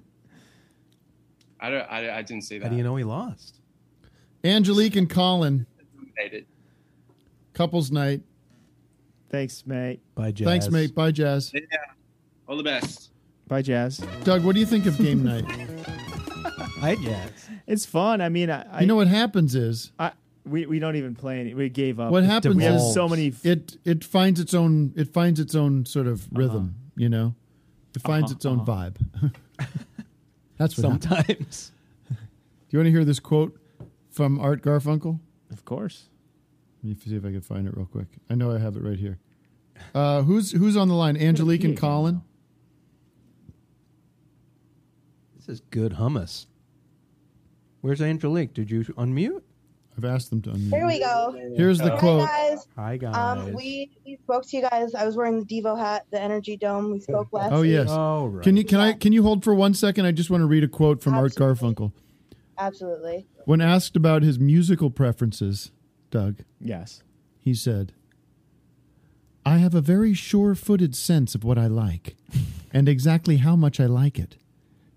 [SPEAKER 22] I don't. I, I didn't see that.
[SPEAKER 4] How do you know he lost?
[SPEAKER 2] Angelique and Colin,
[SPEAKER 22] Nominated.
[SPEAKER 2] couples night.
[SPEAKER 3] Thanks, mate.
[SPEAKER 4] Bye, Jazz.
[SPEAKER 2] Thanks, mate. Bye, Jazz.
[SPEAKER 22] Yeah. All the best.
[SPEAKER 3] Bye, Jazz.
[SPEAKER 2] Doug, what do you think of game
[SPEAKER 4] [LAUGHS]
[SPEAKER 2] night?
[SPEAKER 4] Hi, Jazz.
[SPEAKER 3] It's fun. I mean, I, I
[SPEAKER 2] You know what happens is
[SPEAKER 3] I, we, we don't even play any. We gave up.
[SPEAKER 2] what happens
[SPEAKER 3] Oh, We have
[SPEAKER 2] is [LAUGHS]
[SPEAKER 3] so many.
[SPEAKER 2] It it finds its own. It finds its own sort of
[SPEAKER 4] Uh-huh.
[SPEAKER 2] rhythm. You know, it finds
[SPEAKER 3] Uh-huh,
[SPEAKER 2] its own vibe. [LAUGHS] That's what happens.
[SPEAKER 4] Sometimes.
[SPEAKER 2] [LAUGHS] Do you want to hear this quote from Art Garfunkel?
[SPEAKER 3] Of course.
[SPEAKER 2] Let me see if I can find it real quick. I know I have it right here. Uh, who's who's on the line? Angelique and Colin.
[SPEAKER 4] This is good hummus. Where's Angelique? Did you unmute?
[SPEAKER 2] I've asked them to unmute.
[SPEAKER 24] Here we go.
[SPEAKER 2] Here's the
[SPEAKER 24] Hi,
[SPEAKER 2] quote.
[SPEAKER 24] guys.
[SPEAKER 4] Hi, guys.
[SPEAKER 24] Um, we, we spoke to you guys. I was wearing the Devo hat, the Energy Dome. We spoke last.
[SPEAKER 2] Oh yes.
[SPEAKER 24] week.
[SPEAKER 2] Can you can I can you hold for one second? I just want to read a quote from Art Garfunkel.
[SPEAKER 24] Absolutely.
[SPEAKER 2] When asked about his musical preferences, Doug,
[SPEAKER 3] Yes.
[SPEAKER 2] he said, I have a very sure footed sense of what I like and exactly how much I like it.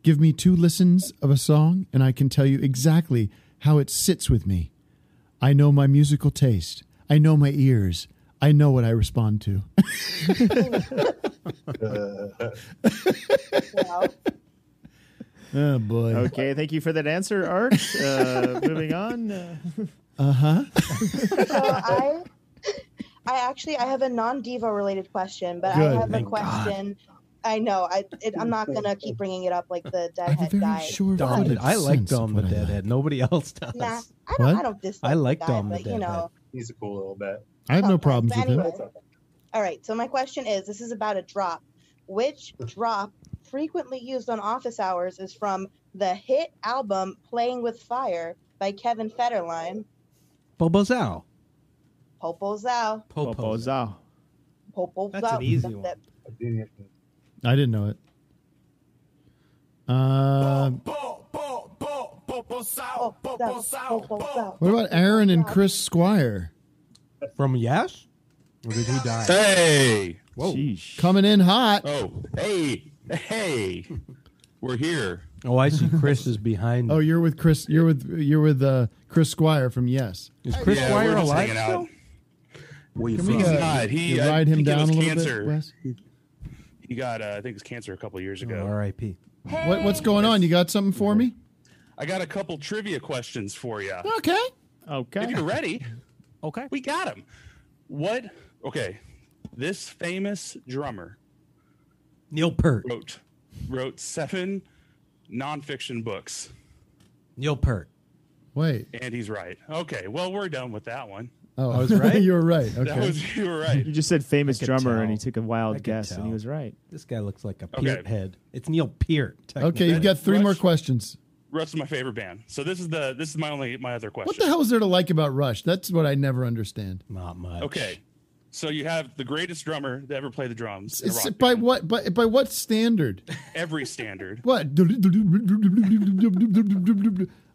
[SPEAKER 2] Give me two listens of a song, and I can tell you exactly how it sits with me. I know my musical taste, I know my ears, I know what I respond to.
[SPEAKER 5] Uh,
[SPEAKER 2] [LAUGHS]
[SPEAKER 3] Uh,
[SPEAKER 2] [LAUGHS] oh, boy.
[SPEAKER 3] Okay. Thank you for that answer, Art.
[SPEAKER 2] [LAUGHS]
[SPEAKER 3] Uh, moving on. Uh,
[SPEAKER 2] Uh huh.
[SPEAKER 4] [LAUGHS]
[SPEAKER 24] So I, I actually I have a non Devo related question, but
[SPEAKER 2] Good,
[SPEAKER 24] I have
[SPEAKER 2] thank
[SPEAKER 24] a question. I know. I it, I'm not gonna keep bringing it up like the Deadhead guy.
[SPEAKER 2] sure
[SPEAKER 4] Dom,
[SPEAKER 24] footed
[SPEAKER 4] I like
[SPEAKER 24] sense of
[SPEAKER 4] Dom the Deadhead. Nobody else does.
[SPEAKER 24] Nah, I don't.
[SPEAKER 4] What?
[SPEAKER 24] I don't dislike.
[SPEAKER 4] I
[SPEAKER 24] the
[SPEAKER 4] like
[SPEAKER 24] guy,
[SPEAKER 4] Dom the
[SPEAKER 24] but you
[SPEAKER 4] Deadhead.
[SPEAKER 24] know.
[SPEAKER 17] He's a cool little bit.
[SPEAKER 2] I have no
[SPEAKER 24] But
[SPEAKER 2] problems with him.
[SPEAKER 24] anyway, all right. So my question is: This is about a drop. Which drop, frequently used on office hours, is from the hit album "Playing with Fire" by Kevin Federline?
[SPEAKER 4] Bobo Zao.
[SPEAKER 24] Popo Zao.
[SPEAKER 3] Popo Zao.
[SPEAKER 24] Popo
[SPEAKER 4] That's
[SPEAKER 24] Zao.
[SPEAKER 4] an easy
[SPEAKER 24] That's
[SPEAKER 4] one.
[SPEAKER 24] it.
[SPEAKER 2] I didn't know it. Um, what about Aaron and Chris Squire?
[SPEAKER 4] From Yes? Or did he die?
[SPEAKER 2] Hey! Whoa. Coming in hot.
[SPEAKER 10] Oh, hey, hey, we're here.
[SPEAKER 4] Oh, I see. Chris is behind.
[SPEAKER 2] Oh, you're with Chris. You're with you're with uh, Chris Squire from Yes.
[SPEAKER 4] Is Chris
[SPEAKER 10] Yeah,
[SPEAKER 4] Squire
[SPEAKER 10] we're just
[SPEAKER 4] alive
[SPEAKER 10] hanging out.
[SPEAKER 4] still?
[SPEAKER 10] Well,
[SPEAKER 2] Can we,
[SPEAKER 10] he's
[SPEAKER 2] uh,
[SPEAKER 10] not. He
[SPEAKER 2] you
[SPEAKER 10] I
[SPEAKER 2] ride him
[SPEAKER 10] think it
[SPEAKER 2] down
[SPEAKER 10] was
[SPEAKER 2] a little bit,
[SPEAKER 10] cancer.
[SPEAKER 2] Wes?
[SPEAKER 10] He got, uh, I think, it was cancer a couple
[SPEAKER 4] Oh,
[SPEAKER 10] years ago.
[SPEAKER 4] R.I.P.
[SPEAKER 2] What, what's going on? You got something for me?
[SPEAKER 10] I got a couple trivia questions for you.
[SPEAKER 2] Okay.
[SPEAKER 10] If you're ready,
[SPEAKER 4] okay,
[SPEAKER 10] we got him. What? Okay, this famous drummer
[SPEAKER 4] Neil Peart.
[SPEAKER 10] wrote wrote seven nonfiction books,
[SPEAKER 4] Neil Peart.
[SPEAKER 2] Wait.
[SPEAKER 10] and he's right. Okay, well, we're done with that one.
[SPEAKER 2] Oh,
[SPEAKER 3] I was right?
[SPEAKER 2] [LAUGHS] you were right.
[SPEAKER 10] That
[SPEAKER 2] Okay.
[SPEAKER 10] was- you were right.
[SPEAKER 3] You just said famous
[SPEAKER 4] I could
[SPEAKER 3] drummer,
[SPEAKER 4] tell.
[SPEAKER 3] and he took a
[SPEAKER 4] I
[SPEAKER 3] wild
[SPEAKER 4] could
[SPEAKER 3] guess, and
[SPEAKER 4] tell.
[SPEAKER 3] he was right.
[SPEAKER 4] This guy looks like a
[SPEAKER 10] Okay.
[SPEAKER 4] Peart head. It's Neil Peart.
[SPEAKER 2] Okay, you've got three more questions.
[SPEAKER 10] Rush is my favorite band. So this is the this is my only my other question.
[SPEAKER 2] What the hell is there to like about Rush? That's what I never understand.
[SPEAKER 4] Not much.
[SPEAKER 10] Okay, so you have the greatest drummer to ever play the drums. in a
[SPEAKER 2] It's-
[SPEAKER 10] rock
[SPEAKER 2] by what by, by what standard?
[SPEAKER 10] band. Every standard.
[SPEAKER 2] What?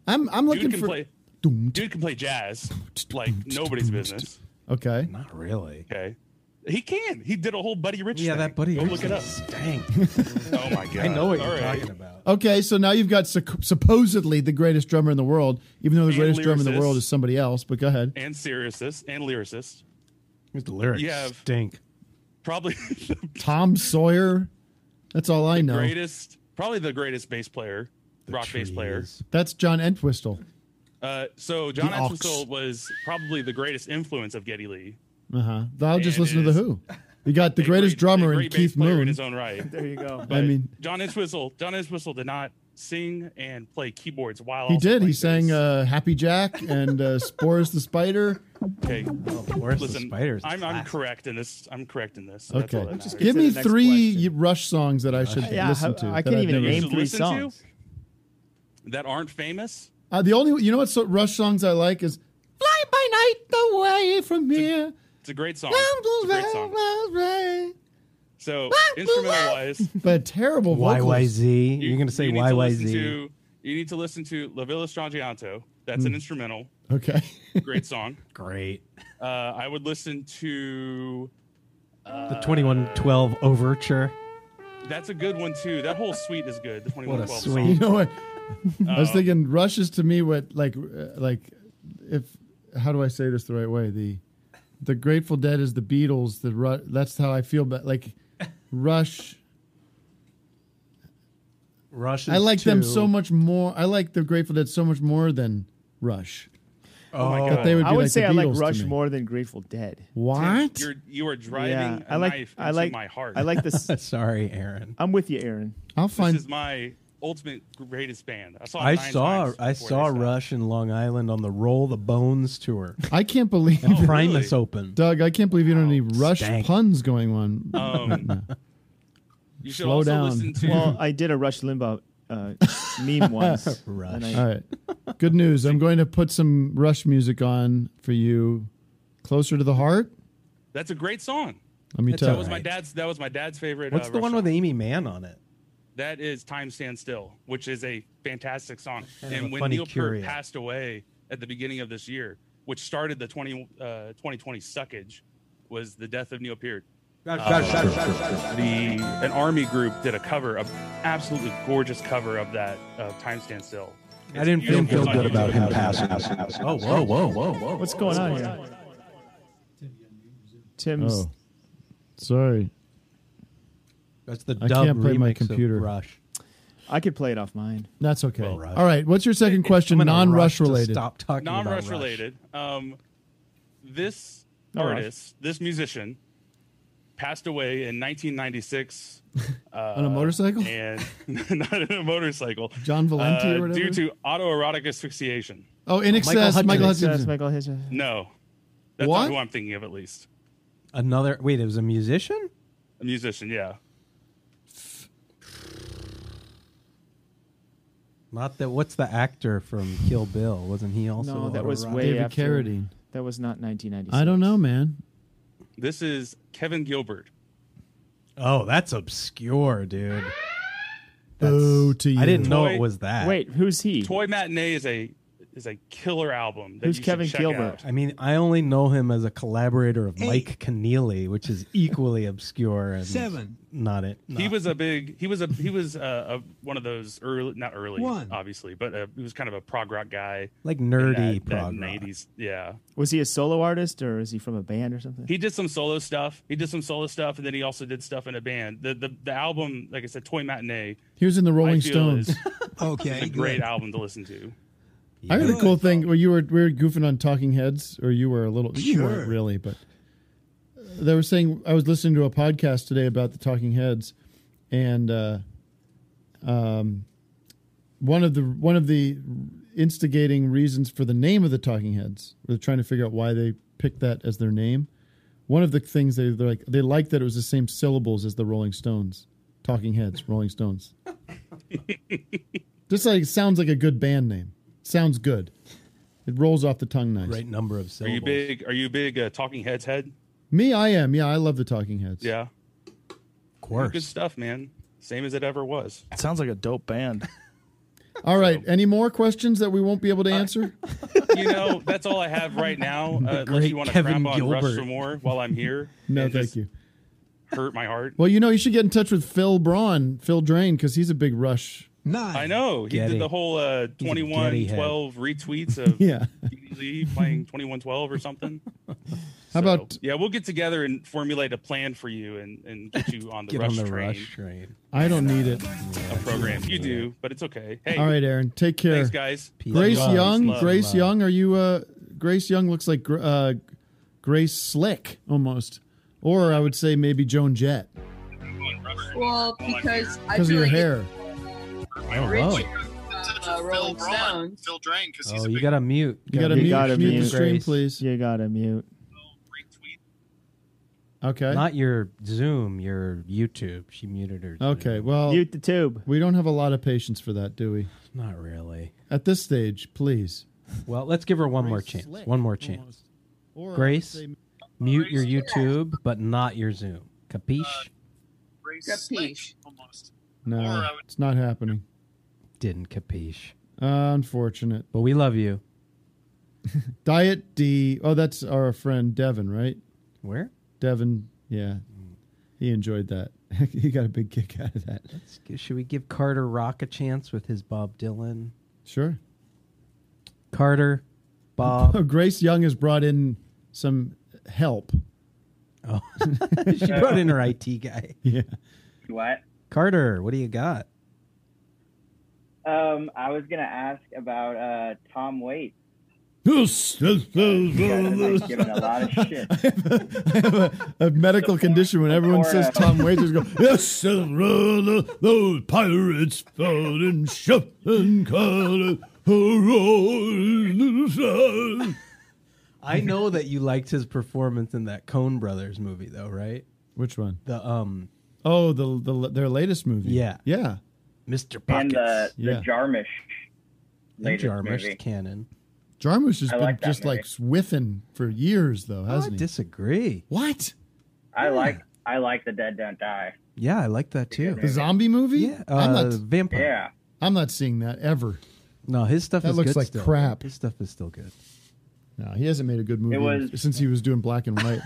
[SPEAKER 2] I'm [LAUGHS] I'm looking
[SPEAKER 10] dude can
[SPEAKER 2] for
[SPEAKER 10] play. Dude can play
[SPEAKER 2] [LAUGHS]
[SPEAKER 10] jazz like nobody's business.
[SPEAKER 2] Okay.
[SPEAKER 4] Not really.
[SPEAKER 10] Okay, he can. He did a whole Buddy Rich.
[SPEAKER 4] Yeah,
[SPEAKER 10] thing.
[SPEAKER 4] that Buddy
[SPEAKER 10] Go
[SPEAKER 4] Rich
[SPEAKER 10] look it up.
[SPEAKER 4] Dang.
[SPEAKER 10] [LAUGHS] oh my god.
[SPEAKER 4] [LAUGHS] I know what
[SPEAKER 10] All
[SPEAKER 4] you're
[SPEAKER 10] right.
[SPEAKER 4] talking about.
[SPEAKER 2] Okay, so now you've got suc- supposedly the greatest drummer in the world, even though the
[SPEAKER 10] And
[SPEAKER 2] greatest drummer in the
[SPEAKER 10] lyricist.
[SPEAKER 2] world is somebody else, but go ahead.
[SPEAKER 10] And lyricist and lyricist.
[SPEAKER 4] The lyrics
[SPEAKER 10] You have-
[SPEAKER 4] stink.
[SPEAKER 2] [LAUGHS]
[SPEAKER 10] Probably the
[SPEAKER 2] Tom Sawyer. That's all I know.
[SPEAKER 10] greatest. Probably the greatest bass player, rock bass player.
[SPEAKER 2] That's John Entwistle.
[SPEAKER 10] Uh, so John
[SPEAKER 2] The Ox.
[SPEAKER 10] Entwistle was probably the greatest influence of Geddy Lee.
[SPEAKER 2] Uh-huh. I'll just
[SPEAKER 10] And
[SPEAKER 2] listen
[SPEAKER 10] it
[SPEAKER 2] to the
[SPEAKER 10] is
[SPEAKER 2] Who. You got
[SPEAKER 10] [LAUGHS]
[SPEAKER 2] the
[SPEAKER 10] a
[SPEAKER 2] greatest
[SPEAKER 10] great-
[SPEAKER 2] drummer
[SPEAKER 10] a
[SPEAKER 2] in
[SPEAKER 10] great
[SPEAKER 2] Keith
[SPEAKER 10] bass player
[SPEAKER 2] Moon.
[SPEAKER 10] in his own right.
[SPEAKER 4] [LAUGHS]
[SPEAKER 3] There you go.
[SPEAKER 2] I mean-
[SPEAKER 10] John Entwistle. John Entwistle did not sing and play keyboards while
[SPEAKER 2] He
[SPEAKER 10] also
[SPEAKER 2] did. He
[SPEAKER 10] playing
[SPEAKER 2] sang uh, Happy Jack and uh, Spores the Spider.
[SPEAKER 10] [LAUGHS] Okay.
[SPEAKER 4] Forest Oh, of
[SPEAKER 10] Listen,
[SPEAKER 4] Spiders,
[SPEAKER 10] I'm, I'm correct in this. I'm correct in this. So That's all
[SPEAKER 2] Okay.
[SPEAKER 10] that matters.
[SPEAKER 2] Give me three Rush songs that I should
[SPEAKER 3] [LAUGHS] Yeah,
[SPEAKER 2] listen
[SPEAKER 3] I-
[SPEAKER 2] to.
[SPEAKER 3] I
[SPEAKER 2] that
[SPEAKER 3] can't
[SPEAKER 2] I've
[SPEAKER 3] even
[SPEAKER 2] never-
[SPEAKER 3] name
[SPEAKER 10] to
[SPEAKER 3] three
[SPEAKER 10] listen to?
[SPEAKER 3] songs.
[SPEAKER 10] that aren't famous.
[SPEAKER 2] Uh, the only you know what so, Rush songs I like is "Fly by Night Away from Here."
[SPEAKER 10] It's a great song. It's a great song. So instrumental wise,
[SPEAKER 2] But terrible vocals.
[SPEAKER 4] YYZ. You're going to say
[SPEAKER 10] you need to listen
[SPEAKER 4] YYZ.
[SPEAKER 10] to you need to listen to La Villa Strangiato. That's an instrumental.
[SPEAKER 2] Okay.
[SPEAKER 10] [LAUGHS] Great song.
[SPEAKER 4] Mm. Great.
[SPEAKER 10] Uh, I would listen to. uh,
[SPEAKER 4] The 2112
[SPEAKER 10] [LAUGHS]
[SPEAKER 4] Overture.
[SPEAKER 10] That's a good one too. That whole suite is good. The
[SPEAKER 4] What a
[SPEAKER 10] 2112
[SPEAKER 4] suite.
[SPEAKER 2] You know what? I was
[SPEAKER 10] Uh,
[SPEAKER 2] thinking Rush is to me what like uh, like if how do I say this the right way? The the Grateful Dead is the Beatles. The Ru- that's how I feel. But like Rush,
[SPEAKER 4] Rush.
[SPEAKER 2] I like them
[SPEAKER 4] two.
[SPEAKER 2] so much more. I like the Grateful Dead so much more than Rush.
[SPEAKER 10] Oh my
[SPEAKER 2] But
[SPEAKER 10] God.
[SPEAKER 2] they would be
[SPEAKER 3] I would
[SPEAKER 2] like
[SPEAKER 3] say
[SPEAKER 2] the
[SPEAKER 3] I like
[SPEAKER 2] Beatles to
[SPEAKER 3] Rush
[SPEAKER 2] me.
[SPEAKER 3] more than Grateful Dead.
[SPEAKER 2] What?
[SPEAKER 10] You're you are driving a
[SPEAKER 3] I like.
[SPEAKER 10] knife into
[SPEAKER 3] I like
[SPEAKER 10] my heart.
[SPEAKER 3] I like this.
[SPEAKER 4] [LAUGHS] Sorry, Aaron.
[SPEAKER 3] I'm with you, Aaron.
[SPEAKER 2] I'll
[SPEAKER 10] This
[SPEAKER 2] find
[SPEAKER 10] is my ultimate greatest band. I saw. it
[SPEAKER 4] I
[SPEAKER 10] nine
[SPEAKER 4] saw
[SPEAKER 10] times
[SPEAKER 4] I
[SPEAKER 10] before
[SPEAKER 4] saw
[SPEAKER 10] this.
[SPEAKER 4] Rush in Long Island on the Roll the Bones tour.
[SPEAKER 2] I can't believe [LAUGHS]
[SPEAKER 4] And Primus Open.
[SPEAKER 2] Doug, I can't believe you don't have any Rush
[SPEAKER 4] Oh, stank.
[SPEAKER 2] puns going
[SPEAKER 4] [LAUGHS]
[SPEAKER 2] on. [LAUGHS] right
[SPEAKER 10] Um,
[SPEAKER 2] now.
[SPEAKER 10] You should
[SPEAKER 2] Slow
[SPEAKER 10] also
[SPEAKER 2] down.
[SPEAKER 10] listen to.
[SPEAKER 3] Well, I did a Rush Limbaugh uh,
[SPEAKER 2] [LAUGHS]
[SPEAKER 3] meme once.
[SPEAKER 4] [LAUGHS] Rush.
[SPEAKER 3] and I-
[SPEAKER 2] All right. Good news. I'm going to put some Rush music on for you. Closer to the heart.
[SPEAKER 10] that's a great song.
[SPEAKER 2] Let me
[SPEAKER 4] That's
[SPEAKER 2] tell
[SPEAKER 10] That was
[SPEAKER 2] you.
[SPEAKER 10] my dad's. That was my dad's favorite.
[SPEAKER 4] What's
[SPEAKER 10] uh,
[SPEAKER 4] the
[SPEAKER 10] Rush
[SPEAKER 4] one
[SPEAKER 10] song.
[SPEAKER 4] with Amy Mann on it?
[SPEAKER 10] That is "Time Stand Still," which is a fantastic song.
[SPEAKER 4] Kind of a
[SPEAKER 10] and when
[SPEAKER 4] funny
[SPEAKER 10] Neil Peart
[SPEAKER 4] curio.
[SPEAKER 10] passed away at the beginning of this year, which started the 20, uh, 2020 suckage, was the death of Neil Peart. Uh, the an army group did a cover, an absolutely gorgeous cover of that of "Time Stand Still."
[SPEAKER 4] I didn't feel,
[SPEAKER 10] beautiful.
[SPEAKER 4] good about him passing.
[SPEAKER 10] Oh,
[SPEAKER 4] Oh, whoa, whoa, whoa, whoa.
[SPEAKER 3] What's going on here? Tim's.
[SPEAKER 2] Oh. Sorry.
[SPEAKER 4] That's the
[SPEAKER 2] I
[SPEAKER 4] dub
[SPEAKER 2] can't play my
[SPEAKER 4] remix of
[SPEAKER 2] computer.
[SPEAKER 4] Rush.
[SPEAKER 3] I could play it off mine.
[SPEAKER 2] That's okay.
[SPEAKER 4] Well, Rush.
[SPEAKER 2] All right. What's your second question?
[SPEAKER 4] I'm gonna
[SPEAKER 2] Non
[SPEAKER 4] rush
[SPEAKER 2] Rush
[SPEAKER 4] to
[SPEAKER 2] related.
[SPEAKER 4] Stop talking about
[SPEAKER 10] non-rush
[SPEAKER 4] Rush.
[SPEAKER 10] related. Um, this
[SPEAKER 3] No rush.
[SPEAKER 10] artist, this musician, passed away in 1996 uh,
[SPEAKER 2] [LAUGHS] On a motorcycle?
[SPEAKER 10] and [LAUGHS] not in a motorcycle. Uh,
[SPEAKER 2] John Valenti or whatever?
[SPEAKER 10] due to autoerotic asphyxiation.
[SPEAKER 2] Oh, in excess.
[SPEAKER 4] Hudgens.
[SPEAKER 2] Michael
[SPEAKER 3] Yes,
[SPEAKER 2] Hudson.
[SPEAKER 3] Michael Hitchens.
[SPEAKER 10] No, that's
[SPEAKER 2] What?
[SPEAKER 10] not who I'm thinking of. At least
[SPEAKER 4] Another. Wait, it was a musician?
[SPEAKER 10] a musician. Yeah,
[SPEAKER 4] Not that. What's the actor from Kill Bill? Wasn't he also?
[SPEAKER 3] No, that was
[SPEAKER 4] autoerotic?
[SPEAKER 3] way
[SPEAKER 2] David
[SPEAKER 3] after.
[SPEAKER 2] Carradine.
[SPEAKER 3] That was not 1996.
[SPEAKER 2] I don't know, man.
[SPEAKER 10] this is Kevin Gilbert.
[SPEAKER 4] Oh, that's obscure, dude.
[SPEAKER 2] Boo to you.
[SPEAKER 4] I didn't know
[SPEAKER 10] Toy-
[SPEAKER 4] it was that.
[SPEAKER 3] Wait, who's he?
[SPEAKER 10] Toy Matinee is a is a killer album. That
[SPEAKER 4] Who's
[SPEAKER 10] you should
[SPEAKER 4] Kevin
[SPEAKER 10] check
[SPEAKER 4] Gilbert?
[SPEAKER 10] out.
[SPEAKER 4] I mean, I only know him as a collaborator of Mike Keneally, which is equally obscure and
[SPEAKER 10] Seven.
[SPEAKER 4] Not it.
[SPEAKER 10] He was a big. He was a. He was uh a, one of those early, not early,
[SPEAKER 4] One.
[SPEAKER 10] obviously, but uh, he was kind of a prog rock guy,
[SPEAKER 4] Like
[SPEAKER 10] in
[SPEAKER 4] nerdy
[SPEAKER 10] that- that
[SPEAKER 4] prog rock.
[SPEAKER 10] 90s. Yeah,
[SPEAKER 3] Was he a solo artist or is he from a band or something?
[SPEAKER 10] he did some solo stuff. He did some solo stuff, and then he also did stuff in a band. The the, the album, like I said, Toy Matinee.
[SPEAKER 2] He was in the
[SPEAKER 10] I
[SPEAKER 2] Rolling
[SPEAKER 10] feel
[SPEAKER 2] Stones.
[SPEAKER 4] [LAUGHS]
[SPEAKER 10] is-
[SPEAKER 2] Okay,
[SPEAKER 10] is a
[SPEAKER 2] good.
[SPEAKER 10] great album to listen to.
[SPEAKER 2] I heard a cool thing. Well, you were we were goofing on Talking Heads, or you were a little. You
[SPEAKER 10] Sure.
[SPEAKER 2] weren't really, but they were saying I was listening to a podcast today about the Talking Heads, and uh, um, one of the one of the instigating reasons for the name of the Talking Heads, they're trying to figure out why they picked that as their name. One of the things they they're like they liked that it was the same syllables as the Rolling Stones, Talking Heads, Rolling Stones. [LAUGHS] Just like sounds like a good band name. Sounds good. It rolls off the tongue nice.
[SPEAKER 4] Great number of
[SPEAKER 10] Are you big? Are you a big uh, Talking Heads head?
[SPEAKER 2] Me, I am. Yeah, I love the Talking Heads.
[SPEAKER 10] Yeah,
[SPEAKER 2] Of
[SPEAKER 10] good stuff, man. Same as it ever was.
[SPEAKER 3] Sounds like a dope band.
[SPEAKER 2] All right. Any more questions that we won't be able to answer?
[SPEAKER 10] you know, that's all I have right now.
[SPEAKER 2] [LAUGHS]
[SPEAKER 10] Uh, unless
[SPEAKER 2] great
[SPEAKER 10] you want to
[SPEAKER 2] Kevin
[SPEAKER 10] crap on Rush
[SPEAKER 2] Gilbert.
[SPEAKER 10] some more while I'm here.
[SPEAKER 2] [LAUGHS] No,
[SPEAKER 10] and
[SPEAKER 2] thank
[SPEAKER 10] just
[SPEAKER 2] you.
[SPEAKER 10] Hurt my heart.
[SPEAKER 2] Well, you know, you should get in touch with Phil Braun, Phil Drain, because he's a big Rush.
[SPEAKER 10] I know. He
[SPEAKER 2] Getty.
[SPEAKER 10] did the whole uh,
[SPEAKER 2] a
[SPEAKER 10] 21
[SPEAKER 2] Getty head.
[SPEAKER 10] 12
[SPEAKER 2] [LAUGHS]
[SPEAKER 10] retweets of
[SPEAKER 2] Yeah.
[SPEAKER 10] Geddy Lee playing 21 12 or something.
[SPEAKER 2] [LAUGHS] How about
[SPEAKER 10] Yeah, we'll get together and formulate a plan for you and, and get you on the,
[SPEAKER 4] Get
[SPEAKER 10] rush,
[SPEAKER 4] on the
[SPEAKER 10] train,
[SPEAKER 4] Rush train.
[SPEAKER 2] I don't need it.
[SPEAKER 10] A program. You do, but it's okay. Hey.
[SPEAKER 2] All right, Aaron. Take care.
[SPEAKER 10] Thanks, guys.
[SPEAKER 2] Grace
[SPEAKER 10] Love,
[SPEAKER 2] Young.
[SPEAKER 10] love,
[SPEAKER 2] Grace
[SPEAKER 10] love.
[SPEAKER 23] [LAUGHS]
[SPEAKER 2] Young, are you uh Grace Young looks like Gr- uh Grace Slick almost. Or I would say maybe Joan Jett
[SPEAKER 6] Well, because I
[SPEAKER 2] because of
[SPEAKER 6] feel
[SPEAKER 2] your
[SPEAKER 6] like
[SPEAKER 2] hair.
[SPEAKER 6] Rich uh, Rolling Stones. Phil Drain, because
[SPEAKER 4] Oh, you got to mute.
[SPEAKER 2] You gotta mute- mute the stream,
[SPEAKER 4] please.
[SPEAKER 3] You got to mute.
[SPEAKER 2] Okay.
[SPEAKER 4] Not your Zoom, your YouTube. She muted her.
[SPEAKER 2] Okay, well,
[SPEAKER 3] mute the tube.
[SPEAKER 2] We don't have a lot of patience for that, do we?
[SPEAKER 4] Not really.
[SPEAKER 2] At this stage, please.
[SPEAKER 4] Well, let's give her one more
[SPEAKER 2] Grace
[SPEAKER 4] chance.
[SPEAKER 2] Slick,
[SPEAKER 4] One more chance.
[SPEAKER 2] Or I would
[SPEAKER 4] Grace,
[SPEAKER 2] say-
[SPEAKER 4] mute your YouTube, but not your Zoom. Capiche?
[SPEAKER 6] Capiche.
[SPEAKER 2] No, it's not happening.
[SPEAKER 4] Didn't capiche.
[SPEAKER 2] Unfortunate.
[SPEAKER 4] But we love you.
[SPEAKER 2] [LAUGHS] Diet D. Oh, that's our friend Devin, right?
[SPEAKER 4] Where?
[SPEAKER 2] Devin. Yeah, he enjoyed that. [LAUGHS] he got a big kick out of that.
[SPEAKER 4] Should we give Carter Rock a chance with his Bob Dylan?
[SPEAKER 2] Sure.
[SPEAKER 4] Carter, Bob.
[SPEAKER 2] Oh, Grace Young has brought in some help.
[SPEAKER 4] Oh, [LAUGHS] she brought in her IT guy.
[SPEAKER 2] [LAUGHS] Yeah.
[SPEAKER 17] What?
[SPEAKER 4] Carter, what do you got?
[SPEAKER 17] Um, I was gonna ask about uh, Tom Waits. Like, giving a lot of shit.
[SPEAKER 2] I have a, [LAUGHS] a medical condition when everyone
[SPEAKER 17] Or,
[SPEAKER 2] says
[SPEAKER 17] uh,
[SPEAKER 2] Tom Waits. just Go, yes,
[SPEAKER 14] Several of those pirates fought and shot and caught a
[SPEAKER 4] I know that you liked his performance in that Cone Brothers movie, though, right?
[SPEAKER 2] Which one?
[SPEAKER 4] The um.
[SPEAKER 2] Oh, the the their latest movie.
[SPEAKER 4] Yeah.
[SPEAKER 2] Yeah.
[SPEAKER 4] Mr.
[SPEAKER 17] and uh,
[SPEAKER 4] Pockets.
[SPEAKER 17] the, the
[SPEAKER 2] Yeah.
[SPEAKER 17] Jarmusch.
[SPEAKER 4] And
[SPEAKER 17] latest
[SPEAKER 4] Jarmusch
[SPEAKER 17] movie.
[SPEAKER 4] canon.
[SPEAKER 2] Jarmusch has
[SPEAKER 17] I
[SPEAKER 2] been
[SPEAKER 17] like that
[SPEAKER 2] just like swiffing for years, though, hasn't he?
[SPEAKER 4] Oh, disagree.
[SPEAKER 2] What?
[SPEAKER 17] I like I like the Dead Don't Die.
[SPEAKER 4] Yeah, I like that too.
[SPEAKER 2] The zombie movie?
[SPEAKER 4] Yeah,
[SPEAKER 2] I'm
[SPEAKER 4] uh,
[SPEAKER 2] not,
[SPEAKER 4] vampire.
[SPEAKER 17] Yeah.
[SPEAKER 2] I'm not seeing that ever.
[SPEAKER 4] No, his stuff
[SPEAKER 2] That
[SPEAKER 4] is
[SPEAKER 2] looks
[SPEAKER 4] good
[SPEAKER 2] like
[SPEAKER 4] still.
[SPEAKER 2] crap.
[SPEAKER 4] His stuff is still good.
[SPEAKER 2] No, he hasn't made a good movie
[SPEAKER 4] was-
[SPEAKER 2] since he was doing black and
[SPEAKER 4] [LAUGHS]
[SPEAKER 2] white.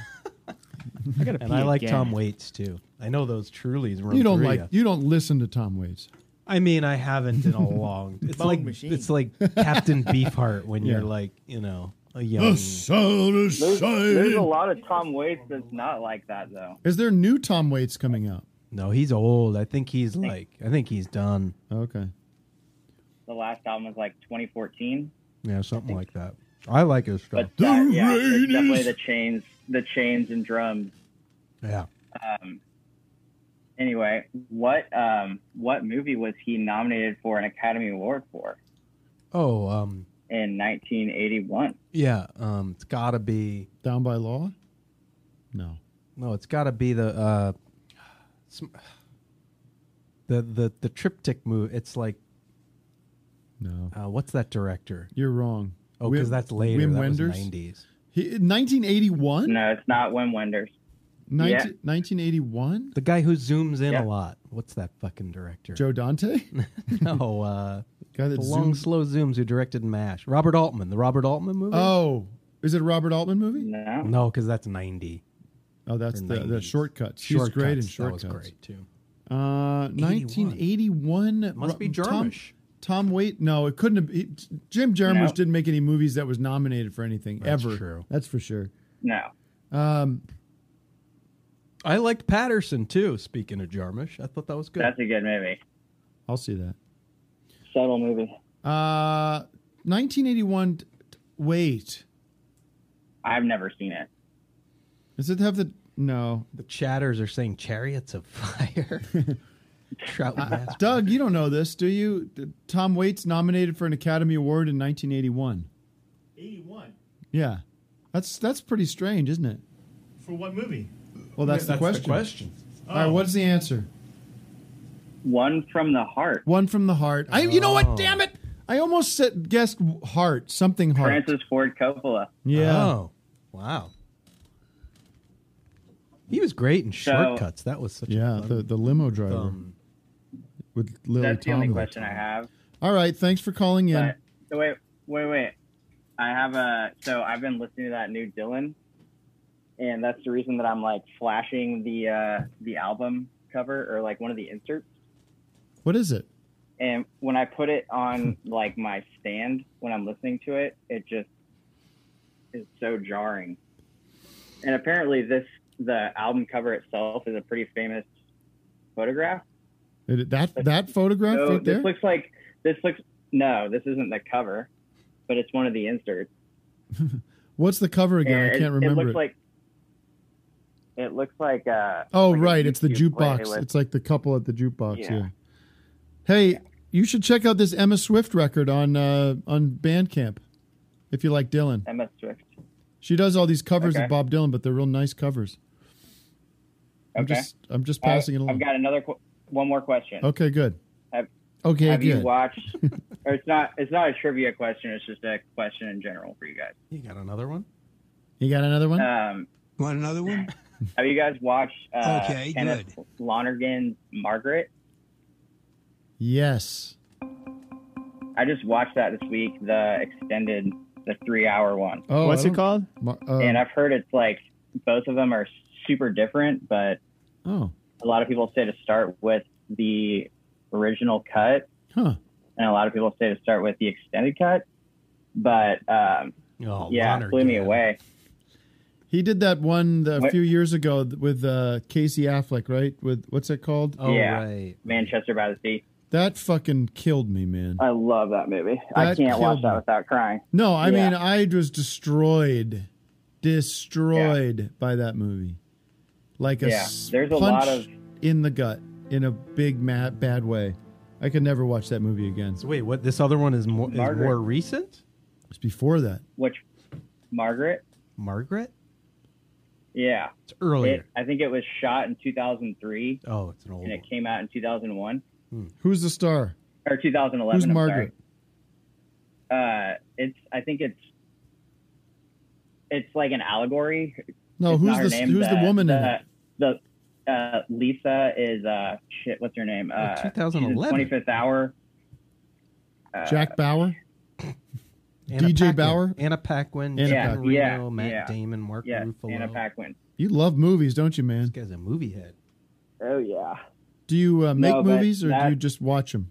[SPEAKER 4] I gotta and
[SPEAKER 2] pee
[SPEAKER 4] I like
[SPEAKER 2] again.
[SPEAKER 4] Tom Waits too. I know those Trulies. Run
[SPEAKER 2] you don't
[SPEAKER 4] through
[SPEAKER 2] like
[SPEAKER 4] ya.
[SPEAKER 2] you don't listen to Tom Waits.
[SPEAKER 4] I mean, I
[SPEAKER 2] [LAUGHS]
[SPEAKER 4] haven't in a long. [LAUGHS] It's
[SPEAKER 2] Bone
[SPEAKER 4] like
[SPEAKER 2] machine.
[SPEAKER 4] it's like
[SPEAKER 2] [LAUGHS]
[SPEAKER 4] Captain Beefheart when you're
[SPEAKER 2] Yeah.
[SPEAKER 4] like you know a young.
[SPEAKER 2] The sun is
[SPEAKER 17] There's, there's a
[SPEAKER 2] shining.
[SPEAKER 17] lot of Tom Waits that's not like that though.
[SPEAKER 2] Is there new Tom Waits coming out?
[SPEAKER 4] No, he's old. I think he's like. I think he's done.
[SPEAKER 2] Okay.
[SPEAKER 17] The last album was like 2014.
[SPEAKER 4] Yeah, something like that. I like his stuff.
[SPEAKER 17] But that, yeah, it's definitely the chains, the chains and drums.
[SPEAKER 4] Yeah.
[SPEAKER 17] Um, anyway, what um, what movie was he nominated for an Academy Award for
[SPEAKER 4] Oh, um,
[SPEAKER 17] in 1981?
[SPEAKER 4] yeah. Um, it's gotta be
[SPEAKER 2] Down by Law. No.
[SPEAKER 4] No, it's gotta be the uh, sm- the the the triptych move. It's like.
[SPEAKER 2] No.
[SPEAKER 4] Uh, what's that director?
[SPEAKER 2] You're wrong.
[SPEAKER 4] Oh, because
[SPEAKER 2] Wim-
[SPEAKER 4] that's later.
[SPEAKER 2] Wim
[SPEAKER 4] that was
[SPEAKER 2] Wenders?
[SPEAKER 4] 90s.
[SPEAKER 2] He, 1981?
[SPEAKER 17] No, it's not Wim Wenders.
[SPEAKER 2] 19, 1981?
[SPEAKER 4] The guy who zooms in a lot. What's that fucking director?
[SPEAKER 2] Joe Dante?
[SPEAKER 4] [LAUGHS] no, uh,
[SPEAKER 2] Guy that
[SPEAKER 4] the long
[SPEAKER 2] zooms-
[SPEAKER 4] slow zooms who directed Mash. Robert Altman, the Robert Altman movie.
[SPEAKER 2] Oh, is it a Robert Altman movie?
[SPEAKER 17] No,
[SPEAKER 4] no, because that's ninety.
[SPEAKER 2] Oh, that's
[SPEAKER 4] Or
[SPEAKER 2] the, the
[SPEAKER 4] 90s.
[SPEAKER 2] shortcuts. He's great in shortcuts.
[SPEAKER 4] Shortcuts, that was great too.
[SPEAKER 2] Uh, 1981.
[SPEAKER 4] Must be
[SPEAKER 2] Tom-
[SPEAKER 4] Jarmusch.
[SPEAKER 2] Tom Waite. No, it couldn't have. He, Jim Jarmusch
[SPEAKER 17] No.
[SPEAKER 2] didn't make any movies that was nominated for anything
[SPEAKER 4] That's
[SPEAKER 2] ever.
[SPEAKER 4] true.
[SPEAKER 2] That's for sure.
[SPEAKER 17] no.
[SPEAKER 2] Um,
[SPEAKER 4] I liked Patterson too. Speaking of Jarmusch, I thought that was good.
[SPEAKER 17] That's a good movie.
[SPEAKER 2] I'll see that.
[SPEAKER 17] Subtle movie.
[SPEAKER 2] Uh, 1981. t- Wait,
[SPEAKER 17] I've never seen it.
[SPEAKER 2] does it have the? No,
[SPEAKER 4] the chatters are saying chariots of
[SPEAKER 2] [LAUGHS]
[SPEAKER 4] fire. Trout
[SPEAKER 2] Uh,
[SPEAKER 4] Master.
[SPEAKER 2] Doug, you don't know this, do you? D- Tom Waits nominated for an Academy Award in 1981.
[SPEAKER 3] 81
[SPEAKER 2] Yeah, that's that's pretty strange, isn't it?
[SPEAKER 3] for what movie?
[SPEAKER 2] Well, that's, the, question. All right,
[SPEAKER 3] Oh.
[SPEAKER 2] what's the answer?
[SPEAKER 17] One from the heart.
[SPEAKER 2] One from the heart. I, you know
[SPEAKER 17] Oh.
[SPEAKER 2] what? Damn it! I almost said, guessed heart, something heart.
[SPEAKER 17] Francis Ford Coppola.
[SPEAKER 2] Yeah.
[SPEAKER 4] Oh, wow. He was great in
[SPEAKER 17] So-
[SPEAKER 4] shortcuts. that was such
[SPEAKER 2] yeah,
[SPEAKER 4] a fun
[SPEAKER 2] the, the limo driver with Lily
[SPEAKER 17] That's the only
[SPEAKER 2] Tomlin.
[SPEAKER 17] question I have.
[SPEAKER 2] All right, thanks for calling in.
[SPEAKER 17] But, so wait, wait, wait. I have a. So I've been listening to that new Dylan, and that's the reason that I'm like flashing the uh, the album cover or like one of the inserts.
[SPEAKER 2] What is it?
[SPEAKER 17] And when I put it
[SPEAKER 2] [LAUGHS]
[SPEAKER 17] on like my stand when I'm listening to it, it just is so jarring. And apparently, this the album cover itself is a pretty famous photograph.
[SPEAKER 2] It- that that photograph
[SPEAKER 17] So
[SPEAKER 2] right
[SPEAKER 17] this
[SPEAKER 2] there.
[SPEAKER 17] looks like this looks no, this isn't the cover, but it's one of the inserts.
[SPEAKER 2] What's the cover again?
[SPEAKER 17] And
[SPEAKER 2] I can't
[SPEAKER 17] it,
[SPEAKER 2] remember
[SPEAKER 17] It
[SPEAKER 2] it.
[SPEAKER 17] looks like it looks like uh
[SPEAKER 2] oh,
[SPEAKER 17] like a
[SPEAKER 2] right, it's the
[SPEAKER 17] YouTube
[SPEAKER 2] jukebox.
[SPEAKER 17] playlist.
[SPEAKER 2] It's like the couple at the jukebox. Yeah.
[SPEAKER 17] Yeah.
[SPEAKER 2] Hey, you should check out this Emma Swift record on uh, on Bandcamp if you like Dylan.
[SPEAKER 17] Emma Swift.
[SPEAKER 2] She does all these covers
[SPEAKER 17] Okay.
[SPEAKER 2] of Bob Dylan, but they're real nice covers. I'm
[SPEAKER 17] Okay.
[SPEAKER 2] just I'm just
[SPEAKER 17] Uh,
[SPEAKER 2] passing it along.
[SPEAKER 17] I've got another qu- one more question.
[SPEAKER 2] Okay, good.
[SPEAKER 17] Have,
[SPEAKER 2] Okay,
[SPEAKER 17] have you
[SPEAKER 2] good. [LAUGHS]
[SPEAKER 17] watched? or it's not it's not a trivia question. It's just a question in general for you guys.
[SPEAKER 4] You got another one?
[SPEAKER 2] You got another one?
[SPEAKER 17] Um,
[SPEAKER 2] Want another one?
[SPEAKER 17] [LAUGHS] have you guys watched? Uh,
[SPEAKER 2] Okay,
[SPEAKER 17] Kenneth Lonergan's Margaret.
[SPEAKER 2] Yes.
[SPEAKER 17] I just watched that this week. The extended, the three-hour one.
[SPEAKER 2] Oh,
[SPEAKER 3] What's
[SPEAKER 2] I
[SPEAKER 3] it called?
[SPEAKER 2] Mar-
[SPEAKER 17] and
[SPEAKER 2] uh,
[SPEAKER 17] I've heard it's like both of them are super different, but
[SPEAKER 2] oh,
[SPEAKER 17] a lot of people say to start with the original cut,
[SPEAKER 2] huh.
[SPEAKER 17] and a lot of people say to start with the extended cut. But um,
[SPEAKER 4] Oh,
[SPEAKER 17] yeah, it
[SPEAKER 4] Lonergan.
[SPEAKER 17] blew me away.
[SPEAKER 2] He did that one a
[SPEAKER 17] What-
[SPEAKER 2] few years ago th- with uh, Casey Affleck, right? With what's it called?
[SPEAKER 4] Oh,
[SPEAKER 17] yeah, Manchester by the Sea.
[SPEAKER 2] That fucking killed me, man.
[SPEAKER 17] I love that movie. I
[SPEAKER 2] That
[SPEAKER 17] can't watch
[SPEAKER 2] killed
[SPEAKER 17] that
[SPEAKER 2] me.
[SPEAKER 17] without crying.
[SPEAKER 2] No, I
[SPEAKER 17] Yeah.
[SPEAKER 2] mean I was destroyed, destroyed by that movie, like a
[SPEAKER 17] Yeah,
[SPEAKER 2] s-
[SPEAKER 17] there's a
[SPEAKER 2] punch
[SPEAKER 17] lot of-
[SPEAKER 2] in the gut in a big ma bad way. I could never watch that movie again.
[SPEAKER 4] So wait, what? This other one is more, is
[SPEAKER 17] Margaret.
[SPEAKER 4] more recent?
[SPEAKER 2] It's before that.
[SPEAKER 17] Which Margaret?
[SPEAKER 4] Margaret?
[SPEAKER 17] Yeah,
[SPEAKER 4] It's earlier.
[SPEAKER 17] It- I think it was shot in 2003,
[SPEAKER 4] oh, it's an old
[SPEAKER 17] and
[SPEAKER 4] one.
[SPEAKER 17] it came out in 2001
[SPEAKER 2] Who's the star?
[SPEAKER 17] or 2011.
[SPEAKER 2] Who's
[SPEAKER 17] I'm sorry.
[SPEAKER 2] Margaret?
[SPEAKER 17] uh it's i think it's it's like an allegory
[SPEAKER 2] No,
[SPEAKER 17] It's
[SPEAKER 2] who's
[SPEAKER 17] not her
[SPEAKER 2] the-
[SPEAKER 17] name.
[SPEAKER 2] who's the woman in
[SPEAKER 17] the, it the uh lisa is uh shit what's her name uh
[SPEAKER 4] 2011.
[SPEAKER 17] 25th hour uh,
[SPEAKER 2] Jack
[SPEAKER 4] [LAUGHS]
[SPEAKER 2] Bauer.
[SPEAKER 4] Anna
[SPEAKER 2] DJ
[SPEAKER 4] Paquin.
[SPEAKER 2] Bauer?
[SPEAKER 4] Anna Paquin,
[SPEAKER 2] Anna
[SPEAKER 4] Jack
[SPEAKER 2] Paquin.
[SPEAKER 4] Reno,
[SPEAKER 17] Yeah,
[SPEAKER 4] Matt
[SPEAKER 17] yeah.
[SPEAKER 4] Damon, Mark
[SPEAKER 17] yes,
[SPEAKER 4] Ruffalo.
[SPEAKER 17] anna paquin
[SPEAKER 2] You love movies, don't you, man?
[SPEAKER 4] This guy's a movie head.
[SPEAKER 17] oh yeah
[SPEAKER 2] Do you uh, make
[SPEAKER 17] No, but
[SPEAKER 2] movies or do
[SPEAKER 17] that-
[SPEAKER 2] you just watch them?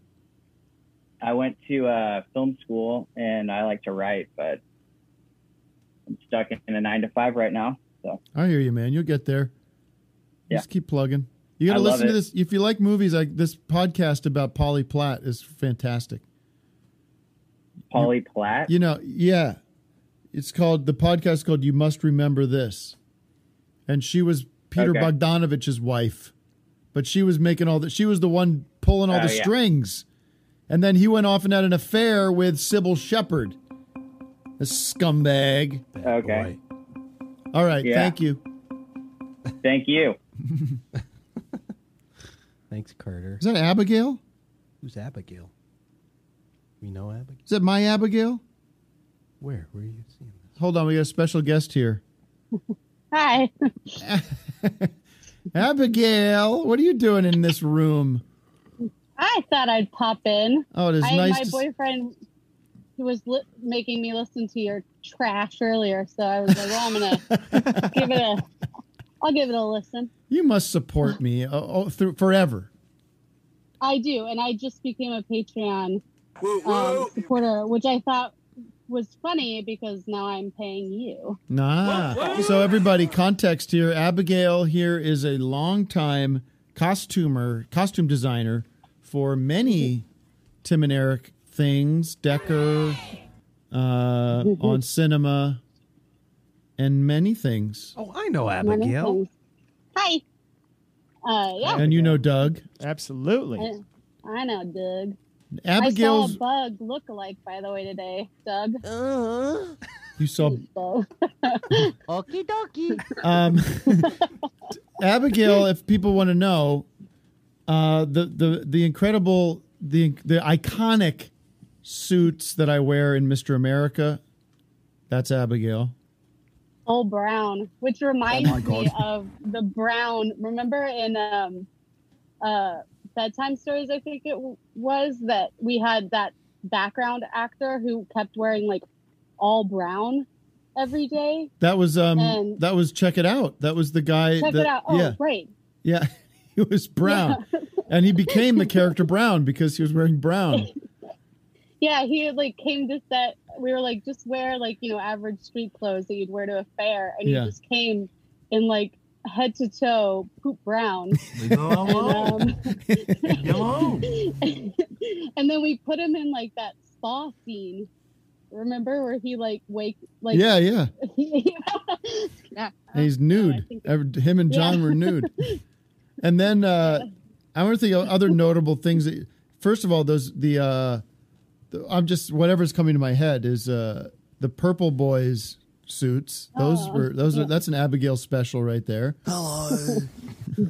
[SPEAKER 17] i went to uh film school and i like to write but i'm stuck in a nine to five right now so
[SPEAKER 2] I hear you, man. You'll get there.
[SPEAKER 17] Yeah.
[SPEAKER 2] Just keep plugging. You got
[SPEAKER 17] I
[SPEAKER 2] to
[SPEAKER 17] love
[SPEAKER 2] listen to
[SPEAKER 17] it.
[SPEAKER 2] this. If you like movies, like this podcast about Polly Platt is fantastic.
[SPEAKER 17] polly platt
[SPEAKER 2] You know, yeah, it's called the podcast is called "You Must Remember This," and she was Peter
[SPEAKER 17] Okay.
[SPEAKER 2] Bogdanovich's wife, but she was making all the. She was the one pulling all
[SPEAKER 17] Oh,
[SPEAKER 2] the
[SPEAKER 17] yeah.
[SPEAKER 2] strings, and then he went off and had an affair with Sybil Shepherd, a scumbag.
[SPEAKER 17] okay
[SPEAKER 2] All right,
[SPEAKER 17] Uh, Yeah.
[SPEAKER 2] thank you. [LAUGHS]
[SPEAKER 17] thank you
[SPEAKER 4] Thanks, Carter.
[SPEAKER 2] Is that Abigail?
[SPEAKER 4] Who's Abigail? We know Abigail.
[SPEAKER 2] Is that my Abigail?
[SPEAKER 4] Where? Where are you seeing?
[SPEAKER 2] Hold on, we got a special guest here.
[SPEAKER 7] Hi.
[SPEAKER 2] [LAUGHS] Abigail, what are you doing in this room?
[SPEAKER 7] I thought I'd pop in.
[SPEAKER 2] Oh, it is
[SPEAKER 7] I,
[SPEAKER 2] nice
[SPEAKER 7] My
[SPEAKER 2] to s-
[SPEAKER 7] boyfriend who was li- making me listen to your trash earlier, so I was like, "Well,
[SPEAKER 2] [LAUGHS]
[SPEAKER 7] I'm gonna give it a. I'll give it a listen."
[SPEAKER 2] You must support me uh, oh, through forever.
[SPEAKER 7] I do, and I just became a Patreon Um, supporter, which I thought was funny because now I'm paying you.
[SPEAKER 2] Nah. So everybody, context here. Abigail here is a longtime costumer, costume designer for many Tim and Eric things, Decker, uh, on cinema, and many things.
[SPEAKER 4] Oh, I know
[SPEAKER 7] Abigail. Hi. Uh, yeah.
[SPEAKER 2] And you know Doug.
[SPEAKER 3] Absolutely.
[SPEAKER 7] I, I know, Doug. I
[SPEAKER 2] Abigail's.
[SPEAKER 7] saw a bug look alike, by the way, today, Doug.
[SPEAKER 2] Uh-huh. You saw
[SPEAKER 7] Okie dokie. [LAUGHS]
[SPEAKER 2] Um, Abigail, if people want to know, uh, the the the incredible the the iconic suits that I wear in Mister America, that's Abigail.
[SPEAKER 7] All brown, which reminds
[SPEAKER 2] Oh my
[SPEAKER 7] me
[SPEAKER 2] God.
[SPEAKER 7] of the brown. Remember in um, uh, bedtime stories, I think it w- was that we had that background actor who kept wearing like all brown every day.
[SPEAKER 2] That was um
[SPEAKER 7] And-
[SPEAKER 2] that was check it out. That was the guy.
[SPEAKER 7] Check
[SPEAKER 2] that-
[SPEAKER 7] it out. Oh,
[SPEAKER 2] yeah,
[SPEAKER 7] right.
[SPEAKER 2] yeah. [LAUGHS] He was brown, and he became the character Brown because he was wearing
[SPEAKER 7] [LAUGHS]
[SPEAKER 2] brown.
[SPEAKER 7] Yeah, he like came to set. We were like, just wear like you know average street clothes that you'd wear to a fair, and
[SPEAKER 2] Yeah.
[SPEAKER 7] he just came in like head to toe poop brown. and, um, [LAUGHS] and then we put him in like that spa scene. Remember where he like wake like
[SPEAKER 2] yeah,
[SPEAKER 7] [LAUGHS]
[SPEAKER 2] yeah.
[SPEAKER 7] yeah.
[SPEAKER 2] And he's nude. Ev- Him and John
[SPEAKER 7] Oh, Yeah.
[SPEAKER 2] were nude. And then uh, I want to think of
[SPEAKER 27] [LAUGHS]
[SPEAKER 2] other notable things. That, first of all, those the uh, the, I'm just whatever's coming to my head is uh, the Purple Boys suits. Those
[SPEAKER 27] Oh,
[SPEAKER 2] were those
[SPEAKER 27] yeah.
[SPEAKER 2] are that's an Abigail special right there. Hello.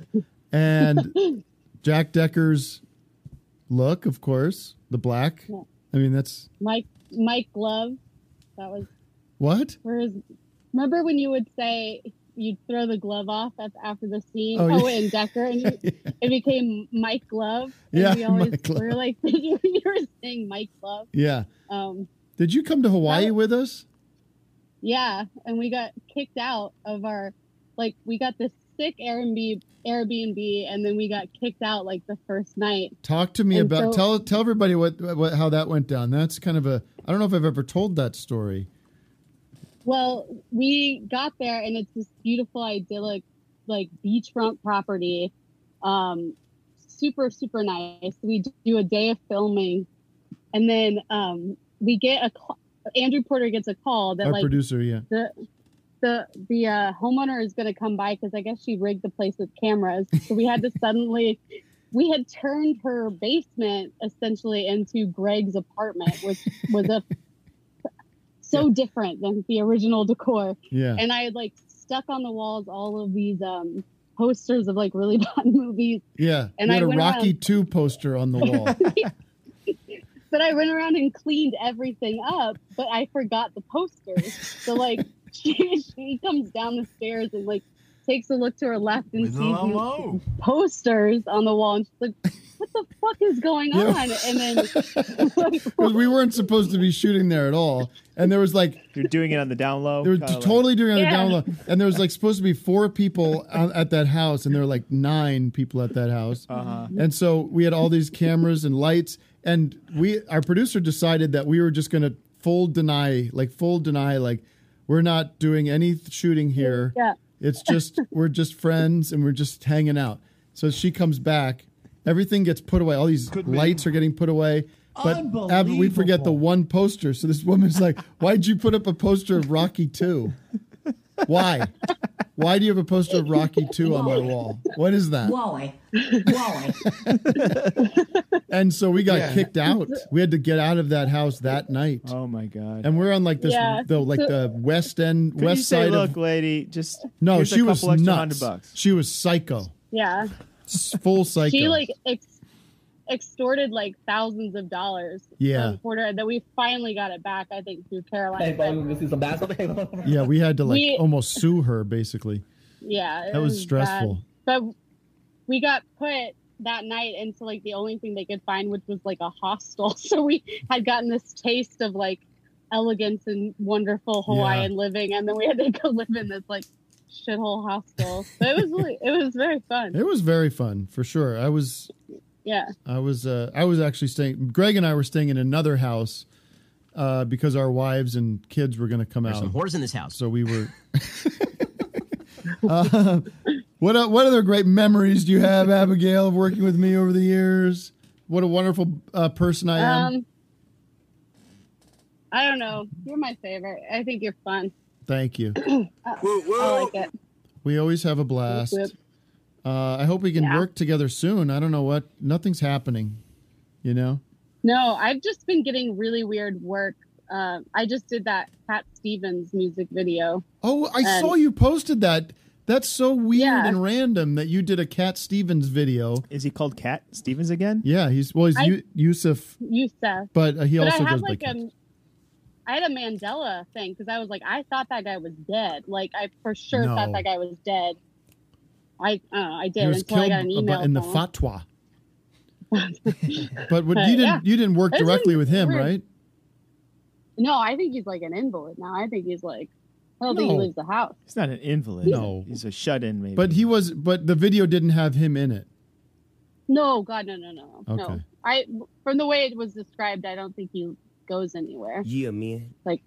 [SPEAKER 2] [LAUGHS] and Jack Decker's look, of course, the black.
[SPEAKER 7] Yeah.
[SPEAKER 2] I mean, that's
[SPEAKER 7] [LAUGHS] Mike Mike Glove. That was
[SPEAKER 2] what.
[SPEAKER 7] Where is? Remember when you would say you'd throw the glove off at, after the scene?
[SPEAKER 2] Oh,
[SPEAKER 7] Oh,
[SPEAKER 2] yeah.
[SPEAKER 7] and
[SPEAKER 2] [LAUGHS]
[SPEAKER 7] Decker, and you, it became Mike Glove. and
[SPEAKER 2] Yeah,
[SPEAKER 7] we always
[SPEAKER 2] Mike
[SPEAKER 7] we
[SPEAKER 2] Glove.
[SPEAKER 7] were like [LAUGHS] you, you were saying Mike Glove.
[SPEAKER 2] Yeah.
[SPEAKER 7] Um,
[SPEAKER 2] Did you come to Hawaii with us?
[SPEAKER 7] yeah, and we got kicked out of our like we got this sick Airbnb Airbnb, and then we got kicked out like the first night.
[SPEAKER 2] Talk to me
[SPEAKER 7] And
[SPEAKER 2] about
[SPEAKER 7] so-
[SPEAKER 2] tell tell everybody what, what how that went down. That's kind of a I don't know if I've ever told that story.
[SPEAKER 7] Well, we got there and it's this beautiful, idyllic, like beachfront property. Um, super, super nice. We do a day of filming, and then um, we get a call. Andrew Porter gets a call that
[SPEAKER 2] Our
[SPEAKER 7] like
[SPEAKER 2] producer, yeah.
[SPEAKER 7] the the the uh, homeowner is going to come by because I guess she rigged the place with cameras. So we
[SPEAKER 2] [LAUGHS]
[SPEAKER 7] had to suddenly. We had turned her basement essentially into Greg's apartment, which was a so different than the original decor.
[SPEAKER 20] Yeah.
[SPEAKER 7] And I had like stuck on the walls all of these um posters of like really [LAUGHS] bad movies.
[SPEAKER 2] Yeah,
[SPEAKER 7] And
[SPEAKER 2] you
[SPEAKER 7] I
[SPEAKER 2] had a
[SPEAKER 7] went
[SPEAKER 2] Rocky
[SPEAKER 7] around-
[SPEAKER 2] Two poster on the
[SPEAKER 7] [LAUGHS]
[SPEAKER 2] wall.
[SPEAKER 7] But I went around and cleaned everything up, but I forgot the posters. so like [LAUGHS] she she comes down the stairs and like takes a look to her left and
[SPEAKER 20] With a
[SPEAKER 7] sees these
[SPEAKER 20] low.
[SPEAKER 7] posters on the wall and she's like, What the fuck is going
[SPEAKER 2] Yeah.
[SPEAKER 7] on? And then
[SPEAKER 2] 'Cause we weren't supposed to be shooting there at all, and there was like
[SPEAKER 3] you're doing it on the down low.
[SPEAKER 2] They were
[SPEAKER 3] kinda like-
[SPEAKER 2] totally doing it on the
[SPEAKER 3] Yeah.
[SPEAKER 2] down low, and there was like supposed to be four people on- at that house, and there were like nine people at that house,
[SPEAKER 3] Uh-huh.
[SPEAKER 2] and so we had all these cameras and lights, and we our producer decided that we were just going to full deny, like full deny, like we're not doing any th- shooting here.
[SPEAKER 7] Yeah.
[SPEAKER 2] It's just we're just friends and we're just hanging out. So she comes back, everything gets put away. All these lights are getting put away. But Ab- we forget the one poster. So this woman's like, "Why'd you put up a poster of Rocky Two? Why? Why do you have a poster of Rocky Two on my wall? What is that?"
[SPEAKER 27] Wally. Wally.
[SPEAKER 2] And so we got
[SPEAKER 27] Yeah.
[SPEAKER 2] kicked out. We had to get out of that house that night. Oh my god! And we're on like this,
[SPEAKER 3] Yeah.
[SPEAKER 2] the like the west end,
[SPEAKER 3] Could
[SPEAKER 2] west
[SPEAKER 3] you say,
[SPEAKER 2] side
[SPEAKER 3] look,
[SPEAKER 2] of.
[SPEAKER 3] lady, just
[SPEAKER 2] No,
[SPEAKER 3] here's a
[SPEAKER 2] she was
[SPEAKER 3] couple extra
[SPEAKER 2] nuts.
[SPEAKER 3] hundred bucks.
[SPEAKER 2] She was psycho,
[SPEAKER 7] yeah.
[SPEAKER 2] S- full psycho.
[SPEAKER 7] She like ex- extorted like thousands of dollars.
[SPEAKER 2] Yeah.
[SPEAKER 7] from Porter, and then we finally got it back. I think through Carolina.
[SPEAKER 20] Hey,
[SPEAKER 7] But,
[SPEAKER 20] Bob, this is
[SPEAKER 2] [LAUGHS]
[SPEAKER 20] a basketball.
[SPEAKER 2] yeah, we had to like
[SPEAKER 7] We-
[SPEAKER 2] almost sue her basically.
[SPEAKER 7] yeah, it
[SPEAKER 2] That was stressful.
[SPEAKER 7] bad. but we got put that night into like the only thing they could find, which was like a hostel. [LAUGHS] So we had gotten this taste of like elegance and wonderful Hawaiian living, and then we had to go [LAUGHS] live in this like shithole hostel. So it was really, it was very fun.
[SPEAKER 2] It was very fun for sure. I was
[SPEAKER 7] yeah.
[SPEAKER 2] I was uh, I was actually staying. Greg and I were staying in another house uh, because our wives and kids were going to come
[SPEAKER 9] There's
[SPEAKER 2] out.
[SPEAKER 9] some whores in this house.
[SPEAKER 2] So we were. [LAUGHS] uh, what o- what other great memories do you have, Abigail, of working with me over the years? What a wonderful uh, person I am.
[SPEAKER 7] Um, I don't know. You're my favorite. I think you're fun.
[SPEAKER 2] Thank you.
[SPEAKER 7] I, I like it.
[SPEAKER 2] We always have a blast.
[SPEAKER 7] Whoop.
[SPEAKER 2] Uh, I hope we can work together soon. I don't know what. Nothing's happening. You know.
[SPEAKER 7] No, I've just been getting really weird work. Um, I just did that Cat Stevens music video.
[SPEAKER 2] Oh, I
[SPEAKER 7] And-
[SPEAKER 2] saw you posted that. That's so weird and random that you did a Cat Stevens video.
[SPEAKER 3] Is he called Cat Stevens again?
[SPEAKER 2] Yeah, he's well, he's
[SPEAKER 7] I-
[SPEAKER 2] Yu- Yusuf,
[SPEAKER 7] You Seth.
[SPEAKER 2] but uh, he
[SPEAKER 7] but
[SPEAKER 2] also
[SPEAKER 7] I
[SPEAKER 2] goes
[SPEAKER 7] had
[SPEAKER 2] by.
[SPEAKER 7] like
[SPEAKER 2] Cat.
[SPEAKER 7] a, I had a Mandela thing because I was like, I thought that guy was dead. Like I for sure
[SPEAKER 2] No.
[SPEAKER 7] thought that guy was dead. I uh, I did
[SPEAKER 2] he was
[SPEAKER 7] until I
[SPEAKER 2] killed
[SPEAKER 7] got an email
[SPEAKER 2] ab- in the
[SPEAKER 7] from him.
[SPEAKER 2] fatwa.
[SPEAKER 7] [LAUGHS]
[SPEAKER 2] but what,
[SPEAKER 7] Uh,
[SPEAKER 2] you didn't
[SPEAKER 7] yeah.
[SPEAKER 2] you didn't work
[SPEAKER 7] That's
[SPEAKER 2] directly
[SPEAKER 7] really
[SPEAKER 2] with him,
[SPEAKER 7] weird.
[SPEAKER 2] right?
[SPEAKER 7] No, I think he's like an invalid now. I think he's like I don't think he
[SPEAKER 2] No.
[SPEAKER 7] leaves the house.
[SPEAKER 3] He's not an invalid.
[SPEAKER 2] No.
[SPEAKER 3] he's a shut-in. Maybe.
[SPEAKER 2] But he was. But the video didn't have him in it.
[SPEAKER 7] No, God, no, no, no, no.
[SPEAKER 2] Okay.
[SPEAKER 7] I from the way it was described, I don't think he goes anywhere.
[SPEAKER 9] Yeah, man.
[SPEAKER 7] Like,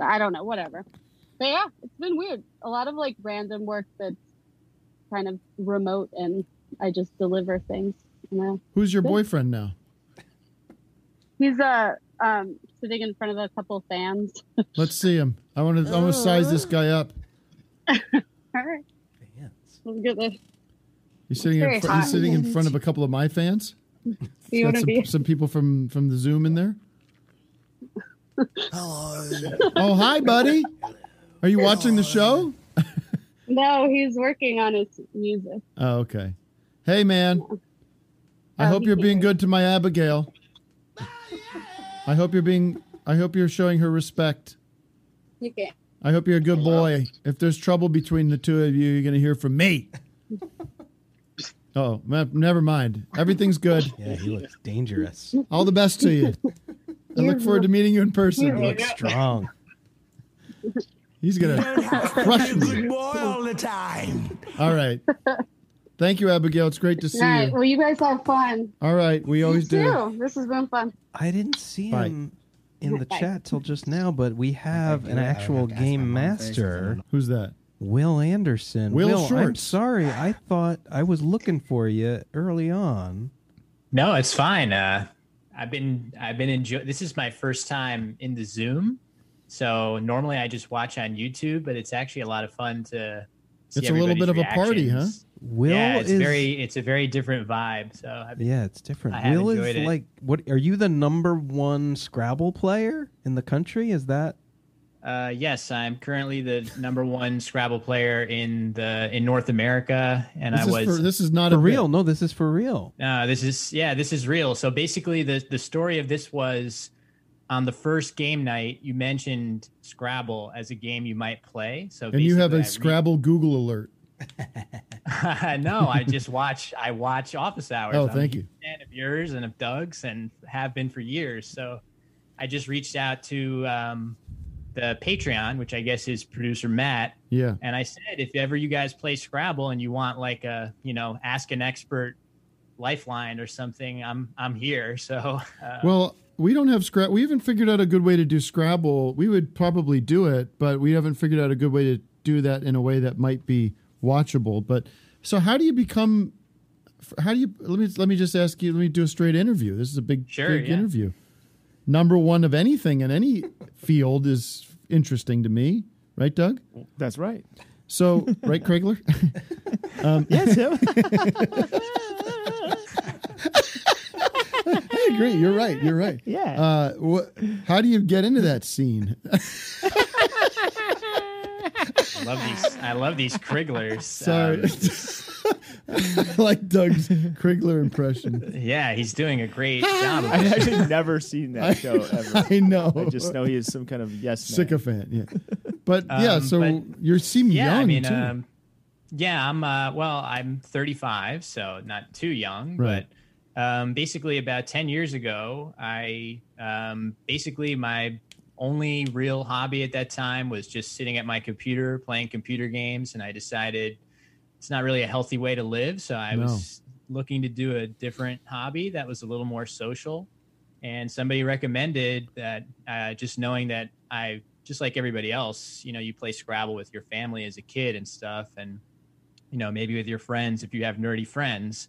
[SPEAKER 7] I don't know, whatever. But yeah, it's been weird. A lot of like random work that's kind of remote, and I just deliver things. You know,
[SPEAKER 2] Who's your
[SPEAKER 7] Yeah.
[SPEAKER 2] boyfriend now?
[SPEAKER 7] he's uh um sitting in front of a couple fans. [LAUGHS]
[SPEAKER 2] Let's see him. I want to. I want to size this guy up.
[SPEAKER 7] All right. Let's get this.
[SPEAKER 2] He's sitting.
[SPEAKER 7] Very
[SPEAKER 2] In fr- he's
[SPEAKER 7] hot.
[SPEAKER 2] sitting in front of a couple of my fans.
[SPEAKER 7] Do [LAUGHS] you
[SPEAKER 2] Got
[SPEAKER 7] want to
[SPEAKER 2] some,
[SPEAKER 7] be?
[SPEAKER 2] some people from from the Zoom in there. Hello. Oh, hi, buddy. Are you watching the show?
[SPEAKER 7] No, he's working on his music.
[SPEAKER 2] Oh, okay. Hey, man. I
[SPEAKER 7] Oh,
[SPEAKER 2] hope
[SPEAKER 7] he
[SPEAKER 2] you're
[SPEAKER 7] can
[SPEAKER 2] being
[SPEAKER 7] hear
[SPEAKER 2] good to my Abigail. I hope you're being. I hope you're showing her respect.
[SPEAKER 7] You can.
[SPEAKER 2] I hope you're a good boy. If there's trouble between the two of you, you're gonna hear from
[SPEAKER 4] [LAUGHS]
[SPEAKER 2] me. Oh, ma- never mind. Everything's good.
[SPEAKER 4] Yeah, he looks dangerous.
[SPEAKER 2] All the best to
[SPEAKER 4] [LAUGHS]
[SPEAKER 2] you. I look forward to meeting you in
[SPEAKER 4] He
[SPEAKER 2] person.
[SPEAKER 4] looks strong.
[SPEAKER 2] He's gonna crush me.
[SPEAKER 14] all the time.
[SPEAKER 2] All right. Thank you, Abigail. It's great to see
[SPEAKER 7] All right.
[SPEAKER 2] you.
[SPEAKER 7] Well, you guys have fun.
[SPEAKER 2] All right, we always do.
[SPEAKER 7] Too. This has been fun.
[SPEAKER 4] I didn't see
[SPEAKER 2] Bye.
[SPEAKER 4] him in the
[SPEAKER 7] Bye.
[SPEAKER 4] chat till just now, but we have
[SPEAKER 2] do
[SPEAKER 4] an
[SPEAKER 2] it, I would
[SPEAKER 4] actual
[SPEAKER 2] have to ask
[SPEAKER 4] game
[SPEAKER 2] my mom first if I
[SPEAKER 4] master.
[SPEAKER 2] Who's that?
[SPEAKER 4] Will Anderson.
[SPEAKER 2] Will
[SPEAKER 4] I'm
[SPEAKER 2] Shorts.
[SPEAKER 4] sorry. I thought I was looking for you early on.
[SPEAKER 9] No, it's fine. Uh, I've been I've been enjoying. This is my first time in the Zoom, so normally I just watch on YouTube, but it's actually a lot of fun to. See
[SPEAKER 2] It's a little bit of a
[SPEAKER 9] everybody's
[SPEAKER 2] party, huh?
[SPEAKER 9] reactions.
[SPEAKER 4] Will
[SPEAKER 9] yeah, it's
[SPEAKER 4] is-
[SPEAKER 9] very it's a very different vibe. So I've been-
[SPEAKER 4] Yeah, it's different.
[SPEAKER 9] I have
[SPEAKER 4] Will is
[SPEAKER 9] enjoyed it.
[SPEAKER 4] like what are you the number one Scrabble player in the country? Is that
[SPEAKER 9] Uh, yes, I'm currently the number one Scrabble player in the in North America, and
[SPEAKER 2] This
[SPEAKER 9] I
[SPEAKER 2] is
[SPEAKER 9] was
[SPEAKER 2] for- this is not
[SPEAKER 4] for
[SPEAKER 2] a bit.
[SPEAKER 4] real? No, this is for real.
[SPEAKER 9] No, Uh, this is yeah, this is real. So basically, the the story of this was on the first game night. You mentioned Scrabble as a game you might play. So
[SPEAKER 2] And you have
[SPEAKER 9] basically,
[SPEAKER 2] a
[SPEAKER 9] I
[SPEAKER 2] Scrabble Google alert.
[SPEAKER 9] re- [LAUGHS] no, I just watch. I watch Office Hours.
[SPEAKER 2] Oh,
[SPEAKER 9] I'm a
[SPEAKER 2] thank
[SPEAKER 9] huge Fan of yours and of Doug's, and have been for years. So I just reached out to um, the Patreon, which I guess is producer Matt,
[SPEAKER 2] Yeah.
[SPEAKER 9] and I said, if ever you guys play Scrabble and you want like a, you know, ask an expert lifeline or something, I'm I'm here. So uh,
[SPEAKER 2] Well, we don't have Scrabble. We haven't figured out a good way to do Scrabble. We would probably do it, but we haven't figured out a good way to do that in a way that might be watchable. But so, how do you become? How do you? Let me let me just ask you. Let me do a straight interview. This is a big,
[SPEAKER 9] Sure,
[SPEAKER 2] big
[SPEAKER 9] yeah.
[SPEAKER 2] interview. Number one of anything in any field is interesting to me, right, Doug?
[SPEAKER 3] That's right.
[SPEAKER 2] So, right,
[SPEAKER 3] [LAUGHS]
[SPEAKER 2] Craigler? [LAUGHS] um,
[SPEAKER 3] yes,
[SPEAKER 2] [LAUGHS]
[SPEAKER 3] him.
[SPEAKER 2] I agree. You're right. You're right.
[SPEAKER 3] Yeah.
[SPEAKER 2] Uh, wh- how do you get into that scene?
[SPEAKER 9] I love these I love these
[SPEAKER 3] [LAUGHS]
[SPEAKER 9] Krigglers.
[SPEAKER 2] [LAUGHS] Sorry.
[SPEAKER 9] Um,
[SPEAKER 2] I [LAUGHS] like Doug's Krigler impression.
[SPEAKER 9] yeah, he's doing
[SPEAKER 3] [LAUGHS]
[SPEAKER 9] a great job. of
[SPEAKER 3] I've
[SPEAKER 9] it.
[SPEAKER 3] actually never seen
[SPEAKER 9] [LAUGHS]
[SPEAKER 3] that show ever.
[SPEAKER 2] I know.
[SPEAKER 3] I just know he is some kind of yes man.
[SPEAKER 2] Sycophant, yeah. But yeah,
[SPEAKER 9] Um,
[SPEAKER 2] so
[SPEAKER 9] but-
[SPEAKER 2] you seem
[SPEAKER 9] yeah,
[SPEAKER 2] young
[SPEAKER 9] I mean,
[SPEAKER 2] too.
[SPEAKER 9] um, Yeah, I'm. Uh, well, I'm 35, so not too young,
[SPEAKER 2] Right.
[SPEAKER 9] but um, basically, about 10 years ago, I um, basically my only real hobby at that time was just sitting at my computer playing computer games, and I decided it's not really a healthy way to live, so I
[SPEAKER 2] No.
[SPEAKER 9] was looking to do a different hobby that was a little more social. And somebody recommended that uh, just knowing that I, just like everybody else, you know, you play Scrabble with your family as a kid and stuff. And you know, maybe with your friends if you have nerdy friends.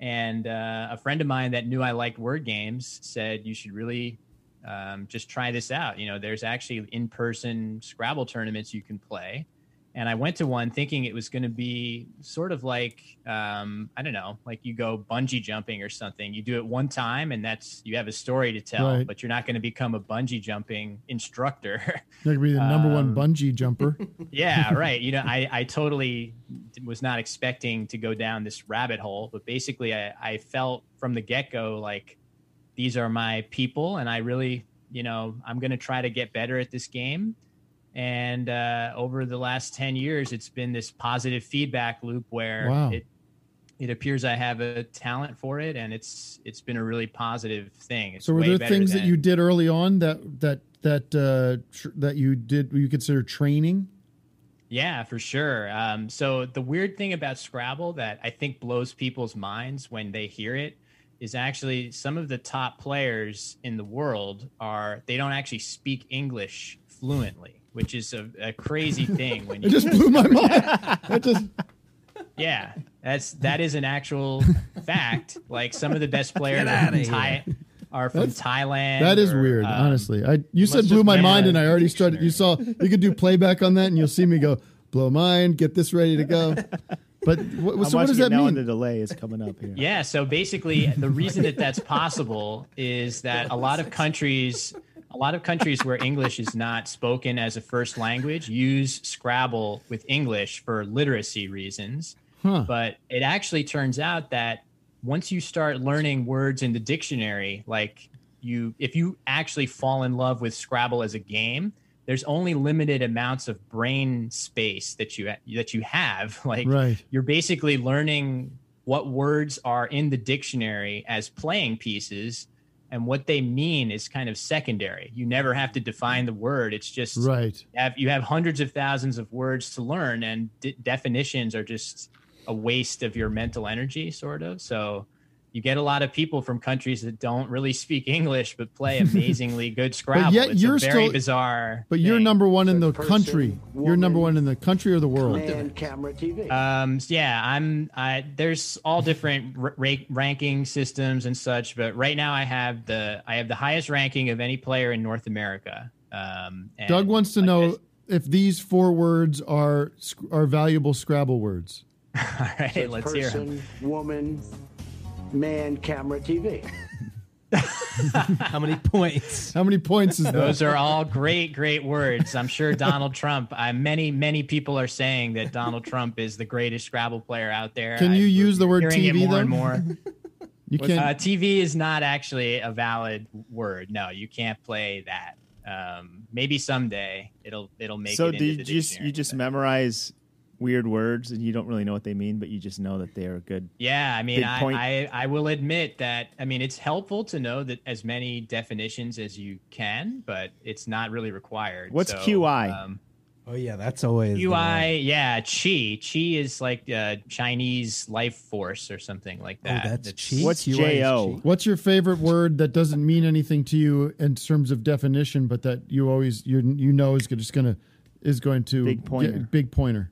[SPEAKER 9] And uh, a friend of mine that knew I liked word games said you should really um, just try this out. You know, there's actually in-person Scrabble tournaments you can play. And I went to one thinking it was going to be sort of like um, I don't know, like you go bungee jumping or something. You do it one time, and that's you have a story to tell,
[SPEAKER 2] Right.
[SPEAKER 9] but you're not going to become a bungee jumping instructor. [LAUGHS]
[SPEAKER 2] That could be the number one
[SPEAKER 3] um,
[SPEAKER 2] bungee
[SPEAKER 3] [LAUGHS]
[SPEAKER 2] jumper.
[SPEAKER 9] yeah right you know I, I totally was not expecting to go down this rabbit hole but basically i, I felt from the get-go like these are my people and i really you know i'm going to try to get better at this game and uh, over the last 10 years it's been this positive feedback loop where
[SPEAKER 2] Wow.
[SPEAKER 9] it it appears i have a talent for it and it's it's been a really positive thing it's
[SPEAKER 2] so were
[SPEAKER 9] way
[SPEAKER 2] there
[SPEAKER 9] better
[SPEAKER 2] things
[SPEAKER 9] than,
[SPEAKER 2] that you did early on that that that uh, tr- that you did you consider training?
[SPEAKER 9] Yeah, for sure. Um, so the weird thing about Scrabble that I think blows people's minds when they hear it is actually some of the top players in the world are they don't actually speak English fluently, which is a,
[SPEAKER 2] [LAUGHS]
[SPEAKER 9] a crazy thing when you
[SPEAKER 2] It just blew
[SPEAKER 9] [LAUGHS]
[SPEAKER 2] my mind. It just
[SPEAKER 9] yeah, that's that is an actual fact. Like some of
[SPEAKER 2] [LAUGHS]
[SPEAKER 9] the best players are
[SPEAKER 2] outta
[SPEAKER 9] from, Thai, are from Thailand.
[SPEAKER 2] that is
[SPEAKER 9] or,
[SPEAKER 2] weird.
[SPEAKER 9] um,
[SPEAKER 2] honestly, I you said
[SPEAKER 9] must
[SPEAKER 2] blew
[SPEAKER 9] just
[SPEAKER 2] my
[SPEAKER 9] be
[SPEAKER 2] mind,
[SPEAKER 9] a
[SPEAKER 2] and I already started. You saw you
[SPEAKER 3] [LAUGHS]
[SPEAKER 2] could do playback on that, and you'll see me go blow mind. Get this ready to go.
[SPEAKER 3] [LAUGHS]
[SPEAKER 2] But
[SPEAKER 3] I'm
[SPEAKER 2] what, so what
[SPEAKER 3] watching
[SPEAKER 2] does
[SPEAKER 3] it
[SPEAKER 2] that
[SPEAKER 3] now
[SPEAKER 2] mean?
[SPEAKER 3] and The delay is coming up here.
[SPEAKER 9] Yeah. So basically, the reason that that's possible is that a lot of countries, a lot of countries where English is not spoken as a first language, use Scrabble with English for literacy reasons.
[SPEAKER 2] Huh.
[SPEAKER 9] But it actually turns out that once you start learning words in the dictionary, like you, if you actually fall in love with Scrabble as a game, there's only limited amounts of brain space that you that you have. [LAUGHS] Like
[SPEAKER 2] Right.
[SPEAKER 9] you're basically learning what words are in the dictionary as playing pieces and what they mean is kind of secondary you never have to define the word it's just
[SPEAKER 2] Right.
[SPEAKER 9] you have, you have hundreds of thousands of words to learn and d- definitions are just a waste of your mental energy sort of so you get a lot of people from countries that don't really speak english but
[SPEAKER 2] [LAUGHS]
[SPEAKER 9] play amazingly good scrabble
[SPEAKER 2] yet
[SPEAKER 9] it's
[SPEAKER 2] you're
[SPEAKER 9] a very
[SPEAKER 2] still-
[SPEAKER 9] bizarre
[SPEAKER 2] But you're number one in the country. You're number one in the country or the world.
[SPEAKER 9] camera TV. Um, s- yeah, I'm. I there's all different r- ra- ranking systems and such, but right now I have the I have the highest ranking of any player in North America. Um, and
[SPEAKER 2] Doug wants to know if these four words are sc- are valuable Scrabble words.
[SPEAKER 9] [LAUGHS] all right,
[SPEAKER 13] Search
[SPEAKER 9] let's hear
[SPEAKER 13] person,
[SPEAKER 9] [LAUGHS]
[SPEAKER 2] [LAUGHS]
[SPEAKER 9] him.
[SPEAKER 13] woman, man, camera, TV.
[SPEAKER 9] How many points?
[SPEAKER 2] How many points is that?
[SPEAKER 9] Those are all great, great words. I'm sure Donald Trump. I, many, many people are saying that Donald Trump is the greatest Scrabble player out there.
[SPEAKER 2] Can
[SPEAKER 9] I-
[SPEAKER 2] you use the word
[SPEAKER 9] hearing
[SPEAKER 2] TV
[SPEAKER 9] it more
[SPEAKER 2] though?
[SPEAKER 9] and more.
[SPEAKER 2] You
[SPEAKER 9] What's-
[SPEAKER 2] can't.
[SPEAKER 9] Uh, TV is not actually a valid word. No, you can't play that. Um, maybe someday it'll it'll make
[SPEAKER 3] so
[SPEAKER 9] it
[SPEAKER 3] do
[SPEAKER 9] into
[SPEAKER 3] you
[SPEAKER 9] the
[SPEAKER 3] just
[SPEAKER 9] dictionary.
[SPEAKER 3] you just memorize weird words and you don't really know what they mean, but you just know that they are good.
[SPEAKER 9] Yeah, I mean,
[SPEAKER 3] big
[SPEAKER 9] I,
[SPEAKER 3] point.
[SPEAKER 9] I I will admit that. I mean, it's helpful to know that as many definitions as you can, but it's not really required.
[SPEAKER 3] What's
[SPEAKER 9] So,
[SPEAKER 3] QI?
[SPEAKER 9] Um,
[SPEAKER 4] Oh yeah, that's always the one.
[SPEAKER 9] UI, yeah, chi. Chi is like uh, Chinese life force or something like that.
[SPEAKER 4] that's
[SPEAKER 9] It's-
[SPEAKER 2] What's your favorite word that doesn't mean anything to you in terms of definition, but that you always you you know is just gonna is going to
[SPEAKER 9] Big pointer.
[SPEAKER 2] big pointer.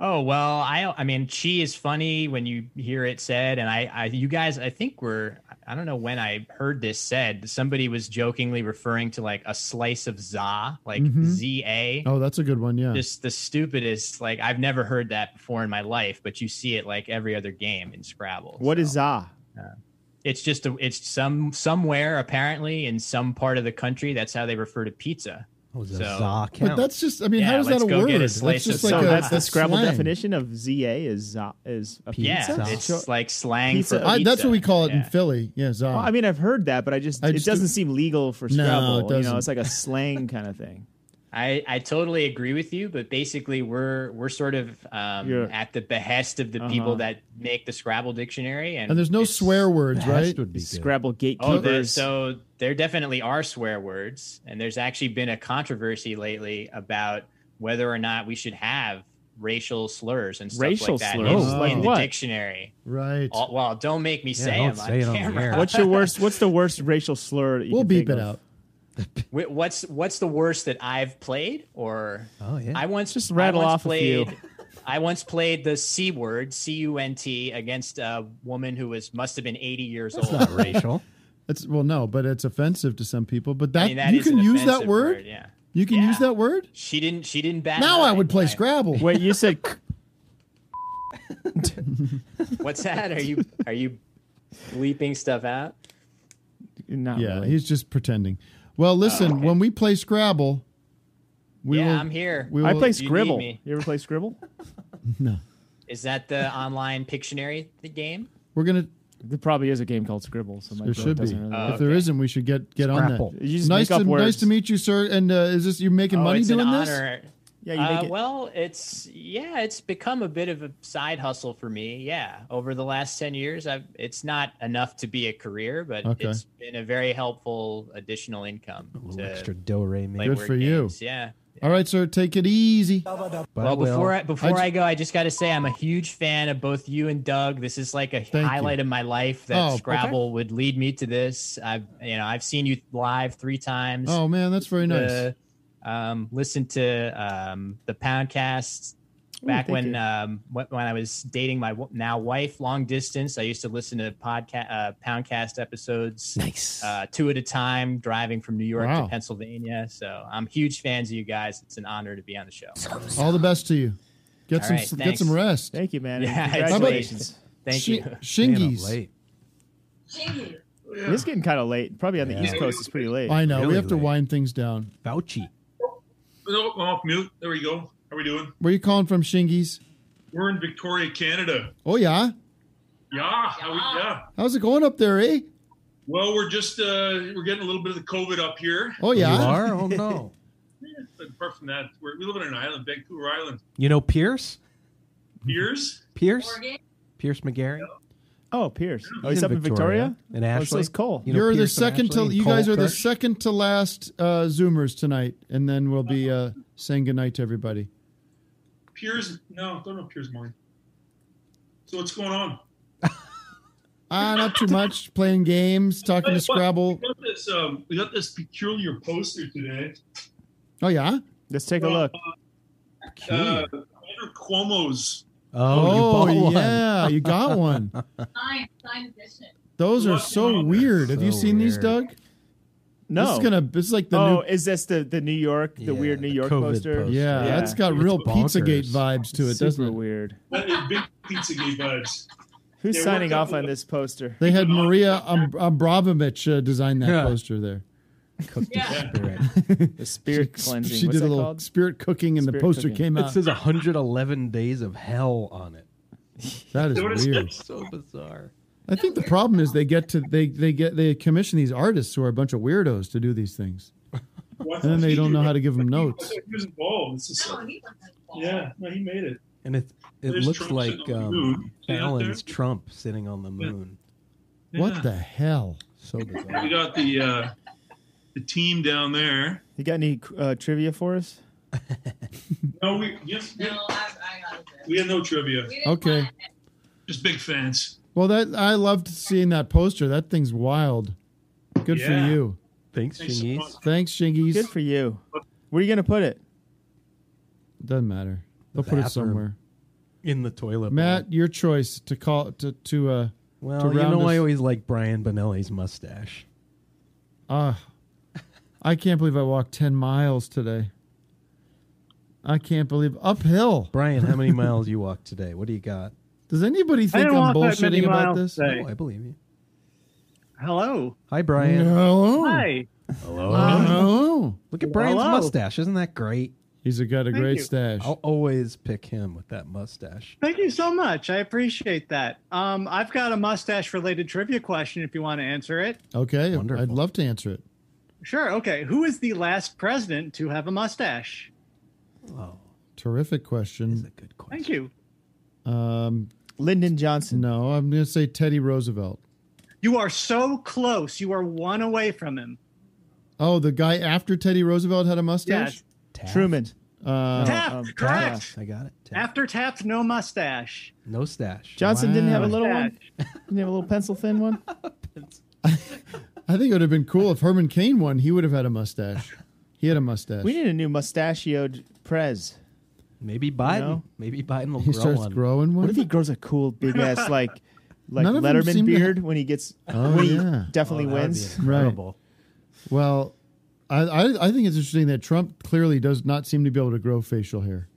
[SPEAKER 9] Oh well, I I mean, chi is funny when you hear it said, and I, I you guys, I think were I don't know when I heard this said. Somebody was jokingly referring to like a slice of za, like
[SPEAKER 2] Mhm.
[SPEAKER 9] z a.
[SPEAKER 2] Oh, that's a good one. Yeah.
[SPEAKER 9] Just the stupidest. Like I've never heard that before in my life, but you see it like every other game in Scrabble. Uh,
[SPEAKER 3] What is ah?
[SPEAKER 9] It's just a, it's some somewhere apparently in some part of the country. That's how they refer to pizza.
[SPEAKER 4] Oh,
[SPEAKER 9] so,
[SPEAKER 2] But that's just. I mean,
[SPEAKER 9] Yeah,
[SPEAKER 2] how is that
[SPEAKER 9] let's
[SPEAKER 2] a
[SPEAKER 9] go
[SPEAKER 2] word?
[SPEAKER 9] get a
[SPEAKER 2] That's
[SPEAKER 9] slice
[SPEAKER 2] just
[SPEAKER 9] of
[SPEAKER 2] like
[SPEAKER 3] so
[SPEAKER 2] a,
[SPEAKER 3] that's the
[SPEAKER 2] that's
[SPEAKER 3] Scrabble
[SPEAKER 2] slang.
[SPEAKER 3] definition of za is za is a
[SPEAKER 9] Yeah,
[SPEAKER 3] pizza.
[SPEAKER 9] it's
[SPEAKER 3] Sure.
[SPEAKER 9] like slang
[SPEAKER 3] Pizza.
[SPEAKER 9] for
[SPEAKER 2] I, that's what we call it in
[SPEAKER 3] Yeah.
[SPEAKER 2] Philly. Yeah, za.
[SPEAKER 3] Well, I mean, I've heard that, but I just,
[SPEAKER 2] I
[SPEAKER 3] it
[SPEAKER 2] just
[SPEAKER 3] doesn't
[SPEAKER 2] do-
[SPEAKER 3] seem legal
[SPEAKER 2] No,
[SPEAKER 3] for
[SPEAKER 2] it
[SPEAKER 3] Scrabble. you know,
[SPEAKER 2] doesn't.
[SPEAKER 9] [LAUGHS]
[SPEAKER 3] it's like a slang kind of thing.
[SPEAKER 9] I, I totally agree with you, but basically we're we're sort of um,
[SPEAKER 2] Yeah.
[SPEAKER 9] at the behest of the
[SPEAKER 2] Uh-huh.
[SPEAKER 9] people that make the Scrabble dictionary, and,
[SPEAKER 2] And there's no swear words,
[SPEAKER 9] Behest
[SPEAKER 2] right?
[SPEAKER 9] would be good.
[SPEAKER 3] Scrabble
[SPEAKER 9] Oh, there,
[SPEAKER 3] gatekeepers.
[SPEAKER 9] so there definitely are swear words, and there's actually been a controversy lately about whether or not we should have racial slurs and stuff
[SPEAKER 3] Racial
[SPEAKER 9] like that
[SPEAKER 3] slurs?
[SPEAKER 9] in,
[SPEAKER 3] Like
[SPEAKER 9] in
[SPEAKER 3] what?
[SPEAKER 9] the dictionary.
[SPEAKER 2] Right.
[SPEAKER 9] Oh, well, don't make me
[SPEAKER 3] Yeah,
[SPEAKER 9] say
[SPEAKER 3] don't
[SPEAKER 9] them
[SPEAKER 3] say it
[SPEAKER 9] on
[SPEAKER 3] on the
[SPEAKER 9] camera.
[SPEAKER 3] What's your worst? What's the worst racial slur? That you
[SPEAKER 9] We'll
[SPEAKER 3] can
[SPEAKER 9] beep
[SPEAKER 3] think
[SPEAKER 9] it
[SPEAKER 3] of?
[SPEAKER 9] out. [LAUGHS] Wh- What's what's the worst that I've played? Or
[SPEAKER 4] oh yeah,
[SPEAKER 9] I once
[SPEAKER 3] Just rattle
[SPEAKER 9] I once
[SPEAKER 3] off a few.
[SPEAKER 9] played. I once played the c word, c u n t, against a woman who was must have been eighty years old.
[SPEAKER 2] That's well, no, but [LAUGHS] it's offensive to some people. But that,
[SPEAKER 9] I mean, that
[SPEAKER 2] you
[SPEAKER 9] is
[SPEAKER 2] can
[SPEAKER 9] an
[SPEAKER 2] use that
[SPEAKER 9] offensive
[SPEAKER 2] word.
[SPEAKER 9] word, yeah.
[SPEAKER 2] You can use that word.
[SPEAKER 9] She didn't. She didn't bat.
[SPEAKER 2] now
[SPEAKER 9] an
[SPEAKER 2] I would play Scrabble.
[SPEAKER 3] Wait,
[SPEAKER 2] [LAUGHS]
[SPEAKER 3] you said [LAUGHS]
[SPEAKER 9] [LAUGHS] What's that? Are you are you bleeping stuff out?
[SPEAKER 3] Not
[SPEAKER 2] yeah, he's just pretending. Well, listen, when we play Scrabble, we
[SPEAKER 9] Oh, yeah,
[SPEAKER 2] will,
[SPEAKER 9] I'm here.
[SPEAKER 2] we
[SPEAKER 3] I
[SPEAKER 2] will-
[SPEAKER 3] play Scribble. You, ever play Scribble?
[SPEAKER 2] [LAUGHS] No,
[SPEAKER 9] Is that the online Pictionary the game?
[SPEAKER 2] we're gonna.
[SPEAKER 3] There probably is a game called Scribble. So my
[SPEAKER 2] There
[SPEAKER 3] brother
[SPEAKER 2] should be.
[SPEAKER 3] doesn't really
[SPEAKER 2] if
[SPEAKER 3] know.
[SPEAKER 2] there isn't, we should get get on
[SPEAKER 3] Uh, Scrapple.
[SPEAKER 2] that.
[SPEAKER 3] You just
[SPEAKER 2] nice
[SPEAKER 3] make up
[SPEAKER 2] to nice
[SPEAKER 3] words.
[SPEAKER 2] to meet you, sir. And uh, is this you're making
[SPEAKER 9] Oh,
[SPEAKER 2] money
[SPEAKER 9] it's
[SPEAKER 2] doing
[SPEAKER 9] an
[SPEAKER 2] this?
[SPEAKER 9] honor.
[SPEAKER 3] Yeah,
[SPEAKER 2] you make it-
[SPEAKER 9] Uh, Well, it's yeah, it's become a bit of a side hustle for me. Yeah, over the last ten years, I've it's not enough to be a career, but
[SPEAKER 4] Okay.
[SPEAKER 9] it's been a very helpful additional income. to
[SPEAKER 4] extra do re mi.
[SPEAKER 9] play
[SPEAKER 2] Good
[SPEAKER 9] word
[SPEAKER 2] for
[SPEAKER 9] games.
[SPEAKER 2] you.
[SPEAKER 9] Yeah.
[SPEAKER 2] All right, sir. Take it easy.
[SPEAKER 9] Well, before I, before I,
[SPEAKER 2] ju-
[SPEAKER 9] go, I just got to say I'm a huge fan of both you and Doug. This is like a highlight of my life that
[SPEAKER 2] Oh,
[SPEAKER 9] Scrabble would lead me to this. I've you know I've seen you live three times.
[SPEAKER 2] Oh man, that's very nice.
[SPEAKER 9] The, um, listen to um, the Poundcast
[SPEAKER 2] Ooh,
[SPEAKER 9] back
[SPEAKER 2] thank
[SPEAKER 9] when
[SPEAKER 2] you.
[SPEAKER 9] um, wh- when I was dating my w- now wife long distance. I used to listen to podcast uh, Poundcast episodes,
[SPEAKER 4] nice
[SPEAKER 9] uh, two at a time, driving from New York
[SPEAKER 2] Wow.
[SPEAKER 9] to Pennsylvania. So I'm huge fans of you guys. It's an honor to be on the show.
[SPEAKER 2] All the best to you. Get
[SPEAKER 9] All
[SPEAKER 2] some
[SPEAKER 9] right,
[SPEAKER 2] s- get
[SPEAKER 9] thanks.
[SPEAKER 2] some rest.
[SPEAKER 3] Thank you, man. and
[SPEAKER 9] Yeah, it's late.
[SPEAKER 3] congratulations.
[SPEAKER 9] Thank
[SPEAKER 2] Shi-
[SPEAKER 9] you.
[SPEAKER 2] [LAUGHS] Shingies.
[SPEAKER 3] It's getting kind of late. Probably on the
[SPEAKER 2] Yeah.
[SPEAKER 3] East Coast, it's pretty late.
[SPEAKER 2] I know. we have to wind things down.
[SPEAKER 4] Fauci.
[SPEAKER 23] No, I'm off mute. There we go. How we doing?
[SPEAKER 2] Where you calling from, Shingies?
[SPEAKER 23] We're in Victoria, Canada.
[SPEAKER 2] Oh yeah.
[SPEAKER 23] Yeah, how we, yeah.
[SPEAKER 2] How's it going up there, eh?
[SPEAKER 23] Well, we're just uh, we're getting a little bit of the COVID up here.
[SPEAKER 2] Oh yeah.
[SPEAKER 23] [LAUGHS] Yeah, but apart from that, we're, we live on an island, Vancouver Island.
[SPEAKER 4] You know Pierce?
[SPEAKER 23] Beers?
[SPEAKER 4] Mm-hmm. Pierce? Pierce McGarry?
[SPEAKER 3] Oh, Pierce. Oh, he's
[SPEAKER 4] He's in
[SPEAKER 3] up in
[SPEAKER 4] Victoria.
[SPEAKER 3] Victoria.
[SPEAKER 4] And
[SPEAKER 3] Oh, so
[SPEAKER 4] Ashley.
[SPEAKER 3] is Cole.
[SPEAKER 4] You know
[SPEAKER 2] You're the
[SPEAKER 4] Pierce and
[SPEAKER 2] second to
[SPEAKER 4] Ashley
[SPEAKER 2] you
[SPEAKER 4] and
[SPEAKER 2] guys
[SPEAKER 4] Cole
[SPEAKER 2] are the
[SPEAKER 4] Kirsch?
[SPEAKER 2] second to last uh, Zoomers tonight, and then we'll be uh, saying goodnight to everybody.
[SPEAKER 23] Piers? No, don't know Piers Morgan. So what's going on?
[SPEAKER 2] Ah, not too much. Playing games, talking to
[SPEAKER 23] But- but
[SPEAKER 2] Scrabble.
[SPEAKER 23] We got this, um, we got this peculiar poster today.
[SPEAKER 2] Oh yeah.
[SPEAKER 3] Let's take a look.
[SPEAKER 23] Uh, Andrew Cuomo's.
[SPEAKER 2] Oh,
[SPEAKER 3] you bought one.
[SPEAKER 2] yeah, you got one.
[SPEAKER 19] Signed, signed edition.
[SPEAKER 2] Those are so weird. Have you
[SPEAKER 3] So
[SPEAKER 2] seen these, Doug?
[SPEAKER 3] No,
[SPEAKER 2] This is gonna. This is like the
[SPEAKER 3] oh,
[SPEAKER 2] new.
[SPEAKER 3] is this the the New York, the weird New York
[SPEAKER 2] COVID
[SPEAKER 3] poster?
[SPEAKER 2] poster. Yeah, that's got
[SPEAKER 3] It's
[SPEAKER 2] real
[SPEAKER 3] bonkers.
[SPEAKER 2] Pizzagate vibes to it,
[SPEAKER 3] Super
[SPEAKER 2] doesn't it?
[SPEAKER 3] Weird.
[SPEAKER 23] That is big pizza gay vibes.
[SPEAKER 3] Who's
[SPEAKER 23] Yeah,
[SPEAKER 3] signing
[SPEAKER 23] we're-
[SPEAKER 3] off on this poster?
[SPEAKER 2] They had Maria Am- Abramovich uh, design that
[SPEAKER 3] Yeah.
[SPEAKER 2] poster there.
[SPEAKER 4] Cooked
[SPEAKER 23] Yeah.
[SPEAKER 2] [LAUGHS]
[SPEAKER 4] spirit.
[SPEAKER 3] the spirit
[SPEAKER 2] she,
[SPEAKER 3] cleansing.
[SPEAKER 2] She
[SPEAKER 3] What's
[SPEAKER 2] did a
[SPEAKER 3] that
[SPEAKER 2] little
[SPEAKER 3] called?
[SPEAKER 2] spirit cooking, and the
[SPEAKER 3] Spirit
[SPEAKER 2] poster
[SPEAKER 3] cooking.
[SPEAKER 2] came
[SPEAKER 4] It
[SPEAKER 2] out.
[SPEAKER 4] says 111 days of hell on it.
[SPEAKER 2] That is weird.
[SPEAKER 4] [LAUGHS] so bizarre.
[SPEAKER 2] I think the problem is they get to they they get they commission these artists who are a bunch of weirdos to do these things, and then they don't know how to give
[SPEAKER 5] [LAUGHS]
[SPEAKER 2] them
[SPEAKER 23] I
[SPEAKER 2] notes.
[SPEAKER 23] thought he was involved. It's just like- yeah, no, he made it.
[SPEAKER 4] And it it
[SPEAKER 23] There's
[SPEAKER 4] looks
[SPEAKER 23] Trump
[SPEAKER 4] like
[SPEAKER 23] sitting on the
[SPEAKER 4] um,
[SPEAKER 23] moon. See up
[SPEAKER 4] Fallon's Trump sitting on the moon.
[SPEAKER 2] What the hell?
[SPEAKER 4] So bizarre.
[SPEAKER 23] We got the uh, the team down there.
[SPEAKER 3] You got any uh, trivia for us?
[SPEAKER 23] No, we yes, we, we had no trivia.
[SPEAKER 2] Okay.
[SPEAKER 23] Just big fans.
[SPEAKER 2] Well, that I loved seeing that poster. That thing's wild. Good
[SPEAKER 23] Yeah.
[SPEAKER 2] for you.
[SPEAKER 4] Thanks,
[SPEAKER 23] Thanks so Shingies. much.
[SPEAKER 2] Thanks, Shingies.
[SPEAKER 3] Good for you. Where are you gonna put it?
[SPEAKER 2] Doesn't matter. They'll put
[SPEAKER 4] Bathroom.
[SPEAKER 2] it somewhere.
[SPEAKER 4] In the toilet.
[SPEAKER 2] Matt, your choice to call to to uh.
[SPEAKER 4] Well,
[SPEAKER 2] to
[SPEAKER 4] you
[SPEAKER 2] round
[SPEAKER 4] know
[SPEAKER 2] us-
[SPEAKER 4] I always like Brian Benelli's mustache.
[SPEAKER 2] Ah, I can't believe I walked ten miles today. I can't believe uphill.
[SPEAKER 4] Brian,
[SPEAKER 2] [LAUGHS]
[SPEAKER 4] how many miles you walked today? What do you got?
[SPEAKER 2] Does anybody think
[SPEAKER 27] didn't
[SPEAKER 2] I'm
[SPEAKER 27] walk that many
[SPEAKER 2] bullshitting about
[SPEAKER 27] miles
[SPEAKER 2] this?
[SPEAKER 27] today.
[SPEAKER 4] Oh, I believe you.
[SPEAKER 27] Hello.
[SPEAKER 4] Hi, Brian.
[SPEAKER 2] Hello.
[SPEAKER 27] Hi.
[SPEAKER 4] Uh, Hello.
[SPEAKER 2] Hello.
[SPEAKER 4] Look at Brian's
[SPEAKER 27] Hello.
[SPEAKER 4] mustache. Isn't that great?
[SPEAKER 2] He's got a
[SPEAKER 27] Thank great you.
[SPEAKER 2] stash.
[SPEAKER 4] I'll always pick him with that mustache.
[SPEAKER 27] Thank you so much. I appreciate that. Um, I've got a mustache related trivia question if you want to answer it.
[SPEAKER 2] Okay, I'd love to answer it.
[SPEAKER 30] Sure. Okay. Who is the last president to have a mustache?
[SPEAKER 4] Oh,
[SPEAKER 2] Terrific question.
[SPEAKER 30] Thank you.
[SPEAKER 2] Um, Lyndon Johnson. No, I'm going to say Teddy Roosevelt.
[SPEAKER 30] You are so close. You are one away from him.
[SPEAKER 2] Oh, the guy after Teddy Roosevelt had a mustache.
[SPEAKER 30] Yes.
[SPEAKER 2] Truman.
[SPEAKER 30] Uh,
[SPEAKER 2] Uh,
[SPEAKER 30] Taft.
[SPEAKER 2] um,
[SPEAKER 30] correct.
[SPEAKER 2] Taft. I got it.
[SPEAKER 30] After Taft, no mustache.
[SPEAKER 4] No stash.
[SPEAKER 3] Johnson didn't have a
[SPEAKER 2] Wow.
[SPEAKER 3] little one. Didn't he have a little pencil thin one.
[SPEAKER 2] I think it would have been cool if Herman Cain won. He would have had a mustache. He had a mustache.
[SPEAKER 3] We need a new mustachioed prez.
[SPEAKER 4] Maybe
[SPEAKER 2] Biden. Maybe Biden will He grow starts one.
[SPEAKER 3] growing What if he grows a cool big ass like like
[SPEAKER 2] None of them
[SPEAKER 3] Letterman
[SPEAKER 2] seem to
[SPEAKER 3] beard
[SPEAKER 2] have-
[SPEAKER 3] when he gets
[SPEAKER 2] Oh,
[SPEAKER 3] when
[SPEAKER 2] yeah.
[SPEAKER 3] he definitely wins?
[SPEAKER 2] Right. Well, I, I I think it's interesting that Trump clearly does not seem to be able to grow facial hair.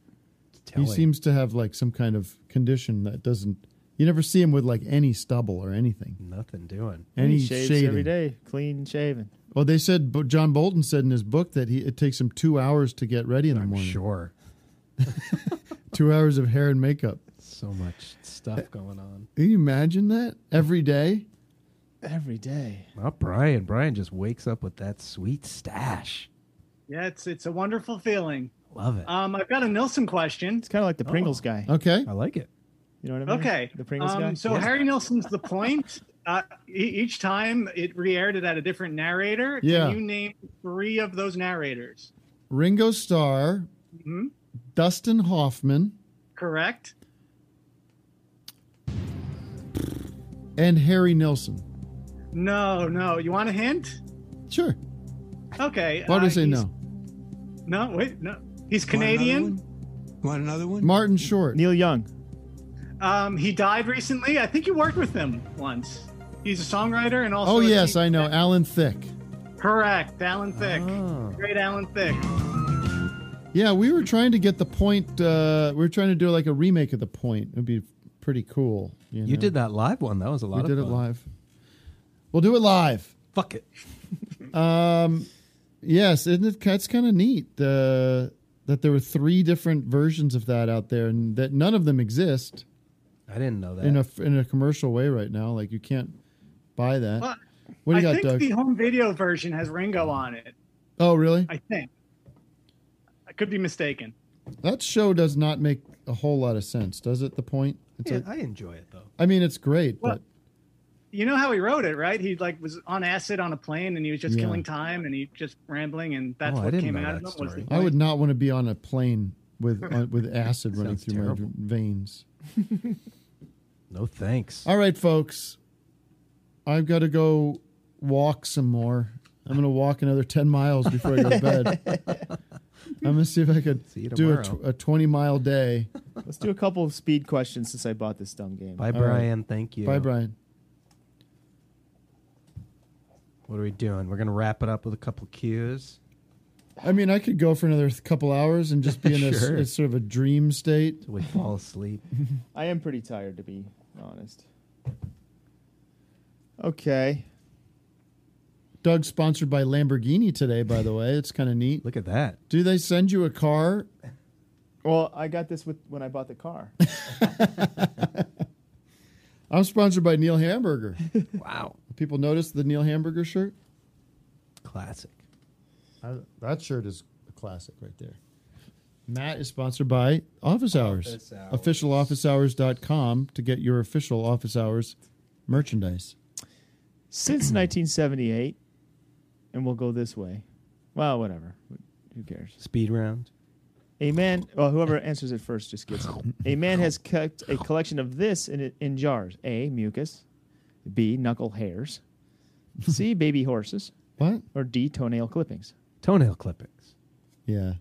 [SPEAKER 2] He
[SPEAKER 4] telling.
[SPEAKER 2] seems to have like some kind of condition that doesn't. You never see him with like any stubble or anything.
[SPEAKER 4] Nothing doing.
[SPEAKER 2] Any
[SPEAKER 3] he shaves
[SPEAKER 2] shading.
[SPEAKER 3] every day, clean shaven.
[SPEAKER 2] Well, they said but John Bolton said in his book that he it takes him two hours to get ready in the morning.
[SPEAKER 4] Sure.
[SPEAKER 2] [LAUGHS] two hours of hair and makeup.
[SPEAKER 4] So much stuff going on.
[SPEAKER 2] Can you imagine that every day?
[SPEAKER 3] Every day.
[SPEAKER 4] Not Brian. Brian just wakes up with that sweet stash.
[SPEAKER 30] Yeah, it's it's a wonderful feeling.
[SPEAKER 4] Love it.
[SPEAKER 30] Um, I've got a Nilsson question. It's
[SPEAKER 3] kind of like the Pringles
[SPEAKER 2] Oh.
[SPEAKER 3] guy.
[SPEAKER 2] Okay.
[SPEAKER 4] I like it.
[SPEAKER 3] You know what I mean?
[SPEAKER 30] Okay. Um,
[SPEAKER 3] The
[SPEAKER 2] um,
[SPEAKER 3] Pringles guy.
[SPEAKER 30] So
[SPEAKER 3] Yeah.
[SPEAKER 30] Harry Nilsson's The
[SPEAKER 2] [LAUGHS]
[SPEAKER 30] Point. Uh, e- each time it re-aired it at a different narrator.
[SPEAKER 2] Yeah.
[SPEAKER 30] Can you name three of those narrators?
[SPEAKER 2] Ringo Starr,
[SPEAKER 30] hmm
[SPEAKER 2] Dustin Hoffman,
[SPEAKER 30] Correct.
[SPEAKER 2] and Harry Nilsson.
[SPEAKER 30] No, no. You want a hint?
[SPEAKER 2] Sure.
[SPEAKER 30] Okay.
[SPEAKER 2] Why do
[SPEAKER 30] uh,
[SPEAKER 2] you say
[SPEAKER 30] he's-
[SPEAKER 2] no?
[SPEAKER 30] No, wait, no. He's Canadian.
[SPEAKER 2] Want another one? Martin Short.
[SPEAKER 3] Neil Young.
[SPEAKER 30] Um, he died recently. I think you worked with him once. He's a songwriter and also.
[SPEAKER 2] Oh
[SPEAKER 30] a
[SPEAKER 2] yes,
[SPEAKER 30] singer.
[SPEAKER 2] Ah. I know. Alan Thicke.
[SPEAKER 30] Correct, Alan Thicke. Great Alan Thicke.
[SPEAKER 2] Yeah, we were trying to get the point. Uh, we were trying to do like a remake of the point. It'd be pretty cool. You,
[SPEAKER 4] You
[SPEAKER 2] know?
[SPEAKER 4] did that live one. That was a lot
[SPEAKER 2] We
[SPEAKER 4] of
[SPEAKER 2] did it
[SPEAKER 4] fun.
[SPEAKER 2] live. We'll do it live.
[SPEAKER 4] Fuck
[SPEAKER 2] [LAUGHS]
[SPEAKER 4] it.
[SPEAKER 2] um, yes, isn't it? That's kind of neat. The that there were three different versions of that out there, and that none of them exist
[SPEAKER 4] I didn't know that.
[SPEAKER 2] in a in a commercial way right now. Like you can't buy that.
[SPEAKER 30] Well,
[SPEAKER 2] what do you
[SPEAKER 30] I
[SPEAKER 2] got,
[SPEAKER 30] think
[SPEAKER 2] Doug?
[SPEAKER 30] the home video version has Ringo on it.
[SPEAKER 2] oh, really?
[SPEAKER 30] I think. I could be mistaken.
[SPEAKER 2] That show does not make a whole lot of sense, does it? The point. It's
[SPEAKER 30] Yeah,
[SPEAKER 2] like-
[SPEAKER 30] I enjoy
[SPEAKER 4] it, though.
[SPEAKER 2] I mean, it's great,
[SPEAKER 30] Well,
[SPEAKER 2] but
[SPEAKER 30] You know how he wrote it, right? He like was on acid on a plane and he was just
[SPEAKER 2] Yeah.
[SPEAKER 30] killing time and he just rambling and that's
[SPEAKER 4] Oh, I
[SPEAKER 30] what
[SPEAKER 4] didn't
[SPEAKER 30] came
[SPEAKER 4] know
[SPEAKER 30] out
[SPEAKER 4] that
[SPEAKER 30] of him was the
[SPEAKER 2] I would not want to be on a plane
[SPEAKER 30] [LAUGHS]
[SPEAKER 2] with uh, with acid running
[SPEAKER 4] Sounds
[SPEAKER 2] through
[SPEAKER 4] terrible.
[SPEAKER 2] my veins.
[SPEAKER 4] [LAUGHS] No thanks.
[SPEAKER 2] All right, folks. I've got to go walk some more. I'm going to walk another 10 miles before I go to
[SPEAKER 4] [LAUGHS]
[SPEAKER 2] bed. I'm going to see if I could
[SPEAKER 3] See you
[SPEAKER 2] do a,
[SPEAKER 3] tomorrow.
[SPEAKER 2] tw- a 20 mile day.
[SPEAKER 3] Let's do a couple of speed questions since I bought this dumb game.
[SPEAKER 2] All
[SPEAKER 4] Bye,
[SPEAKER 2] right.
[SPEAKER 4] Brian. Thank you.
[SPEAKER 2] Bye, Brian.
[SPEAKER 4] What are we doing? We're gonna wrap it up with a couple cues.
[SPEAKER 2] I mean, I could go for another th- couple hours and just be
[SPEAKER 4] [LAUGHS]
[SPEAKER 2] in a, s-
[SPEAKER 4] Sure.
[SPEAKER 2] a sort of a dream state.
[SPEAKER 4] We
[SPEAKER 2] [LAUGHS]
[SPEAKER 4] fall asleep.
[SPEAKER 3] [LAUGHS] I am pretty tired, to be honest. Okay.
[SPEAKER 2] Doug sponsored by Lamborghini today, by the way. It's kind of neat.
[SPEAKER 4] Look at that.
[SPEAKER 2] Do they send you a car?
[SPEAKER 3] Well, I got this with when I bought the car.
[SPEAKER 2] I'm sponsored by Neil Hamburger.
[SPEAKER 4] [LAUGHS] Wow.
[SPEAKER 2] People notice the Neil Hamburger shirt?
[SPEAKER 4] [LAUGHS] Classic.
[SPEAKER 2] that shirt is a classic right there. Matt is sponsored by Office Hours.
[SPEAKER 4] Office Hours.
[SPEAKER 2] Officialofficehours.com to get your official Office Hours merchandise.
[SPEAKER 3] Since 1978, and we'll go this way. Well, whatever. Who cares?
[SPEAKER 4] Speed round.
[SPEAKER 3] A man, well, whoever answers it first just gets
[SPEAKER 4] [LAUGHS]
[SPEAKER 3] it. A man has kept a collection of this in, in jars A, mucus, B, knuckle hairs,
[SPEAKER 4] [LAUGHS]
[SPEAKER 3] C, baby horses,
[SPEAKER 2] what?
[SPEAKER 3] or D, toenail clippings.
[SPEAKER 4] Toenail clippings.
[SPEAKER 2] Yeah.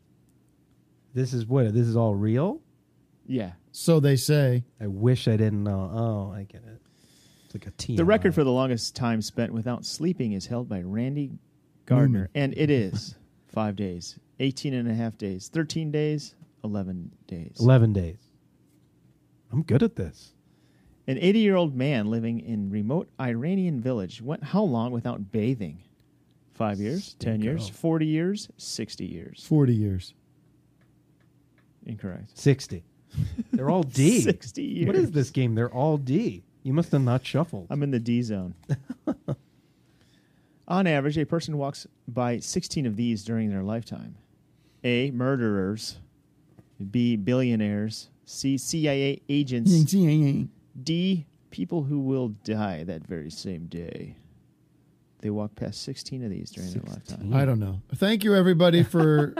[SPEAKER 4] This is what. This is all real.
[SPEAKER 3] Yeah.
[SPEAKER 2] So they say.
[SPEAKER 4] I wish I didn't know. Oh, I get it. It's like a team.
[SPEAKER 3] The record for the longest time spent without sleeping is held by Randy Gardner,
[SPEAKER 4] Mm.
[SPEAKER 3] and it is five days, 18 and a half days, 13 days, 11 days.
[SPEAKER 4] Eleven days. I'm good at this.
[SPEAKER 3] An 80 year old man living in remote Iranian village went how long without bathing? Five years, 10 years, 40 years, 60 years.
[SPEAKER 2] 40 years.
[SPEAKER 3] Incorrect.
[SPEAKER 4] 60. They're
[SPEAKER 3] [LAUGHS]
[SPEAKER 4] all D.
[SPEAKER 3] 60 years.
[SPEAKER 4] What is this game? They're all D. You must have not shuffled.
[SPEAKER 3] I'm in the D zone. On average, a person walks by 16 of these during their lifetime. A. Murderers. B. Billionaires. C. CIA
[SPEAKER 4] Mm,
[SPEAKER 3] agents. D. People who will die that very same day. They walk past 16 of these during their lifetime.
[SPEAKER 2] I don't know. Thank you, everybody, for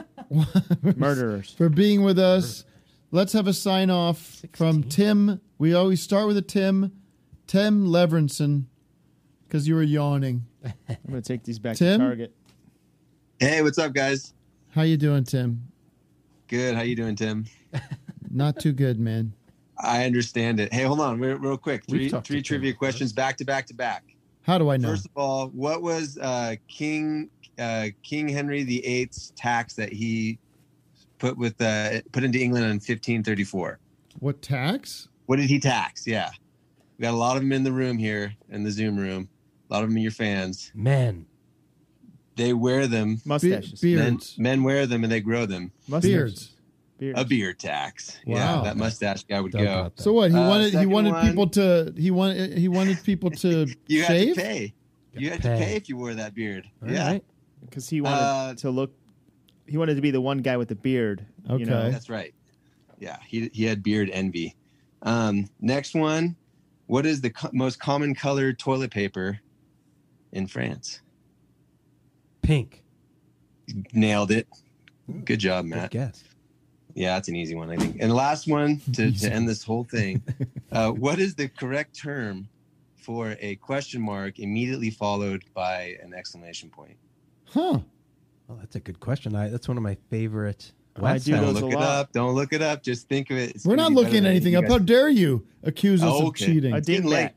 [SPEAKER 3] Murderers.
[SPEAKER 2] for being with us. Let's have a sign off from Tim. We always start with a Tim, Tim Leverinson, because you were yawning.
[SPEAKER 3] I'm going to take these back
[SPEAKER 2] Tim?
[SPEAKER 3] to Target.
[SPEAKER 16] Hey, what's up, guys?
[SPEAKER 2] How you doing, Tim?
[SPEAKER 16] Good. How you doing, Tim?
[SPEAKER 2] Not too good, man.
[SPEAKER 16] I understand it. Hey, hold on, real, real quick.
[SPEAKER 2] We've
[SPEAKER 16] Three
[SPEAKER 2] talked
[SPEAKER 16] three trivia questions back to back to back.
[SPEAKER 2] How do I know?
[SPEAKER 16] First of all, what was uh, King uh, King Henry VIII's tax that he put with uh, put into England in 1534?
[SPEAKER 2] What tax?
[SPEAKER 16] What did he tax? Yeah, we got a lot of them in the room here in the Zoom room. A lot of them are your fans.
[SPEAKER 4] Men.
[SPEAKER 16] They wear them.
[SPEAKER 3] Mustaches.
[SPEAKER 16] Men-
[SPEAKER 3] beards.
[SPEAKER 16] Men, wear them and they grow them.
[SPEAKER 3] Mustaches. Beards. Beards.
[SPEAKER 16] A beard tax.
[SPEAKER 2] Wow.
[SPEAKER 16] Yeah, that mustache guy would go.
[SPEAKER 2] So what? He
[SPEAKER 16] Uh,
[SPEAKER 2] wanted he
[SPEAKER 16] second
[SPEAKER 2] wanted
[SPEAKER 16] one-
[SPEAKER 2] people to he wanted he wanted people to
[SPEAKER 16] [LAUGHS] You had
[SPEAKER 2] shave.
[SPEAKER 16] to pay. You had to
[SPEAKER 2] Pay.
[SPEAKER 16] pay if you wore that beard.
[SPEAKER 3] All
[SPEAKER 16] yeah.
[SPEAKER 3] right. Because he wanted
[SPEAKER 16] Uh,
[SPEAKER 3] to look, he wanted to be the one guy with the beard. You know?
[SPEAKER 16] That's right. Yeah, he, he had beard envy. Um, next one. What is the co- most common color toilet paper in France?
[SPEAKER 4] Pink.
[SPEAKER 16] Nailed it. Good job, Matt.
[SPEAKER 4] guess.
[SPEAKER 16] Yeah, that's an easy one, I think. And the
[SPEAKER 2] [LAUGHS]
[SPEAKER 16] last one to, to end this whole thing. Uh, what is the correct term for a question mark immediately followed by an exclamation point?
[SPEAKER 2] Huh.
[SPEAKER 4] Well, Oh, that's a good question. I that's one of my favorite.
[SPEAKER 16] Wow, don't look it up. Don't look it up. Just think of it. It's
[SPEAKER 2] We're not
[SPEAKER 16] gonna be better
[SPEAKER 2] looking
[SPEAKER 16] than
[SPEAKER 2] anything
[SPEAKER 16] you
[SPEAKER 2] up.
[SPEAKER 16] guys
[SPEAKER 2] How dare you accuse us
[SPEAKER 16] Oh,
[SPEAKER 2] of
[SPEAKER 16] okay.
[SPEAKER 2] cheating?
[SPEAKER 16] I didn't like.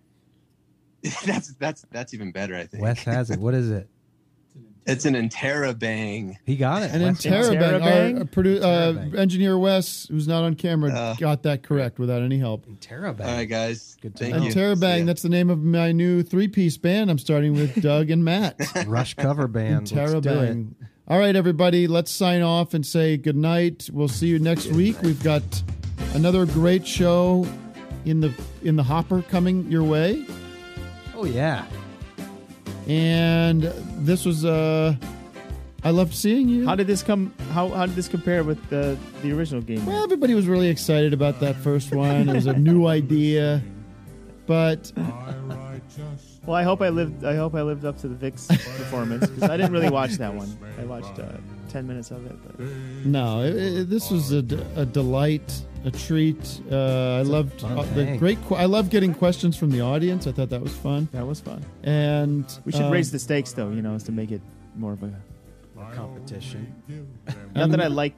[SPEAKER 16] [LAUGHS] that's that's that's even better. I think
[SPEAKER 4] Wes has it. What is it?
[SPEAKER 16] it's an interrobang.
[SPEAKER 4] He got it.
[SPEAKER 2] [LAUGHS] And then
[SPEAKER 4] Wes got it.
[SPEAKER 2] Terabang, our, uh, produ- uh, engineer Wes, who's not on camera,
[SPEAKER 16] Uh.
[SPEAKER 2] got that correct without any help.
[SPEAKER 16] All right, guys. Good. Thank
[SPEAKER 2] and
[SPEAKER 16] you.
[SPEAKER 2] Terabang, that's the name of my new three-piece band. I'm starting
[SPEAKER 4] [LAUGHS]
[SPEAKER 2] with Doug and Matt. [LAUGHS]
[SPEAKER 4] Rush cover band. Let's do it.
[SPEAKER 2] Terabang. All right, everybody, let's sign off and say good night. We'll see you next week. We've got another great show in the in the hopper coming your way.
[SPEAKER 4] Oh yeah.
[SPEAKER 2] And this was uh I loved seeing you.
[SPEAKER 3] How did this come? How how did this compare with the the original game?
[SPEAKER 2] Well, everybody was really excited about that first one. It was a new idea, but
[SPEAKER 3] Well, I hope I lived. I hope I lived up to the Vic's performance because I didn't really watch that one. I watched uh, ten minutes of it. But
[SPEAKER 2] no, it, it, this was a, d- a delight, a treat. Uh, I loved
[SPEAKER 3] fun
[SPEAKER 2] uh, the
[SPEAKER 3] hang.
[SPEAKER 2] great. Qu- I love getting questions from the audience. I thought that was fun.
[SPEAKER 3] That was fun.
[SPEAKER 2] And
[SPEAKER 3] we should
[SPEAKER 2] um,
[SPEAKER 3] raise the stakes, though. You know, is to make it more of a, a competition. Not that I like.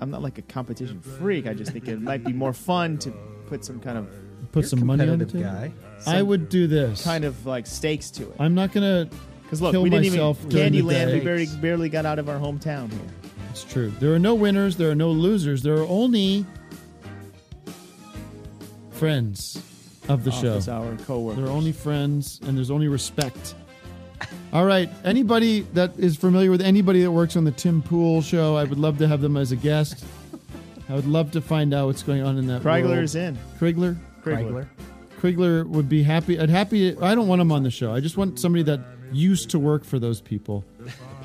[SPEAKER 3] I'm not like a competition freak. I just think it might be more fun to put some kind of
[SPEAKER 2] put some money on the table. I would do this.
[SPEAKER 3] kind of like stakes to it.
[SPEAKER 2] I'm not gonna
[SPEAKER 3] Because look,
[SPEAKER 2] kill
[SPEAKER 3] we didn't even
[SPEAKER 2] myself during the
[SPEAKER 3] Candyland. We
[SPEAKER 2] day.
[SPEAKER 3] barely, barely got out of our hometown here.
[SPEAKER 2] It's true. There are no winners. There are no losers. There are only friends of the show.
[SPEAKER 3] Office hour coworkers.
[SPEAKER 2] They're only friends, and there's only respect. All right. Anybody that is familiar with anybody that works on the Tim Pool show, I would love to have them as a guest. I would love to find out what's going on in that.
[SPEAKER 3] Krigler
[SPEAKER 2] world.
[SPEAKER 3] is in.
[SPEAKER 2] Krigler.
[SPEAKER 3] Krigler.
[SPEAKER 2] Krigler would be happy. I'd happy. I don't want him on the show. I just want somebody that used to work for those people.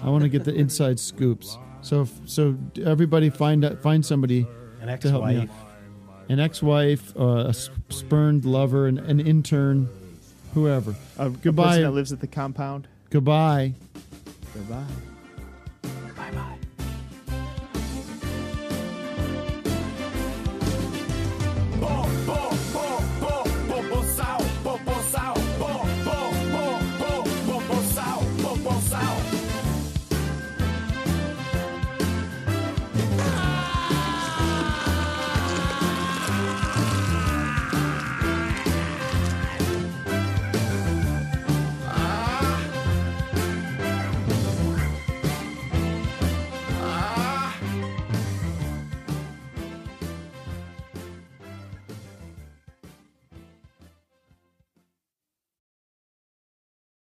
[SPEAKER 2] I want to get the inside scoops. So so everybody find out, find somebody
[SPEAKER 4] An
[SPEAKER 2] to help me out.
[SPEAKER 4] ex-wife.
[SPEAKER 2] An ex-wife, uh, a sp- spurned lover, an, an intern, whoever.
[SPEAKER 3] A
[SPEAKER 2] Goodbye.
[SPEAKER 3] person that lives at the compound.
[SPEAKER 2] Goodbye.
[SPEAKER 3] Goodbye.